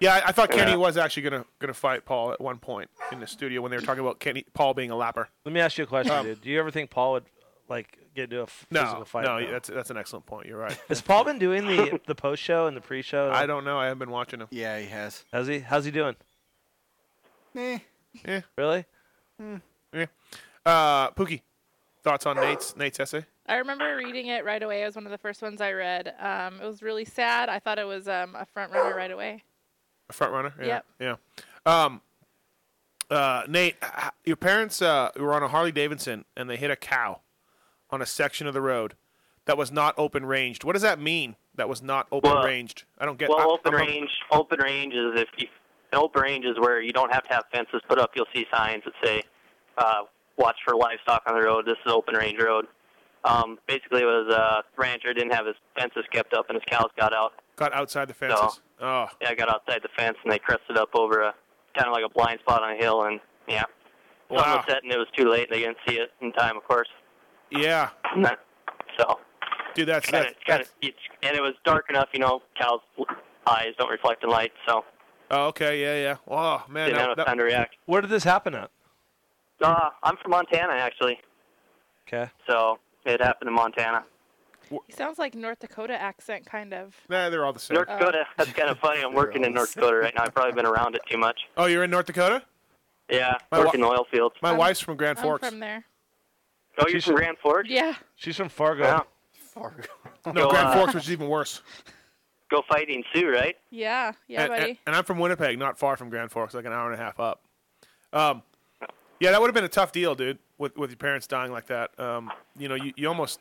[SPEAKER 5] Yeah, I, I thought Kenny
[SPEAKER 11] Yeah.
[SPEAKER 5] was actually gonna gonna fight Paul at one point in the studio when they were talking about Kenny Paul being a lapper.
[SPEAKER 6] Let me ask you a question,
[SPEAKER 5] Um,
[SPEAKER 6] dude. Do you ever think Paul would like get into a f-
[SPEAKER 5] No,
[SPEAKER 6] physical fight?
[SPEAKER 5] no, that's that's an excellent point. You're right.
[SPEAKER 6] Has Paul been doing the the post show and the pre show?
[SPEAKER 5] I don't know. I haven't been watching him.
[SPEAKER 7] Yeah, he has.
[SPEAKER 6] How's he? How's he doing?
[SPEAKER 7] Eh.
[SPEAKER 5] Yeah.
[SPEAKER 6] Really?
[SPEAKER 7] Hmm.
[SPEAKER 5] Yeah. Uh, Pookie, thoughts on Nate's Nate's essay?
[SPEAKER 1] I remember reading it right away. It was one of the first ones I read. Um, it was really sad. I thought it was um, a front runner right away.
[SPEAKER 5] A front runner. Yeah.
[SPEAKER 1] Yep.
[SPEAKER 5] Yeah. Um, uh, Nate, h- your parents uh, were on a Harley Davidson and they hit a cow on a section of the road that was not open ranged. What does that mean? That was not open
[SPEAKER 11] Well-
[SPEAKER 5] ranged. I don't get.
[SPEAKER 11] well,
[SPEAKER 5] I-
[SPEAKER 11] open
[SPEAKER 5] I'm a-
[SPEAKER 11] range. Open range is if you, an open range is where you don't have to have fences put up. You'll see signs that say, uh, "Watch for livestock on the road. This is open range road." Um, basically, it was a rancher didn't have his fences kept up, and his cows got out.
[SPEAKER 5] got outside the fences. Oh,
[SPEAKER 11] Yeah, I got outside the fence, and they crested up over a kind of like a blind spot on a hill, and yeah, sun
[SPEAKER 5] Wow.
[SPEAKER 11] was setting. It was too late. They didn't see it in time, of course.
[SPEAKER 5] yeah.
[SPEAKER 11] So,
[SPEAKER 5] dude, that's
[SPEAKER 11] kind of kind of and it was dark enough. You know, cows' eyes don't reflect in light, so
[SPEAKER 5] Oh, okay. Yeah, yeah. Wow, Oh, man.
[SPEAKER 11] Didn't
[SPEAKER 5] that-
[SPEAKER 11] have
[SPEAKER 5] that-
[SPEAKER 11] time to react.
[SPEAKER 6] Where did this happen at?
[SPEAKER 11] Uh, I'm from Montana, actually.
[SPEAKER 6] Okay.
[SPEAKER 11] So it happened in Montana.
[SPEAKER 1] He sounds like North Dakota accent, kind of.
[SPEAKER 5] Nah, they're all the same.
[SPEAKER 11] North Dakota. That's kind of funny. I'm working in North Dakota right now. I've probably been around it too much.
[SPEAKER 5] Oh, you're in North Dakota.
[SPEAKER 11] Yeah,
[SPEAKER 5] My wa-
[SPEAKER 11] working in the oil fields.
[SPEAKER 5] My wife's from Grand
[SPEAKER 1] I'm
[SPEAKER 5] Forks.
[SPEAKER 1] from there.
[SPEAKER 11] Oh, you're from Grand Forks?
[SPEAKER 1] Yeah.
[SPEAKER 6] She's from Fargo.
[SPEAKER 11] Yeah.
[SPEAKER 5] Fargo.
[SPEAKER 11] Go,
[SPEAKER 5] No, Grand
[SPEAKER 11] uh,
[SPEAKER 5] Forks, which is even worse.
[SPEAKER 11] Go fighting Sioux, right?
[SPEAKER 1] Yeah. Yeah,
[SPEAKER 5] and, and-
[SPEAKER 1] buddy.
[SPEAKER 5] and I'm from Winnipeg, not far from Grand Forks, like an hour and a half up. Um, yeah, that would have been a tough deal, dude, with with your parents dying like that. Um, you know, you, you almost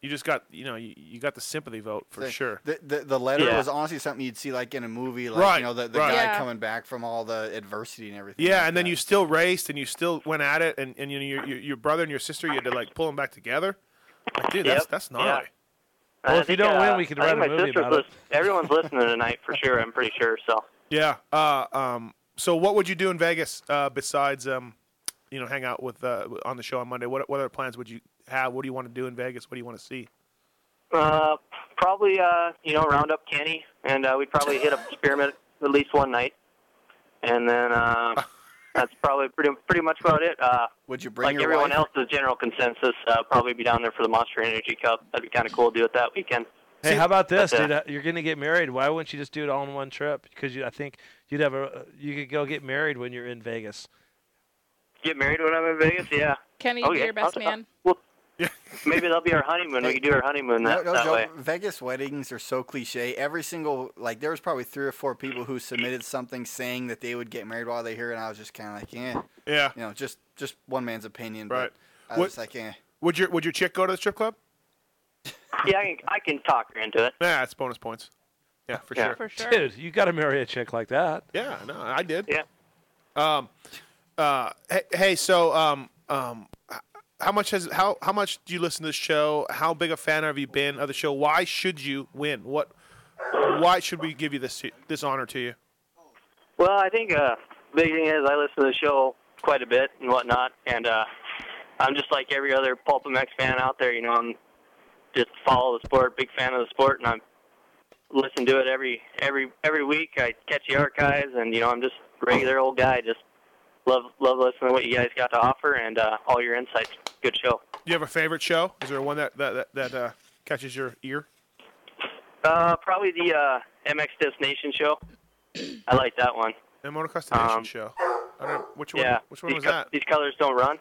[SPEAKER 5] you just got you know you, you got the sympathy vote for
[SPEAKER 7] the,
[SPEAKER 5] sure.
[SPEAKER 7] The, the, the letter
[SPEAKER 5] Yeah.
[SPEAKER 7] was honestly something you'd see like in a movie, like
[SPEAKER 5] Right,
[SPEAKER 7] you know the, the
[SPEAKER 5] right.
[SPEAKER 7] guy
[SPEAKER 5] Yeah.
[SPEAKER 7] coming back from all the adversity and everything.
[SPEAKER 5] Yeah, and then you still raced and you still went at it, and, and you know your, your your brother and your sister, you had to like pull them back together. Like, dude, that's
[SPEAKER 11] Yep,
[SPEAKER 5] that's
[SPEAKER 11] yeah.
[SPEAKER 5] gnarly.
[SPEAKER 11] And I think, uh, I think my sister's lis- Everyone's listening tonight for sure. I'm pretty sure. So
[SPEAKER 5] Yeah. Uh, um, so what would you do in Vegas uh, besides um, you know hang out with uh, on the show on Monday? What what other plans would you have? What do you want to do in Vegas? What do you want to see?
[SPEAKER 11] uh, probably uh, you know round up Kenny, and uh, we'd probably hit up Spearmint at least one night, and then uh, that's probably pretty pretty much about it. Uh,
[SPEAKER 7] Would you
[SPEAKER 11] like everyone else, the general consensus uh, probably be down there for the Monster Energy Cup. That'd be kind of cool to do it that weekend.
[SPEAKER 6] Hey, how about this,
[SPEAKER 11] But, uh,
[SPEAKER 6] dude? Uh, You're gonna get married. Why wouldn't you just do it all in one trip? Because you, I think you'd have a, uh, you could go get married when you're in Vegas.
[SPEAKER 11] Get married when I'm in Vegas? Yeah.
[SPEAKER 1] Kenny,
[SPEAKER 11] Oh,
[SPEAKER 1] be
[SPEAKER 11] yeah.
[SPEAKER 1] your best
[SPEAKER 11] I'll-
[SPEAKER 1] man.
[SPEAKER 11] Well, maybe that'll be our honeymoon. We can do our honeymoon that,
[SPEAKER 7] no, no,
[SPEAKER 11] that
[SPEAKER 7] Joe,
[SPEAKER 11] way.
[SPEAKER 7] Vegas weddings are so cliche. Every single like there was probably three or four people who submitted something saying that they would get married while they're here, and I was just kind of like, eh,
[SPEAKER 5] Yeah.
[SPEAKER 7] you know, just just one man's opinion.
[SPEAKER 5] Right.
[SPEAKER 7] But I
[SPEAKER 5] What-
[SPEAKER 7] was like, eh.
[SPEAKER 5] Would your would your chick go to the strip club?
[SPEAKER 11] Yeah, I can, I can talk her into it.
[SPEAKER 5] Yeah, it's bonus points. Yeah, for
[SPEAKER 11] Yeah.
[SPEAKER 5] sure.
[SPEAKER 11] For sure.
[SPEAKER 6] Dude, you got to marry a chick like that.
[SPEAKER 5] Yeah, no, I did.
[SPEAKER 11] Yeah.
[SPEAKER 5] Um, uh, hey, hey, so um, um, h- how much has how how much do you listen to this show? How big a fan have you been of the show? Why should you win? What? Why should we give you this this honor to you?
[SPEAKER 11] Well, I think uh, big thing is I listen to the show quite a bit and whatnot, and uh, I'm just like every other Pulp MX fan out there. You know, I'm just follow the sport, big fan of the sport, and I'm listen to it every every every week. I catch the archives, and you know, I'm just a regular old guy. Just love love listening to what you guys got to offer and uh, all your insights. Good show.
[SPEAKER 5] Do you have a favorite show? Is there one that that that, that uh, catches your ear?
[SPEAKER 11] Uh, probably the uh, MX Destination show. I like that one.
[SPEAKER 5] The Motocross Nation
[SPEAKER 11] Um,
[SPEAKER 5] show. I don't, which one?
[SPEAKER 11] yeah.
[SPEAKER 5] Which one
[SPEAKER 11] these
[SPEAKER 5] was
[SPEAKER 11] co-
[SPEAKER 5] that?
[SPEAKER 11] These colors don't run.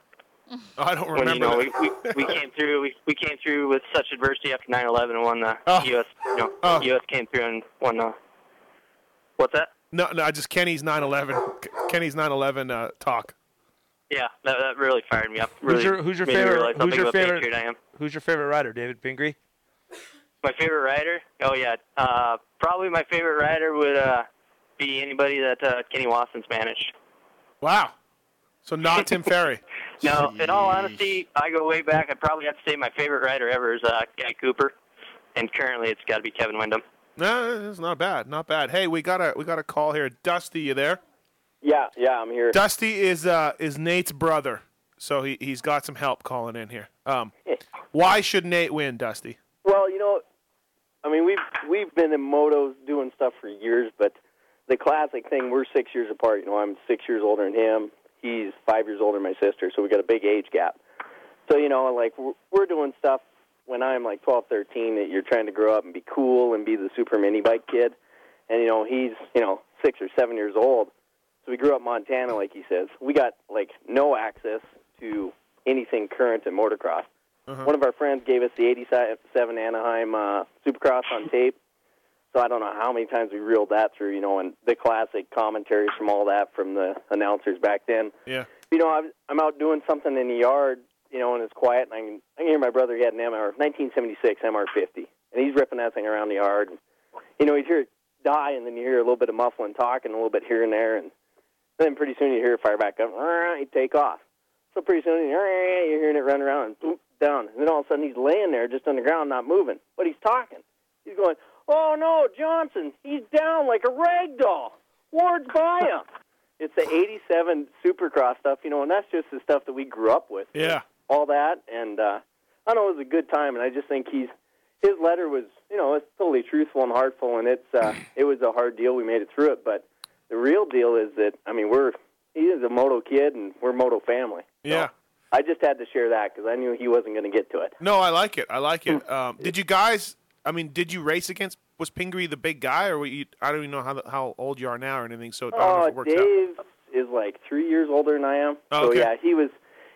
[SPEAKER 5] Oh, I don't
[SPEAKER 11] When,
[SPEAKER 5] remember.
[SPEAKER 11] you know,
[SPEAKER 5] that.
[SPEAKER 11] we, we, we came through. We, we came through with such adversity after 9/11 and won the
[SPEAKER 5] Oh.
[SPEAKER 11] U.S. You know,
[SPEAKER 5] Oh.
[SPEAKER 11] U.S. came through and won the. What's that?
[SPEAKER 5] no, no, I just Kenny's 9/11. K- Kenny's 9/11 uh, talk.
[SPEAKER 11] Yeah, that, that really fired me up. Really
[SPEAKER 6] who's your who's your
[SPEAKER 11] made me realize
[SPEAKER 6] favorite
[SPEAKER 11] how
[SPEAKER 6] who's
[SPEAKER 11] big
[SPEAKER 6] your
[SPEAKER 11] of a
[SPEAKER 6] favorite
[SPEAKER 11] patriot I am.
[SPEAKER 6] who's your favorite rider? David Pingree.
[SPEAKER 11] My favorite rider? Oh yeah, uh, probably my favorite rider would uh, be anybody that uh, Kenny Watson's managed.
[SPEAKER 5] Wow. So not Tim Ferry.
[SPEAKER 11] No, in all honesty, I go way back. I probably have to say my favorite rider ever is uh, Guy Cooper, and currently it's got to be Kevin Windham.
[SPEAKER 5] No, it's not bad, not bad. Hey, we got a we got a call here. Dusty, you there?
[SPEAKER 25] Yeah, yeah, I'm here.
[SPEAKER 5] Dusty is uh is Nate's brother, so he he's got some help calling in here. Um, why should Nate win, Dusty?
[SPEAKER 25] Well, you know, I mean, we've we've been in motos doing stuff for years, but the classic thing, we're six years apart. You know, I'm six years older than him. He's five years older than my sister, so we got a big age gap. So you know, like we're, we're doing stuff when I'm like 12, 13 that you're trying to grow up and be cool and be the super mini bike kid, and you know he's you know six or seven years old. So we grew up in Montana, like he says. We got like no access to anything current in motocross.
[SPEAKER 5] Uh-huh.
[SPEAKER 15] Uh-huh.
[SPEAKER 25] One of our friends gave us the 87 Anaheim uh, Supercross on tape. So I don't know how many times we reeled that through, you know, and the classic commentaries from all that from the announcers back then.
[SPEAKER 5] Yeah.
[SPEAKER 25] You know, I'm, I'm out doing something in the yard, you know, and it's quiet, and I can, I can hear my brother. He had an MR, 1976 MR50, and he's ripping that thing around the yard. And, you know, you hear it die, and then you hear a little bit of muffling talk and a little bit here and there, and then pretty soon you hear it fire back up, you take off. So pretty soon you're hearing it run around and boop, down, and then all of a sudden he's laying there just on the ground, not moving, but he's talking. He's going, "Oh no, Johnson, he's down like a rag doll. Ward's by him." it's the '87 Supercross stuff, you know, and that's just the stuff that we grew up with.
[SPEAKER 5] Yeah.
[SPEAKER 25] All that, and uh, I know it was a good time, and I just think he's his letter was, you know, it's totally truthful and heartful, and it's uh, it was a hard deal. We made it through it, but the real deal is that I mean, we're he is a moto kid, and we're moto family.
[SPEAKER 5] Yeah.
[SPEAKER 25] I just had to share that because I knew he wasn't going to get to it.
[SPEAKER 5] No, I like it. I like
[SPEAKER 25] Hmm.
[SPEAKER 5] it. Um, did you guys? I mean, did you race against? Was Pingree the big guy, or were you? I don't even know how the- how old you are now or anything. So I don't know if it
[SPEAKER 25] Oh,
[SPEAKER 5] works out.
[SPEAKER 25] Dave is like three years older than I am.
[SPEAKER 5] Oh, okay.
[SPEAKER 25] So yeah, he was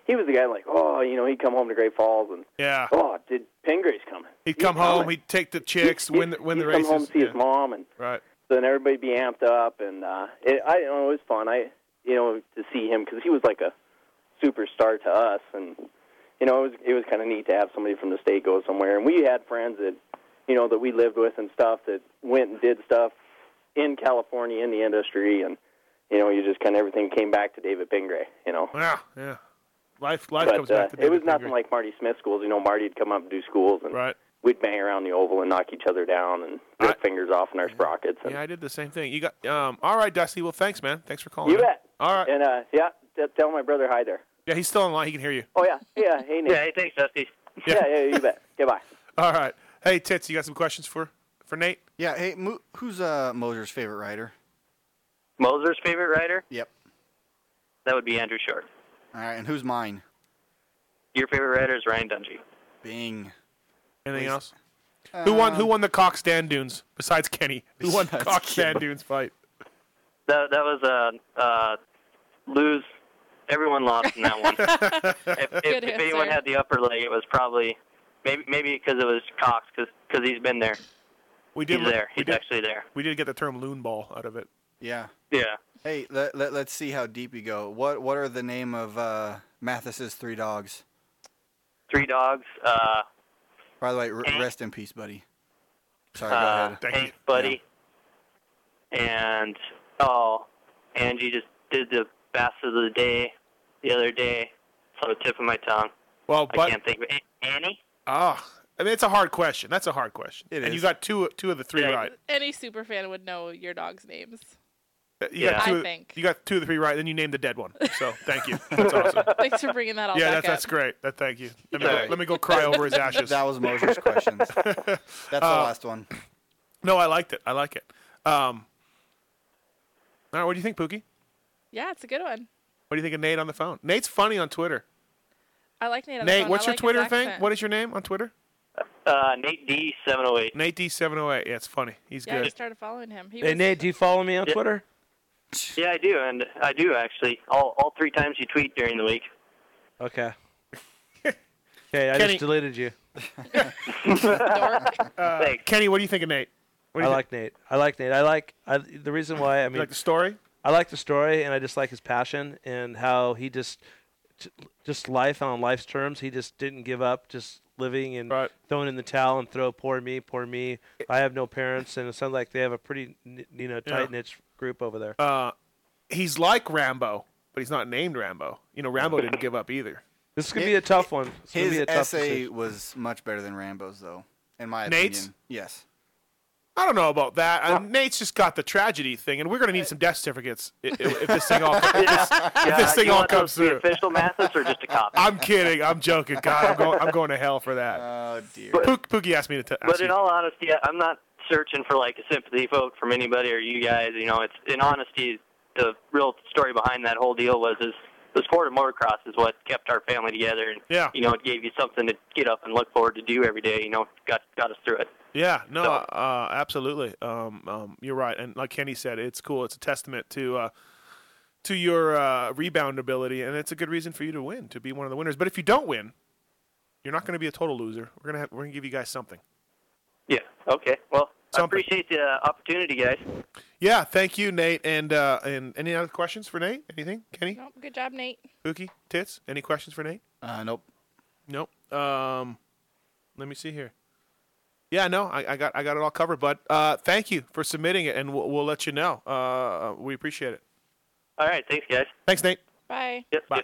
[SPEAKER 25] he was the guy like, oh, you know, he'd come home to Great Falls and
[SPEAKER 5] Yeah.
[SPEAKER 25] oh, did Pingree's coming?
[SPEAKER 5] He'd come
[SPEAKER 25] coming.
[SPEAKER 5] home. He'd take the chicks. Win the win the
[SPEAKER 25] he'd
[SPEAKER 5] races.
[SPEAKER 25] come home see
[SPEAKER 5] yeah.
[SPEAKER 25] his mom and
[SPEAKER 5] Right.
[SPEAKER 25] So then everybody'd be amped up, and uh, it, I you know, it was fun. I you know to see him because he was like a superstar to us, and you know it was it was kind of neat to have somebody from the state go somewhere. And we had friends that you know that we lived with and stuff that went and did stuff in California in the industry, and you know you just kind of everything came back to David Pingree, you know.
[SPEAKER 5] Yeah. Yeah. Life life
[SPEAKER 25] but
[SPEAKER 5] comes
[SPEAKER 25] uh,
[SPEAKER 5] back to
[SPEAKER 25] it was
[SPEAKER 5] David
[SPEAKER 25] nothing
[SPEAKER 5] Pingree.
[SPEAKER 25] like Marty Smith schools. You know, Marty'd come up and do schools, and we'd bang around the oval and knock each other down and rip fingers off in our sprockets. And,
[SPEAKER 5] Yeah, I did the same thing. You got um. All right, Dusty. Well, thanks, man. Thanks for calling.
[SPEAKER 25] You
[SPEAKER 5] man.
[SPEAKER 25] bet.
[SPEAKER 5] All right.
[SPEAKER 25] And uh, yeah, t- tell my brother hi there.
[SPEAKER 5] Yeah, he's still online. He can hear you.
[SPEAKER 25] Oh yeah, yeah. Hey Nick.
[SPEAKER 5] Yeah, hey,
[SPEAKER 25] thanks, Dusty.
[SPEAKER 5] Yeah.
[SPEAKER 25] Yeah, yeah. you bet. Goodbye.
[SPEAKER 5] All right. Hey, Tits, you got some questions for for Nate?
[SPEAKER 7] Yeah. Hey, Mo- who's uh, Moser's favorite rider?
[SPEAKER 11] Moser's favorite rider?
[SPEAKER 7] Yep.
[SPEAKER 11] That would be Andrew Short.
[SPEAKER 7] All right, and who's mine?
[SPEAKER 11] Your favorite rider is Ryan Dungey.
[SPEAKER 7] Bing.
[SPEAKER 5] Anything else? who won? Who won the Cox Stand Dunes besides Kenny? Who won the
[SPEAKER 7] Uh, besides
[SPEAKER 5] Cox Stand
[SPEAKER 7] Kenny.
[SPEAKER 5] Dunes fight?
[SPEAKER 11] That that was a uh, uh, lose. Everyone lost in that one. if if,
[SPEAKER 1] Good
[SPEAKER 11] if anyone
[SPEAKER 1] answer.
[SPEAKER 11] had the upper leg, it was probably maybe maybe because it was Cox because he's been there.
[SPEAKER 5] We did
[SPEAKER 11] He's
[SPEAKER 5] look-
[SPEAKER 11] there.
[SPEAKER 5] we
[SPEAKER 11] He's
[SPEAKER 5] did-
[SPEAKER 11] actually there.
[SPEAKER 5] We did get the term loon ball out of it.
[SPEAKER 7] Yeah.
[SPEAKER 11] Yeah.
[SPEAKER 7] Hey, let, let, let's see how deep you go. What What are the name of uh, Mathis's three dogs?
[SPEAKER 11] Three dogs. Uh,
[SPEAKER 7] By the way, r- rest in peace, buddy. Sorry, go
[SPEAKER 11] uh,
[SPEAKER 7] ahead.
[SPEAKER 11] Hank, buddy, and oh, Angie just did the best of the day the other day. It's on the tip of my tongue.
[SPEAKER 5] Well,
[SPEAKER 11] I
[SPEAKER 5] but-
[SPEAKER 11] can't think of it. Annie.
[SPEAKER 5] Ah, I mean it's a hard question. That's a hard question. and you got two two of the three right.
[SPEAKER 1] Any super fan would know your dog's names.
[SPEAKER 5] Uh, You
[SPEAKER 1] Yeah.
[SPEAKER 5] got two,
[SPEAKER 1] I
[SPEAKER 5] of-
[SPEAKER 1] think.
[SPEAKER 5] you got two of the three right. Then you named the dead one. So thank you. That's awesome.
[SPEAKER 1] Thanks for bringing that all
[SPEAKER 5] yeah,
[SPEAKER 1] back
[SPEAKER 5] that's, that's
[SPEAKER 1] up.
[SPEAKER 5] great. That thank you. Let me,
[SPEAKER 7] Sorry.
[SPEAKER 5] let me go cry over his ashes.
[SPEAKER 7] That was Moser's questions. That's the
[SPEAKER 5] Uh,
[SPEAKER 7] last one.
[SPEAKER 5] No, I liked it. I like it. Um, all right, what do you think, Pookie?
[SPEAKER 1] Yeah, it's a good one.
[SPEAKER 5] What do you think of Nate on the phone? Nate's funny on Twitter.
[SPEAKER 1] I like Nate. On the
[SPEAKER 5] Nate,
[SPEAKER 1] phone.
[SPEAKER 5] what's
[SPEAKER 1] I
[SPEAKER 5] your
[SPEAKER 1] like his
[SPEAKER 5] Twitter thing?
[SPEAKER 1] accent.
[SPEAKER 5] What is your name on Twitter?
[SPEAKER 11] Uh, Nate D seven oh eight.
[SPEAKER 5] Nate D seven oh eight. Yeah, it's funny. He's
[SPEAKER 1] yeah, I
[SPEAKER 5] good.
[SPEAKER 1] started following him. He
[SPEAKER 6] Hey
[SPEAKER 1] was,
[SPEAKER 6] Nate, do you follow me on
[SPEAKER 11] Yeah.
[SPEAKER 6] Twitter?
[SPEAKER 11] Yeah, I do, and I do actually. All all three times you tweet during the week.
[SPEAKER 6] Okay. Hey, I
[SPEAKER 5] Kenny-
[SPEAKER 6] just deleted you.
[SPEAKER 5] Uh, Kenny, what do you think of Nate? What do
[SPEAKER 6] I
[SPEAKER 5] you
[SPEAKER 6] like Nate. I like Nate. I like I, the reason why. I mean,
[SPEAKER 5] like the story.
[SPEAKER 6] I like the story, and I just like his passion and how he just, j- just life on life's terms. He just didn't give up, just living and throwing in the towel and throw poor me, poor me. I have no parents, and it sounds like they have a pretty kn- you know
[SPEAKER 5] Yeah.
[SPEAKER 6] tight knit group over there.
[SPEAKER 5] Uh, he's like Rambo, but he's not named Rambo. You know, Rambo didn't give up either.
[SPEAKER 6] This could be a tough one. It's gonna
[SPEAKER 7] His
[SPEAKER 6] be a tough
[SPEAKER 7] essay
[SPEAKER 6] decision.
[SPEAKER 7] was much better than Rambo's, though, in my
[SPEAKER 5] Nate's?
[SPEAKER 7] opinion. Yes.
[SPEAKER 5] I don't know about that. Uh, Nate's just got the tragedy thing, and we're going to need some death certificates i- i- if this thing all if this, if
[SPEAKER 11] Yeah,
[SPEAKER 5] this
[SPEAKER 11] do
[SPEAKER 5] thing
[SPEAKER 11] you
[SPEAKER 5] all
[SPEAKER 11] want those
[SPEAKER 5] comes
[SPEAKER 11] to be
[SPEAKER 5] through.
[SPEAKER 11] Official Mathis or just a copy?
[SPEAKER 5] I'm kidding. I'm joking. God, I'm going. I'm going to hell for that.
[SPEAKER 7] Oh dear.
[SPEAKER 5] Pook, Pookie asked me to. T- ask
[SPEAKER 11] But in
[SPEAKER 5] you-
[SPEAKER 11] all honesty, I- I'm not searching for like a sympathy vote from anybody or you guys. You know, it's in honesty, the real story behind that whole deal was is the sport of motocross is what kept our family together, and
[SPEAKER 5] Yeah.
[SPEAKER 11] you know, it gave you something to get up and look forward to do every day. You know, got got us through it.
[SPEAKER 5] Yeah, no, uh, absolutely. Um, um, you're right, and like Kenny said, it's cool. It's a testament to uh, to your uh, rebound ability, and it's a good reason for you to win, to be one of the winners. But if you don't win, you're not going to be a total loser. We're gonna have, we're gonna give you guys something.
[SPEAKER 11] Yeah. Okay. Well, I appreciate the uh, opportunity, guys.
[SPEAKER 5] Yeah, thank you, Nate. And uh, and any other questions for Nate? Anything, Kenny,
[SPEAKER 1] Nope. "Oh, Good job, Nate.
[SPEAKER 5] Pookie, Tits? Any questions for Nate?
[SPEAKER 7] Uh, nope.
[SPEAKER 5] Nope. Um, let me see here. Yeah, no, I, I got I got it all covered. But uh, thank you for submitting it, and we'll, we'll let you know. Uh, we appreciate it.
[SPEAKER 11] All right, thanks, guys.
[SPEAKER 5] Thanks, Nate.
[SPEAKER 1] Bye.
[SPEAKER 5] Bye.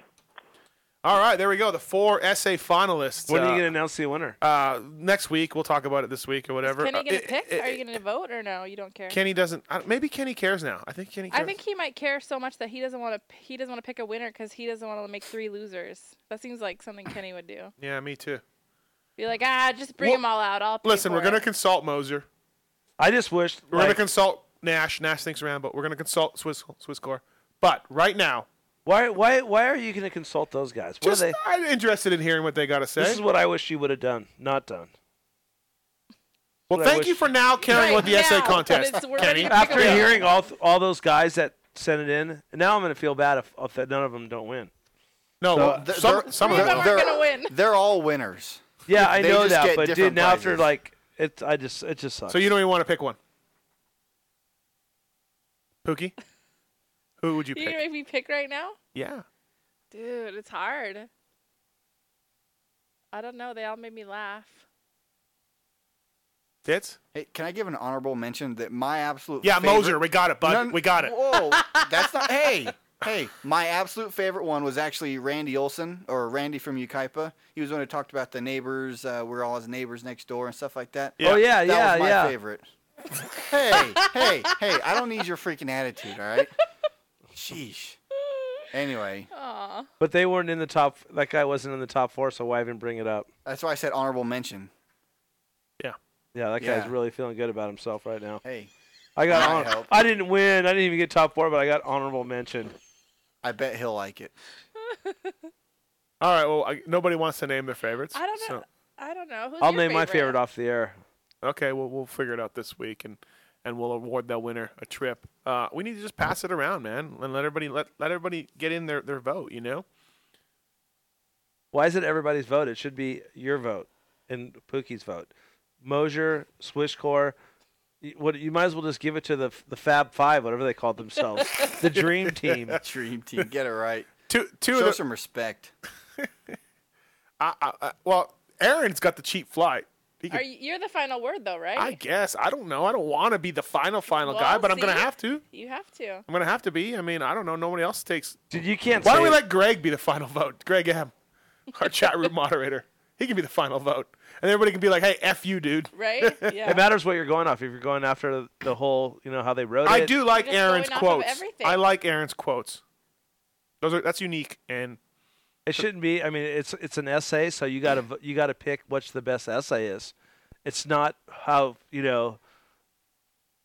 [SPEAKER 5] All right, there we go. The four essay finalists.
[SPEAKER 6] When are you
[SPEAKER 5] uh,
[SPEAKER 6] gonna announce the winner?
[SPEAKER 5] Uh, next week we'll talk about it. This week or whatever.
[SPEAKER 1] Kenny
[SPEAKER 5] Uh,
[SPEAKER 1] gonna
[SPEAKER 5] it-
[SPEAKER 1] pick?
[SPEAKER 5] it-
[SPEAKER 1] Are you gonna vote or no? You don't care.
[SPEAKER 5] Kenny doesn't. I, maybe Kenny cares now. I think Kenny. Cares.
[SPEAKER 1] I think he might care so much that he doesn't want to. He doesn't want to pick a winner because he doesn't want to make three losers. That seems like something Kenny would do.
[SPEAKER 5] Yeah, me too.
[SPEAKER 1] Be like, ah, just bring them all out. I'll pay
[SPEAKER 5] Listen,
[SPEAKER 1] for
[SPEAKER 5] we're gonna
[SPEAKER 1] it."
[SPEAKER 5] consult Moser.
[SPEAKER 6] I just wish
[SPEAKER 5] we're gonna
[SPEAKER 6] like-
[SPEAKER 5] consult Nash. Nash thinks around, but we're gonna consult Swiss Swiss Core. But right now,
[SPEAKER 6] why why why are you gonna consult those guys? What
[SPEAKER 5] just
[SPEAKER 6] are they?
[SPEAKER 5] I'm interested in hearing what they got to say.
[SPEAKER 6] This is what I wish you would have done, not done.
[SPEAKER 5] Well,
[SPEAKER 6] what I
[SPEAKER 5] thank you
[SPEAKER 6] wish-
[SPEAKER 5] for now caring about the essay contest, Kenny.
[SPEAKER 6] After hearing all th- all those guys that sent it in, now I'm gonna feel bad if, if that none of them don't win.
[SPEAKER 5] No,
[SPEAKER 7] well, th- some- Three of some of them them- aren't gonna
[SPEAKER 1] win.
[SPEAKER 7] They're all winners.
[SPEAKER 6] Yeah, I
[SPEAKER 7] They
[SPEAKER 6] know
[SPEAKER 7] just
[SPEAKER 6] that,
[SPEAKER 7] get
[SPEAKER 6] but dude,
[SPEAKER 7] different
[SPEAKER 6] now after
[SPEAKER 7] prizes.
[SPEAKER 6] like it, I just it just sucks.
[SPEAKER 5] So you don't even want to pick one, Pookie. Who would you
[SPEAKER 1] You gonna
[SPEAKER 5] pick?
[SPEAKER 1] make me pick right now,
[SPEAKER 5] Yeah.
[SPEAKER 1] dude? It's hard. I don't know. They all made me laugh.
[SPEAKER 5] Tits?
[SPEAKER 7] Hey, can I give an honorable mention that my absolute
[SPEAKER 5] Yeah,
[SPEAKER 7] favorite-
[SPEAKER 5] Moser, we got it, bud.
[SPEAKER 7] None-
[SPEAKER 5] We got it.
[SPEAKER 7] Whoa, that's not. Hey, hey, my absolute favorite one was actually Randy Olson or Randy from Ukaipa. He was the one who talked about the neighbors. Uh, we're all his neighbors next door and stuff like that.
[SPEAKER 6] Oh yeah,
[SPEAKER 7] that
[SPEAKER 6] yeah,
[SPEAKER 7] was my
[SPEAKER 6] yeah.
[SPEAKER 7] favorite. hey, hey, hey! I don't need your freaking attitude, all right? Sheesh. Anyway,
[SPEAKER 1] Aw.
[SPEAKER 6] But they weren't in the top. That guy wasn't in the top four, so why even bring it up?
[SPEAKER 7] that's why I said honorable mention.
[SPEAKER 6] Yeah, that
[SPEAKER 7] Yeah.
[SPEAKER 6] guy's really feeling good about himself right now.
[SPEAKER 7] Hey,
[SPEAKER 6] I got.
[SPEAKER 7] Might
[SPEAKER 6] Honor-
[SPEAKER 7] help.
[SPEAKER 6] I didn't win. I didn't even get top four, but I got honorable mention.
[SPEAKER 7] I bet he'll like it.
[SPEAKER 5] All right. Well, I, nobody wants to name their favorites.
[SPEAKER 1] I don't know.
[SPEAKER 5] so-
[SPEAKER 1] I don't know. Oh, Who's
[SPEAKER 6] I'll
[SPEAKER 1] your
[SPEAKER 6] name my favorite off the air.
[SPEAKER 5] Okay, well we'll figure it out this week and and we'll award that winner a trip. Uh, we need to just pass it around, man, and let everybody let, let everybody get in their, their vote, you know?
[SPEAKER 6] Why is it everybody's vote? It should be your vote and Pookie's vote. Mosier, Swishcore. y- What you might as well just give it to the the Fab Five, whatever they called themselves, the Dream Team.
[SPEAKER 7] Dream Team, get it right.
[SPEAKER 5] Two, two
[SPEAKER 7] Show
[SPEAKER 5] of the-
[SPEAKER 7] some respect.
[SPEAKER 5] I, I, I, well, Aaron's got the cheap flight. He could,
[SPEAKER 1] Are you, you're the final word though, right?
[SPEAKER 5] I guess. I don't know. I don't want to be the final final
[SPEAKER 1] Well,
[SPEAKER 5] guy, but I'm going to
[SPEAKER 1] see?
[SPEAKER 5] have to.
[SPEAKER 1] You have to.
[SPEAKER 5] I'm going to have to be. I mean, I don't know. Nobody else takes.
[SPEAKER 6] Dude, you can't
[SPEAKER 5] Why don't
[SPEAKER 6] say
[SPEAKER 5] we
[SPEAKER 6] it.
[SPEAKER 5] let Greg be the final vote? Greg M, our chat room moderator. He can be the final vote. And everybody can be like, hey, F you, dude.
[SPEAKER 1] Right?
[SPEAKER 6] It matters what you're going off. If you're going after the whole, you know how they wrote it.
[SPEAKER 5] I do like
[SPEAKER 1] Just
[SPEAKER 5] Aaron's
[SPEAKER 1] going off of
[SPEAKER 5] quotes.
[SPEAKER 1] everything.
[SPEAKER 5] I like Aaron's quotes. Those are that's unique and
[SPEAKER 6] It shouldn't be. I mean, it's it's an essay, so you gotta v- you gotta pick what's the best essay is. It's not how you know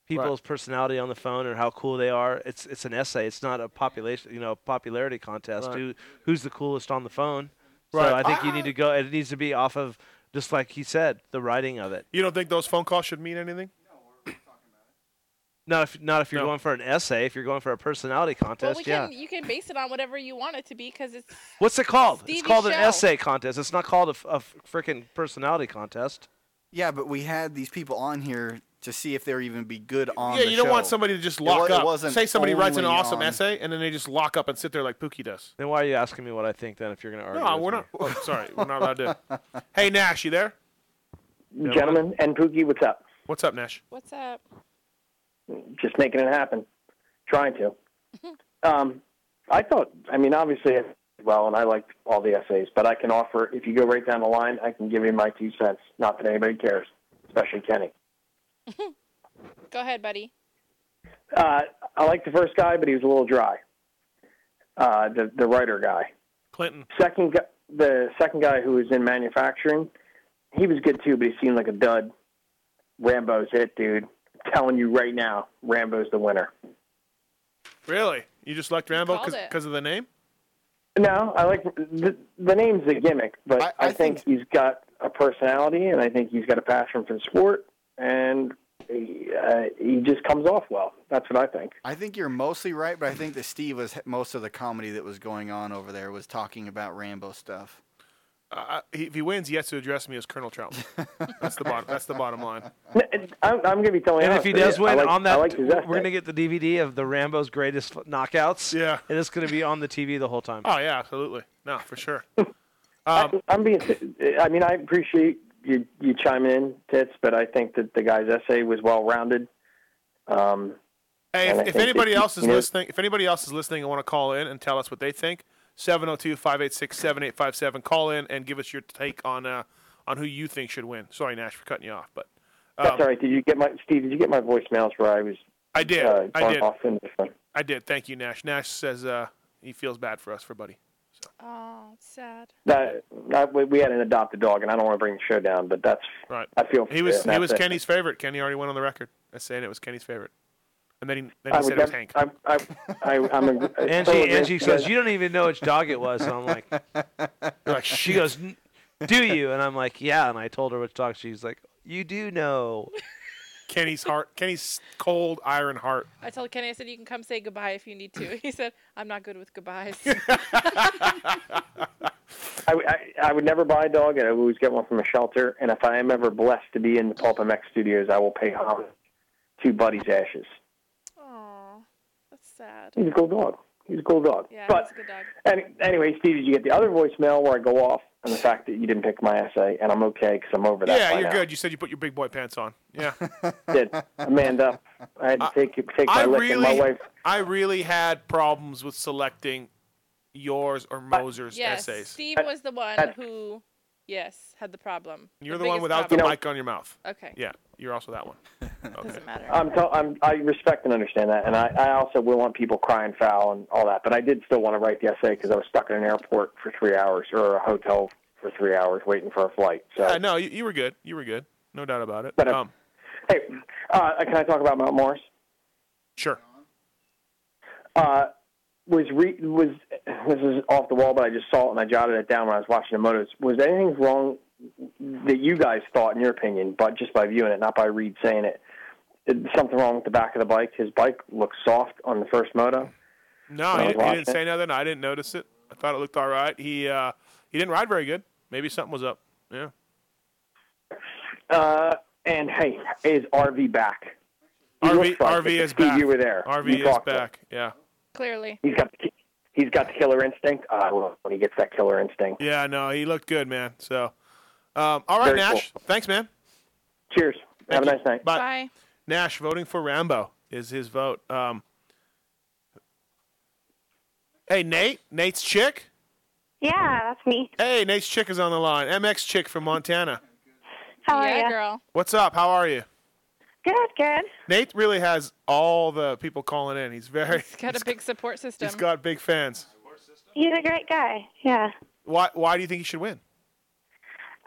[SPEAKER 6] people's personality on the phone or how cool they are. It's it's an essay. It's not a population you know popularity contest.
[SPEAKER 5] Right.
[SPEAKER 6] Who who's the coolest on the phone?
[SPEAKER 5] Right.
[SPEAKER 6] So I think you need to go. It needs to be off of just like he said, the writing of it.
[SPEAKER 5] you don't think those phone calls should mean anything?
[SPEAKER 6] Not if not if you're going for an essay. If you're going for a personality
[SPEAKER 1] Well,
[SPEAKER 6] contest,
[SPEAKER 1] we
[SPEAKER 6] yeah.
[SPEAKER 1] can. You can base it on whatever you want it to be because it's
[SPEAKER 6] What's it called?
[SPEAKER 1] Stevie
[SPEAKER 6] it's called an
[SPEAKER 1] Show.
[SPEAKER 6] essay contest. It's not called a, f- a freaking personality contest.
[SPEAKER 7] Yeah, but we had these people on here to see if they were even be good on.
[SPEAKER 5] yeah,
[SPEAKER 7] the
[SPEAKER 5] you don't want
[SPEAKER 7] show.
[SPEAKER 5] somebody to just
[SPEAKER 7] It
[SPEAKER 5] lock
[SPEAKER 7] wa- it
[SPEAKER 5] up.
[SPEAKER 7] wasn't
[SPEAKER 5] Say somebody writes an
[SPEAKER 7] only
[SPEAKER 5] awesome
[SPEAKER 7] on-
[SPEAKER 5] essay and then they just lock up and sit there like Pookie does.
[SPEAKER 6] Then why are you asking me what I think then if you're going to argue?
[SPEAKER 5] No,
[SPEAKER 6] with
[SPEAKER 5] we're
[SPEAKER 6] me?
[SPEAKER 5] not. oh, sorry, we're not allowed to. Hey Nash, you there?
[SPEAKER 12] Gentlemen and Pookie, what's up?
[SPEAKER 5] What's up, Nash?
[SPEAKER 1] What's up?
[SPEAKER 12] Just making it happen, trying to. um, I thought, I mean, obviously, I did well, and I liked all the essays, but I can offer, if you go right down the line, I can give you my two cents. Not that anybody cares, especially Kenny.
[SPEAKER 1] Go ahead, buddy.
[SPEAKER 12] Uh, I liked the first guy, but he was a little dry. Uh, the the writer guy.
[SPEAKER 5] Clinton.
[SPEAKER 12] Second, gu- the second guy who was in manufacturing, he was good too, but he seemed like a dud. Rambo's it, dude. I'm telling you right now, Rambo's the winner.
[SPEAKER 5] Really? You just liked Rambo
[SPEAKER 12] called it.
[SPEAKER 5] because of the name?
[SPEAKER 12] No, I like the, the name's a gimmick, but I, think, he's got a personality, and I think he's got a passion for the sport, and he, uh, he just comes off well. That's what I think.
[SPEAKER 7] I think you're mostly right, but I think that Steve was most of the comedy that was going on over there was talking about Rambo stuff.
[SPEAKER 5] Uh, he- if he wins, he has to address me as Colonel Trump. that's the bottom. That's the bottom line.
[SPEAKER 12] I'm, I'm going to be telling.
[SPEAKER 6] And
[SPEAKER 12] you
[SPEAKER 6] if he
[SPEAKER 12] honestly,
[SPEAKER 6] does
[SPEAKER 12] I
[SPEAKER 6] win
[SPEAKER 12] like-
[SPEAKER 6] on that,
[SPEAKER 12] I like his
[SPEAKER 6] we're
[SPEAKER 12] essay.
[SPEAKER 6] going to get the DVD of the Rambo's greatest f- knockouts.
[SPEAKER 5] Yeah,
[SPEAKER 6] and it's going to be on the TV the whole time.
[SPEAKER 5] Oh yeah, absolutely. No, for sure. Um,
[SPEAKER 12] I'm being. I mean, I appreciate you you chiming in, Tits, but I think that the guy's essay was well rounded. Um,
[SPEAKER 5] Hey,
[SPEAKER 12] and I
[SPEAKER 5] if, if
[SPEAKER 12] think
[SPEAKER 5] anybody
[SPEAKER 12] that,
[SPEAKER 5] else is
[SPEAKER 12] you know,
[SPEAKER 5] listening, if anybody else is listening and want to call in and tell us what they think, 702-586-7857. Call in and give us your take on uh, on who you think should win. Sorry, Nash, for cutting you off, but um,
[SPEAKER 12] that's all right. Did you get my Steve? Did you get my voicemails where I was?
[SPEAKER 5] I did.
[SPEAKER 12] Uh,
[SPEAKER 5] I
[SPEAKER 12] gone
[SPEAKER 5] did.
[SPEAKER 12] Off in the front?
[SPEAKER 5] I did. Thank you, Nash. Nash says uh, he feels bad for us, for Buddy.
[SPEAKER 1] Oh, it's sad.
[SPEAKER 12] That, that we we had an adopted dog, and I don't want to bring the show down, but that's
[SPEAKER 5] Right.
[SPEAKER 12] I feel
[SPEAKER 5] He was
[SPEAKER 12] for him.
[SPEAKER 5] he was
[SPEAKER 12] That's it.
[SPEAKER 5] Kenny's favorite. Kenny already went on the record as saying it was Kenny's favorite, and then he then
[SPEAKER 12] I
[SPEAKER 5] he
[SPEAKER 12] would
[SPEAKER 5] said it was
[SPEAKER 12] def-
[SPEAKER 5] Hank.
[SPEAKER 12] I, I, I, I'm a, I
[SPEAKER 6] Angie,
[SPEAKER 12] totally
[SPEAKER 6] Angie
[SPEAKER 12] agree with
[SPEAKER 6] says you don't even know which dog it was, and I'm like,
[SPEAKER 5] You're like
[SPEAKER 6] she goes, "N- do you? And I'm like, yeah. And I told her which dog. She's like, you do know.
[SPEAKER 5] Kenny's heart, Kenny's cold iron heart.
[SPEAKER 1] I told Kenny, I said, you can come say goodbye if you need to. He said, I'm not good with goodbyes.
[SPEAKER 12] I, I, I would never buy a dog, and I would always get one from a shelter. And if I am ever blessed to be in the Pulp MX studios, I will pay homage to Buddy's ashes.
[SPEAKER 1] That's sad.
[SPEAKER 12] He's a cool dog. He's a cool dog.
[SPEAKER 1] Yeah,
[SPEAKER 12] but
[SPEAKER 1] he's a good dog.
[SPEAKER 12] any, anyway, Steve, did you get the other voicemail where I go off on the fact that you didn't pick my essay? And I'm okay because I'm over that.
[SPEAKER 5] Yeah,
[SPEAKER 12] by
[SPEAKER 5] you're
[SPEAKER 12] now.
[SPEAKER 5] good. You said you put your big boy pants on. Yeah.
[SPEAKER 12] Did Amanda? I had to take take my
[SPEAKER 5] I
[SPEAKER 12] lick, and my
[SPEAKER 5] really,
[SPEAKER 12] wife.
[SPEAKER 5] I really had problems with selecting yours or Moser's
[SPEAKER 1] yes,
[SPEAKER 5] essays.
[SPEAKER 1] Steve was the one
[SPEAKER 5] that-
[SPEAKER 1] who, yes, had the problem.
[SPEAKER 5] You're the, one
[SPEAKER 1] biggest
[SPEAKER 5] without
[SPEAKER 1] problem.
[SPEAKER 5] the mic on your mouth.
[SPEAKER 1] Okay.
[SPEAKER 5] Yeah, you're also that one. Okay.
[SPEAKER 1] matter.
[SPEAKER 12] I'm, t- I'm I respect and understand that, and I, I also will want people crying foul and all that. But I did still want to write the essay because I was stuck in an airport for three hours or a hotel for three hours waiting for a flight. So,
[SPEAKER 5] Yeah, no, you, you were good. You were good. No doubt about it.
[SPEAKER 12] But, uh,
[SPEAKER 5] um,
[SPEAKER 12] hey, uh, can I talk about Mount Morris?
[SPEAKER 5] Sure.
[SPEAKER 12] Uh, was re- was this is off the wall, but I just saw it and I jotted it down when I was watching the motos. Was anything wrong that you guys thought, in your opinion, but just by viewing it, not by Reed saying it? Something wrong with the back of the bike. His bike looked soft on the first moto.
[SPEAKER 5] no,
[SPEAKER 12] when
[SPEAKER 5] he
[SPEAKER 12] I
[SPEAKER 5] didn't, he
[SPEAKER 12] watched
[SPEAKER 5] didn't
[SPEAKER 12] it.
[SPEAKER 5] say nothing. I didn't notice it. I thought it looked all right. He uh, he didn't ride very good. Maybe something was up. Yeah.
[SPEAKER 12] Uh, and hey, is RV back? He
[SPEAKER 5] RV
[SPEAKER 12] looks like
[SPEAKER 5] RV
[SPEAKER 12] it.
[SPEAKER 5] is
[SPEAKER 12] Steve,
[SPEAKER 5] back.
[SPEAKER 12] You were there.
[SPEAKER 5] RV
[SPEAKER 12] You
[SPEAKER 5] is
[SPEAKER 12] talked to him.
[SPEAKER 5] back. Yeah.
[SPEAKER 1] Clearly.
[SPEAKER 12] He's got the, he's got the killer instinct. I love when he gets that killer instinct.
[SPEAKER 5] Yeah, no, he looked good, man. So, um, all right,
[SPEAKER 12] Very
[SPEAKER 5] Nash. Thanks, man.
[SPEAKER 12] Cheers. Have a
[SPEAKER 5] you.
[SPEAKER 12] nice night.
[SPEAKER 5] Bye. Nash voting for Rambo is his vote. Um, hey, Nate. Nate's chick.
[SPEAKER 13] Yeah, that's me.
[SPEAKER 5] Hey, Nate's chick is on the line. MX chick from Montana.
[SPEAKER 13] How uh,
[SPEAKER 1] yeah,
[SPEAKER 13] are you?
[SPEAKER 1] girl.
[SPEAKER 5] What's up? How are you?
[SPEAKER 13] Good, good.
[SPEAKER 5] Nate really has all the people calling in. He's very.
[SPEAKER 1] He's got a big support system.
[SPEAKER 5] he's got big fans.
[SPEAKER 13] He's a great guy. Yeah.
[SPEAKER 5] Why? Why do you think he should win?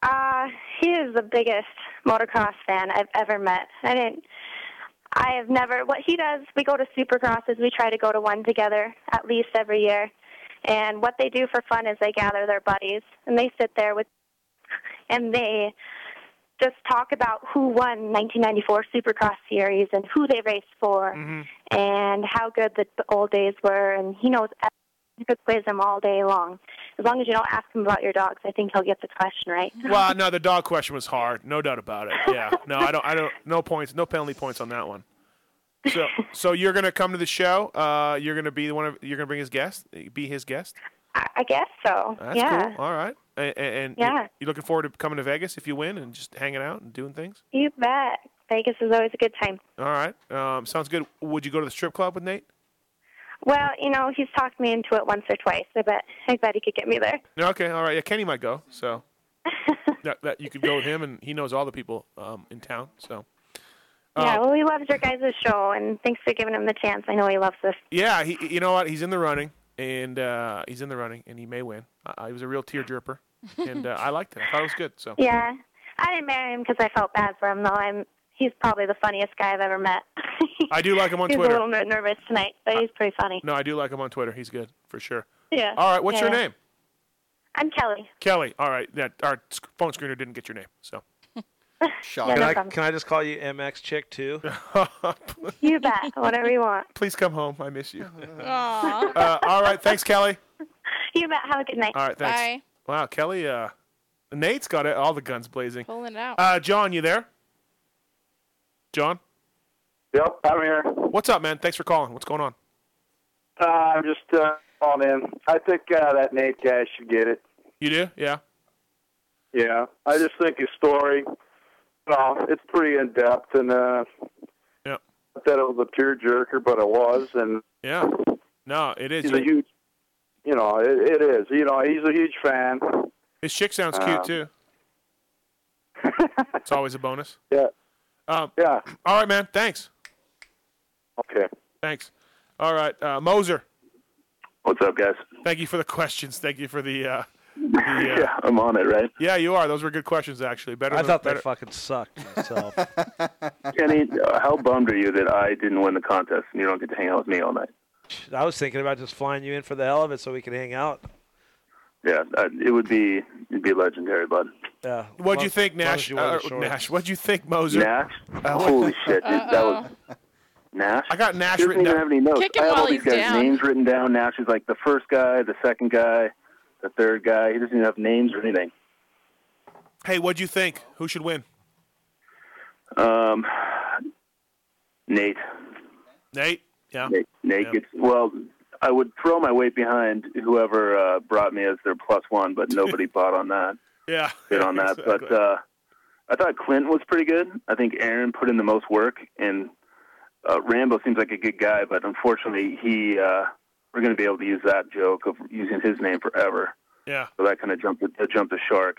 [SPEAKER 13] Uh, he is the biggest motocross fan I've ever met. I didn't. I have never. What he does, we go to supercrosses. We try to go to one together at least every year. And what they do for fun is they gather their buddies and they sit there with, and they just talk about who won 1994 Supercross Series and who they raced for and how good the old days were. And he knows. You could quiz him all day long. As long as you don't ask him about your dogs, I think he'll get the question right.
[SPEAKER 5] Well, no, the dog question was hard, no doubt about it. Yeah, no, I don't, I don't, no points, no penalty points on that one. So, so you're gonna come to the show. Uh, you're gonna be the one of, you're gonna bring his guest, be his guest.
[SPEAKER 13] I I guess so.
[SPEAKER 5] That's
[SPEAKER 13] yeah.
[SPEAKER 5] cool. All right, and, and you-
[SPEAKER 13] Yeah.
[SPEAKER 5] you looking forward to coming to Vegas if you win and just hanging out and doing things.
[SPEAKER 13] You bet. Vegas is always a good time.
[SPEAKER 5] All right, um, sounds good. Would you go to the strip club with Nate?
[SPEAKER 13] Well, you know, he's talked me into it once or twice. I bet I bet he could get me there.
[SPEAKER 5] No, okay, all right. Yeah, Kenny might go. So that, that you could go with him, and he knows all the people um, in town. So Oh.
[SPEAKER 13] yeah, well he loves your guys' show and thanks for giving him the chance. I know he loves this.
[SPEAKER 5] yeah, he, you know what? He's in the running, and uh, he's in the running, and he may win. Uh, he was a real tearjerker, and uh, I liked it. I thought it was good. So
[SPEAKER 13] Yeah. I didn't marry him because I felt bad for him though. I'm he's probably the funniest guy I've ever met.
[SPEAKER 5] I do like him on
[SPEAKER 13] he's a little
[SPEAKER 5] Twitter.
[SPEAKER 13] bit nervous tonight, but he's pretty funny.
[SPEAKER 5] No, I do like him on Twitter. He's good for sure.
[SPEAKER 13] Yeah.
[SPEAKER 5] All right, what's
[SPEAKER 13] Yeah,
[SPEAKER 5] your
[SPEAKER 13] yeah.
[SPEAKER 5] name?
[SPEAKER 13] I'm Kelly.
[SPEAKER 5] Kelly. All right, that our sc- phone screener didn't get your name, so
[SPEAKER 13] Yeah,
[SPEAKER 6] Can
[SPEAKER 13] no
[SPEAKER 6] I
[SPEAKER 13] problem.
[SPEAKER 6] can I just call you MX chick too?
[SPEAKER 13] You bet. Whatever you want.
[SPEAKER 5] please come home. I miss you.
[SPEAKER 13] Aw.
[SPEAKER 5] Uh, all right, thanks, Kelly.
[SPEAKER 13] You bet. Have a good night.
[SPEAKER 5] All right, thanks. Wow, Kelly. Uh, Nate's got it, all the guns blazing.
[SPEAKER 1] Pulling it out.
[SPEAKER 5] Uh, John, you there? John?
[SPEAKER 2] Yep, I'm here.
[SPEAKER 5] What's up, man? Thanks for calling. What's going on?
[SPEAKER 2] Uh, I'm just uh, on in. I think uh, that Nate guy should get it.
[SPEAKER 5] You do? Yeah.
[SPEAKER 2] Yeah, I just think his story, well, it's pretty in depth, and uh,
[SPEAKER 5] Yep.
[SPEAKER 2] not that it was a tearjerker, but it was, and
[SPEAKER 5] Yeah. No, it is.
[SPEAKER 2] he's a huge, you know, it, it is, you know, he's a huge fan.
[SPEAKER 5] His chick sounds
[SPEAKER 2] Um,
[SPEAKER 5] cute too. it's always a bonus.
[SPEAKER 2] Yeah.
[SPEAKER 5] Um,
[SPEAKER 2] yeah.
[SPEAKER 5] All right, man. Thanks.
[SPEAKER 2] Okay.
[SPEAKER 5] Thanks. All right, uh, Moser.
[SPEAKER 26] What's up, guys?
[SPEAKER 5] Thank you for the questions. Thank you for the. Uh, the uh, yeah.
[SPEAKER 26] I'm on it, right?
[SPEAKER 5] you are. Those were good questions, actually. Better.
[SPEAKER 6] I
[SPEAKER 5] than-
[SPEAKER 6] thought
[SPEAKER 5] better.
[SPEAKER 6] they fucking sucked myself.
[SPEAKER 26] Kenny, uh, how bummed are you that I didn't win the contest and you don't get to hang out with me all night?
[SPEAKER 6] I was thinking about just flying you in for the hell of it so we could hang out.
[SPEAKER 26] Yeah, uh, it would be it'd be legendary, bud.
[SPEAKER 6] Yeah.
[SPEAKER 5] What'd you think,
[SPEAKER 6] long as
[SPEAKER 5] Nash?
[SPEAKER 6] you wear the
[SPEAKER 5] Uh,
[SPEAKER 6] shorts.
[SPEAKER 5] Nash, what'd you think, Moser?
[SPEAKER 26] Nash?
[SPEAKER 5] Uh, what-
[SPEAKER 26] Holy shit, dude, that was Nash. I
[SPEAKER 5] got Nash
[SPEAKER 26] He doesn't
[SPEAKER 5] written
[SPEAKER 26] even
[SPEAKER 5] down.
[SPEAKER 26] have any notes.
[SPEAKER 5] Kick him
[SPEAKER 26] I have all
[SPEAKER 5] while
[SPEAKER 26] these
[SPEAKER 5] he's
[SPEAKER 26] guys'
[SPEAKER 5] down.
[SPEAKER 26] names written down. Nash is like the first guy, the second guy, the third guy. He doesn't even have names or anything.
[SPEAKER 5] Hey, what'd you think? Who should win?
[SPEAKER 26] Um, Nate.
[SPEAKER 5] Nate. Yeah.
[SPEAKER 26] Nate, Nate gets well. I would throw my weight behind whoever uh, brought me as their plus one, but nobody bought on that.
[SPEAKER 5] Yeah.
[SPEAKER 26] Bid on that, but uh, I thought Clint was pretty good. I think Aaron put in the most work, and uh, Rambo seems like a good guy, but unfortunately, he uh, we're going to be able to use that joke of using his name forever.
[SPEAKER 5] Yeah.
[SPEAKER 26] So that kind of jumped the, jumped the shark.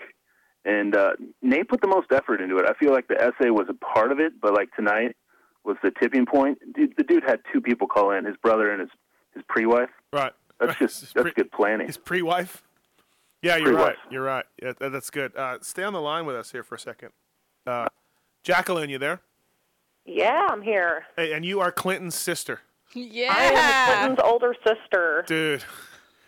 [SPEAKER 26] And uh, Nate put the most effort into it. I feel like the essay was a part of it, but like tonight was the tipping point. Dude, the dude had two people call in: his brother and his his pre-wife.
[SPEAKER 5] Right.
[SPEAKER 26] That's just that's good planning.
[SPEAKER 5] His pre-wife. Yeah, you're
[SPEAKER 26] Pre-wife.
[SPEAKER 5] right. You're right. Yeah, that, that's good. Uh, stay on the line with us here for a second. Uh, Jacqueline, you there?
[SPEAKER 24] Yeah, I'm here.
[SPEAKER 5] Hey, and you are Clinton's sister,
[SPEAKER 24] I am
[SPEAKER 1] Yeah.
[SPEAKER 24] Clinton's older sister.
[SPEAKER 5] dude.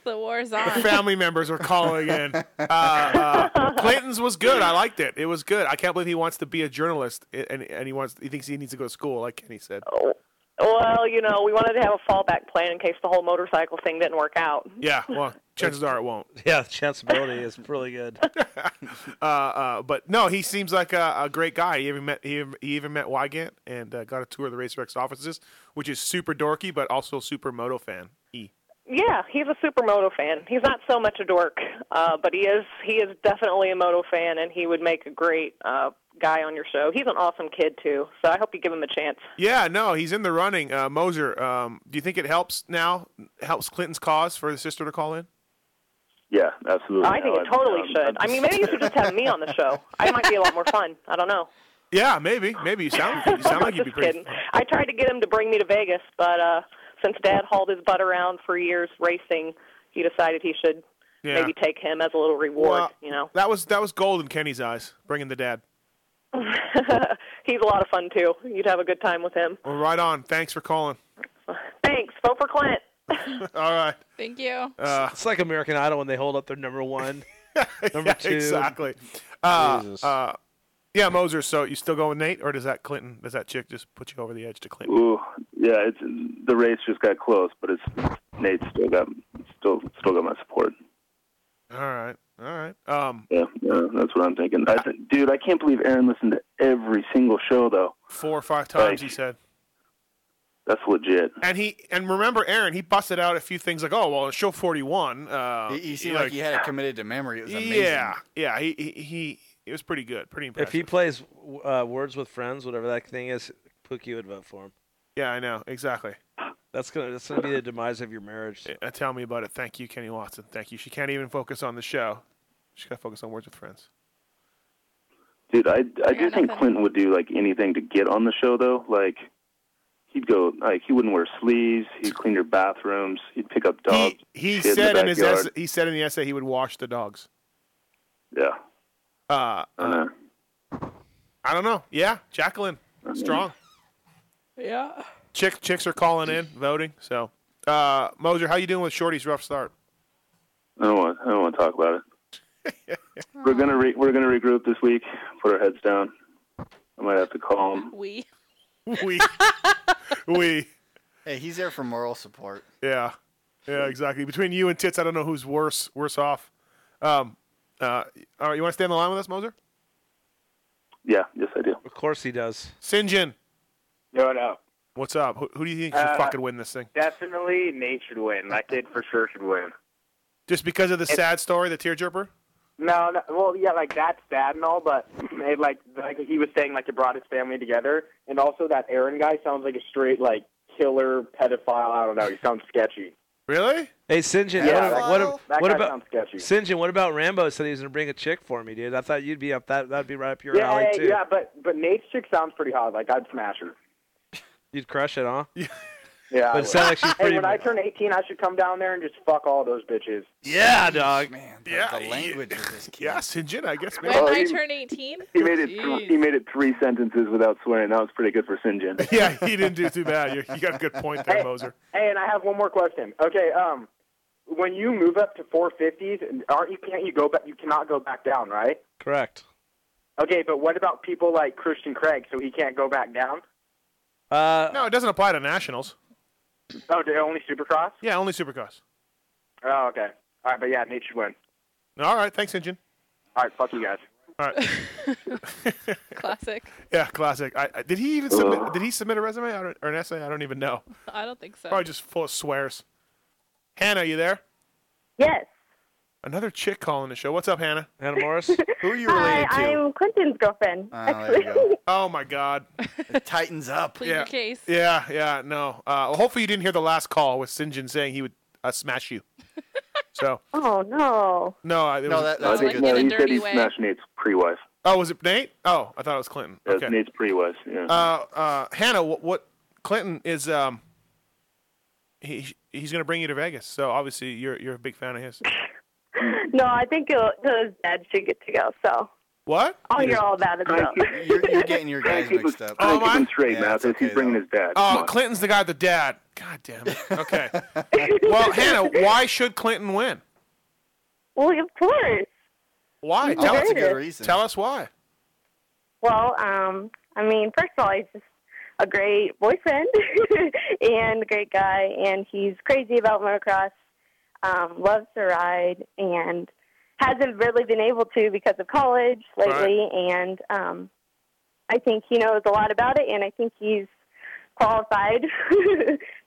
[SPEAKER 1] The war's on.
[SPEAKER 5] Family members were calling in. Uh, uh, Clinton's was good. I liked it. It was good. I can't believe he wants to be a journalist, i- and and he wants he thinks he needs to go to school, like Kenny said.
[SPEAKER 24] Oh, Well, you know, we wanted to have a fallback plan in case the whole motorcycle thing didn't work out.
[SPEAKER 5] Yeah, well, chances are it won't.
[SPEAKER 6] Yeah, chanceability is really good.
[SPEAKER 5] uh, uh, but no, he seems like a, a great guy. He even met he, even- he even met Wygant and uh, got a tour of the RacerX offices, which is super dorky, but also super moto fan. E.
[SPEAKER 24] Yeah, he's a supermoto fan. He's not so much a dork, uh, but he is he is definitely a moto fan, and he would make a great uh, guy on your show. He's an awesome kid too, so I hope you give him a chance.
[SPEAKER 5] Yeah, no, he's in the running. Uh, Moser, um, do you think it helps now? Helps Clinton's cause for the sister to call in?
[SPEAKER 26] Yeah, absolutely.
[SPEAKER 24] I think
[SPEAKER 26] No,
[SPEAKER 24] it totally
[SPEAKER 26] um,
[SPEAKER 24] should. I mean, maybe you should just have me on the show. I might be a lot more fun. I don't know.
[SPEAKER 5] Yeah, maybe. Maybe you sound you sound like you'd be pretty.
[SPEAKER 24] kidding. I tried to get him to bring me to Vegas, but uh since Dad hauled his butt around for years racing, he decided he should
[SPEAKER 5] Yeah.
[SPEAKER 24] maybe take him as a little reward.
[SPEAKER 5] Well,
[SPEAKER 24] you know,
[SPEAKER 5] That was that was gold in Kenny's eyes, bringing the dad.
[SPEAKER 24] he's a lot of fun too. You'd have a good time with him.
[SPEAKER 5] Well, right on. Thanks for calling.
[SPEAKER 24] Thanks. Vote for Clint.
[SPEAKER 5] All right.
[SPEAKER 1] Thank you.
[SPEAKER 5] Uh,
[SPEAKER 6] it's like American Idol when they hold up their number one, number
[SPEAKER 5] Yeah,
[SPEAKER 6] two.
[SPEAKER 5] exactly. Uh, uh, yeah, Moser. So you still go with Nate, or does that Clinton? Does that chick just put you over the edge to Clinton?
[SPEAKER 26] Ooh, yeah. It's the race just got close, but it's Nate's still got still still got my support.
[SPEAKER 5] All right, all right. Um,
[SPEAKER 26] Yeah, yeah, that's what I'm thinking. I th- dude, I can't believe Aaron listened to every single show though.
[SPEAKER 5] four or five times he said,
[SPEAKER 26] That's legit.
[SPEAKER 5] and he and remember Aaron, he busted out a few things like, oh well, in show forty one. Uh,
[SPEAKER 7] He, he seemed like, he had it committed to memory. It was amazing.
[SPEAKER 5] Yeah, yeah. He he, he it was pretty good, pretty impressive.
[SPEAKER 6] If he plays uh, Words with Friends, whatever that thing is, Pookie would vote for him.
[SPEAKER 5] Yeah, I know exactly.
[SPEAKER 6] That's gonna that's gonna be the demise of your marriage.
[SPEAKER 5] Uh, tell me about it. Thank you, Kenny Watson. Thank you. She can't even focus on the show. She got to focus on words with friends.
[SPEAKER 26] Dude, I I do think Clinton would do like anything to get on the show though. Like he'd go like he wouldn't wear sleeves, he'd clean your bathrooms, he'd pick up dogs.
[SPEAKER 5] He
[SPEAKER 26] shit
[SPEAKER 5] said
[SPEAKER 26] in
[SPEAKER 5] in
[SPEAKER 26] the
[SPEAKER 5] his
[SPEAKER 26] backyard.
[SPEAKER 5] essay, he said in the essay he would wash the dogs.
[SPEAKER 26] Yeah.
[SPEAKER 5] Uh,
[SPEAKER 26] uh,
[SPEAKER 5] I don't know. Yeah, Jacqueline, strong.
[SPEAKER 1] Yeah.
[SPEAKER 5] Chick, chicks are calling in, voting. So, uh, Moser, how you doing with Shorty's rough start?
[SPEAKER 26] I don't want I don't want to talk about it. we're gonna re- we're gonna regroup this week, put our heads down. I might have to call him.
[SPEAKER 1] We.
[SPEAKER 5] We. we.
[SPEAKER 7] Hey, he's there for moral support.
[SPEAKER 5] Yeah, yeah, exactly. Between you and Tits, I don't know who's worse worse off. Um, Uh, all right, you want to stay on the line with us, Moser?
[SPEAKER 26] Yeah, yes, I do.
[SPEAKER 6] Of course he does.
[SPEAKER 5] Sinjin,
[SPEAKER 12] No, what up?
[SPEAKER 5] what's up? Who, who do you think should
[SPEAKER 12] Uh,
[SPEAKER 5] fucking win this thing?
[SPEAKER 12] Definitely, Nate should win. My kid for sure should win.
[SPEAKER 5] Just because of the sad story, the tearjerker?
[SPEAKER 12] No, no, well, yeah, like that's sad and all, but it, like, like he was saying, like it brought his family together, and also that Aaron guy sounds like a straight like killer pedophile. I don't know. He sounds sketchy.
[SPEAKER 5] Really?
[SPEAKER 6] Hey, Sinjin,
[SPEAKER 12] Yeah,
[SPEAKER 6] what,
[SPEAKER 12] that-
[SPEAKER 6] what, ab-
[SPEAKER 12] that
[SPEAKER 6] what
[SPEAKER 12] guy
[SPEAKER 6] about
[SPEAKER 12] sounds sketchy.
[SPEAKER 6] Sinjin? What about Rambo? Said he was gonna bring a chick for me, dude. I thought you'd be up that. That'd be right up your
[SPEAKER 12] yeah,
[SPEAKER 6] alley too.
[SPEAKER 12] yeah, but but Nate's chick sounds pretty hot. Like I'd smash her.
[SPEAKER 6] You'd crush it, huh?
[SPEAKER 12] Yeah, I
[SPEAKER 6] But it
[SPEAKER 12] would.
[SPEAKER 6] sounds like she's pretty.
[SPEAKER 12] Hey, when I turn 18, I should come down there and just fuck all those bitches.
[SPEAKER 6] yeah, dog.
[SPEAKER 5] yeah,
[SPEAKER 14] the language of this kid.
[SPEAKER 5] Yeah, Sinjin, I guess.
[SPEAKER 1] When
[SPEAKER 5] man.
[SPEAKER 1] I turn 18?
[SPEAKER 26] He made it. Th- he made it three sentences without swearing. That was pretty good for Sinjin.
[SPEAKER 5] yeah, he didn't do too bad. You, you got a good point there, Moser.
[SPEAKER 12] Hey, and I have one more question. Okay, um, when you move up to 450s, aren't you can't you go back? You cannot go back down, right?
[SPEAKER 6] Correct.
[SPEAKER 12] Okay, but what about people like Christian Craig? So he can't go back down?
[SPEAKER 6] Uh,
[SPEAKER 5] no, it doesn't apply to nationals.
[SPEAKER 12] Oh, they only Supercross?
[SPEAKER 5] Yeah, only Supercross.
[SPEAKER 12] Oh, okay. All right, but yeah, Nate should win.
[SPEAKER 5] All right, thanks, Injun.
[SPEAKER 12] All right, fuck you guys.
[SPEAKER 5] All right.
[SPEAKER 1] Classic.
[SPEAKER 5] Yeah, classic. I, I, did he even submit? Did he submit a resume I don't- or an essay? I don't even know.
[SPEAKER 1] I don't think so.
[SPEAKER 5] Probably just full of swears. Hannah, are you there?
[SPEAKER 18] Yes.
[SPEAKER 5] Another chick calling the show. What's up, Hannah?
[SPEAKER 6] Hannah Morris.
[SPEAKER 5] Who are you
[SPEAKER 18] Hi, I'm Quentin's girlfriend.
[SPEAKER 5] Ah,
[SPEAKER 18] actually,
[SPEAKER 5] oh my God. It
[SPEAKER 14] tightens up.
[SPEAKER 18] Plead
[SPEAKER 5] yeah.
[SPEAKER 18] your case.
[SPEAKER 5] Yeah, yeah, no. Uh, well, hopefully you didn't hear the last call with Sinjin saying he would uh, smash you. So
[SPEAKER 18] oh no.
[SPEAKER 5] no, I, it
[SPEAKER 18] No,
[SPEAKER 5] was,
[SPEAKER 18] that- that's a Like good- in a
[SPEAKER 26] he said
[SPEAKER 18] dirty
[SPEAKER 26] he
[SPEAKER 18] way.
[SPEAKER 26] smashed Nate's pre-wife.
[SPEAKER 5] Oh, was it Nate? Oh, I thought it was Clinton.
[SPEAKER 26] That's
[SPEAKER 5] Okay.
[SPEAKER 26] Nate's pre-wife. Yeah.
[SPEAKER 5] Uh, uh, Hannah, what, what Clinton is? Um, he he's gonna bring you to Vegas. So obviously you're you're a big fan of his.
[SPEAKER 18] No, I think he'll- his dad should get to go. So
[SPEAKER 5] What?
[SPEAKER 18] I'll hear all about it though.
[SPEAKER 14] You're, you're getting your guys mixed up.
[SPEAKER 26] Oh, keep him straight, Mathis. He's bringing his dad. Come
[SPEAKER 5] Oh,
[SPEAKER 26] on.
[SPEAKER 5] Clinton's the guy with the dad. God damn it. Okay. well, Hannah, why should Clinton win?
[SPEAKER 18] Well, of course.
[SPEAKER 5] Why?
[SPEAKER 18] Oh,
[SPEAKER 5] tell us
[SPEAKER 18] that's a good reason.
[SPEAKER 5] Tell us why.
[SPEAKER 18] Well, um, I mean, first of all, he's just a great boyfriend and a great guy, and he's crazy about motocross. Um, loves to ride and hasn't really been able to because of college lately. And um, I think he knows a lot about it, and I think he's qualified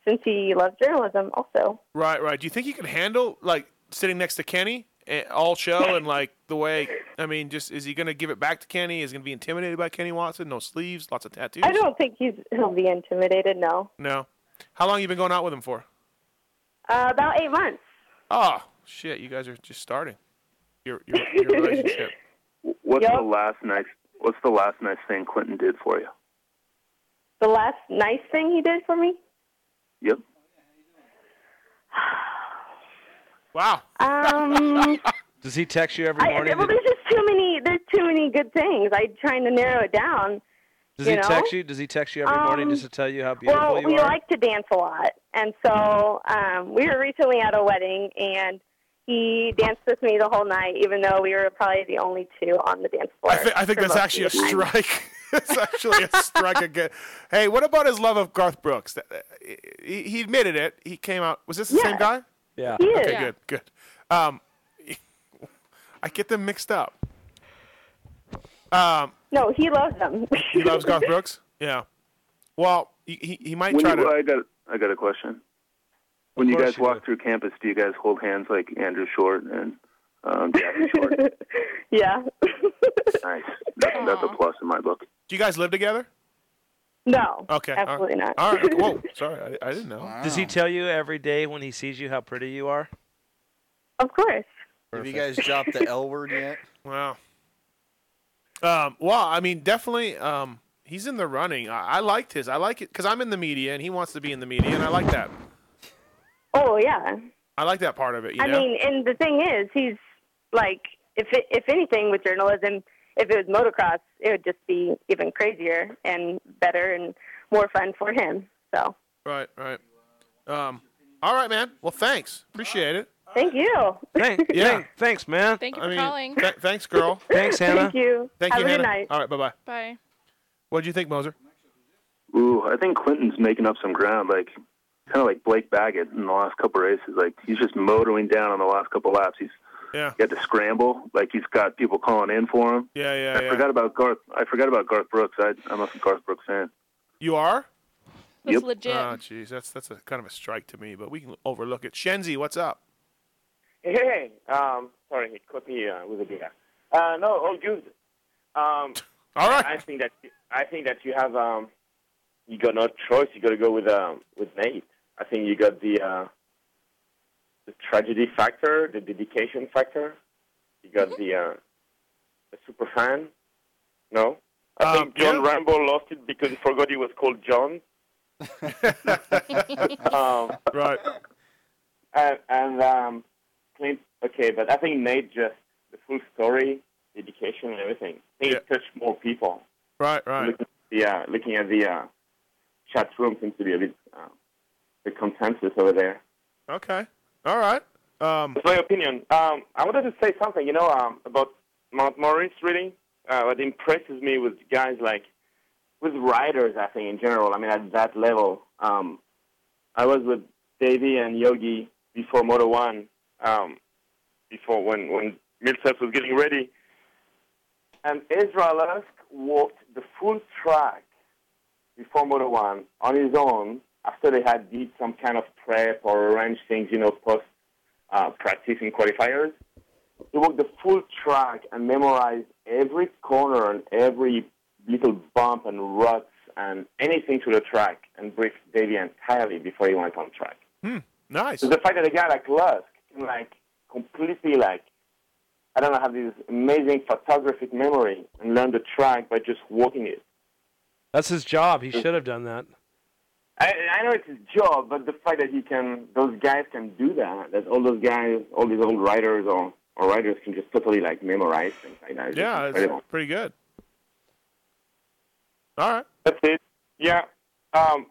[SPEAKER 18] since he loves journalism also.
[SPEAKER 5] Right, right. Do you think you can handle like sitting next to Kenny eh, all show and like the way? I mean, just is he going to give it back to Kenny? Is he going to be intimidated by Kenny Watson? No sleeves, lots of tattoos.
[SPEAKER 18] I don't think he's he'll be intimidated. No,
[SPEAKER 5] No. How long you been going out with him for?
[SPEAKER 18] uh, about eight months.
[SPEAKER 5] Oh shit! You guys are just starting your your, your relationship.
[SPEAKER 26] What's the last nice? What's the last nice thing Clinton did for you?
[SPEAKER 18] The last nice thing he did for me.
[SPEAKER 26] Yep.
[SPEAKER 5] Wow.
[SPEAKER 18] Um,
[SPEAKER 6] Does he text you every
[SPEAKER 18] I,
[SPEAKER 6] morning?
[SPEAKER 18] well,
[SPEAKER 6] Did-
[SPEAKER 18] there's just too many. There's too many good things. I'm trying to narrow it down.
[SPEAKER 6] Does
[SPEAKER 18] you
[SPEAKER 6] he
[SPEAKER 18] know?
[SPEAKER 6] text you? Does he text you every morning
[SPEAKER 18] Um,
[SPEAKER 6] just to tell you how beautiful
[SPEAKER 18] Well,
[SPEAKER 6] you
[SPEAKER 18] we
[SPEAKER 6] are?
[SPEAKER 18] like to dance a lot, and so um, we were recently at a wedding, and he danced with me the whole night, even though we were probably the only two on the dance floor.
[SPEAKER 5] I, thi- I think
[SPEAKER 18] for
[SPEAKER 5] that's
[SPEAKER 18] most
[SPEAKER 5] actually a
[SPEAKER 18] of the time.
[SPEAKER 5] strike. it's actually a strike again. Hey, what about his love of Garth Brooks? That- that- He, he admitted it. He came out. Was this the same
[SPEAKER 18] Yeah.
[SPEAKER 5] guy?
[SPEAKER 6] Yeah.
[SPEAKER 18] He is.
[SPEAKER 5] Okay,
[SPEAKER 18] Yeah.
[SPEAKER 5] good, good. Um, I get them mixed up. Um,
[SPEAKER 18] No, he loves them.
[SPEAKER 5] he loves Garth Brooks. Yeah. Well, he he, he might
[SPEAKER 26] When
[SPEAKER 5] try
[SPEAKER 26] you,
[SPEAKER 5] to.
[SPEAKER 26] I got. I got a question. When you
[SPEAKER 5] course
[SPEAKER 26] guys
[SPEAKER 5] you
[SPEAKER 26] walk through campus, do you guys hold hands like Andrew Short and um, Gavin Short?
[SPEAKER 18] yeah.
[SPEAKER 26] nice. That's, that's a plus in my book.
[SPEAKER 5] Do you guys live together?
[SPEAKER 18] No.
[SPEAKER 5] Okay. all right.
[SPEAKER 18] Absolutely not.
[SPEAKER 5] All right. Whoa. Sorry, I, I didn't know.
[SPEAKER 6] Does he tell you every day when he sees you how pretty you are?
[SPEAKER 18] Of course.
[SPEAKER 14] Have you guys dropped the L word yet?
[SPEAKER 5] Wow. Um, well, I mean, definitely, um, he's in the running. I, I liked his. I like it because I'm in the media, and he wants to be in the media, and I like that.
[SPEAKER 18] Oh yeah.
[SPEAKER 5] I like that part of it. You
[SPEAKER 18] I
[SPEAKER 5] know?
[SPEAKER 18] mean, and the thing is, he's like, if it, if anything with journalism, if it was motocross, it would just be even crazier and better and more fun for him. So
[SPEAKER 5] right, right. Um, all right, man. Well, thanks. Appreciate it.
[SPEAKER 18] thank you.
[SPEAKER 6] Thanks.
[SPEAKER 5] Yeah.
[SPEAKER 6] thanks, man.
[SPEAKER 1] Thank you
[SPEAKER 5] I
[SPEAKER 1] for
[SPEAKER 5] mean,
[SPEAKER 1] calling.
[SPEAKER 5] th- thanks, girl.
[SPEAKER 6] Thanks, Hannah.
[SPEAKER 18] Thank you.
[SPEAKER 5] Thank
[SPEAKER 18] Have
[SPEAKER 5] you,
[SPEAKER 18] a
[SPEAKER 5] Hannah.
[SPEAKER 18] good night.
[SPEAKER 5] All right, bye bye.
[SPEAKER 1] Bye.
[SPEAKER 5] What do you think, Moser?
[SPEAKER 26] Ooh, I think Clinton's making up some ground, like kind of like Blake Baggett in the last couple races. Like he's just motoring down on the last couple laps. He's
[SPEAKER 5] Yeah.
[SPEAKER 26] He had to scramble. Like he's got people calling in for him.
[SPEAKER 5] Yeah, yeah,
[SPEAKER 26] I
[SPEAKER 5] yeah.
[SPEAKER 26] forgot about Garth. I forgot about Garth Brooks. I, I'm a Garth Brooks fan.
[SPEAKER 5] You are?
[SPEAKER 26] That's Yep. legit.
[SPEAKER 5] Oh, jeez, that's that's a kind of a strike to me, but we can overlook it. Shenzi, what's up?
[SPEAKER 17] Hey, um, sorry, it could be uh, with a beer. Uh, no, all good. Um,
[SPEAKER 5] All right.
[SPEAKER 17] I think that I think that you have um, you got no choice. You got to go with um, with Nate. I think you got the uh, the tragedy factor, the dedication factor. You got
[SPEAKER 5] Mm-hmm.
[SPEAKER 17] the uh, the super fan. No,
[SPEAKER 5] Uh,
[SPEAKER 17] I think John Rambo lost it because he forgot he was called John. um,
[SPEAKER 5] right.
[SPEAKER 17] And, and um, Clint, okay, but I think Nate just the full story, dedication, and everything. I think it touched more people.
[SPEAKER 5] Right, right.
[SPEAKER 17] Yeah, looking at the uh, chat room seems to be a bit uh, the consensus over there.
[SPEAKER 5] Okay. All right. Um,
[SPEAKER 17] That's my opinion. Um, I wanted to say something, you know, um, about Mount Morris. Really, uh, what impresses me with guys like with writers, I think in general. I mean, at that level, um, I was with Davey and Yogi before Moto One, um, before when when Millsap was getting ready, and Israel Lusk walked the full track before Moto One on his own. After they had did some kind of prep or arranged things, you know, post uh, practice in qualifiers, he walked the full track and memorized every corner and every little bump and ruts and anything to the track and briefed Davey entirely before he went on track.
[SPEAKER 5] Hmm, nice.
[SPEAKER 17] So the fact that a guy like Lusk can like completely like I don't know have this amazing photographic memory and learn the track by just walking it.
[SPEAKER 6] That's his job. He should have done that.
[SPEAKER 17] I, I know it's his job, but the fact that he can, those guys can do that, that all those guys, all these old writers or, or writers can just totally like memorize things like that. It's just
[SPEAKER 5] Yeah, it's
[SPEAKER 17] incredible.
[SPEAKER 5] pretty good. All right.
[SPEAKER 17] That's it. Yeah. Um,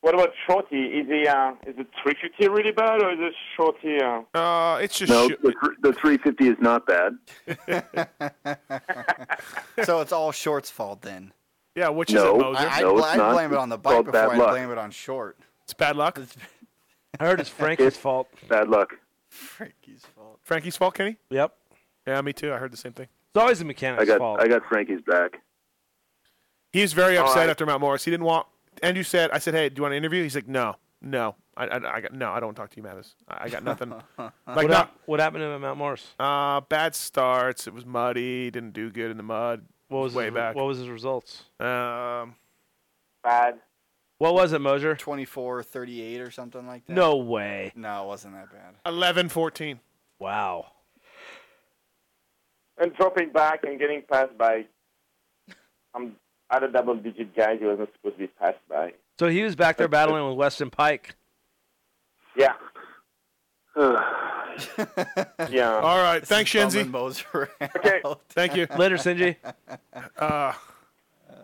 [SPEAKER 17] what about Shorty? Is he uh, is the tricky really bad or is it Shorty? Uh...
[SPEAKER 5] Uh, it's just
[SPEAKER 26] no.
[SPEAKER 5] sh-
[SPEAKER 26] the, thr- the 350 is not bad.
[SPEAKER 7] so it's all Short's fault then.
[SPEAKER 5] Yeah, which
[SPEAKER 26] No.
[SPEAKER 5] is it, Moser?
[SPEAKER 7] I, I,
[SPEAKER 26] No, it's
[SPEAKER 7] I
[SPEAKER 26] not.
[SPEAKER 7] blame it on the
[SPEAKER 26] It's
[SPEAKER 7] bike
[SPEAKER 26] called
[SPEAKER 7] before
[SPEAKER 26] bad
[SPEAKER 7] I
[SPEAKER 26] luck.
[SPEAKER 7] blame it on Short.
[SPEAKER 5] It's bad luck.
[SPEAKER 6] I heard it's Frankie's fault.
[SPEAKER 26] Bad luck.
[SPEAKER 7] Frankie's fault.
[SPEAKER 5] Frankie's fault, Kenny?
[SPEAKER 6] Yep.
[SPEAKER 5] Yeah, me too. I heard the same thing.
[SPEAKER 6] It's always the mechanic's
[SPEAKER 26] I got
[SPEAKER 6] fault.
[SPEAKER 26] I got Frankie's back.
[SPEAKER 5] He was very
[SPEAKER 7] Oh,
[SPEAKER 26] All
[SPEAKER 5] upset
[SPEAKER 26] right.
[SPEAKER 5] after Mount Morris. He didn't want. Andrew said, "I said, hey, do you want an interview?" He's like, "No, no, I, I, I got no. I don't wanna talk to you, Mathis. I, I got nothing." like
[SPEAKER 6] what,
[SPEAKER 5] not,
[SPEAKER 6] hap- what happened to him at Mount Morris?
[SPEAKER 5] Uh, bad starts. It was muddy. Didn't do good in the mud.
[SPEAKER 6] What was
[SPEAKER 5] way
[SPEAKER 6] his,
[SPEAKER 5] back?
[SPEAKER 6] What was his results?
[SPEAKER 5] Um,
[SPEAKER 17] bad.
[SPEAKER 6] What was it, Moser?
[SPEAKER 7] 24, 38 or something like that.
[SPEAKER 6] No way.
[SPEAKER 7] No, it wasn't that bad.
[SPEAKER 5] 11 14.
[SPEAKER 6] Wow.
[SPEAKER 17] And dropping back and getting passed by some other double digit guys he wasn't supposed to be passed by.
[SPEAKER 6] So he was back there battling with Weston Pike.
[SPEAKER 17] Yeah.
[SPEAKER 7] Oh.
[SPEAKER 5] Yeah. All right. Thanks, Shenzi.
[SPEAKER 7] Okay.
[SPEAKER 5] Thank you.
[SPEAKER 6] Later, Sinji.
[SPEAKER 5] Uh,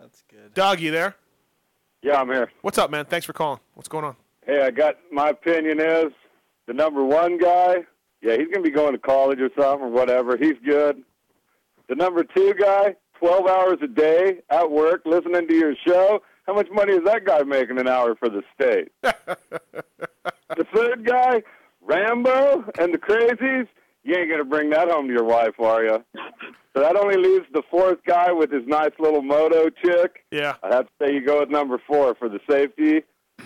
[SPEAKER 7] That's good.
[SPEAKER 5] Dog, you there?
[SPEAKER 27] Yeah, I'm here.
[SPEAKER 5] What's up, man? Thanks for calling. What's going on?
[SPEAKER 27] Hey, I got my opinion is the number one guy. Yeah, he's gonna be going to college or something or whatever. He's good. The number two guy, twelve hours a day at work, listening to your show. How much money is that guy making an hour for the state? the third guy, Rambo and the crazies. You ain't gonna bring that home to your wife, are you? So that only leaves the fourth guy with his nice little moto chick.
[SPEAKER 5] Yeah.
[SPEAKER 27] I'd have to say you go with number four for the safety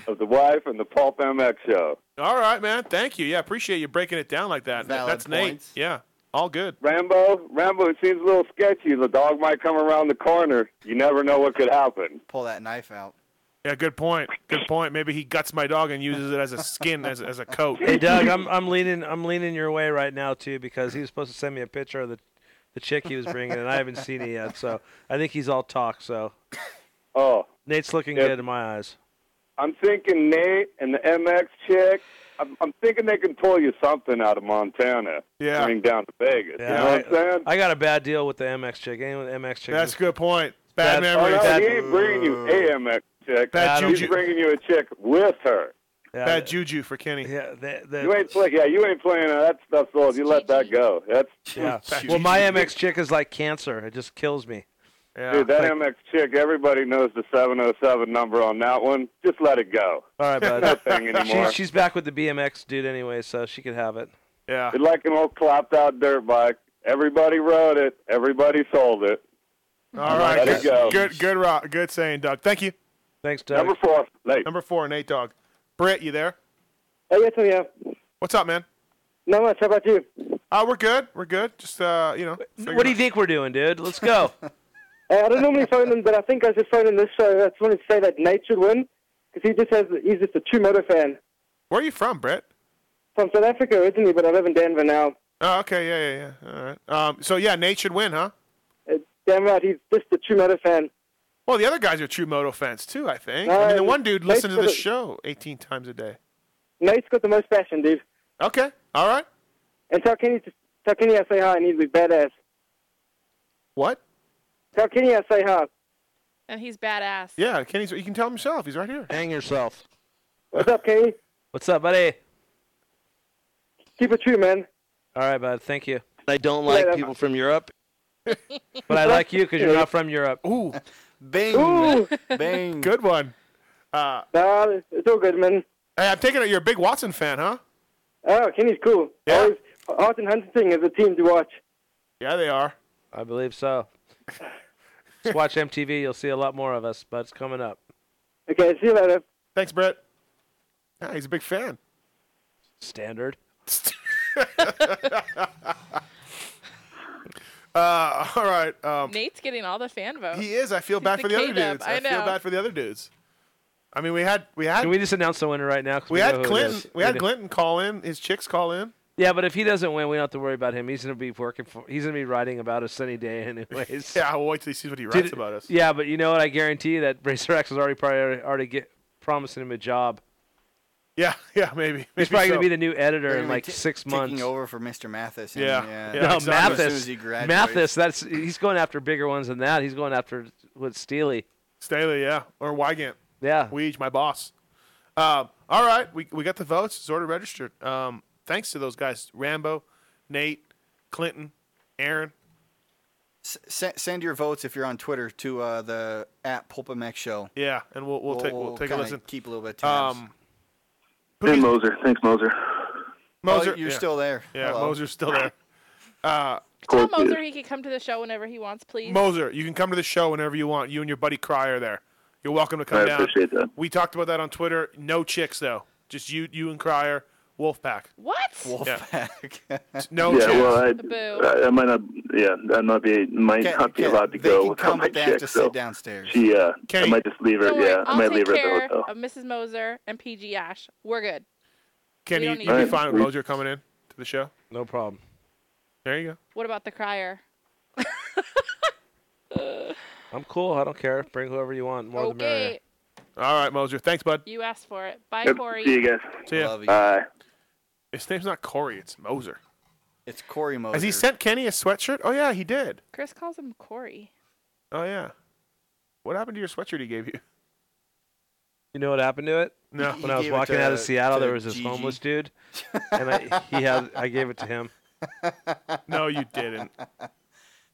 [SPEAKER 27] of the wife and the Pulp MX show.
[SPEAKER 5] All right, man. Thank you. Yeah, appreciate you breaking it down like that.
[SPEAKER 27] Valid
[SPEAKER 5] That's
[SPEAKER 27] points.
[SPEAKER 5] Nate. Yeah, all good.
[SPEAKER 27] Rambo, Rambo, it seems a little sketchy. The dog might come around the corner. You never know what could happen.
[SPEAKER 7] Pull that knife out.
[SPEAKER 5] Yeah, good point. Good point. Maybe he guts my dog and uses it as a skin, as, as a coat.
[SPEAKER 6] Hey, Doug, I'm I'm leaning I'm leaning your way right now too because he was supposed to send me a picture of the the chick he was bringing and I haven't seen it yet. So I think he's all talk. So
[SPEAKER 27] Oh,
[SPEAKER 6] Nate's looking
[SPEAKER 27] Yeah.
[SPEAKER 6] good in my eyes.
[SPEAKER 27] I'm thinking Nate and the MX chick. I'm, I'm thinking they can pull you something out of Montana.
[SPEAKER 5] Yeah.
[SPEAKER 27] Bring down to Vegas.
[SPEAKER 6] Yeah,
[SPEAKER 27] you know what I'm saying?
[SPEAKER 6] I got a bad deal with the MX chick. Anyone with MX chick?
[SPEAKER 5] That's a good point.
[SPEAKER 27] Bad-
[SPEAKER 5] Bad, memories.
[SPEAKER 27] Oh, no, he ain't bringing you a MX chick.
[SPEAKER 5] Bad
[SPEAKER 27] He's
[SPEAKER 5] juju.
[SPEAKER 27] bringing you a chick with her.
[SPEAKER 5] Bad juju for Kenny.
[SPEAKER 6] Yeah, that,
[SPEAKER 27] You ain't play, yeah, you ain't playing on that stuff's old. You let that go. That's
[SPEAKER 6] Yeah. Well, my MX chick is like cancer. It just kills me.
[SPEAKER 27] Dude, that
[SPEAKER 6] Like-
[SPEAKER 27] MX chick, everybody knows the 707 number on that one. Just let it go.
[SPEAKER 6] All right,
[SPEAKER 27] Not
[SPEAKER 6] bud.
[SPEAKER 27] a thing
[SPEAKER 6] She-
[SPEAKER 27] anymore.
[SPEAKER 6] she's back with the BMX dude anyway, so she could have it.
[SPEAKER 5] Yeah.
[SPEAKER 15] It's like an old clapped out dirt bike. Everybody rode it. Everybody sold it.
[SPEAKER 5] All right.
[SPEAKER 15] Let it
[SPEAKER 5] good,
[SPEAKER 15] go.
[SPEAKER 5] Good, good, ro- good saying, Doug. Thank you.
[SPEAKER 6] Thanks,
[SPEAKER 15] Doug. Number four, Nate.
[SPEAKER 5] Number four, Nate Dog. Britt, you there?
[SPEAKER 19] Hey, Oh, yes, I am.
[SPEAKER 5] What's up, man?
[SPEAKER 19] Not much. How about you?
[SPEAKER 5] Uh, we're good. We're good. Just uh, you know.
[SPEAKER 6] What do you think we're doing, dude? Let's go.
[SPEAKER 19] Uh, I don't normally phone in, but I think I should phone in this show. I just wanted to say that Nate should win because he just has he's just a true motor fan.
[SPEAKER 5] Where are you from, Brett?
[SPEAKER 19] From South Africa originally, but I live in Denver now.
[SPEAKER 5] Oh, okay. Yeah, yeah, yeah. All right. Um, so yeah, Nate should win, huh?
[SPEAKER 19] Uh, Damn right, he's just a true motor fan.
[SPEAKER 5] Well, the other guys are true moto fans too. I think.
[SPEAKER 19] No,
[SPEAKER 5] I mean, the one dude
[SPEAKER 19] Nate's
[SPEAKER 5] listened to
[SPEAKER 19] got
[SPEAKER 5] the
[SPEAKER 19] a-
[SPEAKER 5] show 18 times a day.
[SPEAKER 19] Nate's got the most passion, dude.
[SPEAKER 5] Okay, all right.
[SPEAKER 19] And tell Kenny, to, tell Kenny I say hi, and he's a badass.
[SPEAKER 5] What?
[SPEAKER 19] Tell Kenny I say hi.
[SPEAKER 1] And he's badass.
[SPEAKER 5] Yeah, Kenny's. You can tell him yourself. He's right here.
[SPEAKER 6] Hang yourself.
[SPEAKER 19] What's up, Kenny?
[SPEAKER 6] What's up, buddy?
[SPEAKER 19] Keep it true, man.
[SPEAKER 6] All right, bud. Thank you.
[SPEAKER 23] I don't like
[SPEAKER 6] Yeah, that-
[SPEAKER 23] people from Europe.
[SPEAKER 6] But I like you because you're not from Europe.
[SPEAKER 5] Ooh.
[SPEAKER 7] Bang.
[SPEAKER 19] Ooh.
[SPEAKER 7] Bang.
[SPEAKER 5] Good one. Uh,
[SPEAKER 19] no, it's all good, man.
[SPEAKER 5] Hey, I'm taking it you're a big Watson fan, huh?
[SPEAKER 19] Oh, Kenny's cool. Yeah. Always, Art and Huntington is a team to watch.
[SPEAKER 5] Yeah, they are.
[SPEAKER 6] I believe so. Just watch MTV. You'll see a lot more of us, but it's coming up.
[SPEAKER 19] Okay, see you later.
[SPEAKER 5] Thanks, Brett. Yeah, he's a big fan.
[SPEAKER 6] Standard.
[SPEAKER 5] Uh, all right. Um,
[SPEAKER 1] Nate's getting all the fan votes.
[SPEAKER 5] he is. I feel
[SPEAKER 1] He's
[SPEAKER 5] bad for the other
[SPEAKER 1] K-Dub.
[SPEAKER 5] dudes.
[SPEAKER 1] I, know.
[SPEAKER 5] feel bad for the other dudes. I mean, we had we had
[SPEAKER 6] Can we just announce the winner right now? 'Cause
[SPEAKER 5] we,
[SPEAKER 6] know
[SPEAKER 5] had
[SPEAKER 6] who it
[SPEAKER 5] Clinton
[SPEAKER 6] is.
[SPEAKER 5] we had
[SPEAKER 6] do-
[SPEAKER 5] Clinton call in. His chicks call in.
[SPEAKER 6] Yeah, but if he doesn't win, we don't have to worry about him. He's gonna be working for. He's gonna be writing about a sunny day, anyways.
[SPEAKER 5] yeah, I'll wait till he sees what he writes
[SPEAKER 6] Did-
[SPEAKER 5] about us.
[SPEAKER 6] Yeah, but you know what? I guarantee you that Bracer X is already probably already get, promising him a job.
[SPEAKER 5] Yeah, yeah, maybe.
[SPEAKER 6] He's
[SPEAKER 5] maybe
[SPEAKER 6] probably
[SPEAKER 5] so.
[SPEAKER 6] gonna be the new editor
[SPEAKER 7] They're
[SPEAKER 6] in
[SPEAKER 7] gonna be
[SPEAKER 6] like
[SPEAKER 7] ta-
[SPEAKER 6] six
[SPEAKER 7] taking
[SPEAKER 6] months.
[SPEAKER 7] over for Mr. Mathis. and,
[SPEAKER 5] Yeah.
[SPEAKER 7] yeah.
[SPEAKER 5] Yeah,
[SPEAKER 6] no,
[SPEAKER 5] exactly.
[SPEAKER 6] Mathis.
[SPEAKER 7] As soon as he graduates.
[SPEAKER 6] Mathis. That's he's going after bigger ones than that. He's going after with Steely.
[SPEAKER 5] Staley, yeah, or Wygant.
[SPEAKER 6] Yeah,
[SPEAKER 5] Weege, my boss. Uh, all right, we, we got the votes. It's already registered. Um, thanks to those guys, Rambo, Nate, Clinton, Aaron.
[SPEAKER 7] S- sen- send your votes if you're on Twitter to uh, the at Pulpamex Show.
[SPEAKER 5] Yeah, and we'll we'll, take we'll take a
[SPEAKER 7] kinda
[SPEAKER 5] listen.
[SPEAKER 7] Keep a little bit. Tabs.
[SPEAKER 5] Um,
[SPEAKER 16] Hey, Moser. Thanks, Moser.
[SPEAKER 5] Moser,
[SPEAKER 7] oh, you're
[SPEAKER 5] yeah.
[SPEAKER 7] still there.
[SPEAKER 5] Yeah,
[SPEAKER 7] Hello.
[SPEAKER 5] Moser's still there. Uh,
[SPEAKER 1] Tell Moser he can come to the show whenever he wants, please.
[SPEAKER 5] Moser, you can come to the show whenever you want. You and your buddy Cry are there. You're welcome to come
[SPEAKER 16] I
[SPEAKER 5] down.
[SPEAKER 16] appreciate that.
[SPEAKER 5] We talked about that on Twitter. No chicks though. Just you, you and Crier, Wolfpack.
[SPEAKER 1] What?
[SPEAKER 7] Wolfpack.
[SPEAKER 5] no
[SPEAKER 16] yeah,
[SPEAKER 5] chicks.
[SPEAKER 16] well, I,
[SPEAKER 1] Boo.
[SPEAKER 16] I, I might not. Yeah, I might be might
[SPEAKER 7] Ca-
[SPEAKER 16] not be
[SPEAKER 7] ca-
[SPEAKER 16] allowed to
[SPEAKER 7] they
[SPEAKER 16] go
[SPEAKER 7] can
[SPEAKER 16] without
[SPEAKER 7] come,
[SPEAKER 16] my
[SPEAKER 7] but they have
[SPEAKER 16] chick.
[SPEAKER 7] to
[SPEAKER 16] so
[SPEAKER 7] sit downstairs.
[SPEAKER 16] She, uh, I
[SPEAKER 5] Kenny.
[SPEAKER 16] might just leave her.
[SPEAKER 1] Don't worry,
[SPEAKER 16] yeah,
[SPEAKER 1] I'll
[SPEAKER 16] I might leave
[SPEAKER 1] take
[SPEAKER 16] her
[SPEAKER 1] care
[SPEAKER 16] at the hotel.
[SPEAKER 1] of Mrs. Moser and PG Ash. We're good.
[SPEAKER 5] Can
[SPEAKER 1] We
[SPEAKER 5] you,
[SPEAKER 1] don't
[SPEAKER 5] you be
[SPEAKER 1] need to-
[SPEAKER 5] fine with Moser coming in to the show?
[SPEAKER 6] No problem.
[SPEAKER 5] There you go.
[SPEAKER 1] What about the crier?
[SPEAKER 6] I'm cool. I don't care. Bring whoever you want. More the merrier.
[SPEAKER 1] Okay,
[SPEAKER 5] All right, Moser. Thanks, bud.
[SPEAKER 1] you asked for it. Bye,
[SPEAKER 5] Yep,
[SPEAKER 1] Corey.
[SPEAKER 5] see you guys. See ya.
[SPEAKER 7] Love you.
[SPEAKER 16] Bye.
[SPEAKER 5] His name's not Corey. It's Moser.
[SPEAKER 7] It's Corey Moser.
[SPEAKER 5] Has he sent Kenny a sweatshirt? Oh yeah, he did.
[SPEAKER 1] Chris calls him Corey.
[SPEAKER 5] Oh yeah. What happened to your sweatshirt he gave you?
[SPEAKER 6] You know what happened to it?
[SPEAKER 5] No.
[SPEAKER 6] When I was
[SPEAKER 5] He gave it
[SPEAKER 6] walking out of
[SPEAKER 5] to-
[SPEAKER 6] Seattle,
[SPEAKER 5] to
[SPEAKER 6] there was this
[SPEAKER 5] Gigi.
[SPEAKER 6] homeless dude, and I, he had I gave it to him.
[SPEAKER 5] No, you didn't.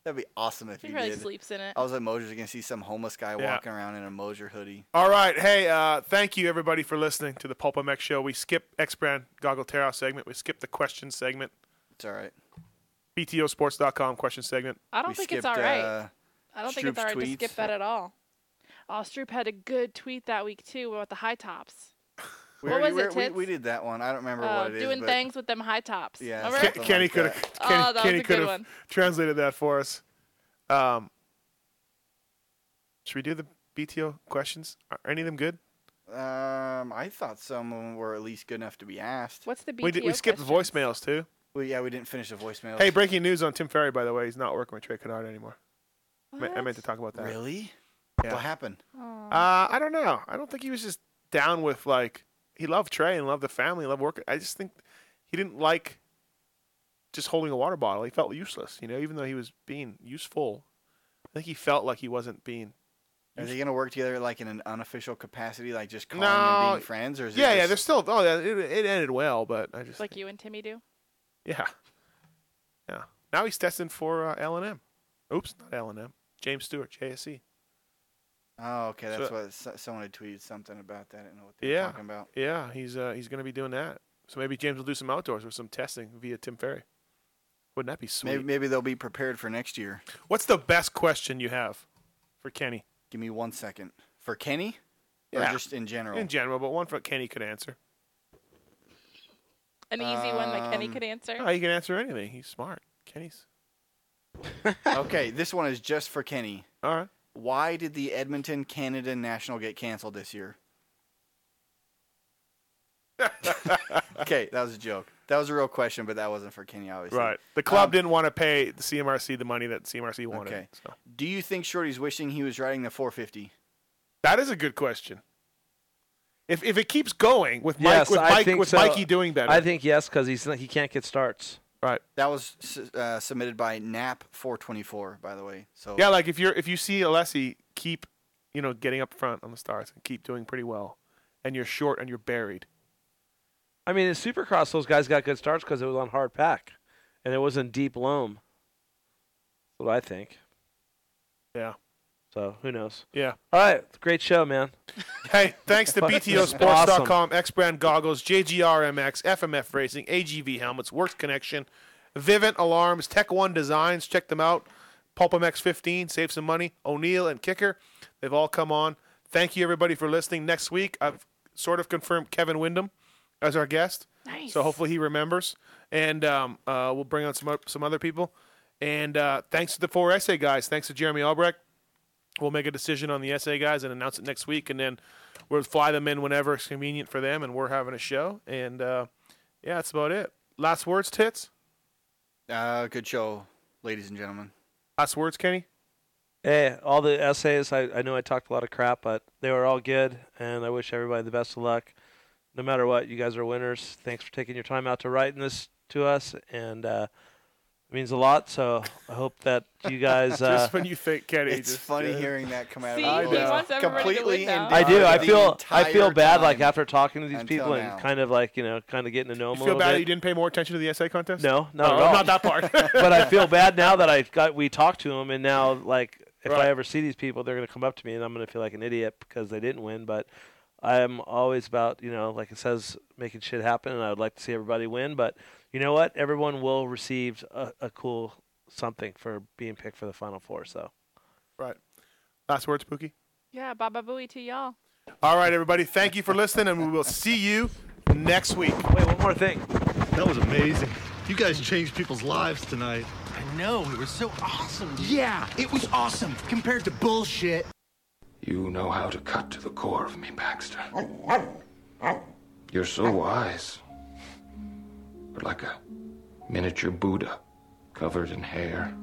[SPEAKER 7] That'd be awesome if
[SPEAKER 1] He
[SPEAKER 7] you
[SPEAKER 1] probably
[SPEAKER 7] did.
[SPEAKER 1] sleeps in it.
[SPEAKER 7] I was at Moser's gonna see some homeless guy
[SPEAKER 5] Yeah.
[SPEAKER 7] walking around in a Moser hoodie.
[SPEAKER 5] All right. Hey, uh, thank you everybody for listening to the Pulp MX show. We skip X Brand Goggle Tear Off segment. We skip the question segment.
[SPEAKER 7] It's all right.
[SPEAKER 5] BTOsports.com question segment.
[SPEAKER 1] I don't think it's all right.
[SPEAKER 7] uh,
[SPEAKER 1] I don't think it's
[SPEAKER 5] uh, Stroop's
[SPEAKER 1] all right to skip
[SPEAKER 5] tweets.
[SPEAKER 1] that at all. Oh, Stroop had a good tweet that week too about the high tops.
[SPEAKER 7] We
[SPEAKER 1] what
[SPEAKER 7] already-
[SPEAKER 1] was it,
[SPEAKER 7] we- we-
[SPEAKER 1] Tits?
[SPEAKER 7] We, did that one. I don't remember
[SPEAKER 1] Oh,
[SPEAKER 7] what it is.
[SPEAKER 1] doing
[SPEAKER 7] but
[SPEAKER 1] things with them high tops.
[SPEAKER 7] Yeah,
[SPEAKER 1] Remember?
[SPEAKER 7] something
[SPEAKER 5] Kenny
[SPEAKER 7] like
[SPEAKER 5] could have
[SPEAKER 7] that.
[SPEAKER 1] Oh,
[SPEAKER 5] Kenny,
[SPEAKER 1] that was a
[SPEAKER 5] Kenny
[SPEAKER 1] good
[SPEAKER 5] could have
[SPEAKER 1] one.
[SPEAKER 5] translated that for us. Um, should we do the BTO questions? Are any of them good?
[SPEAKER 7] Um, I thought some of them were at least good enough to be asked.
[SPEAKER 1] What's the
[SPEAKER 5] we did, we skipped voicemails too.
[SPEAKER 7] Well, yeah, we didn't finish the voicemail.
[SPEAKER 5] Hey, breaking news on Tim Ferry, by the way. He's not working with Trey Kennard anymore. I me- I meant to talk about that.
[SPEAKER 7] Really?
[SPEAKER 5] Yeah.
[SPEAKER 7] What happened?
[SPEAKER 5] Uh, I don't know. I don't think he was just down with like he loved Trey and loved the family, loved work. I just think he didn't like just holding a water bottle. He felt useless, you know, even though he was being useful. I think he felt like he wasn't being.
[SPEAKER 7] Are they gonna work together like in an unofficial capacity, like just calling
[SPEAKER 5] No.
[SPEAKER 7] and being friends, or is
[SPEAKER 5] yeah,
[SPEAKER 7] it
[SPEAKER 5] yeah.
[SPEAKER 7] just-
[SPEAKER 5] They're still. Oh, yeah, it, it ended well, but I just
[SPEAKER 1] Like you and Timmy do.
[SPEAKER 5] yeah, yeah. Now he's testing for uh, L and M. Oops, not L and M. James Stewart, E. JSC.
[SPEAKER 7] Oh, okay,
[SPEAKER 5] So-
[SPEAKER 7] that's what so- someone had tweeted something about that. I don't know what they're
[SPEAKER 5] Yeah,
[SPEAKER 7] talking about.
[SPEAKER 5] yeah. He's uh, he's gonna be doing that. So maybe James will do some outdoors or some testing via Tim Ferry. Wouldn't that be sweet?
[SPEAKER 7] Maybe, maybe they'll be prepared for next year.
[SPEAKER 5] What's the best question you have for Kenny?
[SPEAKER 7] Give me one second. For Kenny? Or just in general?
[SPEAKER 5] In general, but one for Kenny could answer.
[SPEAKER 1] An easy one that Kenny
[SPEAKER 7] Um,
[SPEAKER 1] could answer.
[SPEAKER 5] Oh, he can answer anything. He's smart. Kenny's.
[SPEAKER 7] okay, this one is just for Kenny.
[SPEAKER 5] All right.
[SPEAKER 7] Why did the Edmonton Canada National get canceled this year? okay, that was a joke. That was a real question, but that wasn't for Kenny, obviously.
[SPEAKER 5] Right. The club
[SPEAKER 7] Um,
[SPEAKER 5] didn't want to pay the CMRC the money that CMRC wanted.
[SPEAKER 7] Okay.
[SPEAKER 5] So
[SPEAKER 7] Do you think Shorty's wishing he was riding the 450?
[SPEAKER 5] that is a good question. If if it keeps going with Mike
[SPEAKER 6] yes,
[SPEAKER 5] with
[SPEAKER 6] I
[SPEAKER 5] Mike
[SPEAKER 6] think
[SPEAKER 5] with
[SPEAKER 6] so.
[SPEAKER 5] Mikey doing better,
[SPEAKER 6] I think yes, because he's not- he can't get starts.
[SPEAKER 5] Right.
[SPEAKER 7] That was s- uh, submitted by NAP424, by the way. So
[SPEAKER 5] Yeah, like if you're if you see Alessi keep, you know, getting up front on the stars and keep doing pretty well, and you're short and you're buried.
[SPEAKER 6] I mean, in Supercross, those guys got good starts because it was on hard pack, and it wasn't deep loam. That's what I think.
[SPEAKER 5] Yeah.
[SPEAKER 6] So who knows?
[SPEAKER 5] Yeah.
[SPEAKER 6] All right, great show, man.
[SPEAKER 5] Hey, thanks to
[SPEAKER 6] Fuck, this is
[SPEAKER 5] BTOsports.com,
[SPEAKER 6] awesome.
[SPEAKER 5] X Brand Goggles, JGRMX, FMF Racing, AGV Helmets, Works Connection, Vivint Alarms, Tech One Designs. Check them out. Pulpamex 15, save some money. O'Neill and Kicker, they've all come on. Thank you, everybody, for listening. Next week, I've sort of confirmed Kevin Wyndham as our guest.
[SPEAKER 1] Nice.
[SPEAKER 5] So hopefully he remembers. And um, uh, we'll bring on some, o- some other people. And uh, thanks to the four essay guys. Thanks to Jeremy Albrecht. We'll make a decision on the essay guys and announce it next week, and then we'll fly them in whenever it's convenient for them, and we're having a show. And uh, yeah, that's about it. Last words, tits.
[SPEAKER 7] Uh, good show, ladies and gentlemen.
[SPEAKER 5] Last words, Kenny.
[SPEAKER 6] Hey, all the essays. I, I know I talked a lot of crap, but they were all good, and I wish everybody the best of luck. No matter what, you guys are winners. Thanks for taking your time out to writing this to us, and uh, it means a lot. So I hope that you guys. Uh,
[SPEAKER 5] Just when you think Kenny,
[SPEAKER 7] It's
[SPEAKER 5] just uh,
[SPEAKER 7] funny
[SPEAKER 5] did.
[SPEAKER 7] hearing that come out
[SPEAKER 5] See,
[SPEAKER 7] of
[SPEAKER 5] he
[SPEAKER 7] your lips.
[SPEAKER 5] wants everybody to
[SPEAKER 7] completely
[SPEAKER 5] win now.
[SPEAKER 6] I do. I
[SPEAKER 7] indifferent
[SPEAKER 6] feel
[SPEAKER 7] the
[SPEAKER 6] I feel
[SPEAKER 7] entire
[SPEAKER 6] bad like
[SPEAKER 7] time.
[SPEAKER 6] after talking to these
[SPEAKER 7] until
[SPEAKER 6] people
[SPEAKER 7] now.
[SPEAKER 6] and kind of like you know kind of getting to know them
[SPEAKER 5] You
[SPEAKER 6] a
[SPEAKER 5] feel
[SPEAKER 6] little
[SPEAKER 5] bad that
[SPEAKER 6] bit.
[SPEAKER 5] you didn't pay more attention to the essay contest?
[SPEAKER 6] No, no,
[SPEAKER 5] Oh,
[SPEAKER 6] at all.
[SPEAKER 5] not that part.
[SPEAKER 6] but I feel bad now that I got we talked to them, and now like if I ever see these people, they're gonna come up to me, and I'm gonna feel like an idiot because they didn't win. But I'm always about you know like it says making shit happen, and I would like to see everybody win. But you know what? Everyone will receive a, a cool something for being picked for the final four. So
[SPEAKER 5] right. Last words, Pookie.
[SPEAKER 1] Yeah, Baba Booey to y'all.
[SPEAKER 5] All right, everybody. Thank you for listening, and we will see you next week.
[SPEAKER 6] Wait, one more thing.
[SPEAKER 21] That was amazing. You guys changed people's lives tonight. I know, it was so awesome. Yeah, it was awesome compared to bullshit.
[SPEAKER 23] You know how to cut to the core of me, Baxter. You're so wise. But like a miniature Buddha, covered in hair.